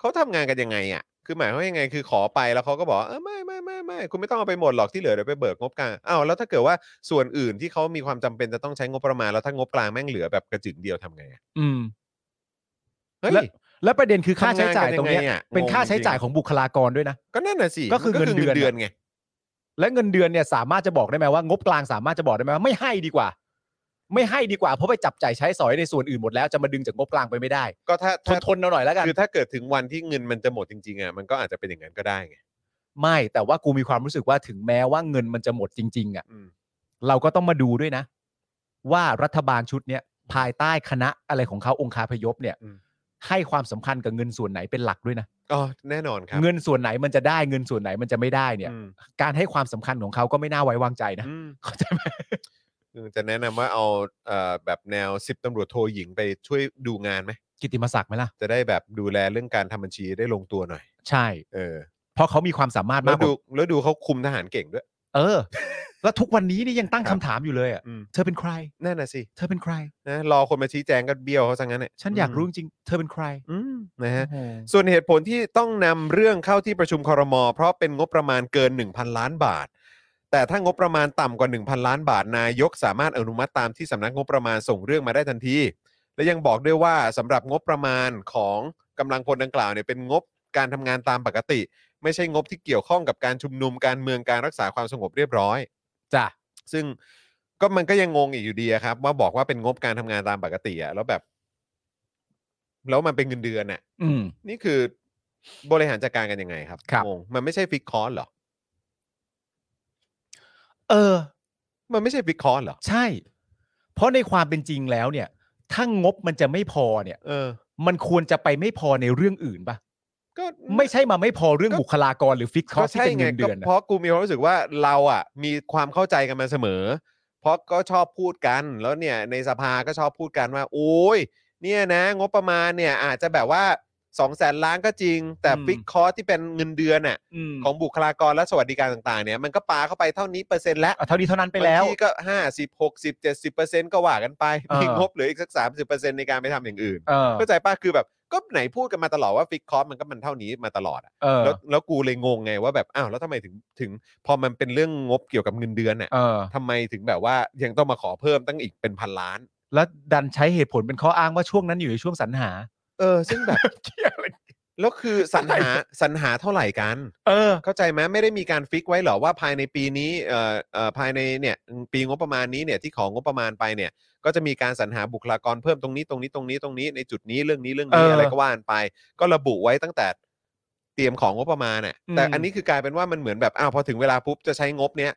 Speaker 3: เขาทำงานกันยังไงอ่ะ คือหมายความว่ายังไงคือขอไปแล้วเขาก็บอกว่าเออไม่ไม่ไม่ไม่คุณไม่ต้องเอาไปหมดหรอกที่เหลือเดี๋ยวไปเบิกงบกลางอ้าวแล้วถ้าเกิดว่าส่วนอื่นที่เขามีความจำเป็นจะต้องใช้งบประมาณแล้วถ้างบกลางแม่งเหลือแบบกระจึงเดียวทำไงอะ
Speaker 5: อืม
Speaker 3: เฮ้ย
Speaker 5: และและประเด็นคือค่าใช้จ่าย
Speaker 3: ทำงานกัน
Speaker 5: ตรงเนี้ย
Speaker 3: ยังไงอะ
Speaker 5: เป็นค่าง
Speaker 3: งจริง
Speaker 5: ใช้จ่ายของบุคลากรด้วยนะ
Speaker 3: ก็นั่นน่ะสิ
Speaker 5: ก็คือ
Speaker 3: มั
Speaker 5: เงินเดือน
Speaker 3: ไง
Speaker 5: และเงินเดือนเนี่ยสามารถจะบอกได้ไหมว่างบกลางสามารถจะบอกได้ไหมว่าไม่ให้ดีกว่า ไม่ให้ดีกว่าเพราะไปจับจ่ายใช้สอยในส่วนอื่นหมดแล้วจะมาดึงจากงบกลางไปไม่ได้
Speaker 3: ก็ถ้า
Speaker 5: ท
Speaker 3: ถ้าน
Speaker 5: ทนๆเอาหน่อยแล้วกัน
Speaker 3: คือถ้าเกิดถึงวันที่เงินมันจะหมดจริงๆอ่ะมันก็อาจจะเป็นอย่างนั้นก็ได้ไง
Speaker 5: ไม่แต่ว่ากูมีความรู้สึกว่าถึงแม้ว่าเงินมันจะหมดจริง ๆ อ่ะ
Speaker 3: อืม
Speaker 5: เราก็ต้องมาดูด้วยนะ ว่ารัฐบาลชุดเนี้ยภายใต้คณะอะไรของเขาองคาพยพเนี่ย ให้ความสำคัญกับเงินส่วนไหนเป็นหลักด้วยนะ
Speaker 3: อ๋อแน่นอนครับ
Speaker 5: เงินส่วนไหนมันจะได้เงินส่วนไหนมันจะไม่ได้เนี่ย
Speaker 3: อืม
Speaker 5: การให้ความสำคัญของเขาก็ไม่น่าไว้วางใจนะ
Speaker 3: อืม
Speaker 5: เข้าใจไหม
Speaker 3: คือจะแนะนำว่าเอาเอ่อแบบแนวสิบตำรวจโทหญิงไปช่วยดูงานไหม
Speaker 5: กิตติมศักดิ์ไหมล่ะ
Speaker 3: จะได้แบบดูแลเรื่องการทำบัญชีได้ลงตัวหน่อย
Speaker 5: ใช่
Speaker 3: เออ
Speaker 5: เพราะเขามีความสามารถ
Speaker 3: แล้
Speaker 5: มาว กก
Speaker 3: ดู
Speaker 5: ว่า
Speaker 3: แล้วดูเขาคุมทหารเก่งด้วย
Speaker 5: เออ แล้วทุกวันนี้นี่ยังตั้ง
Speaker 3: ครับ
Speaker 5: คำถามอยู่เลยอ่ะ
Speaker 3: อืม
Speaker 5: เธอเป็นใคร
Speaker 3: นั่นน่ะสิ
Speaker 5: เธอเป็นใคร
Speaker 3: นะรอคนมาชี้แจงก็เบี้ยวเขาซะงั้นเนี่ย
Speaker 5: ฉันอยากรู้จริงๆเธอเป็นใคร
Speaker 3: อืมนะฮะ
Speaker 5: โอ้โห
Speaker 3: ส่วนเหตุผลที่ต้องนำเรื่องเข้าที่ประชุมครม เพราะเป็นงบประมาณเกิน 1,000 ล้านบาท แต่ถ้างบประมาณต่ำกว่า 1,000 ล้านบาท นายกสามารถอนุมัติตามที่สำนักงบประมาณส่งเรื่องมาได้ทันที และยังบอกด้วยว่าสำหรับงบประมาณของกำลังพลดังกล่าวเนี่ยเป็นงบการทำงานตามปกติ ไม่ใช่งบที่เกี่ยวข้องกับการชุมนุมการเมืองการรักษาความสงบเรียบร้อย
Speaker 5: จ้ะ
Speaker 3: ซึ่งก็มันก็ยังงงอีกอยู่ดีอะครับ ว่าบอกว่าเป็นงบการทำงานตามปกติอะแล้วแบบ แล้วมันเป็นเงินเดือนน่ะ
Speaker 5: อืม
Speaker 3: นี่คือบริหารจัดการกันยังไงครับ
Speaker 5: ครับ
Speaker 3: งงมันไม่ใช่ฟิกคอร์สเหรอ
Speaker 5: เออ
Speaker 3: มันไม่ใช่ฟิกคอร์สเหรอ
Speaker 5: ใช่ เพราะในความเป็นจริงแล้วเนี่ย ถ้างบมันจะไม่พอเนี่ย
Speaker 3: เออ
Speaker 5: มันควรจะไปไม่พอในเรื่องอื่นปะ
Speaker 3: ก็
Speaker 5: ไม่ใช่มาไม่พอเรื่องบุคลากรหรือฟิกคอ
Speaker 3: ก็
Speaker 5: สที่
Speaker 3: ใช่
Speaker 5: เป็น
Speaker 3: ไง
Speaker 5: เงิน
Speaker 3: ก็
Speaker 5: เดือน
Speaker 3: เพ
Speaker 5: อะ
Speaker 3: ราะกูมีความรู้สึกว่าเราอ่ะ มีความเข้าใจกันมาเสมอ เพราะก็ชอบพูดกัน แล้วเนี่ย ในสภาก็ชอบพูดกันว่า โอ้ยเนี่ยนะ งบประมาณเนี่ย อาจจะแบบว่าสองแสนล้านก็จริง แต่ฟิกคอร์สที่เป็นเงินเดือนน่ะ
Speaker 5: อืม
Speaker 3: ของบุคลากรและสวัสดิการต่างๆเนี่ยมันก็ปาเข้าไปเท่านี้เปอร์เซ็นต์แล้ว
Speaker 5: อ่ะเท่านี้เท่านั้นไปแล้ว
Speaker 3: บางที่ก็ห้าสิบหกสิบเจ็ดสิบเปอร์เซ็นต์ก็ว่ากันไป
Speaker 5: เออ
Speaker 3: มีงบเหลืออีกสักสามสิบเปอร์เซ็นต์ในการไปทำอย่างอื่น
Speaker 5: เออ
Speaker 3: เข้าใจป้ะคือแบบก็ไหนพูดกันมาตลอดว่าฟิกคอสมันก็มันเท่านี้มาตลอดอะ
Speaker 5: เออ
Speaker 3: แล้วแล้วกูเลยงงไงว่าแบบอ้าวแล้วทำไมถึงถึง พอมันเป็นเรื่องงบเกี่ยวกับเงินเดือนเนี่ย
Speaker 5: เออ
Speaker 3: ทำไมถึงแบบว่ายังต้องมาขอเพิ่มตั้งอีกเป็นพันล้าน
Speaker 5: แล้วดันใช้เหตุผลเป็นข้ออ้างว่าช่วงนั้นอยู่ในช่วงสรรหา
Speaker 3: เออ ซึ่งแบบ แล้วคือสรรหาสรรหาเท่าไหร่กัน
Speaker 5: เออ
Speaker 3: เข้าใจไหมไม่ได้มีการฟิกไว้เหรอว่าภายในปีนี้เอ่อเอ่อภายในเนี่ยปีงบประมาณนี้เนี่ยที่ของงบประมาณไปเนี่ย ก็จะมีการสรรหาบุคลากรเพิ่มตรงนี้ตรงนี้ตรงนี้ตรงนี้ในจุดนี้เรื่องนี้เรื่องนี้
Speaker 5: เอออ
Speaker 3: อะไรก็ว่ากันไป ก็ระบุไว้ตั้งแต่เตรียมของงบประมาณน่ะ
Speaker 5: อืม
Speaker 3: แต่อันนี้คือกลายเป็นว่ามันเหมือนแบบอ้าวพอถึงเวลาปุ๊บจะใช้งบเนี้ย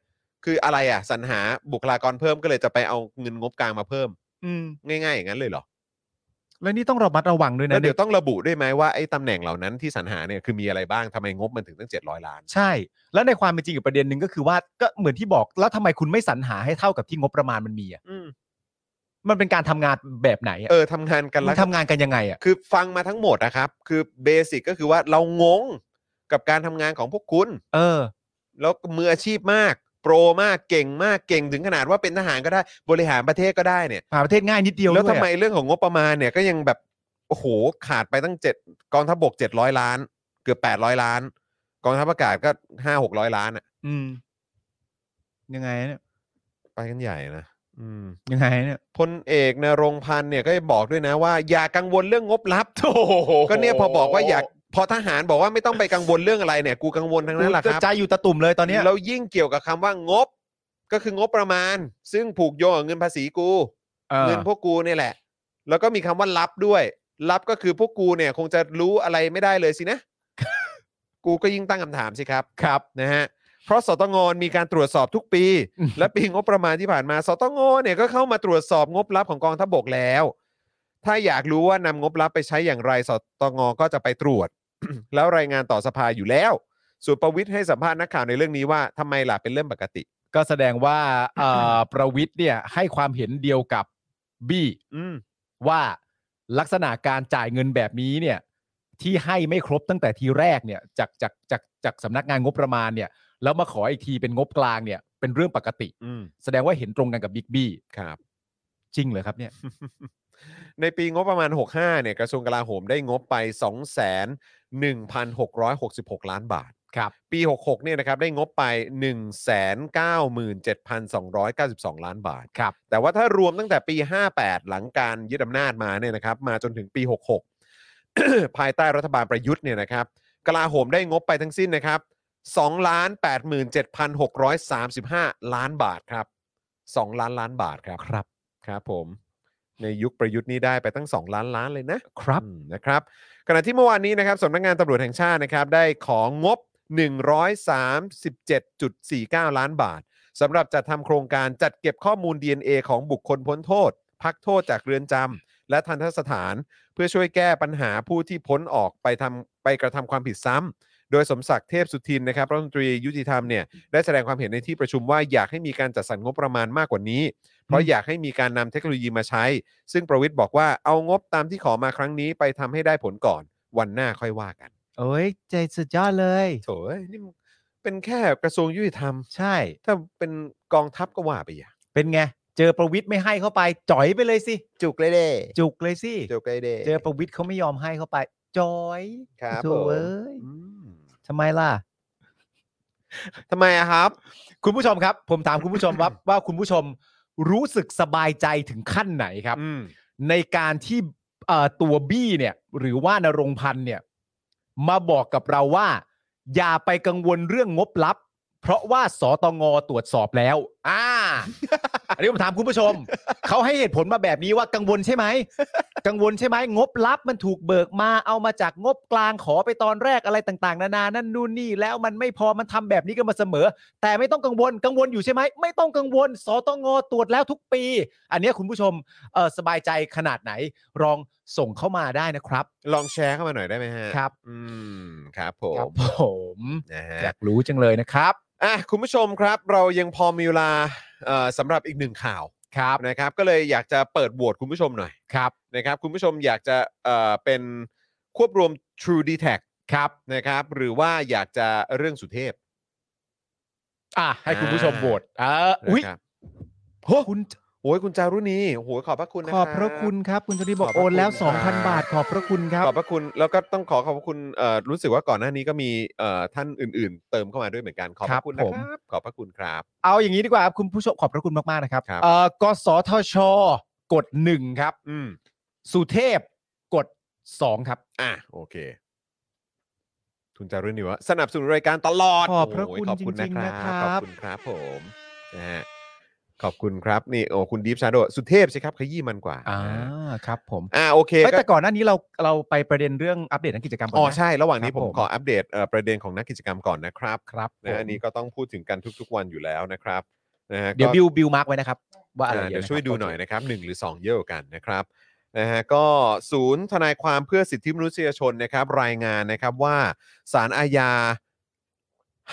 Speaker 3: คืออะไรอ่ะสรรหาบุคลากรเพิ่มก็เลยจะไปเอาเงินงบกลางมาเพิ่ม
Speaker 5: อืม
Speaker 3: ง่ายๆอย่างนั้นเลยเหรอ
Speaker 5: แล้วนี่ต้องระมัดระวังด้วย
Speaker 3: แล้
Speaker 5: นะ
Speaker 3: วเดี๋ยวต้องระบุด้วยไหมว่าไอ้ตำแหน่งเหล่านั้นที่สรรหาเนี่ยคือมีอะไรบ้างทำไมงบมันถึงตั้ง700ล้าน
Speaker 5: ใช่ แล้วในความเป็นจริงอีกประเด็นหนึ่งก็คือว่าก็เหมือนที่บอกแล้วทำไมคุณไม่สรรหาให้เท่ากับที่งบประมาณมันมีอ่ะ
Speaker 3: อืม
Speaker 5: มันเป็นการทำงานแบบไหนอะ
Speaker 3: เออทำงานกัน
Speaker 5: มั
Speaker 3: ละ
Speaker 5: นทำงานกันยังไงอ่ะ
Speaker 3: คือฟังมาทั้งหมดนะครับ คือเบสิกก็คือว่าเรางงกับการทำงานของพวกคุณ
Speaker 5: เออ
Speaker 3: แล้วมืออาชีพมาก โปรมากเก่งมากเก่งถึงขนาดว่าเป็นทหารก็ได้บริหารประเทศก็ได้เนี่ย
Speaker 5: หาประเทศง่ายนิดเดียว
Speaker 3: แล้ว
Speaker 5: ด้
Speaker 3: ทำ
Speaker 5: ยอะ
Speaker 3: ไมเรื่องของงบประมาณเนี่ยก็ยังแบบโอ้โหขาดไปตั้งเจ็ดกองทัพบกเจ็ดร้อยล้าน เกือบแปดร้อยล้าน กองทัพอากาศก็ห้าหกร้อยล้านอะ
Speaker 5: อืม ยังไงเนี่ย
Speaker 3: ไปกันใหญ่นะอืม
Speaker 5: ยังไงเนี่ย
Speaker 3: พลเอกนรงค์พันธ์เนี่ยก็บอกด้วยนะว่า อย่ากังวลเรื่องงบลับ
Speaker 5: โอ้โห
Speaker 3: ก็เนี่ยพอบอกว่าอยากพอทหารบอกว่าไม่ต้องไปกังวลเรื่องอะไรเนี่ย กูกังวลทั้งนั้นแหละค
Speaker 5: จะ
Speaker 3: รับ
Speaker 5: ใจอยู่ตะตุ่มเลยตอนเนี้ย
Speaker 3: เรายิ่งเกี่ยวกับคำว่างบ ก็คืองบประมาณ ซึ่งผูกโยงกับเงินภาษีกู
Speaker 5: ออ
Speaker 3: เงินพวกกูเนี่ยแหละ แล้วก็มีคำว่ารับด้วย รับก็คือพวกกูเนี่ยคงจะรู้อะไรไม่ได้เลยสิ นะ กูก็ยิ่งตั้งคำถามสิครับครับนะฮะเพราะสตงมีการตรวจสอบทุก ปี
Speaker 5: อืม
Speaker 3: และปีงบประมาณที่ผ่านมา สตงเนี่ยก็เข้ามาตรวจสอบงบลับของกองทัพบกแล้ว ถ้าอยากรู้ว่านำงบลับไปใช้อย่างไรสตงก็จะไปตรวจ แล้วรายงานต่อสภาอยู่แล้วส่วนประวิทย์ให้สัมภาษณ์นักข่าวในเรื่องนี้ว่าทำไมล่ะเป็นเรื่องปกติ
Speaker 5: ก็แสดงว่าเอ่อ ประวิทย์เนี่ย ให้ความเห็นเดียวกับบี้
Speaker 3: อืม
Speaker 5: ว่าลักษณะการจ่ายเงินแบบนี้เนี่ย ที่ให้ไม่ครบตั้งแต่ทีแรกเนี่ย จากจากจากจากสำนักงานงบประมาณเนี่ย แล้วมาขออีกทีเป็นงบกลางเนี่ย เป็นเรื่องปกติ
Speaker 3: อืม
Speaker 5: แสดงว่าเห็นตรงกันกับบิ๊กบี้
Speaker 3: ครับ
Speaker 5: จริงเหรอครับเนี่ย
Speaker 3: ในปีงบประมาณ 65 เนี่ยกระทรวงกลาโหมได้งบไป 2,1666 ล้านบาท
Speaker 5: ครับ
Speaker 3: ปี 66 เนี่ยนะครับได้งบไป 197,292 ล้านบาท
Speaker 5: ครับ
Speaker 3: แต่ว่าถ้ารวมตั้งแต่ปี 58 หลังการยึดอำนาจมาเนี่ยนะครับ มาจนถึงปี 66 ภายใต้รัฐบาลประยุทธ์เนี่ยนะครับ กลาโหมได้งบไปทั้งสิ้นนะครับ2ล้าน87,635 ล้านบาทครับ 2 ล้านล้านบาทครับ
Speaker 5: ครับ
Speaker 3: ครับผมในยุคประยุทธ์นี้ได้ไปตั้ง 2 ล้านล้านเลยนะครับ อืมนะครับขณะที่เมื่อวานนี้นะครับสำนักงานตำรวจแห่งชาตินะครับ ได้ของงบ 137.49 ล้านบาทสำหรับจัดทำโครงการจัดเก็บข้อมูล DNA ของบุคคลพ้นโทษ พักโทษจากเรือนจำและทันทสถาน เพื่อช่วยแก้ปัญหาผู้ที่พ้นออกไปทำไปกระทำความผิดซ้ำโดยสมศักดิ์เทพสุทินนะครับรัฐมนตรียุติธรรมเนี่ยได้แสดงความเห็นในที่ประชุมว่าอยากให้มีการจัดสรรงบประมาณมากกว่านี้ เพราะอยากให้มีการนำเทคโนโลยีมาใช้ ซึ่งประวิทย์บอกว่าเอางบตามที่ขอมาครั้งนี้ไปทำให้ได้ผลก่อน วันหน้าค่อยว่ากัน
Speaker 5: โอ้ยใจสุดยอดเลย
Speaker 3: โถเอ้ยนี่มันเป็นแค่กระทรวงยุติธรรม
Speaker 5: ใช่
Speaker 3: ถ้าเป็นกองทัพก็ว่าไปอย่า
Speaker 5: เป็นไง เจอประวิทย์ไม่ให้เข้าไป จ่อยไปเลยสิ
Speaker 3: จุกเลยเด้
Speaker 5: จุกเลยสิ
Speaker 3: จุกเลยเด้
Speaker 5: เจอประวิทย์เขาไม่ยอมให้เข้าไป จอย
Speaker 3: ครับ
Speaker 5: โถ่
Speaker 3: ผม
Speaker 5: เอ้ยทำไมล่ะ
Speaker 3: ทำไมอะครับ
Speaker 5: คุณผู้ชมครับ ผมถามคุณผู้ชมว่า ว่าคุณผู้ชมรู้สึกสบายใจถึงขั้นไหนครับ
Speaker 3: อืม
Speaker 5: ในการที่เอ่อตัวบี้เนี่ย หรือว่านรงพันธ์เนี่ย มาบอกกับเราว่า อย่าไปกังวลเรื่องงบลับ เพราะว่าสตงตรวจสอบแล้ว อ่า อันนี้ผมถามคุณผู้ชม เขาให้เหตุผลมาแบบนี้ว่ากังวลใช่ไหม กังวลใช่ไหมงบลับมันถูกเบิกมาเอามาจากงบกลางขอไปตอนแรกอะไรต่างๆ นานานั่นนู่นนี่แล้วมันไม่พอมันทำแบบนี้กันมาเสมอ แต่ไม่ต้องกังวลกังวลอยู่ใช่ไหมไม่ต้องกังวลสตงตรวจแล้วทุกปี อันเนี้ยคุณผู้ชมเออสบายใจขนาดไหนลองส่งเข้ามาได้นะครับ
Speaker 3: ลองแชร์เข้ามาหน่อยได้ไหมฮะ
Speaker 5: ครับ
Speaker 3: อืมครับผ
Speaker 5: ครับ
Speaker 3: ม
Speaker 5: ผม
Speaker 3: นะฮะ
Speaker 5: อยากรู้จังเลยนะครับ
Speaker 3: อ่ะคุณผู้ชมครับเรายังพอมีเวลาเอ่อสำหรับอีกหนึ่งข่าว
Speaker 5: ครับ
Speaker 3: นะครับก็เลยอยากจะเปิดโหวตคุณผู้ชมหน่อย
Speaker 5: ครับ
Speaker 3: นะครับคุณผู้ชมอยากจะเอ่อเป็นควบรวม True d e t a c
Speaker 5: ครับ
Speaker 3: นะครับหรือว่าอยากจะเรื่องสุเทพ
Speaker 5: อ่ะให้คุณผู้ชมโหวตเออ
Speaker 3: นะ
Speaker 5: อุ้ย
Speaker 3: ครับ
Speaker 5: คุณ
Speaker 3: โอ้ยคุณจารุณีโอ้โหขอบพระคุณนะ
Speaker 5: ข
Speaker 3: ค
Speaker 5: อ
Speaker 3: รั
Speaker 5: บพระคุณครับ คุณชนีบอ
Speaker 3: ข
Speaker 5: ก
Speaker 3: อบพระ
Speaker 5: โอนแล้ว
Speaker 3: คุณครับ
Speaker 5: 2,000 บาทขอบพระคุณครับ
Speaker 3: ขอบพระคุณแล้วก็ต้องขอขอบพระคุณเอ่อรู้สึกว่าก่อนหน้านี้ก็มีเอ่อท่านอื่น ๆ เติมเข้ามาด้วยเหมือนกันขอบพ
Speaker 5: ครั
Speaker 3: ระ
Speaker 5: บ
Speaker 3: คุณนะ
Speaker 5: ผม
Speaker 3: ครับขอบพระคุณครับ
Speaker 5: เอาอย่างนี้ดีกว่าครับคุณผู้ชมขอบพระคุณมากๆนะครับ
Speaker 3: ครับ
Speaker 5: เอ่อกสทช กด 1 ครับ
Speaker 3: อืม
Speaker 5: สุเทพกด 2 ครับ
Speaker 3: อ่ะโอเค คุณจารุณีวะสนับสนุนรายการตลอด
Speaker 5: ขอบพระ
Speaker 3: โย
Speaker 5: คุณ
Speaker 3: ขอบคุณ
Speaker 5: จริ
Speaker 3: นะ
Speaker 5: ง
Speaker 3: ค
Speaker 5: ๆ
Speaker 3: รับขอบบ
Speaker 5: นะครั
Speaker 3: คุณครับผมนะฮะขอบคุณครับนี่โอ้คุณดีฟชาโดสุเทพสิครับขยี้มันกว่า
Speaker 5: อ่าครับผม
Speaker 3: อ่าโอเค
Speaker 5: เอ้ย
Speaker 3: ก็
Speaker 5: แต่ก่อนหน้านี้เราเราไปประเด็นเรื่องอัปเดตนักกิจกรรมก่อน
Speaker 3: อ๋อ
Speaker 5: นะ
Speaker 3: ใช่ระหว่างนี้
Speaker 5: ครั
Speaker 3: ผม
Speaker 5: บผม
Speaker 3: ขออัปเดตเอ่อประเด็นของนักกิจกรรมก่อนนะครับ
Speaker 5: ครับ
Speaker 3: นะ
Speaker 5: ผม
Speaker 3: อันนี้ก็ต้องพูดถึงกันทุกๆวันอยู่แล้วนะครับนะฮะ
Speaker 5: เดี๋ยว
Speaker 3: ก็
Speaker 5: บิวบิวมาร์กไว้นะครับ ว่าอะไร
Speaker 3: อ่าเดี๋ยวช่วยดูหน่อย
Speaker 5: นะ
Speaker 3: นะครับ1หรือ 2 เยอะกว่ากันนะครับนะฮะก็ศูนย์ทนายความเพื่อสิทธิมนุษยชนนะครับ รายงานนะครับว่าสารอาญา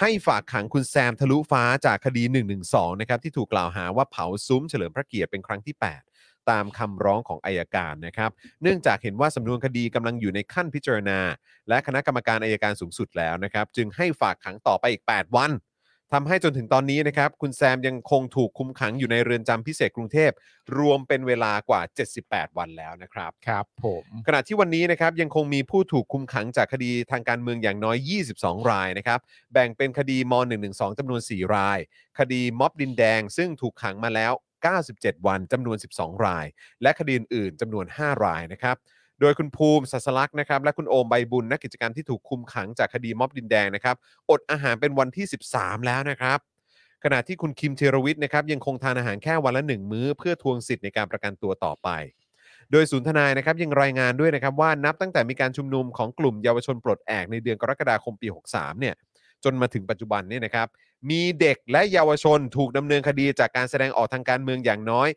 Speaker 3: ให้ฝากขังคุณแซมทะลุฟ้าจากคดี 112 นะครับ ที่ถูกกล่าวหาว่าเผาซุ้มเฉลิมพระเกียรติเป็นครั้งที่ 8 ตามคำร้องของอายการนะครับ เนื่องจากเห็นว่าสำนวนคดีกำลังอยู่ในขั้นพิจารณา และคณะกรรมการอายการสูงสุดแล้วนะครับ จึงให้ฝากขังต่อไปอีก 8 วันทำให้จนถึงตอนนี้นะครับ คุณแซมยังคงถูกคุมขังอยู่ในเรือนจำพิเศษกรุงเทพ รวมเป็นเวลากว่า 78 วันแล้วนะครับ
Speaker 5: ครับผม
Speaker 3: ขณะที่วันนี้นะครับยังคงมีผู้ถูกคุมขังจากคดีทางการเมืองอย่างน้อย 22 รายนะครับ แบ่งเป็นคดีม .112 จำนวน 4 ราย คดีม็อบดินแดง ซึ่งถูกขังมาแล้ว 97 วันจำนวน 12 ราย และคดีอื่นๆจำนวน 5 รายนะครับ โดยคุณภูมิสัสลักษณ์นะครับ และคุณโอมใบบุญนักกิจกรรมที่ถูกคุมขังจากคดีม็อบดินแดงนะครับ อดอาหารเป็นวันที่ 13 แล้วนะครับ ขณะที่คุณคิมเทรวิทย์นะครับยังคงทานอาหารแค่วันละ 1 มื้อ เพื่อทวงสิทธิ์ในการประกันตัวต่อไป โดยศูนย์ทนายนะครับยังรายงานด้วยนะครับว่านับตั้งแต่มีการชุมนุมของกลุ่มเยาวชนปลดแอกในเดือนกรกฎาคมปี 63 เนี่ยจนมาถึงปัจจุบันเนี่ยนะครับมีเด็กและเยาวชนถูกดำเนินคดีจากการแสดงออกทางการเมืองอย่างน้อย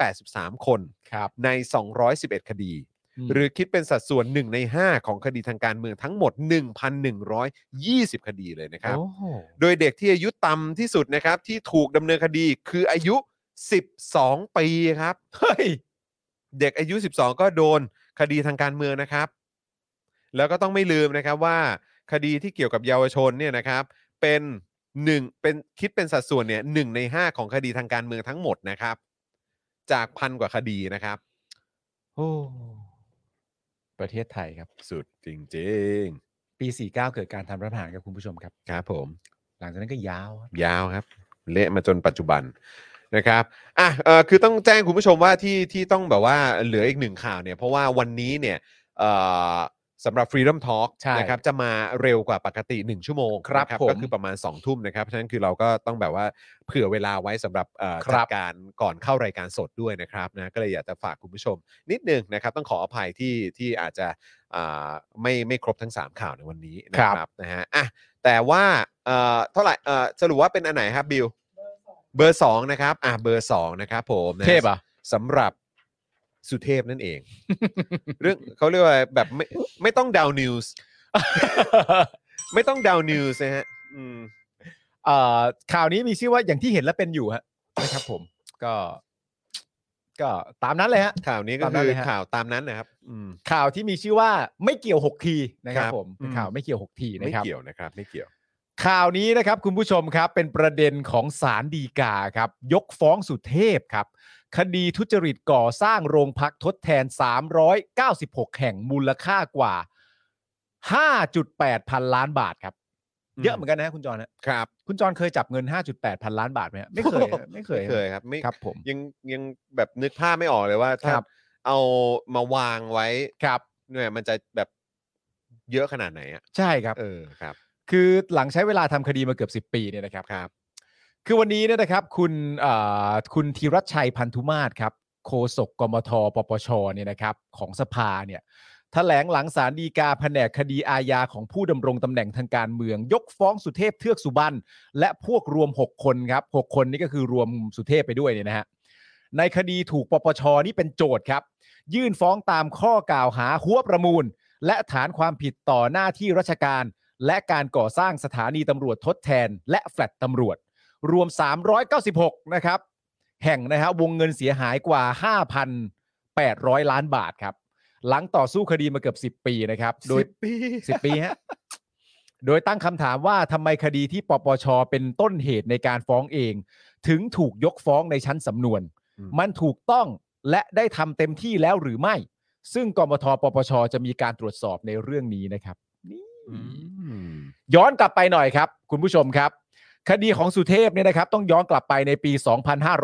Speaker 3: 283 คน
Speaker 5: ครับ
Speaker 3: ใน 211 คดี
Speaker 5: อืม
Speaker 3: หรือคิดเป็นสัดส่วน 1 ใน 5 ของคดีทางการเมืองทั้งหมด 1,120 คดีเลยนะครับ
Speaker 5: โอ้โห
Speaker 3: โดยเด็กที่อายุต่ำที่สุดนะครับที่ถูกดำเนินคดีคืออายุ 12 ปีครับ
Speaker 5: เฮ้ย
Speaker 3: เด็กอายุ 12 ก็โดนคดีทางการเมืองนะครับ แล้วก็ต้องไม่ลืมนะครับว่า คดีที่เกี่ยวกับเยาวชนเนี่ยนะครับเป็นหนึ่งเป็นคิดเป็นสัดส่วนเนี่ยหนึ่งใน 5 ของคดีทางการเมืองทั้งหมดนะครับ จากพันกว่าคดีนะครับ
Speaker 5: โอ้ประเทศไทยครับ
Speaker 3: สุดจริง
Speaker 5: ปี 49 เกิดการทำรัฐประหารกับคุณผู้ชมครับ
Speaker 3: ๆครับผม
Speaker 5: หลังจากนั้นก็ยาวครับ
Speaker 3: ยาวครับ เละมาจนปัจจุบันนะครับอ่ะเอ่อคือต้องแจ้งคุณผู้ชมว่าที่ที่ต้องแบบว่าเหลืออีกหนึ่งข่าวเนี่ย เพราะว่าวันนี้เนี่ยเอ่อสำหรับ Freedom Talk
Speaker 5: ใช่
Speaker 3: นะครับจะมาเร็วกว่าปกติ 1 ชั่วโมง
Speaker 5: ครับ
Speaker 3: นะ
Speaker 5: ผม
Speaker 3: ก็คือประมาณ 2 ทุ่มนะครับฉะนั้นคือเราก็ต้องแบบว่าเผื่อเวลาไว้สำหรับเอ่อ
Speaker 5: ค
Speaker 3: จั
Speaker 5: รั
Speaker 3: ด
Speaker 5: บ
Speaker 3: การก่อนเข้ารายการสดด้วยนะครับนะก็เลยอยากจะฝากคุณผู้ชม นิดนึงนะครับต้องขออภัยที่ที่อาจจะอ่าไม่ไม่ครบทั้ง 3 ข่าวในวันนี้นะครับนะฮะอ่ะ แต่ว่าเอ่อเท่าไหร่เอ่อสรุปว่าเป็นอันไหนครับบิวเบอร์สองนะครับอ่ะเบอร์สองนะครับผมน
Speaker 5: เทพอ่ะ
Speaker 3: สำหรับสุเทพนั่นเอง เรื่องเขาเรียกว่าแบบไม่ไม่ต้องดาวนิ วส์ไม่ต้องดาวนิวส์นะฮะอืม
Speaker 5: เอ่อข่าวนี้มีชื่อว่าอย่างที่เห็นและเป็นอยู่ฮะนะครับผมก็ ก็ตามนั้นเลยฮะ
Speaker 3: ข่าวนี้ก็
Speaker 5: ตามนั้
Speaker 3: คื
Speaker 5: น
Speaker 3: อ
Speaker 5: เลยฮะ
Speaker 3: ข่าวตามนั้นนะครับ อืม
Speaker 5: ข่าวที่มีชื่อว่าไม่เกี่ยวหกทีนะครั
Speaker 3: ครั
Speaker 5: บ
Speaker 3: บ
Speaker 5: ผม
Speaker 3: อืม
Speaker 5: ข่าวไม่เกี่ยวหกทีนะ
Speaker 3: ไม่
Speaker 5: ครับ
Speaker 3: เกี่ยวนะครับ ไม่เกี่ยว
Speaker 5: ข่าวนี้นะครับคุณผู้ชมครับเป็นประเด็นของสารดีกาครับ ยกฟ้องสุเทพครับ คดีทุจริตก่อสร้างโรงพักทดแทน 396 แห่งมูลค่ากว่า 5.8 พันล้านบาทครับ
Speaker 3: อืม
Speaker 5: เยอะเหมือนกันนะฮะคุณจรฮะ
Speaker 3: ครับ
Speaker 5: คุณจรเคยจับเงิน 5.8 พันล้านบาทไหมฮะไม่เคยฮะไม่เคย
Speaker 3: ไม่
Speaker 5: ฮะ
Speaker 3: เคยครับไม่
Speaker 5: ครับผม
Speaker 3: ยังยังแบบนึกภาพไม่ออกเลยว่า
Speaker 5: ค
Speaker 3: ถ้า
Speaker 5: รับ
Speaker 3: เอามาวางไว้
Speaker 5: ครับ
Speaker 3: เนี่ยมันจะแบบเยอะขนาดไหนอ่ะ
Speaker 5: ใช่ครับ
Speaker 3: เออครับ
Speaker 5: คือหลังใช้เวลาทำคดีมาเกือบ 10 ปีเนี่ยนะครับ
Speaker 3: ครับ
Speaker 5: คือวันนี้เนี่ยนะครับคุณเอ่อคุณธีรชัยพันธุมาศครับโฆษกกมทปปชเนี่ยนะครับของสภาเนี่ยแถลงหลังสารดีกาแผนกคดีอาญาของผู้ดำรงตำแหน่งทางการเมือง ยกฟ้องสุเทพเทือกสุบรรณและพวกรวม 6 คนครับ 6 คนนี่ก็คือรวมสุเทพไปด้วยเนี่ยนะฮะในคดีถูกปปชนี่เป็นโจทย์ครับ ยื่นฟ้องตามข้อกล่าวหาหัวประมูล และฐานความผิดต่อหน้าที่ราชการ และการก่อสร้างสถานีตำรวจทดแทน และแฟลตตำรวจ รวม 396 นะครับ แห่งนะฮะวงเงินเสียหายกว่า 5,800 ล้านบาทครับ หลังต่อสู้คดีมาเกือบ 10 ปีนะครับ โดย
Speaker 3: 10 ปี
Speaker 5: 10 ปีฮะ โดยตั้งคำถามว่าทำไมคดีที่ปปชเป็นต้นเหตุในการฟ้องเอง ถึงถูกยกฟ้องในชั้นสำนวน
Speaker 3: อืม
Speaker 5: มันถูกต้องและได้ทำเต็มที่แล้วหรือไม่ ซึ่งกมทปปชจะมีการตรวจสอบในเรื่องนี้นะครับ ย้อนกลับไปหน่อยครับ คุณผู้ชมครับ คดีของสุเทพเนี่ยนะครับ ต้องย้อนกลับไปในปี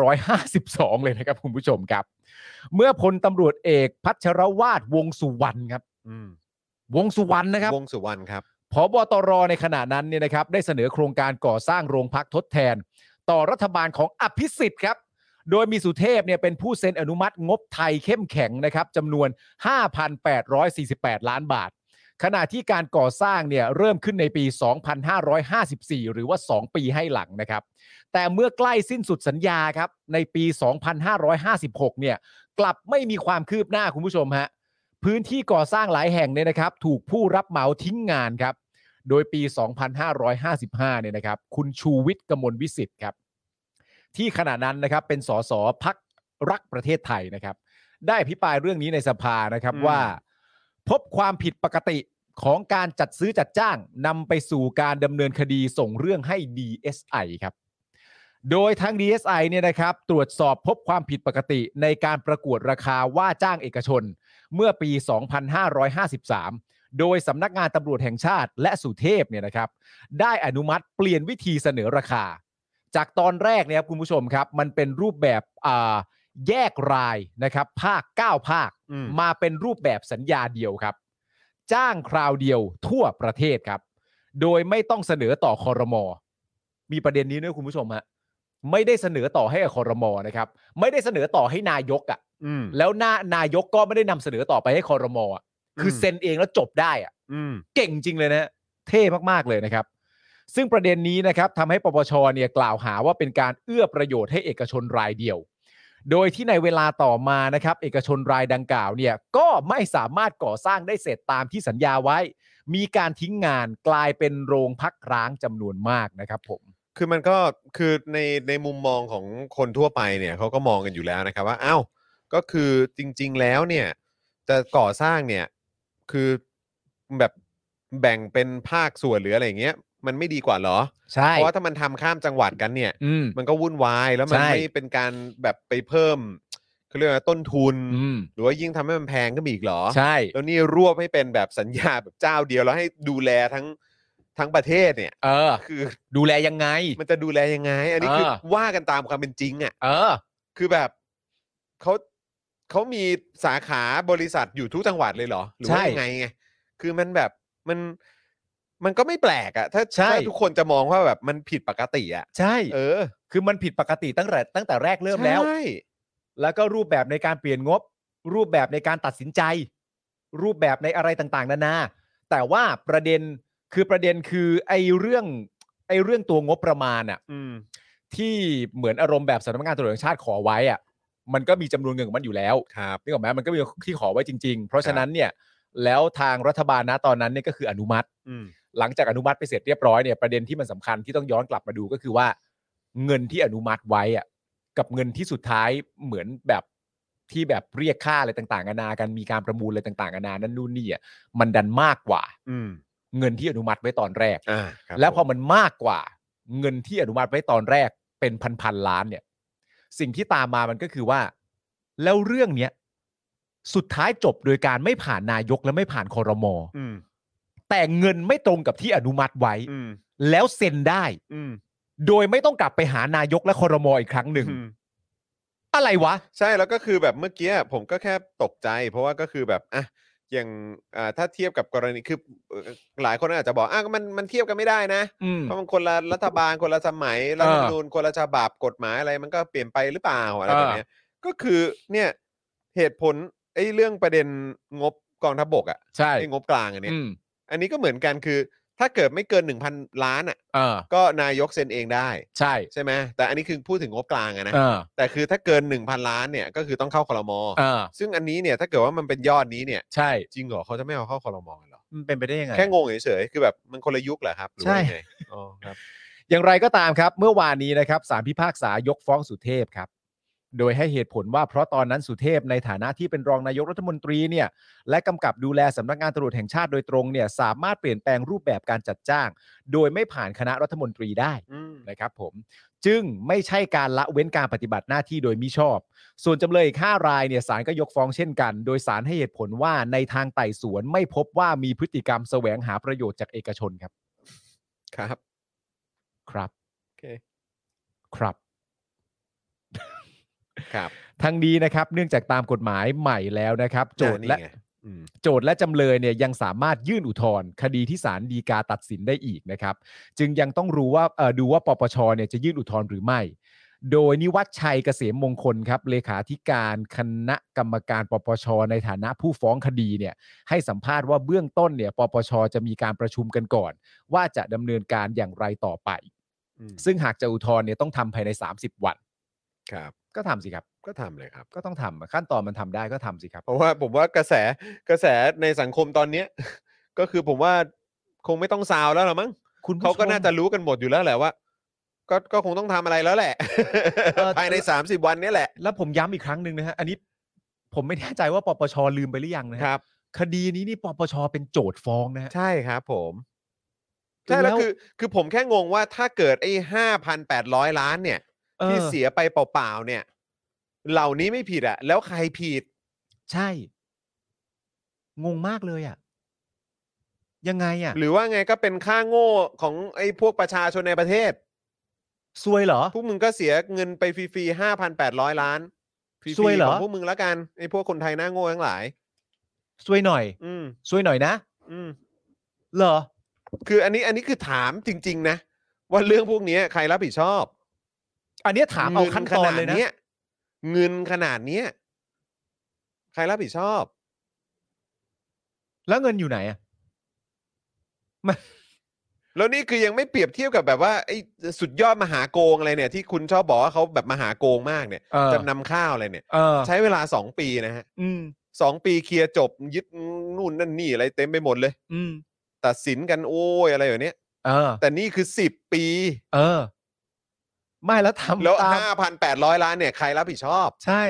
Speaker 5: 2552 เลยนะครับ คุณผู้ชมครับ เมื่อพลตำรวจเอกพัชรวาดวงสุวรรณครับ
Speaker 3: อืม
Speaker 5: วงสุวรรณนะครับ
Speaker 3: วงสุวรรณครับ
Speaker 5: ผบตรในขณะนั้นเนี่ยนะครับได้เสนอโครงการก่อสร้างโรงพักทดแทน ต่อรัฐบาลของอภิสิทธิ์ครับ โดยมีสุเทพเนี่ยเป็นผู้เซ็นอนุมัติงบไทยเข้มแข็งนะครับจำนวน 5,848 ล้านบาท ขณะที่การก่อสร้างเนี่ยเริ่มขึ้นในปี 2,554 หรือว่า 2 ปีให้หลังนะครับ แต่เมื่อใกล้สิ้นสุดสัญญาครับในปี 2,556 เนี่ยกลับไม่มีความคืบหน้าคุณผู้ชมฮะพื้นที่ก่อสร้างหลายแห่งเนี่ยนะครับ ถูกผู้รับเหมาทิ้งงานครับ โดยปี 2,555 เนี่ยนะครับ คุณชูวิทย์กมลวิสิทธิ์ครับ ที่ขณะนั้นนะครับเป็นสสพักรักประเทศไทยนะครับ ได้อภิปรายเรื่องนี้ในสภานะครับว่า พบความผิดปกติของการจัดซื้อจัดจ้างนำไปสู่การดำเนินคดีส่งเรื่องให้ DSI ครับ โดยทั้ง DSI เนี่ยนะครับ ตรวจสอบพบความผิดปกติในการประกวดราคาว่าจ้างเอกชน เมื่อปี 2553 โดยสำนักงานตำรวจแห่งชาติและสุเทพเนี่ยนะครับ ได้อนุมัติเปลี่ยนวิธีเสนอราคา จากตอนแรกเนี่ยครับคุณผู้ชมครับ มันเป็นรูปแบบอ่าแยกรายนะครับ ภาค 9 ภาค
Speaker 3: อืม
Speaker 5: มาเป็นรูปแบบสัญญาเดียวครับ จ้างคราวเดียวทั่วประเทศครับ โดยไม่ต้องเสนอต่อคอรมอ มีประเด็นนี้ด้วยคุณผู้ชมฮะไม่ได้เสนอต่อให้กับคอรมอนะครับ ไม่ได้เสนอต่อให้นายกอะ่ะ
Speaker 3: อืม
Speaker 5: แล้วนานายกก็ไม่ได้นำเสนอต่อไปให้คอรมออะคืออ
Speaker 3: ม
Speaker 5: เซ็นเองแล้วจบได้อ่ะ
Speaker 3: อืม
Speaker 5: เก่งจริงเลยนะฮะเท่มาก ๆ เลยนะครับ ซึ่งประเด็นนี้นะครับทำให้ปปชเนี่ยกล่าวหาว่าเป็นการเอื้อประโยชน์ให้เอกชนรายเดียว โดยที่ในเวลาต่อมานะครับ เอกชนรายดังกล่าวเนี่ยก็ไม่สามารถก่อสร้างได้เสร็จตามที่สัญญาไว้ มีการทิ้งงานกลายเป็นโรงพักร้างจำนวนมากนะครับผม
Speaker 3: คือมันก็คือในในมุมมองของคนทั่วไปเนี่ยเขาก็มองกันอยู่แล้วนะครับว่าอ้าวก็คือจริง ๆ แล้วเนี่ยจะก่อสร้างเนี่ยคือแบบแบ่งเป็นภาคส่วนหรืออะไรอย่างเงี้ยมันไม่ดีกว่าเหรอ
Speaker 5: ใช่
Speaker 3: เพราะว่าถ้ามันทำข้ามจังหวัดกันเนี่ย
Speaker 5: อืม
Speaker 3: มันก็วุ่นวายแล้วมัน
Speaker 5: ใช่
Speaker 3: ไม่เป็นการแบบไปเพิ่มเขาเรียกว่าต้นทุน
Speaker 5: อืม
Speaker 3: หรือว่ายิ่งทำให้มันแพงก็มีอีกเหรอ
Speaker 5: ใช่
Speaker 3: แล้วนี่รวบให้เป็นแบบสัญญาแบบเจ้าเดียวแล้วให้ดูแลทั้งทั้งประเทศเนี่ย
Speaker 5: เออ
Speaker 3: คือ
Speaker 5: ดูแลยังไง
Speaker 3: มันจะดูแลยังไง อันนี้
Speaker 5: เออ
Speaker 3: คือว่ากันตามความเป็นจริงอะ่ะ
Speaker 5: เออ
Speaker 3: คือแบบเขาเขามีสาขาบริษัทอยู่ทุกจังหวัดเลยเหรอ หรือว่า
Speaker 5: ใช่
Speaker 3: ยังไงไง คือมันแบบมันมันก็ไม่แปลกอะ่ะ ถ้า
Speaker 5: ใช่
Speaker 3: ถ้าทุกคนจะมองว่าแบบมันผิดปกติอะ่ะ
Speaker 5: ใช่
Speaker 3: เออ
Speaker 5: คือมันผิดปกติตั้งแต่ตั้งแต่แรกเริ่มแล้ว
Speaker 3: ใช่
Speaker 5: แล้วก็รูปแบบในการเปลี่ยนงบ รูปแบบในการตัดสินใจ รูปแบบในอะไรต่างๆ นานาแต่ว่าประเด็นคือประเด็นคือไอ้เรื่องไอ้เรื่องตัวงบประมาณอะ
Speaker 3: อืม
Speaker 5: ที่เหมือนอารมณ์แบบสำนักงานตำรวจแห่งชาติขอไว้อะมันก็มีจำนวนเงินของมันอยู่แล้ว
Speaker 3: ครับ
Speaker 5: นึกออกไหมมันก็มีที่ขอไว้จริง ๆ เพราะฉะนั้นเนี่ยแล้วทางรัฐบาลนะตอนนั้นเนี่ยก็คืออนุมัติ
Speaker 3: อืม
Speaker 5: หลังจากอนุมัติไปเสร็จเรียบร้อยเนี่ยประเด็นที่มันสำคัญที่ต้องย้อนกลับมาดูก็คือว่า เงินที่อนุมัติไว้อะกับเงินที่สุดท้ายเหมือนแบบที่แบบเรียกค่าอะไรต่างๆนานากันมีการประมูลอะไรต่างๆนานานั่นนู่นนี่อ่ะมันดันมากกว่า
Speaker 3: อืม
Speaker 5: เงินที่อนุมัติไว้ตอนแรก
Speaker 3: อ่าครับ
Speaker 5: แล้วพ
Speaker 3: ผ
Speaker 5: อ
Speaker 3: ม
Speaker 5: มันมากกว่า เงินที่อนุมัติไว้ตอนแรกเป็นพันๆล้านเนี่ย สิ่งที่ตามมามันก็คือว่า แล้วเรื่องเนี้ยสุดท้ายจบโดยการไม่ผ่านนายกและไม่ผ่านคอรมอ
Speaker 3: อืม
Speaker 5: แต่เงินไม่ตรงกับที่อนุมัติไว้
Speaker 3: อืม
Speaker 5: แล้วเซ็นได้
Speaker 3: อืม
Speaker 5: โดยไม่ต้องกลับไปหานายกและคอรมออีกครั้งหนึ่ง
Speaker 3: อืม
Speaker 5: อะไรวะ
Speaker 3: ใช่แล้วก็คือแบบเมื่อกี้ผมก็แค่ตกใจ เพราะว่าก็คือแบบอ่ะอย่างอ่าถ้าเทียบกับกรณีคือเอ่อหลายคนอาจจะบอกอ่ะก็มันมันเทียบกันไม่ได้นะ
Speaker 5: อืม
Speaker 3: เพราะมันคนละรัฐ บาลคนละสมัยรัฐธรรมนูญคนละฉบับกฎหมายอะไรมันก็เปลี่ยนไปหรือเปล่าอะไร
Speaker 5: เออ
Speaker 3: แบบเนี้ยก็คือเนี่ยเหตุผลไอ้เรื่องประเด็นงบกองทัพบกอ่ะ
Speaker 5: ใช่
Speaker 3: ไอ้งบกลางอันเนี้ย
Speaker 5: อืม
Speaker 3: อันนี้ก็เหมือนกันคือ ถ้าเกิดไม่เกิน 1,000 ล้านอ่ะ
Speaker 5: เออ
Speaker 3: ก็นายกเซ็นเองได้
Speaker 5: ใช่
Speaker 3: ใช่ไหมแต่อันนี้คือพูดถึงงบกลางอะนะ
Speaker 5: เออ
Speaker 3: แต่คือถ้าเกิน 1,000 ล้านเนี่ยก็คือต้องเข้าคลมอ
Speaker 5: เออ
Speaker 3: ซึ่งอันนี้เนี่ยถ้าเกิดว่ามันเป็นยอดนี้เนี่ย
Speaker 5: ใช่
Speaker 3: จริงเหรอเขาจะไม่เอาเข้าคอรมอลเหรอ
Speaker 5: มันเป็นไปได้ยังไง
Speaker 3: แค่งงเฉยๆคือแบบมันคนละยุคเหรอครับหรือว่ายัง
Speaker 5: ใช่
Speaker 3: ไงอ๋อครับ
Speaker 5: อย่างไรก็ตามครับ เมื่อวานนี้นะครับสารพิพากษายกฟ้องสุเทพครับ โดยให้เหตุผลว่าเพราะตอนนั้นสุเทพในฐานะที่เป็นรองนายกรัฐมนตรีเนี่ยและกำกับดูแลสำนักงานตำรวจแห่งชาติโดยตรงเนี่ยสามารถเปลี่ยนแปลงรูปแบบการจัดจ้าง โดยไม่ผ่านคณะรัฐมนตรีได้
Speaker 3: อืม
Speaker 5: นะครับผมจึงไม่ใช่การละเว้นการปฏิบัติหน้าที่โดยมิชอบ ส่วนจำเลยอีก5รายเนี่ยศาลก็ยกฟ้องเช่นกัน โดยศาลให้เหตุผลว่าในทางไต่สวนไม่พบว่ามีพฤติกรรมแสวงหาประโยชน์จากเอกชนครับ
Speaker 3: ครับ
Speaker 5: ครับ
Speaker 3: โอเค
Speaker 5: ครับ
Speaker 3: ครับ
Speaker 5: ทั้งนี้นะครับ เนื่องจากตามกฎหมายใหม่แล้วนะครับ โจทย์และ
Speaker 3: นี่ไงอื อืม
Speaker 5: โจทย์และจำเลยเนี่ยยังสามารถยื่นอุทธรณ์คดีที่ศาลฎีกาตัดสินได้อีกนะครับ จึงยังต้องรู้ว่าเอ่อดูว่าปปชเนี่ยจะยื่นอุทธรณ์หรือไม่ โดยนิวัฒน์ชัยเกษมมงคลครับเลขาธิการคณะกรรมการปปช ในฐานะผู้ฟ้องคดีเนี่ยให้สัมภาษณ์ว่าเบื้องต้นเนี่ยปปช จะมีการประชุมกันก่อน ว่าจะดำเนินการอย่างไรต่อไป
Speaker 3: อืม
Speaker 5: ซึ่งหากจะอุทธรณ์เนี่ยต้องทำภายใน 30 วัน
Speaker 3: ครับ
Speaker 5: ก็ทำสิครับ
Speaker 3: ก็ทำเลยครับ
Speaker 5: ก็ต้องทำอะขั้นตอนมันทำได้ก็ทำสิครับ
Speaker 3: เพราะว่าผมว่ากระแสกระแสในสังคมตอนเนี้ย ก็คือผมว่าคงไม่ต้องซาวแล้วหรอมั้ง
Speaker 5: คุณผู้ชม
Speaker 3: เขาก็น่าจะรู้กันหมดอยู่แล้วแหละว่า ก็ก็คงต้องทำอะไรแล้วแหละ
Speaker 5: เอ่อ
Speaker 3: ภายใน 30 วันเนี้แหละ
Speaker 5: แล้วผมย้ำอีกครั้งหนึ่งนะฮะ อันนี้ผมไม่แน่ใจว่าปปชลืมไปหรือยังนะฮะ
Speaker 3: ครับ
Speaker 5: คดีนี้นี่ปปชเป็นโจทย์ฟ้องนะฮะ
Speaker 3: ใช่ครับผมใช่
Speaker 5: แล้
Speaker 3: แล้ว
Speaker 5: ว
Speaker 3: คือ คือผมแค่งงว่าถ้าเกิดไอ้ห้าพันแปดร้อยล้านเนี่ย
Speaker 5: เออ
Speaker 3: ที่เสียไปเปล่าๆเนี่ย เหล่านี้ไม่ผิดอะแล้วใครผิด
Speaker 5: ใช่ งงมากเลยอ่ะ ยังไงอ่ะ
Speaker 3: หรือว่าไงก็เป็นค่าโง่ของไอ้พวกประชาชนในประเทศ
Speaker 5: ซวยเหรอ
Speaker 3: พวกมึงก็เสียเงินไปฟรีๆห้าพันแปดร้อยล้านฟรี
Speaker 5: ซวย
Speaker 3: ๆ
Speaker 5: เหร
Speaker 3: ข
Speaker 5: อ
Speaker 3: องพวกมึงละกันไอ้พวกคนไทยหน้าโง่ทั้งหลาย
Speaker 5: ซวยหน่อย
Speaker 3: อืม
Speaker 5: ซวยหน่อยนะ
Speaker 3: อืม
Speaker 5: เหรอ
Speaker 3: คืออันนี้อันนี้คือถามจริง ๆ นะ ว่าเรื่องพวกนี้ใครรับผิดชอบ
Speaker 5: อันเนี้ยถามเอาขั้นตอนเลยนะ
Speaker 3: งิขดเงินขนาดเนี้ยใครรับผิดชอบ
Speaker 5: แล้วเงินอยู่ไหนอ่ะ
Speaker 3: แล้วนี่คือยังไม่เปรียบเทียบกับแบบว่าไอ้สุดยอดมหาโกงอะไรเนี่ย ที่คุณชอบบอกว่าเขาแบบมหาโกงมากเนี่ย
Speaker 5: เออ
Speaker 3: จำนำข้าวอะไรเนี่ย
Speaker 5: เออ
Speaker 3: ใช้เวลาสองปีนะฮะ
Speaker 5: อืม
Speaker 3: สองปีเคลียร์จบยึดนู่นนั่นนี่อะไรเต็มไปหมดเลย
Speaker 5: อืม
Speaker 3: ตัดสินกันโอ้ยอะไรอย่างเนี้ย
Speaker 5: เออ
Speaker 3: แต่นี่คือ 10 ปี
Speaker 5: เออ ไม่แล้วทำ
Speaker 3: แล้ว
Speaker 5: ตาม
Speaker 3: 5,800 ล้านเนี่ยใครรับผิดชอบ
Speaker 5: ใช่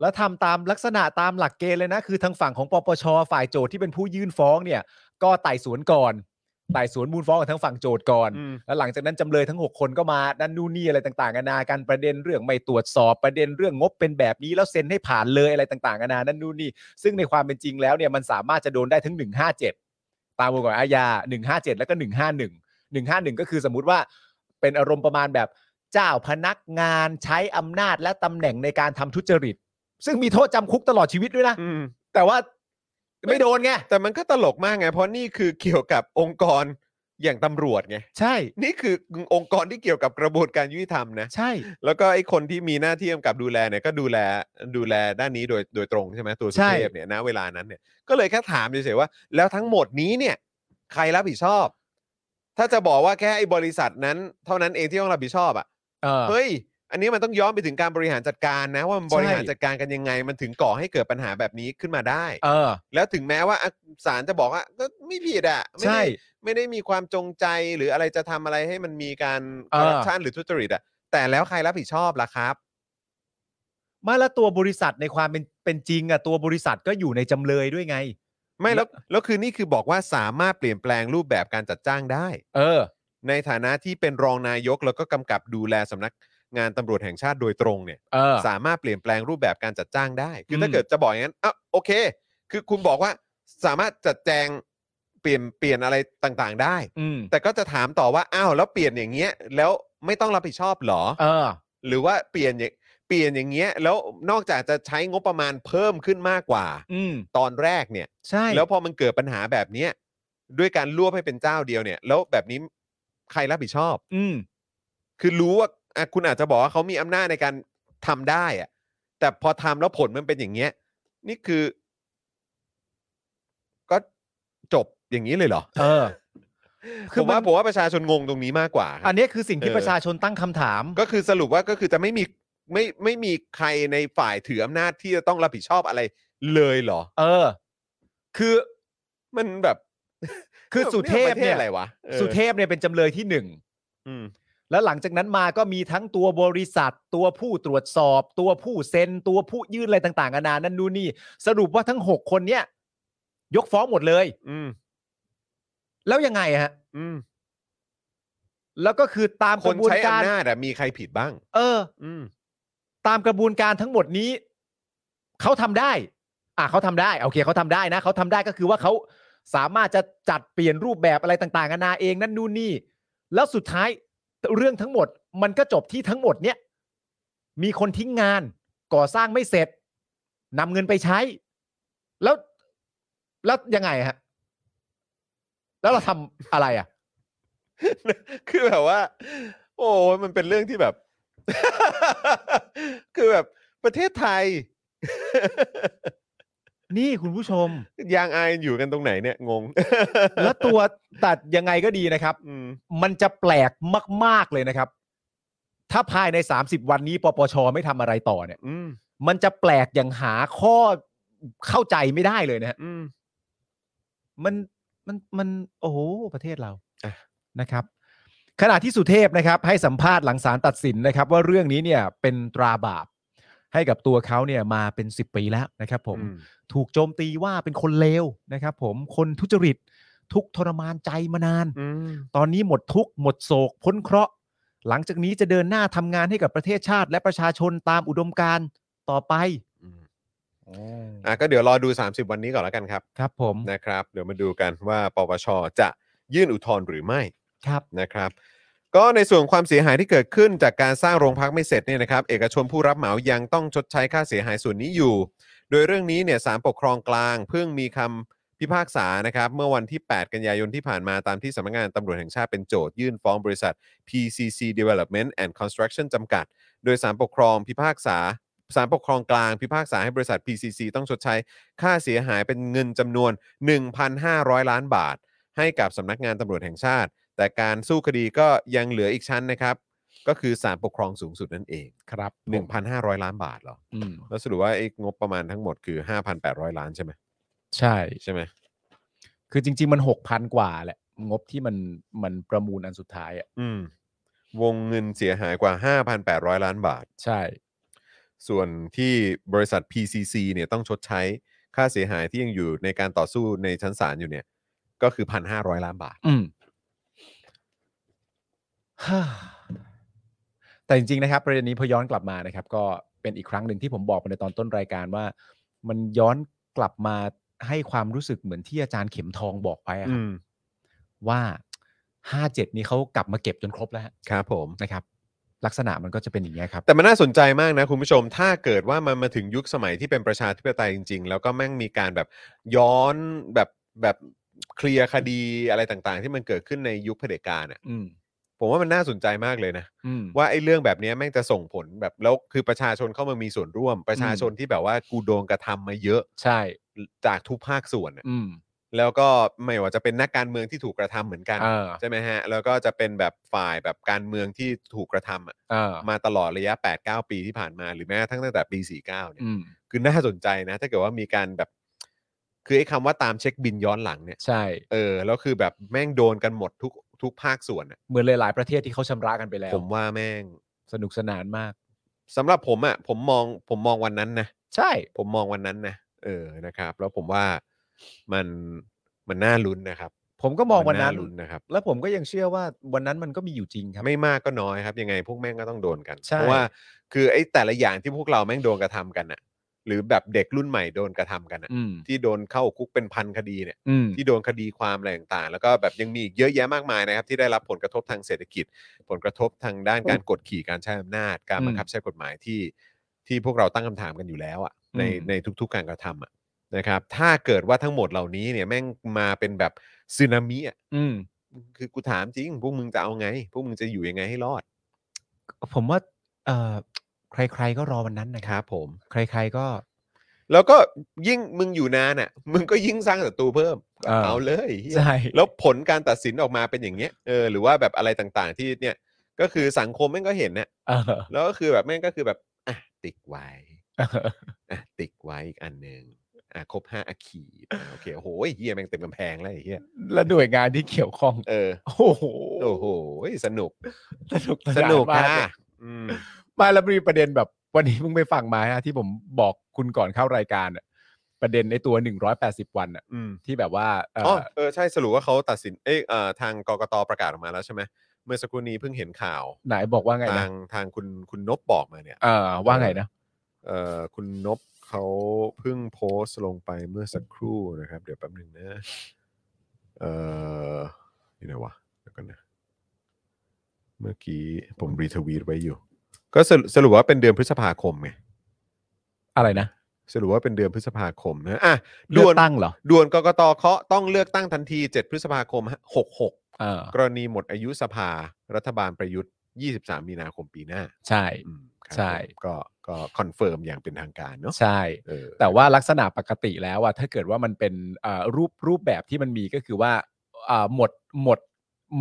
Speaker 5: แล้วทำตามลักษณะตามหลักเกณฑ์เลยนะ คือทางฝั่งของปปชฝ่ายโจทย์ที่เป็นผู้ยื่นฟ้องเนี่ย ก็ไต่สวนก่อน ไต่สวนมูลฟ้องกับทางฝั่งโจทย์ก่อน
Speaker 3: อืม
Speaker 5: แล้วหลังจากนั้นจำเลยทั้ง 6 คนก็มานั่นนู่นนี่อะไรต่างๆนานากันประเด็นเรื่องไม่ตรวจสอบประเด็นเรื่องงบเป็นแบบนี้แล้วเซ็นให้ผ่านเลยอะไรต่างๆนานานั่นนู่นนี่ ซึ่งในความเป็นจริงแล้วเนี่ยมันสามารถจะโดนได้ทั้ง 157 ตามวงกฎอาญา 157 แล้วก็ 151 151 ก็คือสมมุติว่าเป็นอารมณ์ประมาณแบบเจ้าพนักงานใช้อำนาจและตำแหน่งในการทำทุจริต ซึ่งมีโทษจำคุกตลอดชีวิตด้วยนะ แต่ว่าไม่โดนไง
Speaker 3: แต่มันก็ตลกมากไง เพราะนี่คือเกี่ยวกับองค์กรอย่างตำรวจไง
Speaker 5: ใช่
Speaker 3: นี่คือองค์กรที่เกี่ยวกับกระบวนการยุติธรรมนะ
Speaker 5: ใช่
Speaker 3: แล้วก็ไอ้คนที่มีหน้าที่กำกับดูแลเนี่ยก็ดูแลดูแลด้านนี้โดยโดยตรงใช่ไหมตัวสุเทพเนี่ยนะเวลานั้นเนี่ยก็เลยแค่ถามเฉยๆว่า แล้วทั้งหมดนี้เนี่ยใครรับผิดชอบ ถ้าจะบอกว่าแค่ไอ้บริษัทนั้น เท่านั้นเองที่ต้องรับผิดชอบอ่ะ
Speaker 5: เออ
Speaker 3: เฮ้ย อันนี้มันต้องย้อนไปถึงการบริหารจัดการนะ ว่ามันบริหาร
Speaker 5: ใช่
Speaker 3: จัดการกันยังไง มันถึงก่อให้เกิดปัญหาแบบนี้ขึ้นมาได้
Speaker 5: เออ
Speaker 3: แล้วถึงแม้ว่าอ่ะศาลจะบอกว่าก็ไม่ผิดอ่ะไม่ได้
Speaker 5: ใช่
Speaker 3: ไม่ได้มีความจงใจหรืออะไรจะทำอะไรให้มันมีการ
Speaker 5: เอ
Speaker 3: ค
Speaker 5: อ
Speaker 3: อร์รัปชันหรือทุจริตอ่ะแต่แล้วใครรับผิดชอบล่ะครับ
Speaker 5: ไมาแล้วตัวบริษัทในความเป็นเป็นจริงอะตัวบริษัทก็อยู่ในจำเลยด้วยไง
Speaker 3: ไม่แล้วแล้วคือนี่คือบอกว่าสามารถเปลี่ยนแปลงรูปแบบการจัดจ้างได้
Speaker 5: เออ
Speaker 3: ในฐานะที่เป็นรองนายกแล้วก็กำกับดูแลสำนักงานตำรวจแห่งชาติโดยตรงเนี่ย
Speaker 5: เออ
Speaker 3: สามารถเปลี่ยนแปลงรูปแบบการจัดจ้างได้ คืออ
Speaker 5: ม
Speaker 3: ถ้าเกิดจะบอกอย่างนั้นอ่ะโอเค คือคุณบอกว่าสามารถจัดแจงเปลี่ยนเปลี่ยนอะไรต่างๆ ได้
Speaker 5: อืม
Speaker 3: แต่ก็จะถามต่อว่า อ้าว แล้วเปลี่ยนอย่างเงี้ย แล้วไม่ต้องรับผิดชอบเหรอ
Speaker 5: เออ
Speaker 3: หรือว่าเปลี่ยนอย่างเปลี่ยนอย่างเงี้ย แล้วนอกจากจะใช้งบประมาณเพิ่มขึ้นมากกว่า
Speaker 5: อืม
Speaker 3: ตอนแรกเนี่ย
Speaker 5: ใช่
Speaker 3: แล้วพอมันเกิดปัญหาแบบเนี้ยด้วยการรวบให้เป็นเจ้าเดียวเนี่ย แล้วแบบนี้ใครรับผิดชอบ
Speaker 5: อืม
Speaker 3: คือรู้ว่าอ่ะคุณอาจจะบอกว่าเขามีอำนาจในการทำได้อะแต่พอทำแล้วผลมันเป็นอย่างเงี้ย นี่คือ ก็จบอย่างนี้เลยเหรอ
Speaker 5: เออ คื
Speaker 3: ผ
Speaker 5: อ
Speaker 3: ม
Speaker 5: มัน
Speaker 3: ว่าผมว่าประชาชนงงตรงนี้มากกว่าครับ
Speaker 5: อันนี้คือสิ่งที่
Speaker 3: เออ
Speaker 5: ประชาชนตั้งคำถาม
Speaker 3: ก็คือสรุปว่าก็คือจะไม่มีไม่ไม่มีใครในฝ่ายถืออำนาจที่จะต้องรับผิดชอบอะไรเลยเหรอ
Speaker 5: เออ คือ
Speaker 3: มันแบบ
Speaker 5: คือสุเทพเนี่ย
Speaker 3: ประอะไรวะออ
Speaker 5: สุเทพเนี่ยเป็นจำเลยที่หนึ่ง
Speaker 3: อืม
Speaker 5: แล้วหลังจากนั้นมาก็มีทั้งตัวบริษัท ตัวผู้ตรวจสอบ ตัวผู้เซ็น ตัวผู้ยื่นอะไรต่างๆนานานั่นนู่นนี่ สรุปว่าทั้งหกคนเนี่ย ยกฟ้องหมดเลย
Speaker 3: อืม
Speaker 5: แล้วยังไงฮะ
Speaker 3: อืม
Speaker 5: แล้วก็คือตาม
Speaker 3: ค
Speaker 5: ก
Speaker 3: น
Speaker 5: ระบวน
Speaker 3: ใช้
Speaker 5: การ
Speaker 3: อำนาจอะมีใครผิดบ้าง
Speaker 5: เออ
Speaker 3: อืม
Speaker 5: ตามกระบวนการทั้งหมดนี้ เขาทำได้ อ่ะเขาทำได้โอเคเขาทำได้นะเขาทำได้ก็คือว่าเขาสามารถจะจัดเปลี่ยนรูปแบบอะไรต่างๆนานาเองนั่นนู่นนี่ แล้วสุดท้ายเรื่องทั้งหมด มันก็จบที่ทั้งหมดเนี่ยมีคนทิ้งงาน ก่อสร้างไม่เสร็จนำเงินไปใช้ แล้ว แล้วยังไงฮะ แล้วเราทำอะไรอ่ะ
Speaker 3: คือแบบว่า โอ้ยมันเป็นเรื่องที่แบบ คือแบบประเทศไทย
Speaker 5: นี่คุณผู้ชม
Speaker 3: ยางอายอยู่กันตรงไหนเนี่ยงง
Speaker 5: แล้วตัวตัดยังไงก็ดีนะครับ
Speaker 3: อืม
Speaker 5: มันจะแปลกมาก ๆ เลยนะครับ ถ้าภายใน 30 วันนี้ปปชไม่ทำอะไรต่อเนี่ย
Speaker 3: อืม
Speaker 5: มันจะแปลกอย่างหาข้อเข้าใจไม่ได้เลยนะฮะ
Speaker 3: อืม
Speaker 5: มันมันมันโอ้โหประเทศเรา
Speaker 3: อ่ะ
Speaker 5: นะครับ ขณะที่สุเทพนะครับ ให้สัมภาษณ์หลังศาลตัดสินนะครับ ว่าเรื่องนี้เนี่ยเป็นตราบาป ให้กับตัวเขาเนี่ยมาเป็น 10 ปีแล้วนะครับ ผม
Speaker 3: อืม
Speaker 5: ถูกโจมตีว่าเป็นคนเลวนะครับ ผมคนทุจริต ทุกข์ทรมานใจมานาน
Speaker 3: อืม
Speaker 5: ตอนนี้หมดทุกข์หมดโศก พ้นเคราะห์ หลังจากนี้จะเดินหน้าทำงานให้กับประเทศชาติ และประชาชนตามอุดมการณ์ต่อไป
Speaker 3: อืมอ่ะก็เดี๋ยวรอดู 30 วันนี้ก่อนแล้วกันครับ
Speaker 5: ครับผม
Speaker 3: นะครับ เดี๋ยวมาดูกันว่าปปชจะยื่นอุทธรณ์หรือไม่
Speaker 5: ครับ
Speaker 3: นะครับก็ในส่วนความเสียหายที่เกิดขึ้นจากการสร้างโรงพักไม่เสร็จเนี่ยนะครับเอกชนผู้รับเหมายังต้องชดใช้ค่าเสียหายส่วนนี้อยู่ โดยเรื่องนี้เนี่ยศาลปกครองกลาง เพิ่งมีคำพิพากษานะครับเมื่อวันที่ 8 กันยายนที่ผ่านมาตามที่สำนักงานตำรวจแห่งชาติเป็นโจทยื่นฟ้องบริษัท PCC Development and Construction จำกัด โดยศาลปกครองพิพากษาศาลปกครองกลางพิพากษาให้บริษัท PCC ต้องชดใช้ค่าเสียหายเป็นเงินจำนวน 1,500 ล้านบาท ให้กับสำนักงานตำรวจแห่งชาติ แต่การสู้คดีก็ยังเหลืออีกชั้นนะครับ ก็คือศาลปกครองสูงสุดนั่นเอง
Speaker 5: ครับ
Speaker 3: 1,500 ล้านบาทเหรอ
Speaker 5: อืม
Speaker 3: แล้วสรุปว่าไอ้งบประมาณทั้งหมดคือ 5,800 ล้านใช่ไหม
Speaker 5: ใช่
Speaker 3: ใช่ไหม
Speaker 5: คือจริง ๆ มันหกพันกว่าแหละ งบที่มันมันประมูลอันสุดท้ายอ่ะ
Speaker 3: อืม วงเงินเสียหายกว่า 5,800 ล้านบาท
Speaker 5: ใช่
Speaker 3: ส่วนที่บริษัท PCC เนี่ยต้องชดใช้ค่าเสียหายที่ยังอยู่ในการต่อสู้ในชั้นศาลอยู่เนี่ย ก็คือ 1,500 ล้านบาท
Speaker 5: อืม ฮ่าแต่จริง ๆ นะครับ ประเด็นนี้พอย้อนกลับมานะครับ ก็เป็นอีกครั้งหนึ่งที่ผมบอกไปในตอนต้นรายการว่า มันย้อนกลับมาให้ความรู้สึกเหมือนที่อาจารย์เข็มทองบอกไปอะครั
Speaker 3: อื
Speaker 5: บ
Speaker 3: ม
Speaker 5: ว่าห้าเจ็ดนี้เขากลับมาเก็บจนครบแล้วฮะ
Speaker 3: ครับผม
Speaker 5: นะครับ ลักษณะมันก็จะเป็นอย่างนี้ยครับ
Speaker 3: แต่มันน่าสนใจมากนะคุณผู้ชม ถ้าเกิดว่ามันมาถึงยุคสมัยที่เป็นประชาธิปไตยจริง ๆ แล้วก็แม่งมีการแบบย้อนแบบแบบเคลียร์คดีอะไรต่างๆ ที่มันเกิดขึ้นในยุคเผด็จการอ่ะ
Speaker 5: อืม
Speaker 3: ผมว่ามันน่าสนใจมากเลยนะ
Speaker 5: อืม
Speaker 3: ว่าไอ้เรื่องแบบเนี้ยแม่งจะส่งผลแบบแล้วคือประชาชนเข้ามามีส่วนร่วม ประชาชนที่แบบว่ากูโดนกระทำมาเยอะ
Speaker 5: ใช่
Speaker 3: จากทุกภาคส่วนอะ
Speaker 5: อืม
Speaker 3: แล้วก็ไม่ว่าจะเป็นนักการเมืองที่ถูกกระทำเหมือนกัน
Speaker 5: เออ
Speaker 3: ใช่ไหมฮะแล้วก็จะเป็นแบบฝ่ายแบบการเมืองที่ถูกกระทำอะ
Speaker 5: เออ
Speaker 3: มาตลอดระยะ 8-9 ปีที่ผ่านมา หรือแม้กระทั้งตั้งแต่ปี 49 เนี่ย
Speaker 5: อืม
Speaker 3: คือน่าสนใจนะ ถ้าเกิดว่ามีการแบบ คือไอ้คำว่าตามเช็คบินย้อนหลังเนี่ย
Speaker 5: ใช่
Speaker 3: เออ แล้วคือแบบแม่งโดนกันหมดทุกทุกภาคส่วนอะ
Speaker 5: เหมือนหลายๆประเทศที่เขาชำระกันไปแล้ว
Speaker 3: ผมว่าแม่ง
Speaker 5: สนุกสนานมาก
Speaker 3: สำหรับผมอะผมมองผมมองวันนั้นนะ
Speaker 5: ใช่
Speaker 3: ผมมองวันนั้นนะเออนะครับ แล้วผมว่ามันมันน่าลุ้นนะครับ
Speaker 5: ผมก็มองวัน
Speaker 3: น่า
Speaker 5: นั้น
Speaker 3: ลุ้นนะครับ
Speaker 5: แล้วผมก็ยังเชื่อว่าวันนั้นมันก็มีอยู่จริงครับ
Speaker 3: ไม่มากก็น้อยครับ ยังไงพวกแม่งก็ต้องโดนกัน
Speaker 5: ใช่
Speaker 3: เพราะว่าคือไอ้แต่ละอย่างที่พวกเราแม่งโดนกระทำกันอะหรือแบบเด็กรุ่นใหม่โดนกระทำกันอะ
Speaker 5: อืม
Speaker 3: ที่โดนเข้าคุกเป็นพันคดีเนี่ย
Speaker 5: อืม
Speaker 3: ที่โดนคดีความอะไรต่างๆ แล้วก็แบบยังมีอีกเยอะแยะมากมายนะครับที่ได้รับผลกระทบทางเศรษฐกิจ ผลกระทบทางด้านการกดขี่การใช้อำนาจ การบังคับใช้กฎหมายที่ที่พวกเราตั้งคำถามกันอยู่แล้วอะ่ะใน
Speaker 5: อืม
Speaker 3: ในทุกๆการกระทำอ่ะนะครับ ถ้าเกิดว่าทั้งหมดเหล่านี้เนี่ยแม่งมาเป็นแบบสึนามิอ่ะ
Speaker 5: อืม
Speaker 3: คือกูถามจริง พวกมึงจะเอาไง พวกมึงจะอยู่ยังไงให้รอด
Speaker 5: ผมว่า เอ่อ ใครๆก็รอวันนั้น
Speaker 3: ค
Speaker 5: นะครั
Speaker 3: รับ บผม
Speaker 5: ใครๆก็
Speaker 3: แล้วก็ยิ่งมึงอยู่นานอ่ะมึงก็ยิ่งสร้างศัตรูเพิ่ม
Speaker 5: เออ
Speaker 3: เอาเลยเหี้ย
Speaker 5: ใช่
Speaker 3: แล้วผลการตัดสินออกมาเป็นอย่างเงี้ยเออหรือว่าแบบอะไรต่างๆที่เนี่ย ก็คือสังคมแม่งก็เห็นเนี่ย
Speaker 5: เออ
Speaker 3: แล้วก็คือแบบแม่งก็คือแบบอ่ะติ๊กไว้
Speaker 5: เออ
Speaker 3: อ่ะติ๊กไว้อีกอันหนึ่งอ่ะครบห้าอะขีดอ่ะโอเคโอ้โหไอ้เฮียแม่งเต็มกำแพงแล้วไอ้เฮีย
Speaker 5: และหน่วยงานที่เกี่ยวข้อง
Speaker 3: เออ
Speaker 5: โอ้โห
Speaker 3: โอ้โหสนุก
Speaker 5: สนุก
Speaker 3: สนุก
Speaker 5: มา
Speaker 3: ค่ะ
Speaker 5: เลย
Speaker 3: อืม
Speaker 5: มาแล้วมีประเด็นแบบวันนี้มึงไปฟังมาฮะที่ผมบอกคุณก่อนเข้ารายการอะประเด็นในตัว 180 วันอะ
Speaker 3: อืม
Speaker 5: ที่แบบว่าเอ่อ
Speaker 3: อ๋อ
Speaker 5: อ
Speaker 3: เออใช่สรุปว่าเขาตัดสินเอยเอ่อทางกกตประกาศออกมาแล้วใช่ไหมเมื่อสักครู่นี้เพิ่งเห็นข่าว
Speaker 5: ไหนบอกว่าไง
Speaker 3: ทา
Speaker 5: นะ
Speaker 3: งทางคุณคุณนบบอกมาเนี่ย
Speaker 5: เออว่าไงนะ
Speaker 3: เอ่อคุณนบเขาเพิ่งโพสต์ลงไปเมื่อสักครู่นะครับ เดี๋ยวแป๊บหนึ่งนะเอ่ออยู่ไหนวะเดี๋ยวกันนะ เมื่อกี้ผมรีทวีตไว้อยู่ ก็สรุปสรุปว่าเป็นเดือนพฤษภาคมไง
Speaker 5: อะไรนะ
Speaker 3: สรุปว่าเป็นเดือนพฤษภาคมนะอ่ะ
Speaker 5: เลื
Speaker 3: ด่
Speaker 5: อ
Speaker 3: วน
Speaker 5: กตั้งเหรอ
Speaker 3: ด่วนกกตเคาะต้องเลือกตั้งทันที 7 พฤษภาคม 66
Speaker 5: เออก
Speaker 3: รณีหมดอายุสภา รัฐบาลประยุทธ์ 23 มีนาคมปีหน้า
Speaker 5: ใช่
Speaker 3: อืมครับ
Speaker 5: ใช่
Speaker 3: ผมก็ก็คอนเฟิร์มอย่างเป็นทางการเนาะ
Speaker 5: ใช่
Speaker 3: เออ
Speaker 5: แต่ว่าลักษณะปกติแล้วอะถ้าเกิดว่ามันเป็นเอ่อรูปรูปแบบที่มันมีก็คือว่าเอ่อหมดหมด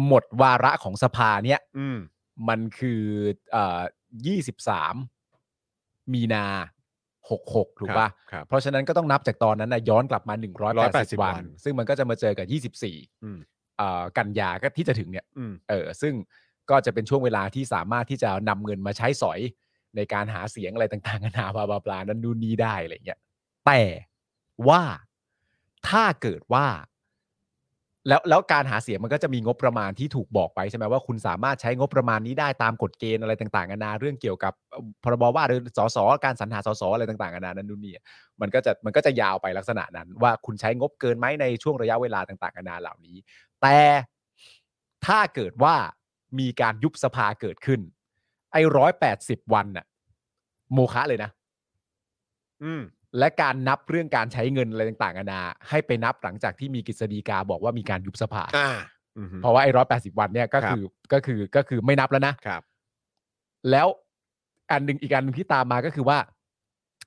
Speaker 5: หมดวาระของสภาเนี่ย
Speaker 3: อืม
Speaker 5: มันคือเอ่อ23 มีนา66 ถูกป่ะ
Speaker 3: ครับ
Speaker 5: เพราะฉะนั้นก็ต้องนับจากตอนนั้นนะย้อนกลับมา 180
Speaker 3: วั
Speaker 5: วัน น ซึ่งมันก็จะมาเจอกับ 24
Speaker 3: อืม
Speaker 5: เอ่อกันยาก็ที่จะถึงเนี่ย
Speaker 3: อืม
Speaker 5: เออซึ่งก็จะเป็นช่วงเวลาที่สามารถที่จะนำเงินมาใช้สอยในการหาเสียงอะไรต่างๆนานาบลาบลาบลานั้นนู่นนี่ได้อะไรเงี้ยแต่ว่าถ้าเกิดว่า แล้วแล้วการหาเสียงมันก็จะมีงบประมาณที่ถูกบอกไปใช่ไหมว่าคุณสามารถใช้งบประมาณนี้ได้ตามกฎเกณฑ์อะไรต่างๆนานาเรื่องเกี่ยวกับเอ่อพรบว่าหรือสสการสรรหาสสอะไรต่างๆนานานั้นนู่นนี่ มันก็จะมันก็จะยาวไปลักษณะนั้น ว่าคุณใช้งบเกินไหมในช่วงระยะเวลาต่างๆนานาเหล่านี้ แต่ถ้าเกิดว่ามีการยุบสภาเกิดขึ้น ไอ้ร้อยแปดสิบวันน่ะโมฆะเลยนะ
Speaker 3: อืม
Speaker 5: และการนับเรื่องการใช้เงินอะไรต่างๆนานาให้ไปนับหลังจากที่มีกฤษฎีกาบอกว่ามีการยุบสภา
Speaker 3: อ่า อืมฮึ
Speaker 5: เพราะว่าไอ้ร้อยแปดสิบวันเนี่ยก็คือก็คือก็คือไม่นับแล้วนะครับ แล้วอันหนึ่งอีกอันหนึ่งที่ตามมาก็คือว่า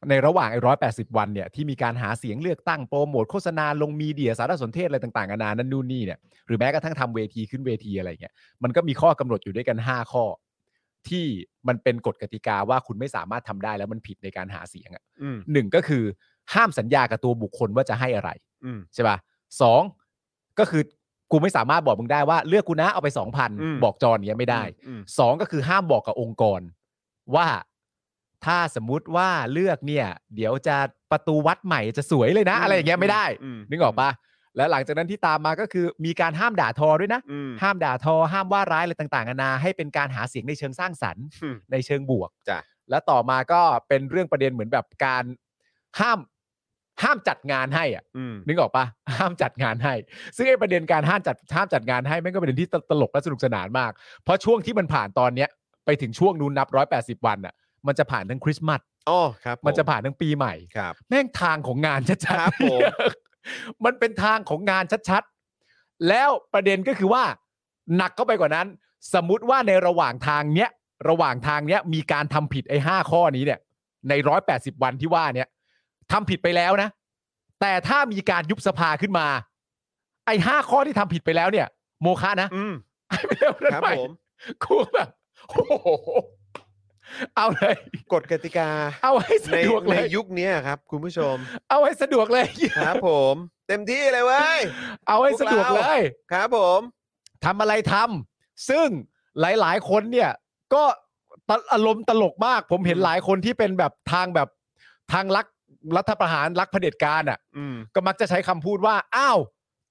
Speaker 5: ในระหว่างไอ้ร้อยแปดสิบวันเนี่ยที่มีการหาเสียงเลือกตั้งโปรโมทโฆษณาลงมีเดียสารสนเทศอะไรต่างๆนานานั่นนู่นนี่เนี่ยหรือแม้กระทั่งทำเวทีขึ้นเวทีอะไรเงี้ยมันก็มีข้อกำหนดอยู่ด้วยกัน 5 ข้อ ที่มันเป็นกฎกติกาว่าคุณไม่สามารถทำได้แล้วมันผิดในการหาเสียงอะ
Speaker 3: อืม
Speaker 5: หนึ่งก็คือห้ามสัญญากับตัวบุคคลว่าจะให้อะไร
Speaker 3: อืม
Speaker 5: ใช่ป่ะสองก็คือกูไม่สามารถบอกมึงได้ว่าเลือกกูนะเอาไปสองพัน
Speaker 3: อืม
Speaker 5: บอกจอนอย่างเงี้ยไม่ได้
Speaker 3: อืม
Speaker 5: สองก็คือห้ามบอกกับองค์กร ว่าถ้าสมมุติว่าเลือกเนี่ย เดี๋ยวจะประตูวัดใหม่จะสวยเลยนะ
Speaker 3: อืม
Speaker 5: อะไรอย่างเงี้ยไม่ได้
Speaker 3: อืม
Speaker 5: นึกออกปะแล้วหลังจากนั้นที่ตามมาก็คือมีการห้ามด่าทอด้วยนะ
Speaker 3: อืม
Speaker 5: ห้ามด่าทอ ห้ามว่าร้ายอะไรต่างๆนานาให้เป็นการหาเสียงในเชิงสร้างสรรค์
Speaker 3: อืม
Speaker 5: ในเชิงบวก
Speaker 3: จ้ะ
Speaker 5: แล้วต่อมาก็เป็นเรื่องประเด็นเหมือนแบบการห้ามห้ามจัดงานให้อ่ะ
Speaker 3: อืม
Speaker 5: นึกออกปะห้ามจัดงานให้ ซึ่งไอ้ประเด็นการห้ามจัดห้ามจัดงานให้แม่งก็เป็นเรื่องที่ตตลกและสนุกสนานมาก เพราะช่วงที่มันผ่านตอนเนี้ยไปถึงช่วงนู้นนับร้อยแปดสิบวันอ่ะ มันจะผ่านทั้งคริสต์มาส
Speaker 3: อ๋อ ครับผ
Speaker 5: มันจะผ่านทั้งปีใหม่
Speaker 3: ครับ
Speaker 5: แม่งทางของงานชัด
Speaker 3: ครับผม
Speaker 5: ๆ มันเป็นทางของงานชัดๆ แล้วประเด็นก็คือว่า หนักเข้าไปกว่านั้น สมมุติว่าในระหว่างทางเนี้ย ระหว่างทางเนี้ยมีการทำผิดไอ้ห้าข้อนี้เนี่ย ในร้อยแปดสิบวันที่ว่าเนี่ยทำผิดไปแล้วนะ แต่ถ้ามีการยุบสภาขึ้นมา ไอ้ห้าข้อที่ทำผิดไปแล้วเนี่ย โมฆะนะ
Speaker 3: อืม
Speaker 5: ให้ไปเรื่องนั้น
Speaker 3: ครับ
Speaker 5: ไป
Speaker 3: ผม
Speaker 5: กูแบบโอ้โหเอาเลย
Speaker 3: กฎกติกา
Speaker 5: เอาให้สะ
Speaker 3: ใน
Speaker 5: ดวก
Speaker 3: ใน
Speaker 5: เลย
Speaker 3: ยุคเนี้ยครับ คุณผู้ช ม
Speaker 5: เอาให้สะดวกเลย
Speaker 3: ครับผม เต็มที่เลยเว้ย
Speaker 5: เอาให้สะดวก
Speaker 3: พวก
Speaker 5: เล
Speaker 3: เรา
Speaker 5: ย
Speaker 3: ครับผม
Speaker 5: ทำอะไรทำซึ่งหลายๆ คนเนี่ย ก็ตะอารมณ์ตลกมาก ผมเห็น
Speaker 3: อืม
Speaker 5: หลายคนที่เป็นแบบทางแบบทางรักรัฐประหารรักเผด็จการอ่ะ
Speaker 3: อืม
Speaker 5: ก็มักจะใช้คำพูดว่า อ้าว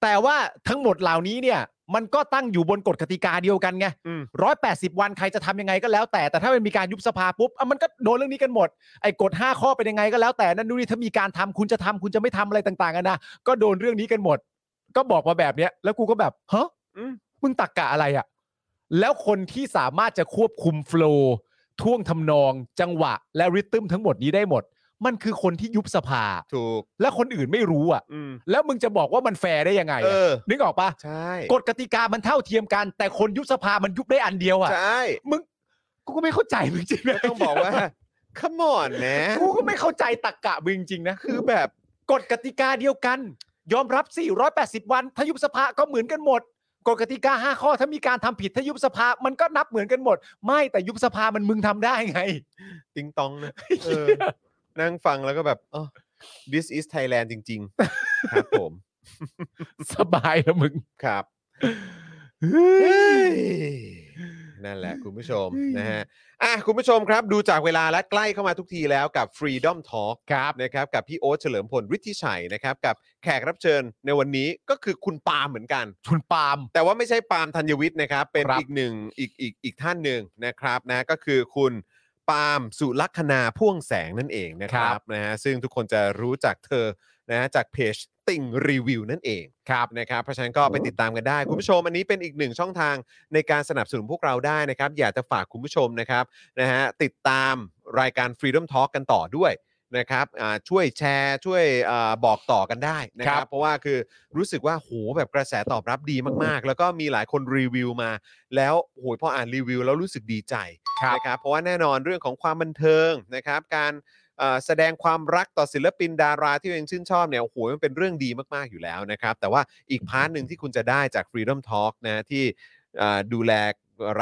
Speaker 5: แต่ว่าทั้งหมดเหล่านี้เนี่ย มันก็ตั้งอยู่บนกฎกติกาเดียวกันไง
Speaker 3: อืม
Speaker 5: ร้อยแปดสิบวันใครจะทำยังไงก็แล้วแต่ แต่ถ้ามันมีการยุบสภาปุ๊บอ่ะมันก็โดนเรื่องนี้กันหมด ไอ้กฎห้าข้อเป็นยังไงก็แล้วแต่นั่นนู่นนี่ถ้ามีการทำคุณจะทำคุณจะไม่ทำอะไรต่างๆกันนะก็โดนเรื่องนี้กันหมด ก็บอกมาแบบเนี้ย แล้วกูก็แบบฮะ
Speaker 3: อืม
Speaker 5: มึงตักกะอะไรอะ่ะ แล้วคนที่สามารถจะควบคุมโฟลว์ท่วงทำนอง จังหวะ และริทึมทั้งหมดนี้ได้หมด มันคือคนที่ยุบสภา
Speaker 3: ถูก
Speaker 5: และคนอื่นไม่รู้อ่ะ
Speaker 3: อืม
Speaker 5: แล้วมึงจะบอกว่ามันแฟร์ได้ยังไง
Speaker 3: เอ
Speaker 5: อะ
Speaker 3: อ
Speaker 5: นึกออกปะ
Speaker 3: ใช่
Speaker 5: กฎกติกามันเท่าเทียมกัน แต่คนยุบสภามันยุบได้อันเดียวอ่ะ
Speaker 3: ใช่
Speaker 5: มึงกูก็ไม่เข้าใจมึงจริงนะ
Speaker 3: ต้องบอก ว่า come on นะ
Speaker 5: กูก็ไม่เข้าใจตรกกะมึงจริงนะ
Speaker 3: คือแบบ
Speaker 5: กฎกติกาเดียวกัน ยอมรับ 480 วัน ถ้ายุบสภาก็เหมือนกันหมดกฎกติกา 5 ข้อถ้ามีการทำผิดถ้ายุบสภามันก็นับเหมือนกันหมด ไม่แต่ยุบสภามันมึงทำได้ไง
Speaker 3: ติงตองนะเออนั่งฟังแล้วก็แบบอ๋อ this is Thailand จริง ๆ ครับผม
Speaker 5: สบายแล้ว มึง
Speaker 3: ครับ นั่นแหละคุณผู้ชมนะฮะอ่ะคุณผู้ชมครับ ดูจากเวลาและใกล้เข้ามาทุกทีแล้วกับ Freedom Talk
Speaker 5: ครับ
Speaker 3: นะครับกับพี่โอ๊ตเฉลิมพลฤทธิชัยนะครับ กับแขกรับเชิญในวันนี้ก็คือคุณปาล์มเหมือนกัน
Speaker 5: ชุนปาล์ม
Speaker 3: แต่ว่าไม่ใช่ปาล์มธัญวิทย์นะครับ เป็น
Speaker 5: ครับ
Speaker 3: อีกหนึ่งอีกอีกอีกท่านหนึ่งนะครับนะก็คือคุณปาล์มสุลักษณาพ่วงแสงนั่นเองนะครับนะฮะซึ่งทุกคนจะรู้จักเธอนะฮะจากเพจติ่งรีวิวนั่นเองครับนะครับเพราะฉะนั้นก็ไปติดตามกันได้ คุณผู้ชมอันนี้เป็นอีกหนึ่งช่องทางในการสนับสนุนพวกเราได้นะครับ อยากจะฝากคุณผู้ชมนะครับนะฮะติดตามรายการ Freedom Talk กันต่อด้วย นะครับอ่าช่วยแชร์ช่วยอาบอกต่อกันได้นะค
Speaker 5: ค
Speaker 3: รั
Speaker 5: รับ บ
Speaker 3: เพราะว่าคือรู้สึกว่าโหแบบกระแสตอบรับดีมากๆ แล้วก็มีหลายคนรีวิวมา แล้วโหยพออ่านรีวิวแล้วรู้สึกดีใจ
Speaker 5: ครับ
Speaker 3: นะครับเพราะว่าแน่นอนเรื่องของความบันเทิงนะครับการเอ่อแสดงความรักต่อศิลปินดาราที่ตัวเองชื่นชอบเนี่ยโอ้โหมันเป็นเรื่องดีมากๆอยู่แล้วนะครับ แต่ว่าอีกพาร์ทหนึ่งที่คุณจะได้จาก Freedom Talk นะที่เอ่อดูแล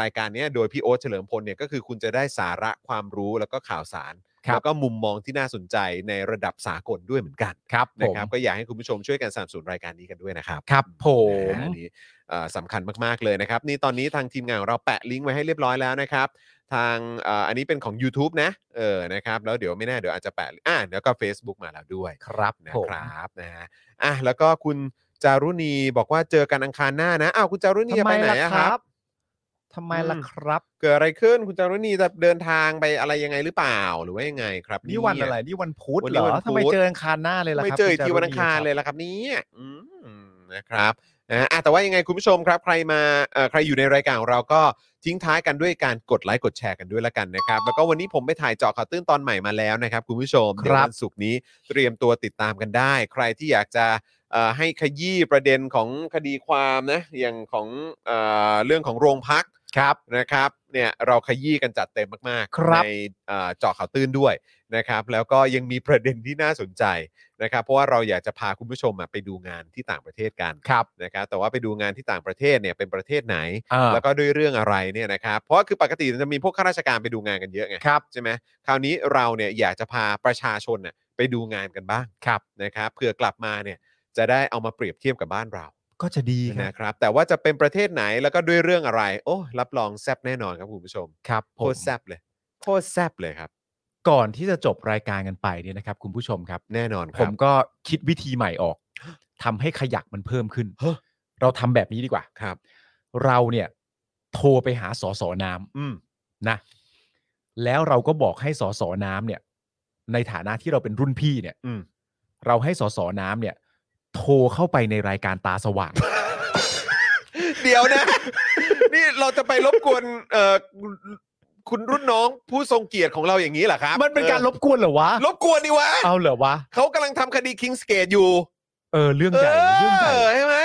Speaker 3: รายการเนี้ยโดยพี่โอ๊ตเฉลิมพลเนี่ยก็คือคุณจะได้สาระความรู้แล้วก็ข่าวสาร
Speaker 5: ครับ
Speaker 3: แล้วก็มุมมองที่น่าสนใจในระดับสากลด้วยเหมือนกัน
Speaker 5: ครับผ
Speaker 3: นะ
Speaker 5: ม
Speaker 3: ครับก็อยากให้คุณผู้ชมช่วยกันสนับสนุนรายการนี้กันด้วยนะครับ
Speaker 5: ครับผม
Speaker 3: นะฮะอันนี้เอ่อสำคัญมากๆเลยนะครับ นี่ตอนนี้ทางทีมงานของเราแปะลิงก์ไว้ให้เรียบร้อยแล้วนะครับ ทางเอ่ออันนี้เป็นของ YouTube นะเออนะครับแล้วเดี๋ยวไม่แน่เดี๋ยวอาจจะแปะอ่าเดี๋ยวก็ Facebook มาแล้วด้วย
Speaker 5: ครับ
Speaker 3: นะ
Speaker 5: ผม
Speaker 3: ครับนะฮะอ่ะแล้วก็คุณจารุณีบอกว่าเจอกันอังคารหน้านะอ้าวคุณจารุณีจะไปไหนอะครับ
Speaker 5: ทำไมล่ะครับ
Speaker 3: เกิดอะไรขึ้นคุณจารุณีจะเดินทางไปอะไรยังไงหรือเปล่าหรือว่ายังไงครับ
Speaker 5: นี่วัน
Speaker 3: เย
Speaker 5: อะไร นี่วันพุธ
Speaker 3: วัน
Speaker 5: เห
Speaker 3: นี้
Speaker 5: รอ
Speaker 3: วันพุธ
Speaker 5: ทำไมเจออังคารหน้าเลยล่ะค
Speaker 3: ไม่
Speaker 5: รับ
Speaker 3: เจออีก
Speaker 5: ณ
Speaker 3: ที
Speaker 5: จ
Speaker 3: วันอังคารเลยละครับเนี่ยอืมนะครับนะอ่ะแต่ว่ายังไงคุณผู้ชมครับ ใครมาเอ่อใครอยู่ในรายการของเราก็ทิ้งท้ายกันด้วยการกดไลค์กดแชร์กันด้วยละกันนะครับ แล้วก็วันนี้ผมไปถ่ายเจาะข่าวตื้นตอนใหม่มาแล้วนะครับ คุณผู้ชมเดี๋ยววันศุกร์นี้เตรียมตัวติดตามกันได้ ใครที่อยากจะเอ่อให้ขยี้ประเด็นของคดีความนะอย่างของเอ่อเรื่องของโรงพัก
Speaker 5: ครับ
Speaker 3: นะครับเนี่ยเราขยี้กันจัดเต็มมาก
Speaker 5: ครับ
Speaker 3: ในเอ่อเจาะข่าวตื้นด้วยนะครับ แล้วก็ยังมีประเด็นที่น่าสนใจนะครับ เพราะว่าเราอยากจะพาคุณผู้ชมอะไปดูงานที่ต่างประเทศกัน
Speaker 5: ครับ
Speaker 3: นะครับแต่ว่าไปดูงานที่ต่างประเทศเนี่ยเป็นประเทศไหน
Speaker 5: อ่า
Speaker 3: แล้วก็ด้วยเรื่องอะไรเนี่ยนะครับ เพราะว่าคือปกติจะมีพวกข้าราชการไปดูงานกันเยอะไง
Speaker 5: ครับ
Speaker 3: ใช่ไหมคราวนี้เราเนี่ยอยากจะพาประชาชนน่ะไปดูงานกันบ้าง
Speaker 5: ครับ
Speaker 3: นะครับเผื่อกลับมาเนี่ยจะได้เอามาเปรียบเทียบกับบ้านเรา
Speaker 5: ก็จะดีครับ
Speaker 3: นะครับแต่ว่าจะเป็นประเทศไหนแล้วก็ด้วยเรื่องอะไร โอ้รับรองแซบแน่นอนครับคุณผู้ชม
Speaker 5: ครับผ
Speaker 3: โค
Speaker 5: ม
Speaker 3: ตรแซบเลยโคตรแซบเลยครับ
Speaker 5: ก่อนที่จะจบรายการกันไปเนี่ยนะครับ คุณผู้ชมครับ
Speaker 3: แน่นอนค
Speaker 5: ผ
Speaker 3: รับ
Speaker 5: มก็คิดวิธีใหม่ ออกทำให้ขยักมันเพิ่มขึ้น เราทำแบบนี้ดีกว่า
Speaker 3: ครับ
Speaker 5: เราเนี่ยโทรไปหาสอสอน้ำ
Speaker 3: อืม
Speaker 5: นะ แล้วเราก็บอกให้สอสอน้ำเนี่ย ในฐานะที่เราเป็นรุ่นพี่เนี่ย
Speaker 3: อืม
Speaker 5: เราให้สอสอน้ำเนี่ย โทรเข้าไปในรายการตาส ว่าง
Speaker 3: เดี๋ยวนะ นี่เราจะไปรบกวนเอ่อคุณรุ่นน้องผู้ทรงเกียรติของเราอย่างนี้เหรอครับ
Speaker 5: มันเป็นการรบกวนเหรอวะ
Speaker 3: เออรบกวนดิวะ
Speaker 5: เอาเหรอวะ
Speaker 3: เขากำลังทำคดีคิงสเกตอยู่
Speaker 5: เออ เรื่อง
Speaker 3: เอ
Speaker 5: ใหญ่เรื่องใหญ่
Speaker 3: อใช่ไหม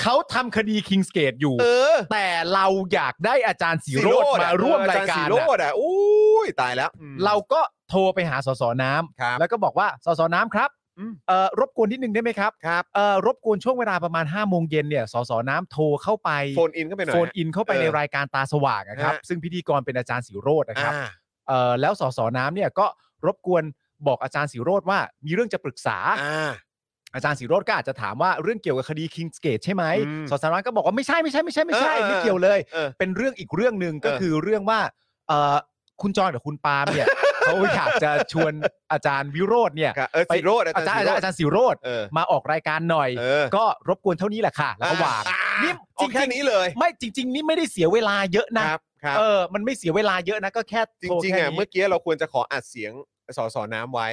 Speaker 5: เขาทำคดีคิงสเกตอยู่
Speaker 3: เออ
Speaker 5: แต่เราอยากได้อาจารย์สีโรดมาร่วมรายการ
Speaker 3: สี
Speaker 5: อะ
Speaker 3: โรดอ่ะอุ้ยตายแล้วอืม
Speaker 5: เราก็โทรไปหาสสน้ำ
Speaker 3: ครับ
Speaker 5: แล้วก็บอกว่าสสน้ำครับ
Speaker 3: อืม
Speaker 5: เอ่อรบกวนนิดนึงได้ไหมครับ
Speaker 3: ครับ
Speaker 5: เอ่อรบกวนช่วงเวลาประมาณ5้าโมงเย็นเนี่ยสสน้ำโทรเข้าไป
Speaker 3: โฟนอินเข้าไปหน่อย
Speaker 5: โฟ
Speaker 3: ฮะ
Speaker 5: นอินเข้าไปใน
Speaker 3: เออ
Speaker 5: รายการตาสว่างนะครับ
Speaker 3: ฮะ
Speaker 5: ซึ่งพิธีกรเป็นอาจารย์สีโรดนะครับ
Speaker 3: อ่า
Speaker 5: เอ่อแล้วสสน้ำเนี่ยก็รบกวนบอกอาจารย์สีโรดว่ามีเรื่องจะปรึกษา
Speaker 3: อ่า
Speaker 5: อาจารย์สีโรดก็อาจจะถามว่าเรื่องเกี่ยวกับคดีคิงสเกตใช่ไหม
Speaker 3: อืม
Speaker 5: สสน้ำก็บอกว่าไม่ใช่ไม่ใช่ไม่ใช่ไม่ใช่
Speaker 3: เออเออ
Speaker 5: ไม่เกี่ยวเลย
Speaker 3: เออ
Speaker 5: เป็นเรื่องอีกเรื่องหนึ่งก็
Speaker 3: เออ
Speaker 5: คือเรื่องว่าเอ่อคุณจอนกับคุณปาล์ม เนี่ย เขาอยากจะชวนอาจารย์วิโรดเนี่ย
Speaker 3: ครับเออสีโรดอา
Speaker 5: อาจา
Speaker 3: จารรย์
Speaker 5: ย์
Speaker 3: สี
Speaker 5: อา
Speaker 3: โรด
Speaker 5: จารย์อาจารย์สีโรด
Speaker 3: เออ
Speaker 5: มาออกรายการหน่อย
Speaker 3: เออ
Speaker 5: ก็รบกวนเท่านี้แหละค่ะ แล้วก็วาง
Speaker 3: อ่
Speaker 5: นี่จ
Speaker 3: เอา
Speaker 5: ริง
Speaker 3: แค่นี้เลย
Speaker 5: ๆไม่จริง ๆ นี่ไม่ได้เสียเวลาเยอะนะครับ
Speaker 3: ครับ
Speaker 5: เออมันไม่เสียเวลาเยอะนะก็แค่
Speaker 3: จ
Speaker 5: โท
Speaker 3: ริง
Speaker 5: แค่
Speaker 3: ๆอ่ะ
Speaker 5: นี้
Speaker 3: เมื่อกี้เราควรจะขออัดเสียงสอสอน้ำไว้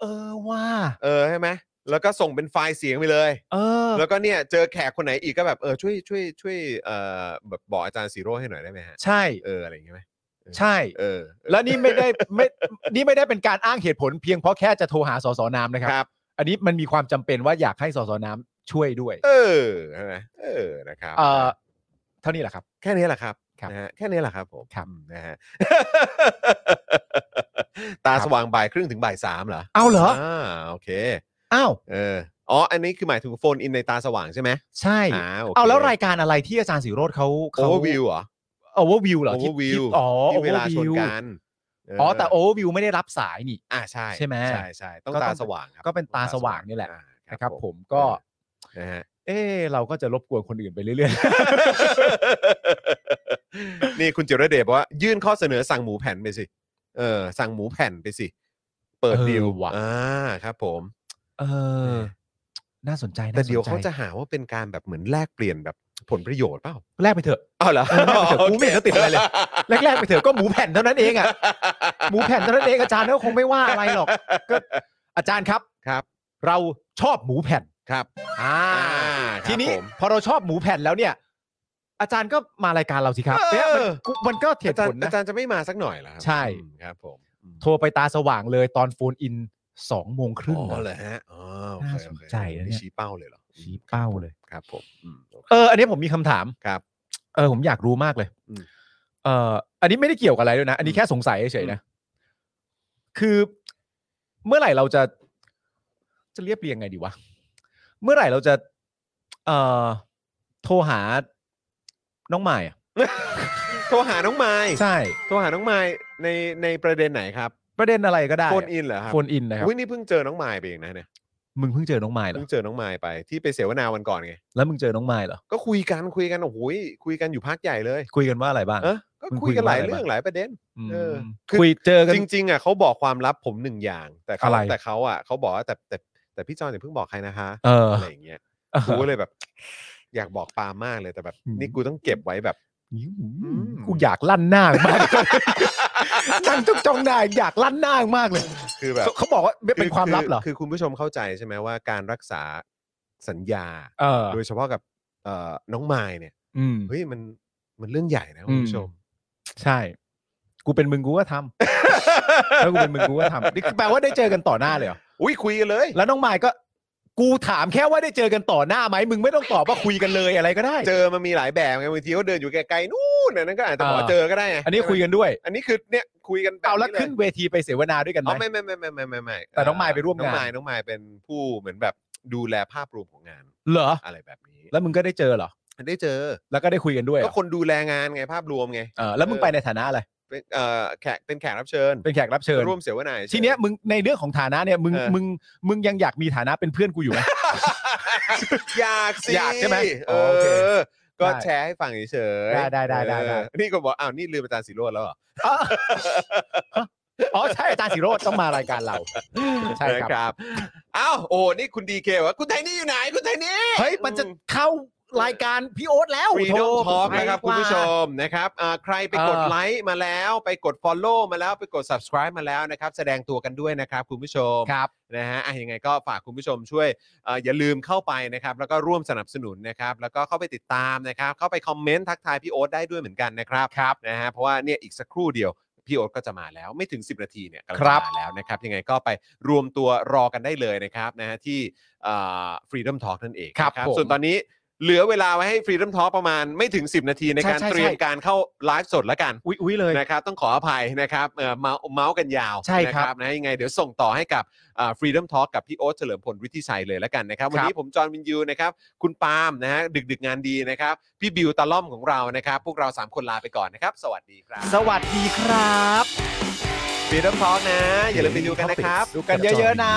Speaker 5: เออว่า
Speaker 3: เออใช่ไหมแล้วก็ส่งเป็นไฟล์เสียงไปเลย
Speaker 5: เออ
Speaker 3: แล้วก็เนี่ยเจอแขกคนไหนอีกก็แบบเออช่วยช่วยช่วยเอ่อแบบบอกอาจารย์ซีโร่ให้หน่อยได้ไหมฮะ
Speaker 5: ใช่
Speaker 3: เอออะไรอย่างเงี้ยไหม
Speaker 5: ใช่
Speaker 3: เออ
Speaker 5: แล้วนี่ไม่ได้ไม่นี่ไม่ได้เป็นการอ้างเหตุผลเพียงเพราะแค่จะโทรหาสสน้ำนะ
Speaker 3: ค
Speaker 5: ค
Speaker 3: รับ รับ
Speaker 5: อันนี้มันมีความจำเป็นว่าอยากให้สสน้ำช่วยด้วย
Speaker 3: เออใช่ไหมเออนะครับ
Speaker 5: เออเท่านี้แหละครับ
Speaker 3: แค่นี้แหละครับ
Speaker 5: ครับ
Speaker 3: นะฮะแค่นี้แหละครับผม
Speaker 5: ครับ
Speaker 3: อืมนะ ฮะ ตาสว่างบ่ายครึ่งถึงบ่ายสามเหรอ
Speaker 5: เอาเหรอ
Speaker 3: อ่าโอเค
Speaker 5: อ้าว
Speaker 3: เอออ๋ออันนี้คือหมายถึงโฟนอินในตาสว่างใช่ไหม
Speaker 5: ใช่
Speaker 3: อ่าโอเค
Speaker 5: เอาแล้วรายการอะไรที่อาจารย์สีโรดเขา
Speaker 3: โอ
Speaker 5: เขา
Speaker 3: เวอร์วิวเหรอ
Speaker 5: โอเวอร์วิวเหรอ
Speaker 3: โอเวอร์วิว
Speaker 5: อ๋อโอ
Speaker 3: ที่
Speaker 5: เว
Speaker 3: เว
Speaker 5: อ
Speaker 3: ลา
Speaker 5: ร์
Speaker 3: ช
Speaker 5: วิ
Speaker 3: น
Speaker 5: ว
Speaker 3: กันเ
Speaker 5: อ๋อแต่โอเวอร์วิวไม่ได้รับสายนี่
Speaker 3: อ่าใช่
Speaker 5: ใช่ไหม
Speaker 3: ใช่ใช่ต้อง
Speaker 5: ก็ต้อง
Speaker 3: ตาสว่างครับ
Speaker 5: ก็เป็นตา
Speaker 3: อง
Speaker 5: สว่างนี่แหละ
Speaker 3: อ่า
Speaker 5: นะครับผมก็
Speaker 3: เออนะฮ ะ
Speaker 5: เออเราก็จะรบกวนคนอื่นไปเรื่อย
Speaker 3: นี่คุณจิรเดชบอกว่า ยื่นข้อเสนอสั่งหมูแผ่นไปสิเออสั่งหมูแผ่นไปสิ เปิดดิว
Speaker 5: ออว่ะ
Speaker 3: อ่าครับ ผม
Speaker 5: เออ น่าสนใจน่า
Speaker 3: แต่เดี๋ยว
Speaker 5: สน
Speaker 3: เขาจะหาว่าเป็นการแบบเหมือนแลกเปลี่ยนแบบผลประโยชน์เปล่า
Speaker 5: แลกไปเถอะ
Speaker 3: เอาเหรอ
Speaker 5: เออแลกเปลี่ยนกูไม่เห็นจะติดอะไร เลย แรกๆไปเถอะก็หมูแผ่นเท่านั้นเองอ่ะ หมูแผ่นเท่านั้นเองอาจารย์ก็คงไม่ว่าอะไรหรอก ก็อาจารย์ครับ
Speaker 3: ครับ
Speaker 5: เราชอบหมูแผ่น
Speaker 3: ครับ
Speaker 5: อ่า
Speaker 3: ครับ
Speaker 5: ทีนี้
Speaker 3: ผม
Speaker 5: พอเราชอบหมูแผ่นแล้วเนี่ย อาจารย์ก็มารายการเราสิครับ
Speaker 3: เออ
Speaker 5: เนี่ยมันกูมันก็เถีย
Speaker 3: อาจาร
Speaker 5: ผล
Speaker 3: ย์อา
Speaker 5: นะ
Speaker 3: จารย์จะไม่มาสักหน่อยเหรอครับ
Speaker 5: ใช่
Speaker 3: อืมครับผม
Speaker 5: โทรไปตาสว่างเลยตอนโฟนอิน สองโมงครึ่ง
Speaker 3: อ๋
Speaker 5: นะ
Speaker 3: อเหรอฮะอ๋อโอเค
Speaker 5: น่าส
Speaker 3: โอน เค
Speaker 5: ใจนะเนี่ย
Speaker 3: นี่ชี้เป้าเลยเหรอ
Speaker 5: ชี้เป้าเลย
Speaker 3: ครับผมอืมโอเค
Speaker 5: เออ อันนี้ผมมีคำถาม
Speaker 3: ครับ
Speaker 5: เออ ผมอยากรู้มากเลย
Speaker 3: อืม
Speaker 5: เอออันนี้ไม่ได้เกี่ยวกับอะไรด้วยนะ อันนี้แค่สงสัยเฉยๆนะ คือเมื่อไหร่เราจะ จะเรียบเรียงไงดีวะ เมื่อไหร่เราจะ เอ่อ โทรหาน้องใหม่อะ
Speaker 3: โทรหาน้องไม้
Speaker 5: ใช่
Speaker 3: โทรหาน้องไม้ในในประเด็นไหนครับ
Speaker 5: ประเด็นอะไรก็ได้
Speaker 3: โฟนอินเหรอครับ
Speaker 5: โฟนอินนะครับ
Speaker 3: อุ้ยนี่เพิ่งเจอน้องไม้ไปเองนะเนี่ย
Speaker 5: มึงเพิ่งเจอน้องไมล์เหรอ
Speaker 3: เพิ่งเจอน้องไม้ไปที่ไปเสวนาวันก่อนไง
Speaker 5: แล้วมึงเจอน้องไมล์เหรอ
Speaker 3: ก็คุยกันคุยกันโอ้โหยคุยกันอยู่พักใหญ่เลย
Speaker 5: คุยกันว่าอะไรบ้าง
Speaker 3: เออก็
Speaker 5: มึงคุ
Speaker 3: คุย
Speaker 5: ย
Speaker 3: กั
Speaker 5: กั
Speaker 3: น นหลาย
Speaker 5: ว่าอะไร
Speaker 3: เรื่อง
Speaker 5: บ้าง
Speaker 3: หลายประเด็น
Speaker 5: ม
Speaker 3: เออคือ
Speaker 5: คุยเจอกัน
Speaker 3: จริงๆอ่ะเขาบอกความลับผมหนึ่งอย่าง แต่เขา
Speaker 5: อะไร
Speaker 3: แต่เขาอ่ะเขาบอกว่าแต่แต่แต่พี่จอนอย่าเพิ่งบอกใครนะคะ
Speaker 5: เออ
Speaker 3: อะไรอย่างเงี้ยกูก็เลยแบบ อยากบอกปาล์มมากเลยแต่แบบ นี่กูต้องเก็บไว้แบบ
Speaker 5: กูอยากลั่นหน้ามากเลยนั่งจ้องจ้องๆหน้าอยากลั่นหน้ามากเลย
Speaker 3: คือแบบ
Speaker 5: เขาเขาบอกว่าไม่เป็น
Speaker 3: อ
Speaker 5: ความลับเหรอ
Speaker 3: คือคุณผู้ชมเข้าใจใช่ไหมว่าการรักษาสัญญา
Speaker 5: เออ
Speaker 3: โดยเฉพาะกับเอ่อน้องไม้เนี่ย
Speaker 5: อืม
Speaker 3: เฮ้ยมันมันเรื่องใหญ่นะคุณ ผู้ชม
Speaker 5: ใช่ กูเป็นมึงกูก็ทำถ้ากูเป็นมึงกูก็ ทำนี่แปลว่าได้เจอกันต่อหน้าเลยเหรอ
Speaker 3: อุ้ยคุยกันเลย
Speaker 5: แล้วน้องไมค์ก็ กูถามแค่ว่าได้เจอกันต่อหน้าไหมมึงไม่ต้องตอบว่าคุยกันเลยอะไรก็ได้
Speaker 3: เจอมันมีหลายแบบไงบางทีเขาเดินอยู่ไกลๆนู่นอันนั้นก็อาจจะบอกว่า
Speaker 5: เออ
Speaker 3: เจอก็ได้ไง
Speaker 5: อันนี้คุยกันด้วย
Speaker 3: อันนี้คือเนี่ยคุยกันบบ
Speaker 5: เอาแล้ว
Speaker 3: นี้ย
Speaker 5: ขึ้นเวทีไปเสวนาด้วยกันไห
Speaker 3: อ๋อ
Speaker 5: ม
Speaker 3: ไม่ไม่ไม่ไม่ไม่ไม่ไม่
Speaker 5: แต่น้องมายไปร่วม
Speaker 3: น้
Speaker 5: งาน
Speaker 3: องมายน้องมายเป็นผู้เหมือนแบบดูแลภาพรวมของงาน
Speaker 5: เหรอ
Speaker 3: อะไรแบบนี้
Speaker 5: แล้วมึงก็ได้เจอเหรอ
Speaker 3: ได้เจอ
Speaker 5: แล้วก็ได้คุยกันด้วยเหร
Speaker 3: ก็
Speaker 5: อ
Speaker 3: คนดูแลงานไงภาพรวมไง
Speaker 5: เออแล้วมึงไปในฐานะอะไร
Speaker 3: เป็นเอ่อแขกเป็นแขกรับเชิญ
Speaker 5: เป็นแขกรับเชิญ
Speaker 3: ร่วมเสวนาฉๆ
Speaker 5: ทีเนี้ยมึงในเรื่องของฐานะเนี่ยมึง
Speaker 3: เออ
Speaker 5: มึงมึงยังอยากมีฐานะเป็นเพื่อนกูอยู่ไหม
Speaker 3: อยากสิ
Speaker 5: อยากใช่ไหม
Speaker 3: เอ
Speaker 5: อ๋อโอเค
Speaker 3: อ ก็
Speaker 5: ได้
Speaker 3: แชร์ให้ฟังเฉยๆ
Speaker 5: ได้ได้ได้ได้ได้
Speaker 3: เออนี่ก็บอกอ้าวนี่ลืมอาจารย์สิโรจน์แล้วเหรอ
Speaker 5: อ๋ออ๋อใช่อาจารย์สิโรธต้องมารายการเรา ใช่
Speaker 3: นะครับ บอ้าวโอ้โหนี่คุณดีเควะคุณไทนี่อยู่ไหนคุณไทนี่
Speaker 5: เฮ้ย มันจะเข้ารายการพี่โอ๊ตแล้ว
Speaker 3: ฟรีดอม
Speaker 5: โ
Speaker 3: ทอล์กนะครับ
Speaker 5: ไปก
Speaker 3: คุณ
Speaker 5: ว่า
Speaker 3: ผู้ชมนะครับอ่าใครไปกด
Speaker 5: เออ
Speaker 3: ไลค์มาแล้วไปกด Follow มาแล้วไปกด Subscribe มาแล้วนะครับ แสดงตัวกันด้วยนะครับคุณผู้ชม
Speaker 5: ครับ
Speaker 3: นะฮะอ่ะยังไงก็ฝากคุณผู้ชมช่วยเอ่ออย่าลืมเข้าไปนะครับ แล้วก็ร่วมสนับสนุนนะครับ แล้วก็เข้าไปติดตามนะครับ เข้าไปคอมเมนต์ทักทายพี่โอ๊ตได้ด้วยเหมือนกันนะครับครับนะฮะเพราะว่าเนี่ยอีกสักครู่เดียว พี่โอ๊ตก็จะมาแล้วไม่ถึง 10 นาทีเนี่ยกำลัง
Speaker 5: ครั
Speaker 3: จะ
Speaker 5: บ
Speaker 3: มาแล้วนะครับ ยังไงก็ไปรวมตัวรอกันได้เลยนะครับนะฮะที่อ่า Freedom Talk นั่นเอง
Speaker 5: ครับ
Speaker 3: นะ
Speaker 5: ผม
Speaker 3: ส่วนตอนนี้เหลือเวลาไว้ให้ Freedom Talk ประมาณไม่ถึง 10 นาทีใน
Speaker 5: ใช่
Speaker 3: การ
Speaker 5: ใช่
Speaker 3: เตรียม
Speaker 5: ใช่
Speaker 3: การเข้าไลฟ์สดละกัน
Speaker 5: อุ๊ยอุ๊ยเลย
Speaker 3: นะครับต้องขออภัยนะครับเอ่อเมาส์เมาส์กันยาว
Speaker 5: ใช่ครับ
Speaker 3: นะนะฮะยังไงเดี๋ยวส่งต่อให้กับอ่า Freedom Talk กับพี่โอ๊ตเฉลิมพลวิทิชัยเลยละกันนะครับ วันนี้ผมจอห์นวินยูนะครับคุณปาล์มนะฮะดึกดึกๆงานดีนะครับพี่บิวตะล่อมของเรานะครับพวกเราสามคนลาไปก่อนนะครับสวัสดีครับ
Speaker 5: สวัสดีครับ
Speaker 3: Freedom Talk นะ อย่าลืมไปดูกันนะครับ
Speaker 5: ดูกันเยอะๆนะ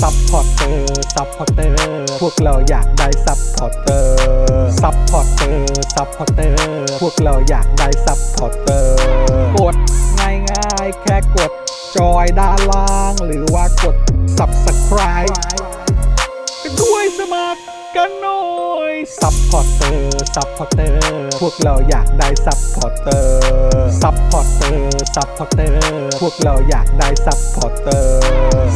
Speaker 1: ซัพพอร์เตอร์ ซัพพอร์เตอร์ พวกเราอยากได้ซัพพอร์เตอร์ ซัพพอร์เตอร์ ซัพพอร์เตอร์ พวกเราอยากได้ซัพพอร์เตอร์ กดง่ายๆ แค่กด จอยด้านล่าง หรือว่ากด subscribe กันด้วยสมัครกันหน่อย ซัพพอร์เตอร์ ซัพพอร์เตอร์ พวกเราอยากได้ซัพพอร์เตอร์ ซัพพอร์เตอร์ ซัพพอร์เตอร์ พวกเราอยากได้ซัพพอร์เตอร์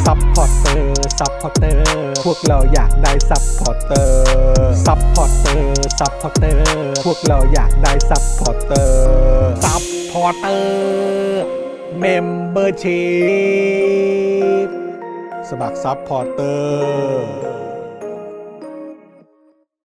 Speaker 1: ซัพพอร์เตอร์ ซัพพอร์เตอร์ พวกเราอยากได้ซัพพอร์เตอร์ ซัพพอร์เตอร์ ซัพพอร์เตอร์ พวกเราอยากได้ซัพพอร์เตอร์ ซัพพอร์เตอร์ เมมเบอร์ชีพสมัครซัพพอร์เตอร์